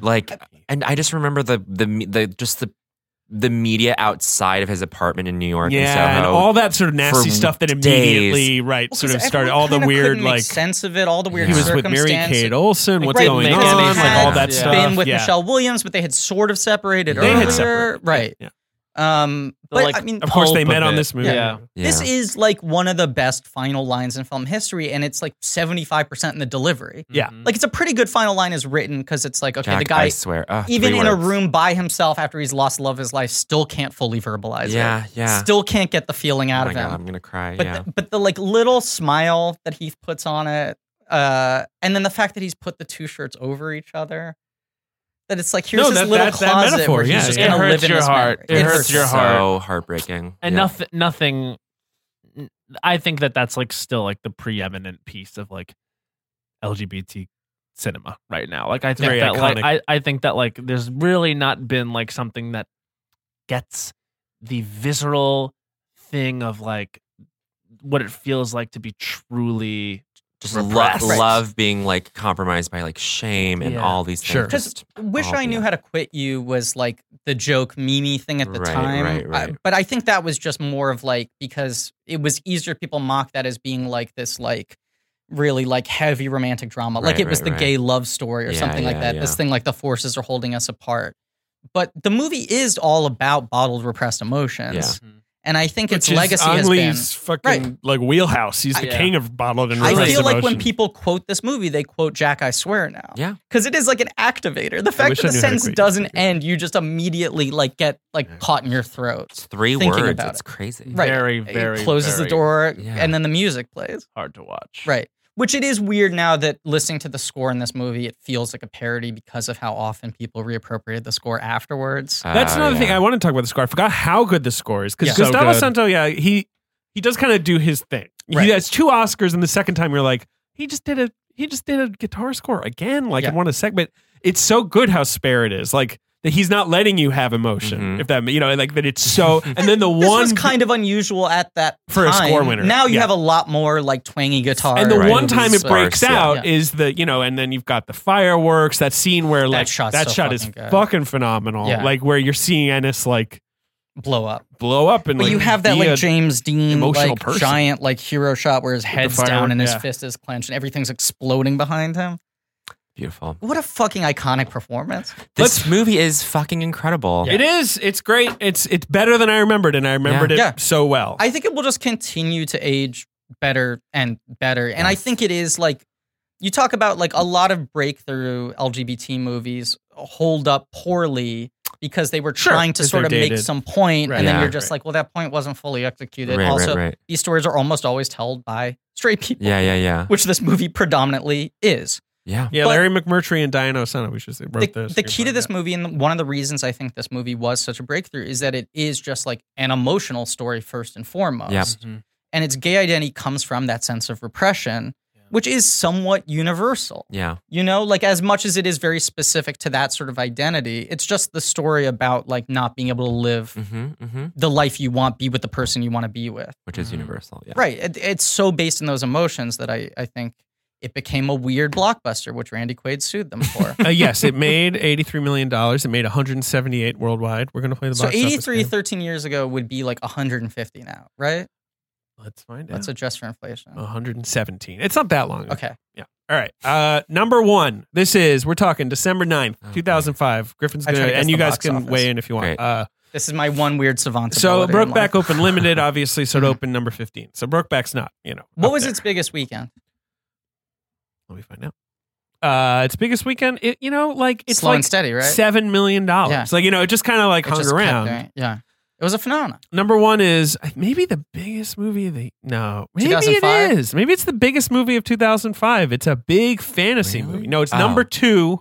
Speaker 1: Like, and I just remember the the me- the just the the media outside of his apartment in New York. and
Speaker 3: yeah, and
Speaker 1: Soho.
Speaker 3: all that sort of nasty
Speaker 1: for
Speaker 3: stuff that
Speaker 1: days.
Speaker 3: immediately
Speaker 4: Well,
Speaker 3: right
Speaker 4: 'cause
Speaker 3: sort of
Speaker 4: everyone
Speaker 3: started all the
Speaker 4: kinda
Speaker 3: weird
Speaker 4: couldn't make
Speaker 3: like
Speaker 4: sense of it, all the weird.
Speaker 3: he was with Mary
Speaker 4: circumstances.
Speaker 3: Kate Olsen,
Speaker 4: Like,
Speaker 3: what's
Speaker 4: right,
Speaker 3: going
Speaker 9: because
Speaker 3: on,
Speaker 9: they
Speaker 3: like all
Speaker 9: had
Speaker 3: that
Speaker 9: been
Speaker 3: stuff.
Speaker 4: Been with
Speaker 3: yeah.
Speaker 4: Michelle Williams, but they had sort of separated
Speaker 3: They
Speaker 4: earlier,
Speaker 3: had separated.
Speaker 4: right?
Speaker 3: Yeah.
Speaker 4: Um,
Speaker 9: The,
Speaker 4: but
Speaker 9: like,
Speaker 4: I mean,
Speaker 3: Of course,
Speaker 9: Pulp
Speaker 3: they met
Speaker 9: of
Speaker 3: on
Speaker 9: it.
Speaker 3: this movie.
Speaker 9: Yeah.
Speaker 4: This is like one of the best final lines in film history, and it's like 75% in the delivery.
Speaker 3: Yeah.
Speaker 4: Like, it's a pretty good final line is written because it's like, okay,
Speaker 1: Jack,
Speaker 4: the guy,
Speaker 1: I swear. Ugh,
Speaker 4: even
Speaker 1: three
Speaker 4: in a
Speaker 1: words.
Speaker 4: room by himself after he's lost the love of his life, still can't fully verbalize it.
Speaker 1: Yeah, yeah.
Speaker 4: Still can't get the feeling
Speaker 1: oh
Speaker 4: out
Speaker 1: my
Speaker 4: of
Speaker 1: God,
Speaker 4: him.
Speaker 1: I'm gonna cry.
Speaker 4: But,
Speaker 1: yeah.
Speaker 4: the, but the like little smile that Heath puts on it, uh, and then the fact that he's put the two shirts over each other. That it's like here's
Speaker 3: No,
Speaker 4: his
Speaker 3: that-
Speaker 4: little
Speaker 3: that- that
Speaker 4: closet
Speaker 3: metaphor,
Speaker 4: where he's
Speaker 3: yeah,
Speaker 4: just
Speaker 3: yeah.
Speaker 4: gonna
Speaker 9: It hurts
Speaker 4: live in
Speaker 9: your
Speaker 4: this
Speaker 9: heart.
Speaker 4: memory.
Speaker 9: It hurts your
Speaker 1: so
Speaker 9: heart.
Speaker 1: heartbreaking.
Speaker 9: and
Speaker 1: Yeah.
Speaker 9: nothing nothing i think that that's like still like the preeminent piece of like lgbt cinema right now like i think
Speaker 3: Very
Speaker 9: that like
Speaker 3: iconic.
Speaker 9: I, I think that like there's really not been like something that gets the visceral thing of like what it feels like to be truly
Speaker 1: just lo-
Speaker 9: repressed.
Speaker 1: love being like compromised by like shame and
Speaker 9: Yeah.
Speaker 1: all these things.
Speaker 9: Sure.
Speaker 4: Because Wish
Speaker 1: all
Speaker 4: I Knew
Speaker 1: bad.
Speaker 4: How to Quit You was like the joke meme thing at the
Speaker 1: Right,
Speaker 4: time.
Speaker 1: right,
Speaker 4: I-
Speaker 1: right.
Speaker 4: but I think that was just more of like because it was easier people mock that as being like this like really like heavy romantic drama. like
Speaker 1: Right,
Speaker 4: it was
Speaker 1: right,
Speaker 4: the
Speaker 1: right.
Speaker 4: gay love story or
Speaker 1: Yeah,
Speaker 4: something like
Speaker 1: yeah,
Speaker 4: that. This
Speaker 1: yeah.
Speaker 4: thing like the forces are holding us apart. But the movie is all about bottled repressed emotions. And I think its
Speaker 3: Which is
Speaker 4: legacy
Speaker 3: Ang
Speaker 4: has been
Speaker 3: Lee's fucking like wheelhouse. He's the
Speaker 9: Yeah.
Speaker 3: king of bottled and
Speaker 4: I
Speaker 3: repressed
Speaker 4: feel like when
Speaker 3: emotion.
Speaker 4: people quote this movie, they quote Jack, I swear now.
Speaker 1: Yeah.
Speaker 4: Because it is like an activator. The fact
Speaker 3: wish
Speaker 4: that the
Speaker 3: I knew how to
Speaker 4: sentence
Speaker 3: quote you.
Speaker 4: doesn't end, you just immediately like get like
Speaker 1: Yeah.
Speaker 4: caught in your throat.
Speaker 1: It's three
Speaker 4: Thinking
Speaker 1: words.
Speaker 4: about
Speaker 1: It's
Speaker 4: it.
Speaker 1: crazy.
Speaker 4: Right.
Speaker 9: very very
Speaker 4: it closes
Speaker 9: very
Speaker 4: the door
Speaker 1: Yeah.
Speaker 4: and then the music plays.
Speaker 9: hard to watch
Speaker 4: Right. Which it is weird now that listening to the score in this movie, it feels like a parody because of how often people reappropriated the score afterwards.
Speaker 3: That's
Speaker 1: Uh,
Speaker 3: another thing
Speaker 1: yeah.
Speaker 3: I want to talk about the score. I forgot how good the score is because
Speaker 4: Yeah.
Speaker 9: So
Speaker 3: Gustavo
Speaker 9: good.
Speaker 3: Santo, yeah, he he does kind of do his thing.
Speaker 4: Right.
Speaker 3: He has two Oscars, and the second time you're like, he just did a he just did a guitar score again. Like
Speaker 4: Yeah.
Speaker 3: I want a segment. It's so good how spare it is. Like that he's not letting you have emotion.
Speaker 1: Mhm.
Speaker 3: If that you know, like that it's so. and then the
Speaker 4: <laughs> This
Speaker 3: one
Speaker 4: was kind of unusual at that
Speaker 3: For a
Speaker 4: time.
Speaker 3: score winner,
Speaker 4: Now you
Speaker 3: yeah.
Speaker 4: have a lot more like twangy guitar.
Speaker 3: and the
Speaker 1: Right.
Speaker 3: one time it
Speaker 1: Sparse,
Speaker 3: breaks
Speaker 1: yeah.
Speaker 3: out is the you know, and then you've got the fireworks. That scene where like that,
Speaker 4: shot's so
Speaker 3: shot is
Speaker 4: fucking good.
Speaker 3: fucking phenomenal.
Speaker 4: Yeah.
Speaker 3: Like where you're seeing Ennis like
Speaker 4: blow up.
Speaker 3: blow up and
Speaker 4: But
Speaker 3: like,
Speaker 4: you have that
Speaker 3: be
Speaker 4: like
Speaker 3: a-
Speaker 4: James Dean
Speaker 3: emotional
Speaker 4: like
Speaker 3: person.
Speaker 4: giant like hero shot where his head's
Speaker 3: fire-
Speaker 4: down and his
Speaker 3: yeah.
Speaker 4: fist is clenched and everything's exploding behind him.
Speaker 1: Beautiful.
Speaker 4: What a fucking iconic performance.
Speaker 1: This movie is fucking incredible.
Speaker 3: It is. It's great. It's it's better than I remembered, and I remembered it
Speaker 4: Yeah.
Speaker 3: so well.
Speaker 4: I think it will just continue to age better and better. And I think it is like you talk about like a lot of breakthrough LGBT movies hold up poorly because they were
Speaker 3: Sure,
Speaker 4: trying to
Speaker 3: 'cause
Speaker 4: sort
Speaker 3: they're
Speaker 4: of make
Speaker 3: dated.
Speaker 4: some point,
Speaker 3: Right.
Speaker 4: and then
Speaker 1: Yeah.
Speaker 4: you're just like, well, that point wasn't fully executed.
Speaker 1: Right,
Speaker 4: also,
Speaker 1: right, right.
Speaker 4: these stories are almost always told by straight people,
Speaker 1: Yeah, yeah, yeah.
Speaker 4: which this movie predominantly is.
Speaker 1: Yeah.
Speaker 3: yeah,
Speaker 4: but-
Speaker 3: Larry McMurtry and Diana Osana. We should say, wrote
Speaker 4: the,
Speaker 3: this.
Speaker 4: the key to this movie and one of the reasons i think this movie was such a breakthrough is that it is just like an emotional story first and foremost
Speaker 1: Yep.
Speaker 4: and its gay identity comes from that sense of repression which is somewhat universal
Speaker 1: Yeah.
Speaker 4: you know like as much as it is very specific to that sort of identity it's just the story about like not being able to live
Speaker 1: Mm-hmm. Mm-hmm.
Speaker 4: the life you want be with the person you want to be with
Speaker 1: Which is universal. Yeah.
Speaker 4: right it, it's so based in those emotions that i, I think it became a weird blockbuster, which Randy Quaid sued them for. <laughs>
Speaker 3: Uh, yes, it made eighty-three million dollars. It made one hundred and seventy-eight worldwide. We're gonna play the
Speaker 4: So
Speaker 3: box office
Speaker 4: 83
Speaker 3: game.
Speaker 4: 13 years ago would be like 150 now, right?
Speaker 3: Let's find
Speaker 4: Let's
Speaker 3: out.
Speaker 4: adjust for inflation.
Speaker 3: One hundred and seventeen. It's not that long. ago.
Speaker 4: Okay.
Speaker 3: All right. Uh, number one. This is we're talking December 9th,
Speaker 1: Oh,
Speaker 3: two thousand five. Griffin's
Speaker 4: I tried
Speaker 3: gonna,
Speaker 4: to guess
Speaker 3: and you
Speaker 4: the
Speaker 3: guys
Speaker 4: box
Speaker 3: can
Speaker 4: office.
Speaker 3: weigh in if you want.
Speaker 1: Great.
Speaker 3: Uh,
Speaker 4: This is my one weird savant.
Speaker 3: so
Speaker 4: ability in
Speaker 3: Brokeback
Speaker 4: <laughs> life.
Speaker 3: Open Limited, obviously, so it
Speaker 4: Mhm.
Speaker 3: opened number fifteen. So Brokeback's not, you know.
Speaker 4: What
Speaker 3: up
Speaker 4: was
Speaker 3: there.
Speaker 4: its biggest weekend?
Speaker 3: Let me find out. Uh, its biggest weekend, it you know, like it's
Speaker 4: Slow
Speaker 3: like
Speaker 4: and steady, right?
Speaker 3: seven million dollars.
Speaker 4: Yeah.
Speaker 3: Like you know, it just kind of like
Speaker 4: It
Speaker 3: hung
Speaker 4: just kept
Speaker 3: around.
Speaker 4: doing- Yeah. It was a phenomenon.
Speaker 3: Number one is maybe the biggest movie. Of the no, maybe
Speaker 4: 2005?
Speaker 3: it is. Maybe it's the biggest movie of 2005. It's a big fantasy
Speaker 1: Really?
Speaker 3: movie. No, it's
Speaker 1: Oh.
Speaker 3: number two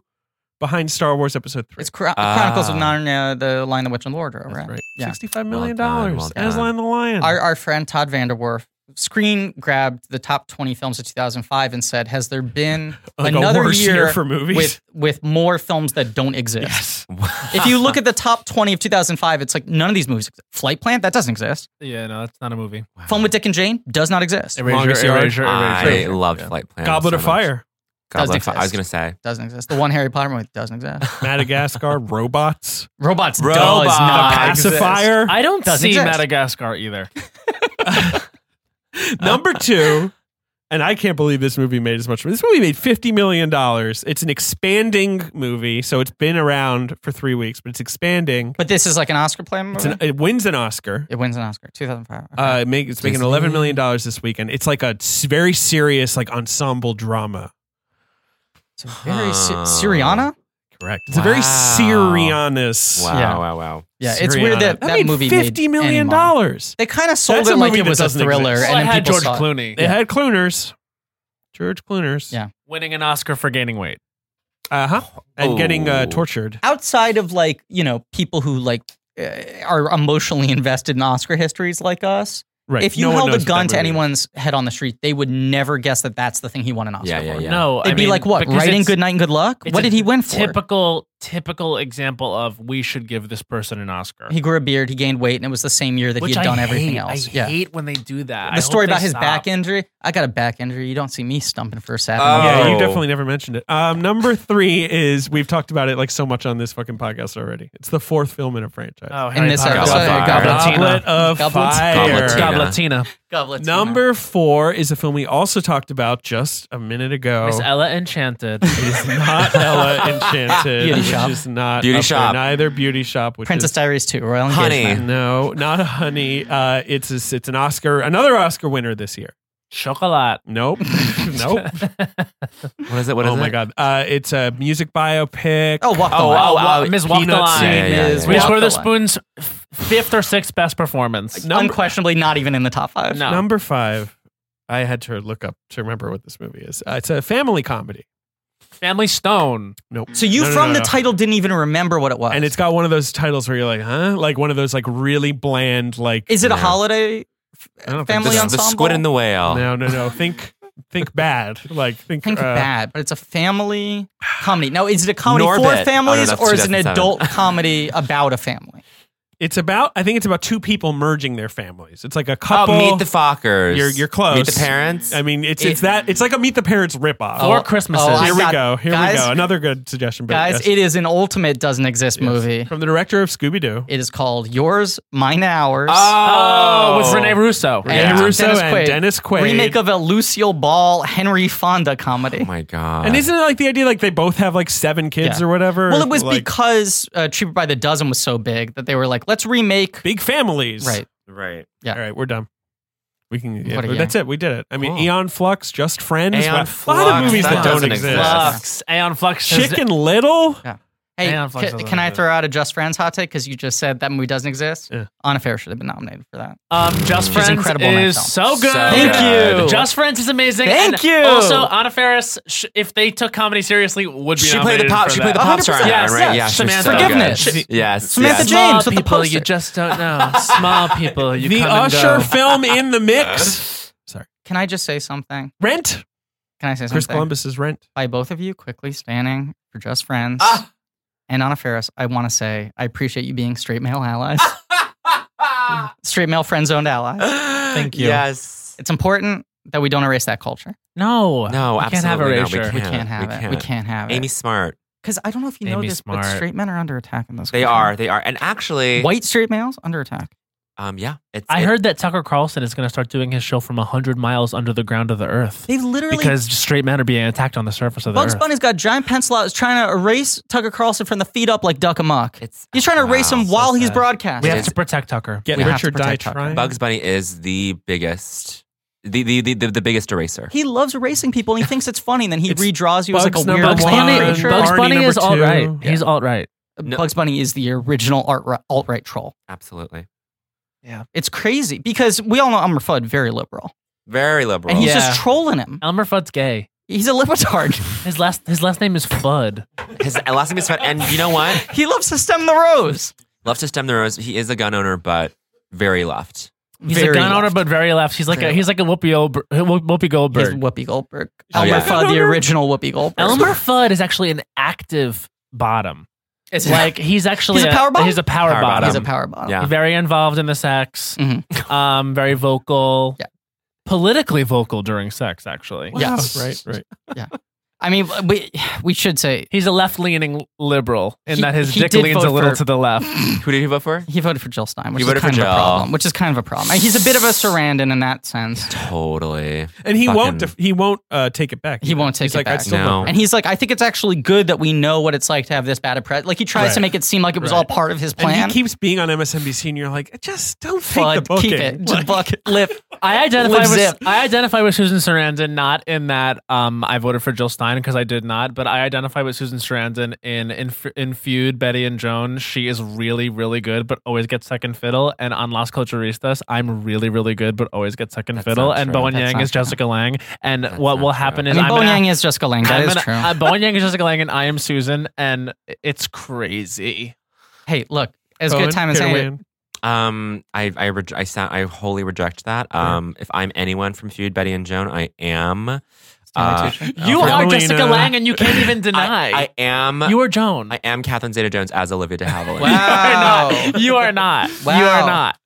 Speaker 3: behind Star Wars Episode Three.
Speaker 4: It's Chron- Chronicles of
Speaker 1: Ah.
Speaker 4: Narnia, The Lion, the Witch, and the Wardrobe,
Speaker 3: That's
Speaker 4: right?
Speaker 3: right.
Speaker 4: Yeah.
Speaker 3: Sixty-five million
Speaker 1: Well
Speaker 3: dollars.
Speaker 1: done, well
Speaker 3: Aslan the Lion.
Speaker 4: Our, our friend Todd Vanderwerf screen grabbed the top 20 films of 2005 and said, Has there
Speaker 3: <laughs>
Speaker 4: been
Speaker 3: Like a
Speaker 4: another
Speaker 3: worse
Speaker 4: year,
Speaker 3: year for movies?
Speaker 4: <laughs> With, with more films that don't exist?
Speaker 3: yes.
Speaker 1: <laughs>
Speaker 4: If you
Speaker 3: <laughs>
Speaker 4: look at the top 20 of 2005, it's like none of these movies exist. Flight Plan, that doesn't exist.
Speaker 9: yeah no that's not a movie
Speaker 4: Fun with Dick and Jane does not exist.
Speaker 3: Longest
Speaker 9: erasure
Speaker 3: yard.
Speaker 9: erasure,
Speaker 1: I
Speaker 9: erasure.
Speaker 1: loved Flight Plan.
Speaker 3: Goblet
Speaker 1: so
Speaker 3: of
Speaker 1: much.
Speaker 3: Fire,
Speaker 1: Goblet
Speaker 4: Doesn't
Speaker 1: of Fire. I was gonna
Speaker 4: exist.
Speaker 1: say
Speaker 4: Doesn't exist. The one Harry Potter movie doesn't exist.
Speaker 3: Madagascar, <laughs> Robots,
Speaker 4: <laughs> Robots, does
Speaker 1: Robots.
Speaker 4: not exist.
Speaker 3: Pacifier.
Speaker 9: I don't
Speaker 4: Doesn't
Speaker 9: see
Speaker 4: exist.
Speaker 9: Madagascar either.
Speaker 3: Number two And I can't believe this movie made as much. This movie made fifty million dollars. It's an expanding movie, so it's been around for three weeks, but it's expanding.
Speaker 4: But this is like an Oscar plan.
Speaker 3: It's an, it wins an Oscar.
Speaker 4: it wins an Oscar. 2005. Okay.
Speaker 3: Uh, it make, it's making
Speaker 1: Disney.
Speaker 3: eleven million dollars this weekend. It's like a s- very serious, like ensemble drama.
Speaker 4: it's a very si-
Speaker 1: huh.
Speaker 4: Syriana.
Speaker 3: Correct. It's a very
Speaker 1: Wow.
Speaker 3: <laughs> serious.
Speaker 1: Wow,
Speaker 4: Yeah.
Speaker 1: wow, wow.
Speaker 4: Yeah, it's weird that that,
Speaker 3: made
Speaker 4: movie
Speaker 3: fifty
Speaker 4: made any
Speaker 3: million
Speaker 4: money.
Speaker 3: dollars.
Speaker 4: They kind of sold
Speaker 3: That's a
Speaker 4: it like
Speaker 3: movie
Speaker 4: it
Speaker 3: that
Speaker 4: was a
Speaker 3: doesn't
Speaker 4: thriller,
Speaker 3: exist.
Speaker 5: Well,
Speaker 4: and then
Speaker 5: it had
Speaker 4: people
Speaker 5: George
Speaker 4: saw it.
Speaker 5: Clooney
Speaker 3: They had Clooners, George Clooners.
Speaker 4: Yeah.
Speaker 5: winning an Oscar for gaining weight.
Speaker 3: Uh huh. And getting uh,
Speaker 1: Oh.
Speaker 3: tortured.
Speaker 4: Outside of like you know people who like uh, are emotionally <laughs> invested in Oscar histories like us,
Speaker 3: Right.
Speaker 4: if you
Speaker 3: No one
Speaker 4: held a
Speaker 3: knows what that
Speaker 4: gun to
Speaker 3: movie
Speaker 4: anyone's head on the street, they would never guess that that's the thing he won an Oscar
Speaker 1: Yeah, yeah,
Speaker 4: for.
Speaker 1: yeah.
Speaker 5: No,
Speaker 4: They'd
Speaker 5: I
Speaker 4: be
Speaker 5: mean,
Speaker 4: like, "What?
Speaker 5: because
Speaker 4: Writing,
Speaker 5: it's
Speaker 4: Good night, and good luck.
Speaker 5: it's
Speaker 4: What
Speaker 5: a
Speaker 4: did he win for?
Speaker 5: Typical, typical example of we should give this person an Oscar.
Speaker 4: He grew a beard. He gained weight, and it was the same year that
Speaker 5: Which
Speaker 4: he had done
Speaker 5: I
Speaker 4: everything
Speaker 5: hate.
Speaker 4: else.
Speaker 5: I
Speaker 4: yeah.
Speaker 5: hate when they do that. I
Speaker 4: the
Speaker 5: hope
Speaker 4: story
Speaker 5: they
Speaker 4: about his
Speaker 5: stop.
Speaker 4: back injury. I got a back injury. You don't see me stumping for a second.
Speaker 1: Oh.
Speaker 3: Yeah, you
Speaker 1: Oh.
Speaker 3: definitely never mentioned it. Um, number three is we've talked about it like so much on this fucking podcast already. It's the fourth film in a franchise.
Speaker 5: Oh,
Speaker 4: In
Speaker 5: Harry
Speaker 4: this
Speaker 5: Potter.
Speaker 4: episode,
Speaker 1: Goblet-
Speaker 4: Uh, Goblet-
Speaker 3: Goblet of
Speaker 4: Goblet-
Speaker 3: Fire.
Speaker 1: Goblet-
Speaker 5: Gobletina.
Speaker 4: Goblet.
Speaker 3: Number four is a film we also talked about just a minute ago.
Speaker 5: Miss Ella Enchanted.
Speaker 3: It's
Speaker 4: <laughs>
Speaker 3: not Ella Enchanted,
Speaker 4: Beauty
Speaker 3: which
Speaker 4: Shop.
Speaker 3: is not
Speaker 1: Beauty
Speaker 3: up there.
Speaker 1: Shop.
Speaker 3: Neither Beauty Shop, which
Speaker 4: Princess
Speaker 3: is
Speaker 4: Diaries 2, Royal
Speaker 1: Honey.
Speaker 4: Engagement.
Speaker 3: no, not a honey. Uh, it's a, it's an Oscar, another Oscar winner this year.
Speaker 5: Chocolat.
Speaker 4: <laughs>
Speaker 3: Nope, <laughs> nope.
Speaker 1: What is it? What is
Speaker 3: oh
Speaker 1: it?
Speaker 3: my god, uh, it's a music biopic.
Speaker 4: Oh, walk the
Speaker 1: Oh,
Speaker 4: line.
Speaker 1: wow, wow.
Speaker 5: Miss Walk the
Speaker 3: Peanut
Speaker 5: Line.
Speaker 1: Yeah, yeah, yeah,
Speaker 3: Scene is
Speaker 1: yeah.
Speaker 5: Miss
Speaker 4: Walk the
Speaker 5: Witherspoon's f- fifth or sixth best performance.
Speaker 1: uh,
Speaker 3: number
Speaker 4: Unquestionably not even in the top five.
Speaker 5: No.
Speaker 3: Number five, I had to look up to remember what this movie is. Uh, it's a family comedy.
Speaker 5: Family Stone.
Speaker 3: Nope.
Speaker 4: So you
Speaker 3: No, no,
Speaker 4: from
Speaker 3: no,
Speaker 4: the
Speaker 3: no.
Speaker 4: title didn't even remember what it was.
Speaker 3: And it's got one of those titles where you're like, huh? Like one of those like really bland like.
Speaker 4: Is it a
Speaker 1: Yeah.
Speaker 4: holiday
Speaker 3: I don't
Speaker 1: The,
Speaker 4: family
Speaker 3: think
Speaker 1: the
Speaker 3: so.
Speaker 4: ensemble?
Speaker 1: squid and the whale.
Speaker 3: No, no, no. Think,
Speaker 4: <laughs>
Speaker 3: think bad. Like think.
Speaker 4: Think
Speaker 3: uh,
Speaker 4: bad, but it's a family comedy. Now, is it a comedy
Speaker 1: Norbit. Oh,
Speaker 4: for
Speaker 1: no,
Speaker 4: families
Speaker 1: that's
Speaker 4: or is it an
Speaker 1: 2007.
Speaker 4: adult comedy about a family?
Speaker 3: It's about. I think it's about two people merging their families. It's like a
Speaker 1: Oh,
Speaker 3: couple.
Speaker 1: meet the Fockers.
Speaker 3: You're- you're close.
Speaker 1: Meet the parents.
Speaker 3: I mean, it's it's that. It's like a Meet the Parents ripoff.
Speaker 5: Four
Speaker 4: Oh,
Speaker 5: Christmases.
Speaker 4: oh, I
Speaker 3: Here we
Speaker 4: got-
Speaker 3: go. Here
Speaker 4: guys-
Speaker 3: we go. Another good suggestion, but
Speaker 4: Guys,
Speaker 3: yes,
Speaker 4: it is an ultimate doesn't exist
Speaker 3: yes.
Speaker 4: movie.
Speaker 3: from the director of Scooby Doo.
Speaker 4: It is called Yours, Mine, Ours.
Speaker 1: oh,
Speaker 5: with Rene Russo.
Speaker 4: and
Speaker 3: Andy Ah, Russo
Speaker 4: Dennis
Speaker 3: and
Speaker 4: Quaid.
Speaker 3: Dennis Quaid.
Speaker 4: Remake of a Lucille Ball, Henry Fonda comedy.
Speaker 1: Oh my god.
Speaker 3: And isn't it like the idea like they both have like seven kids
Speaker 4: Yeah.
Speaker 3: or whatever?
Speaker 4: Well, it was
Speaker 3: like,
Speaker 4: because uh, Cheaper by the Dozen was so big that they were like, let's remake.
Speaker 3: big families.
Speaker 4: Right.
Speaker 1: right?
Speaker 3: All right, we're done. We can. Yeah,
Speaker 4: What a year.
Speaker 3: that's it. We did it. I mean,
Speaker 1: Cool.
Speaker 3: Eon Flux, Just Friends.
Speaker 1: Aeon
Speaker 3: wow. a lot of
Speaker 1: Flux,
Speaker 3: movies that,
Speaker 1: that
Speaker 3: don't
Speaker 1: doesn't
Speaker 3: exist.
Speaker 1: exist.
Speaker 5: Flux. Aeon Flux. has-
Speaker 3: Chicken Little.
Speaker 4: Hey,
Speaker 5: Hang on, Flex,
Speaker 4: ca-
Speaker 5: hold
Speaker 4: can,
Speaker 5: on,
Speaker 4: I
Speaker 5: hold on.
Speaker 4: throw out a Just Friends hot take? Because you just said that movie doesn't exist.
Speaker 3: Yeah.
Speaker 4: Anna Fair should have been nominated for that.
Speaker 5: Um, Just
Speaker 4: She's
Speaker 5: Friends
Speaker 4: incredible in that
Speaker 5: is
Speaker 4: film.
Speaker 5: so good.
Speaker 1: So Thank good. you.
Speaker 5: Just Friends is amazing.
Speaker 4: Thank
Speaker 5: And
Speaker 4: you.
Speaker 5: Also, Anna Faris, sh- if they took comedy seriously, would be
Speaker 1: She played the
Speaker 5: nominated
Speaker 1: pop.
Speaker 5: for
Speaker 1: She
Speaker 5: that.
Speaker 1: played the pop star. in that,
Speaker 5: Yes,
Speaker 1: right?
Speaker 5: yes.
Speaker 1: yeah, she's
Speaker 5: Samantha.
Speaker 1: so good.
Speaker 4: Forgiveness.
Speaker 1: She- Yes.
Speaker 4: Samantha
Speaker 1: <laughs> yes.
Speaker 4: James.
Speaker 5: Small
Speaker 4: with the
Speaker 5: people
Speaker 4: poster.
Speaker 5: you just don't <laughs> know. Small people you
Speaker 3: the
Speaker 5: come
Speaker 3: Usher
Speaker 5: and go.
Speaker 3: film in
Speaker 4: <laughs>
Speaker 3: the mix. Sorry,
Speaker 4: Can I just say something?
Speaker 3: Rent.
Speaker 4: Can I say
Speaker 3: Chris
Speaker 4: something?
Speaker 3: Columbus's Rent.
Speaker 4: By both of you quickly standing for Just Friends
Speaker 1: Ah.
Speaker 4: and Anna Faris, I want to say I appreciate you being straight male
Speaker 3: <laughs>
Speaker 4: allies, straight male friend zoned allies.
Speaker 1: Thank
Speaker 3: you.
Speaker 1: Yes.
Speaker 4: It's important that we don't erase that culture.
Speaker 5: No,
Speaker 1: No,
Speaker 5: we
Speaker 1: absolutely
Speaker 5: can't have
Speaker 1: no,
Speaker 5: erasure.
Speaker 1: We
Speaker 4: We
Speaker 1: can't,
Speaker 4: can't have it. We can't have
Speaker 1: Amy
Speaker 4: it.
Speaker 1: Smart.
Speaker 4: Because I don't know if you know
Speaker 5: Amy
Speaker 4: this, but
Speaker 5: Smart.
Speaker 4: straight men are under attack in this.
Speaker 1: They
Speaker 4: country.
Speaker 1: are. They are. And actually,
Speaker 4: White straight males under attack.
Speaker 1: um, yeah. It's,
Speaker 5: I
Speaker 1: it-
Speaker 5: heard that Tucker Carlson is going to start doing his show from 100 miles under the ground of the earth
Speaker 4: They literally
Speaker 5: because straight men are being attacked on the surface of the
Speaker 4: Bugs
Speaker 5: earth.
Speaker 4: Bunny's got giant pencil out. He's trying to erase Tucker Carlson from the feet up like Duck Amuck.
Speaker 1: It's
Speaker 4: He's trying to erase
Speaker 1: wow,
Speaker 4: him
Speaker 1: so
Speaker 4: while he's
Speaker 1: sad.
Speaker 5: we
Speaker 4: broadcasting.
Speaker 5: have
Speaker 1: It's-
Speaker 5: to protect Tucker.
Speaker 3: Get
Speaker 4: We have
Speaker 3: Richard
Speaker 4: to
Speaker 3: Die
Speaker 4: protect Tucker.
Speaker 3: Trying.
Speaker 1: Bugs Bunny is the biggest, the the the, the, the biggest eraser.
Speaker 4: He loves erasing people and he thinks it's funny. And then he
Speaker 3: It's
Speaker 4: redraws you as like a
Speaker 3: Bugs number
Speaker 4: weird
Speaker 5: Bugs
Speaker 3: one,
Speaker 5: Bunny,
Speaker 4: Bugs,
Speaker 5: Bugs
Speaker 3: Barney
Speaker 5: Bunny
Speaker 3: number
Speaker 5: is alt right.
Speaker 3: two.
Speaker 5: He's alt right.
Speaker 1: No.
Speaker 4: Bugs Bunny is the original alt alt right troll.
Speaker 1: Absolutely.
Speaker 4: It's crazy because we all know Elmer Fudd very liberal,
Speaker 1: Very liberal.
Speaker 4: and he's
Speaker 5: Yeah.
Speaker 4: just trolling him.
Speaker 5: Elmer Fudd's gay.
Speaker 4: He's a <laughs> libertard.
Speaker 5: His last his last name is Fudd.
Speaker 1: <laughs> His last name is Fred. And you know what?
Speaker 4: he loves to stem the rose.
Speaker 1: Left to stem the rose. He is a gun owner, but very left.
Speaker 5: He's
Speaker 4: Very
Speaker 5: a gun owner,
Speaker 4: left.
Speaker 5: but very left. He's like a, he's like a Whoopi, Ober, Whoopi
Speaker 4: He's
Speaker 5: Goldberg.
Speaker 4: Whoopi Goldberg.
Speaker 1: Oh,
Speaker 4: Elmer
Speaker 1: yeah.
Speaker 4: Fudd, the original Whoopi Goldberg.
Speaker 5: Elmer Fudd is actually an active bottom.
Speaker 4: It's
Speaker 5: Like he's actually
Speaker 4: He's a power bottom?
Speaker 5: He's a power,
Speaker 1: Power
Speaker 5: bottom.
Speaker 4: he's a
Speaker 1: um,
Speaker 4: power bottom. Mm-hmm.
Speaker 1: Yeah.
Speaker 5: Very involved in the sex. Um, very vocal.
Speaker 4: Yeah.
Speaker 5: Politically vocal during sex, actually.
Speaker 4: Yeah.
Speaker 3: Wow, Right. Right.
Speaker 4: I mean, we we should say
Speaker 5: He's a left leaning liberal in
Speaker 4: He-
Speaker 5: that his
Speaker 4: he
Speaker 5: dick
Speaker 4: did
Speaker 5: leans
Speaker 4: vote
Speaker 5: a little
Speaker 4: for-
Speaker 5: to the left.
Speaker 1: Who did he vote for?
Speaker 4: he voted for Jill Stein, which
Speaker 1: He
Speaker 4: is
Speaker 1: voted for
Speaker 4: kind of a
Speaker 1: Jill.
Speaker 4: problem. Which is kind of a problem. And He's a bit of a Sarandon in that sense.
Speaker 1: Totally.
Speaker 3: and he won't.
Speaker 1: Fucking-
Speaker 3: Def- he won't uh, take it back.
Speaker 4: He won't take
Speaker 3: He's
Speaker 4: it
Speaker 3: like,
Speaker 4: back.
Speaker 3: I'd still
Speaker 1: No.
Speaker 3: vote for
Speaker 4: And he's like, I think it's actually good that we know what it's like to have this bad a press. Like he tries to
Speaker 3: Right.
Speaker 4: make it seem like it was all part of his
Speaker 3: And
Speaker 4: plan.
Speaker 3: he keeps being on MSNBC, and you're like, just don't take the
Speaker 4: but
Speaker 3: booking.
Speaker 4: keep it. Just buck lip.
Speaker 5: <laughs> I identify
Speaker 4: Lives
Speaker 5: with
Speaker 4: it.
Speaker 5: I identify with Susan Sarandon not in that um I voted for Jill Stein because I did not, but I identify with Susan Sarandon in in, in Feud Betty and Joan. She is really really good, but always gets second fiddle. And on Las Culturistas, I'm really really good, but always get second
Speaker 1: That's
Speaker 5: fiddle.
Speaker 1: not
Speaker 5: And
Speaker 1: true.
Speaker 5: Bowen
Speaker 4: That's
Speaker 5: Yang
Speaker 4: not
Speaker 5: is
Speaker 4: true.
Speaker 5: Jessica Lang. And
Speaker 1: That's
Speaker 5: what
Speaker 1: not
Speaker 5: will
Speaker 1: true.
Speaker 5: happen
Speaker 4: I
Speaker 5: is
Speaker 4: mean,
Speaker 5: I'm
Speaker 4: Bo
Speaker 5: gonna-
Speaker 4: Yang is Jessica Lange. That
Speaker 5: I'm
Speaker 4: is
Speaker 5: gonna-
Speaker 4: true.
Speaker 5: Uh, Bowen Yang is Jessica Lang, and I am Susan, and it's crazy.
Speaker 4: hey, look, as
Speaker 3: Cohen,
Speaker 4: good time as
Speaker 3: Peter
Speaker 4: any.
Speaker 3: Wayne.
Speaker 1: Um, I I re- I sound I wholly reject that. Um, if I'm anyone from Feud, Betty and Joan, I am. Uh,
Speaker 5: you are
Speaker 3: Carolina.
Speaker 5: Jessica Lang, and you can't
Speaker 1: <laughs>
Speaker 5: even deny.
Speaker 1: I, I am.
Speaker 5: you are Joan. <laughs>
Speaker 1: I am Catherine Zeta-Jones as Olivia De Havilland.
Speaker 4: Wow.
Speaker 5: You are not. You
Speaker 4: Wow.
Speaker 5: are not.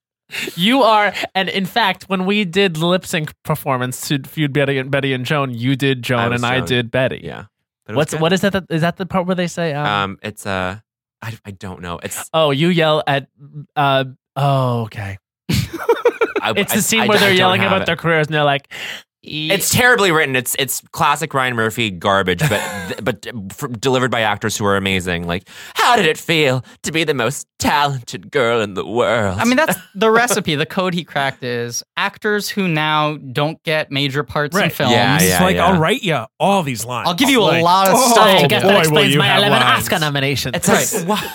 Speaker 5: You are, and in fact, when we did the lip sync performance to feud Betty and Betty and Joan, you did Joan
Speaker 1: I was
Speaker 5: and I
Speaker 1: Joan.
Speaker 5: did Betty.
Speaker 1: Yeah. But it was
Speaker 5: What's
Speaker 1: good.
Speaker 5: what is that? that- Is that the part where they say, um,
Speaker 1: Um, it's uh, I, I don't know. It's
Speaker 5: "Oh, you yell at"? Uh, oh, okay.
Speaker 1: I,
Speaker 5: It's
Speaker 1: I-
Speaker 5: the scene
Speaker 1: I-
Speaker 5: where
Speaker 1: I
Speaker 5: they're
Speaker 1: don't
Speaker 5: yelling
Speaker 1: have
Speaker 5: about
Speaker 1: it.
Speaker 5: their careers and they're like,
Speaker 1: It's terribly written. It's it's classic Ryan Murphy garbage, but but f delivered by actors who are amazing. Like, how did it feel to be the most talented girl in the world?
Speaker 4: I mean, that's the recipe. The code he cracked is actors who now don't get major parts in
Speaker 3: Right.
Speaker 4: films.
Speaker 1: Yeah,
Speaker 3: He's
Speaker 1: yeah,
Speaker 3: like,
Speaker 1: yeah.
Speaker 3: I'll write you all these lines.
Speaker 4: I'll give you a
Speaker 3: Like,
Speaker 4: lot of
Speaker 3: oh,
Speaker 4: stuff to
Speaker 5: I
Speaker 3: boy,
Speaker 5: guess that
Speaker 3: will
Speaker 5: explains
Speaker 3: you
Speaker 5: my
Speaker 3: have
Speaker 5: 11
Speaker 3: lines.
Speaker 5: Oscar nominations.
Speaker 1: it's like why,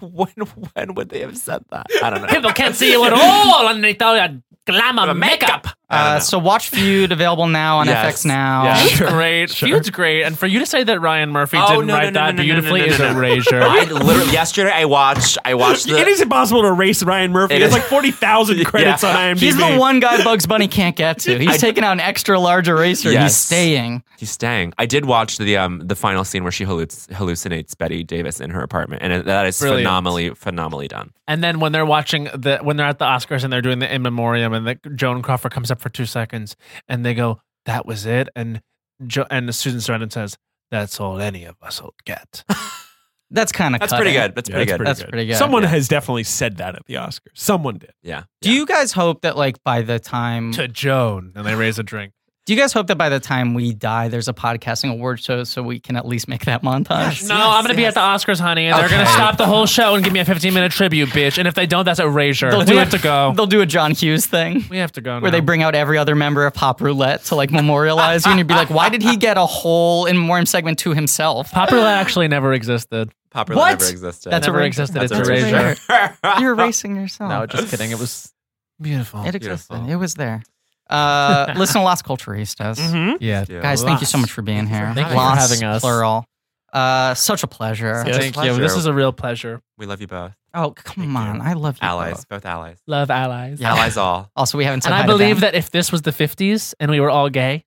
Speaker 1: when when would they have said that? I
Speaker 5: <laughs>
Speaker 1: don't know.
Speaker 5: People can't see you at all underneath all your glamour makeup.
Speaker 4: Uh, so watch Feud available now on
Speaker 1: Yes.
Speaker 4: FX Now.
Speaker 5: Yeah, great. Feud's great. And for you to say that Ryan Murphy
Speaker 1: Oh,
Speaker 5: didn't
Speaker 1: no, no,
Speaker 5: write
Speaker 1: no,
Speaker 5: that
Speaker 1: no, no, no,
Speaker 5: beautifully
Speaker 1: no, no,
Speaker 5: is
Speaker 1: no.
Speaker 5: a erasure.
Speaker 1: I literally yesterday I watched I watched the
Speaker 3: <laughs> it is impossible to erase Ryan Murphy.
Speaker 1: It
Speaker 3: It's
Speaker 1: is.
Speaker 3: like forty thousand <laughs> credits
Speaker 1: Yeah.
Speaker 3: on
Speaker 4: <laughs>
Speaker 3: IMDb.
Speaker 4: He's the one guy Bugs Bunny can't get to. He's taking out an extra large eraser.
Speaker 1: Yes.
Speaker 4: He's staying.
Speaker 1: He's staying. I did watch the um the final scene where she halluc- hallucinates Betty Davis in her apartment, and it- that is
Speaker 5: Brilliant.
Speaker 1: phenomenally phenomenally done.
Speaker 5: And then when they're watching the when they're at the Oscars and they're doing the in memoriam and the Joan Crawford comes up for two seconds and they go, "That was it," and jo- and Susan Sarandon says, "That's all any of us will get."
Speaker 4: Mm. That's kind of
Speaker 1: That's pretty good. That's
Speaker 3: Yeah,
Speaker 1: pretty good.
Speaker 4: That's pretty good.
Speaker 3: Someone has definitely said that at the Oscars. Someone did.
Speaker 1: yeah.
Speaker 4: Do you guys hope that like by the time
Speaker 5: to Joan, and they raise
Speaker 4: <laughs>
Speaker 5: a drink.
Speaker 4: do you guys hope that by the time we die there's a podcasting award show so we can at least make that montage?
Speaker 5: No, I'm gonna be at the Oscars, honey, and they're gonna stop the whole show and give me a 15 minute tribute, bitch. And if they don't, that's erasure.
Speaker 4: They'll
Speaker 5: we
Speaker 4: do
Speaker 5: have
Speaker 4: it.
Speaker 5: to go.
Speaker 4: They'll do a John Hughes thing.
Speaker 5: We have to go.
Speaker 4: Where
Speaker 5: now.
Speaker 4: they bring out every other member of Pop Roulette to like memorialize you, and you'd be like, "Why did he get a whole in memoriam segment to himself?"
Speaker 5: Pop Roulette actually never existed.
Speaker 1: Pop
Speaker 4: What?
Speaker 1: never existed.
Speaker 4: That's
Speaker 5: never
Speaker 4: erasure.
Speaker 5: existed.
Speaker 4: That's
Speaker 5: it's
Speaker 4: erasure.
Speaker 5: erasure.
Speaker 1: <laughs>
Speaker 4: <laughs> You're erasing yourself.
Speaker 5: No, just kidding. It was beautiful.
Speaker 4: <laughs> it existed.
Speaker 1: beautiful.
Speaker 4: It was there. <laughs> Uh, listen to Las Culturistas.
Speaker 5: yeah.
Speaker 1: Yeah.
Speaker 4: Guys, thank you so much for being here.
Speaker 5: Mm-hmm. Thank you for
Speaker 4: Las,
Speaker 5: having us.
Speaker 4: Plural. Uh, such a pleasure.
Speaker 1: Yes.
Speaker 5: Thank you. This is a real pleasure.
Speaker 1: We love you both.
Speaker 4: Oh, come
Speaker 1: Thank
Speaker 4: on.
Speaker 1: you.
Speaker 4: I love you.
Speaker 1: Allies,
Speaker 4: both.
Speaker 1: both allies.
Speaker 5: Love allies.
Speaker 4: Yeah.
Speaker 1: Allies all.
Speaker 4: Also, we haven't said
Speaker 5: And
Speaker 4: hi
Speaker 5: I
Speaker 4: to
Speaker 5: believe
Speaker 4: them.
Speaker 5: that if this was the 50s and we were all gay,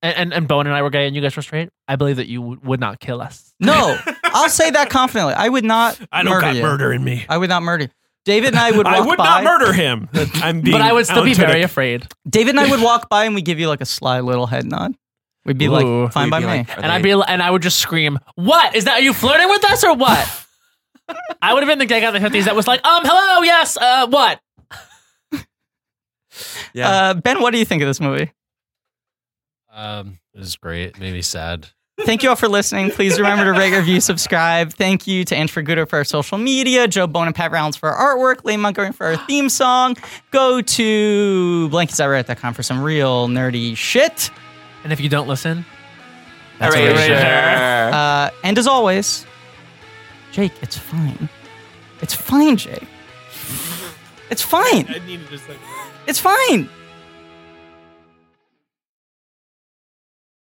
Speaker 5: and, and, and Bowen and I were gay and you guys were straight, I believe that you w- would not kill us. <laughs>
Speaker 4: No, I'll say that confidently. I would not
Speaker 3: I don't
Speaker 4: murder
Speaker 3: got
Speaker 4: you.
Speaker 3: murder in me.
Speaker 4: I would not murder you. David and I would walk
Speaker 3: I would
Speaker 4: by.
Speaker 3: not murder him. I'm being
Speaker 5: But I would still be
Speaker 3: Alan Tudyk.
Speaker 5: very afraid.
Speaker 4: David and
Speaker 1: <laughs>
Speaker 4: I would walk by and we'd give you like a sly little head nod. We'd be
Speaker 5: Ooh.
Speaker 4: like, fine
Speaker 1: We'd
Speaker 4: by
Speaker 1: be
Speaker 4: me.
Speaker 1: like, are
Speaker 5: And I'd
Speaker 1: they-
Speaker 5: be li- and I would just scream, What? Is that are you flirting with us or what? I would have been the gay guy in the 50s that was like, um, hello, yes, uh, what?
Speaker 1: yeah.
Speaker 4: uh, ben, what do you think of this movie?
Speaker 9: Um, this is great. It made me sad.
Speaker 4: Thank you all for listening. Please remember to rate, review, subscribe. Thank you to Andrew Guder for our social media, Joe Bone and Pat Rounds for our artwork, Lane Montgomery for our theme song. Go to blankets.reddit.com for some real nerdy shit.
Speaker 5: And if you don't listen,
Speaker 1: Erasure.
Speaker 4: Uh, and as always, Jake, it's fine. It's fine, Jake. It's fine.
Speaker 3: I needed just like.
Speaker 4: It's fine.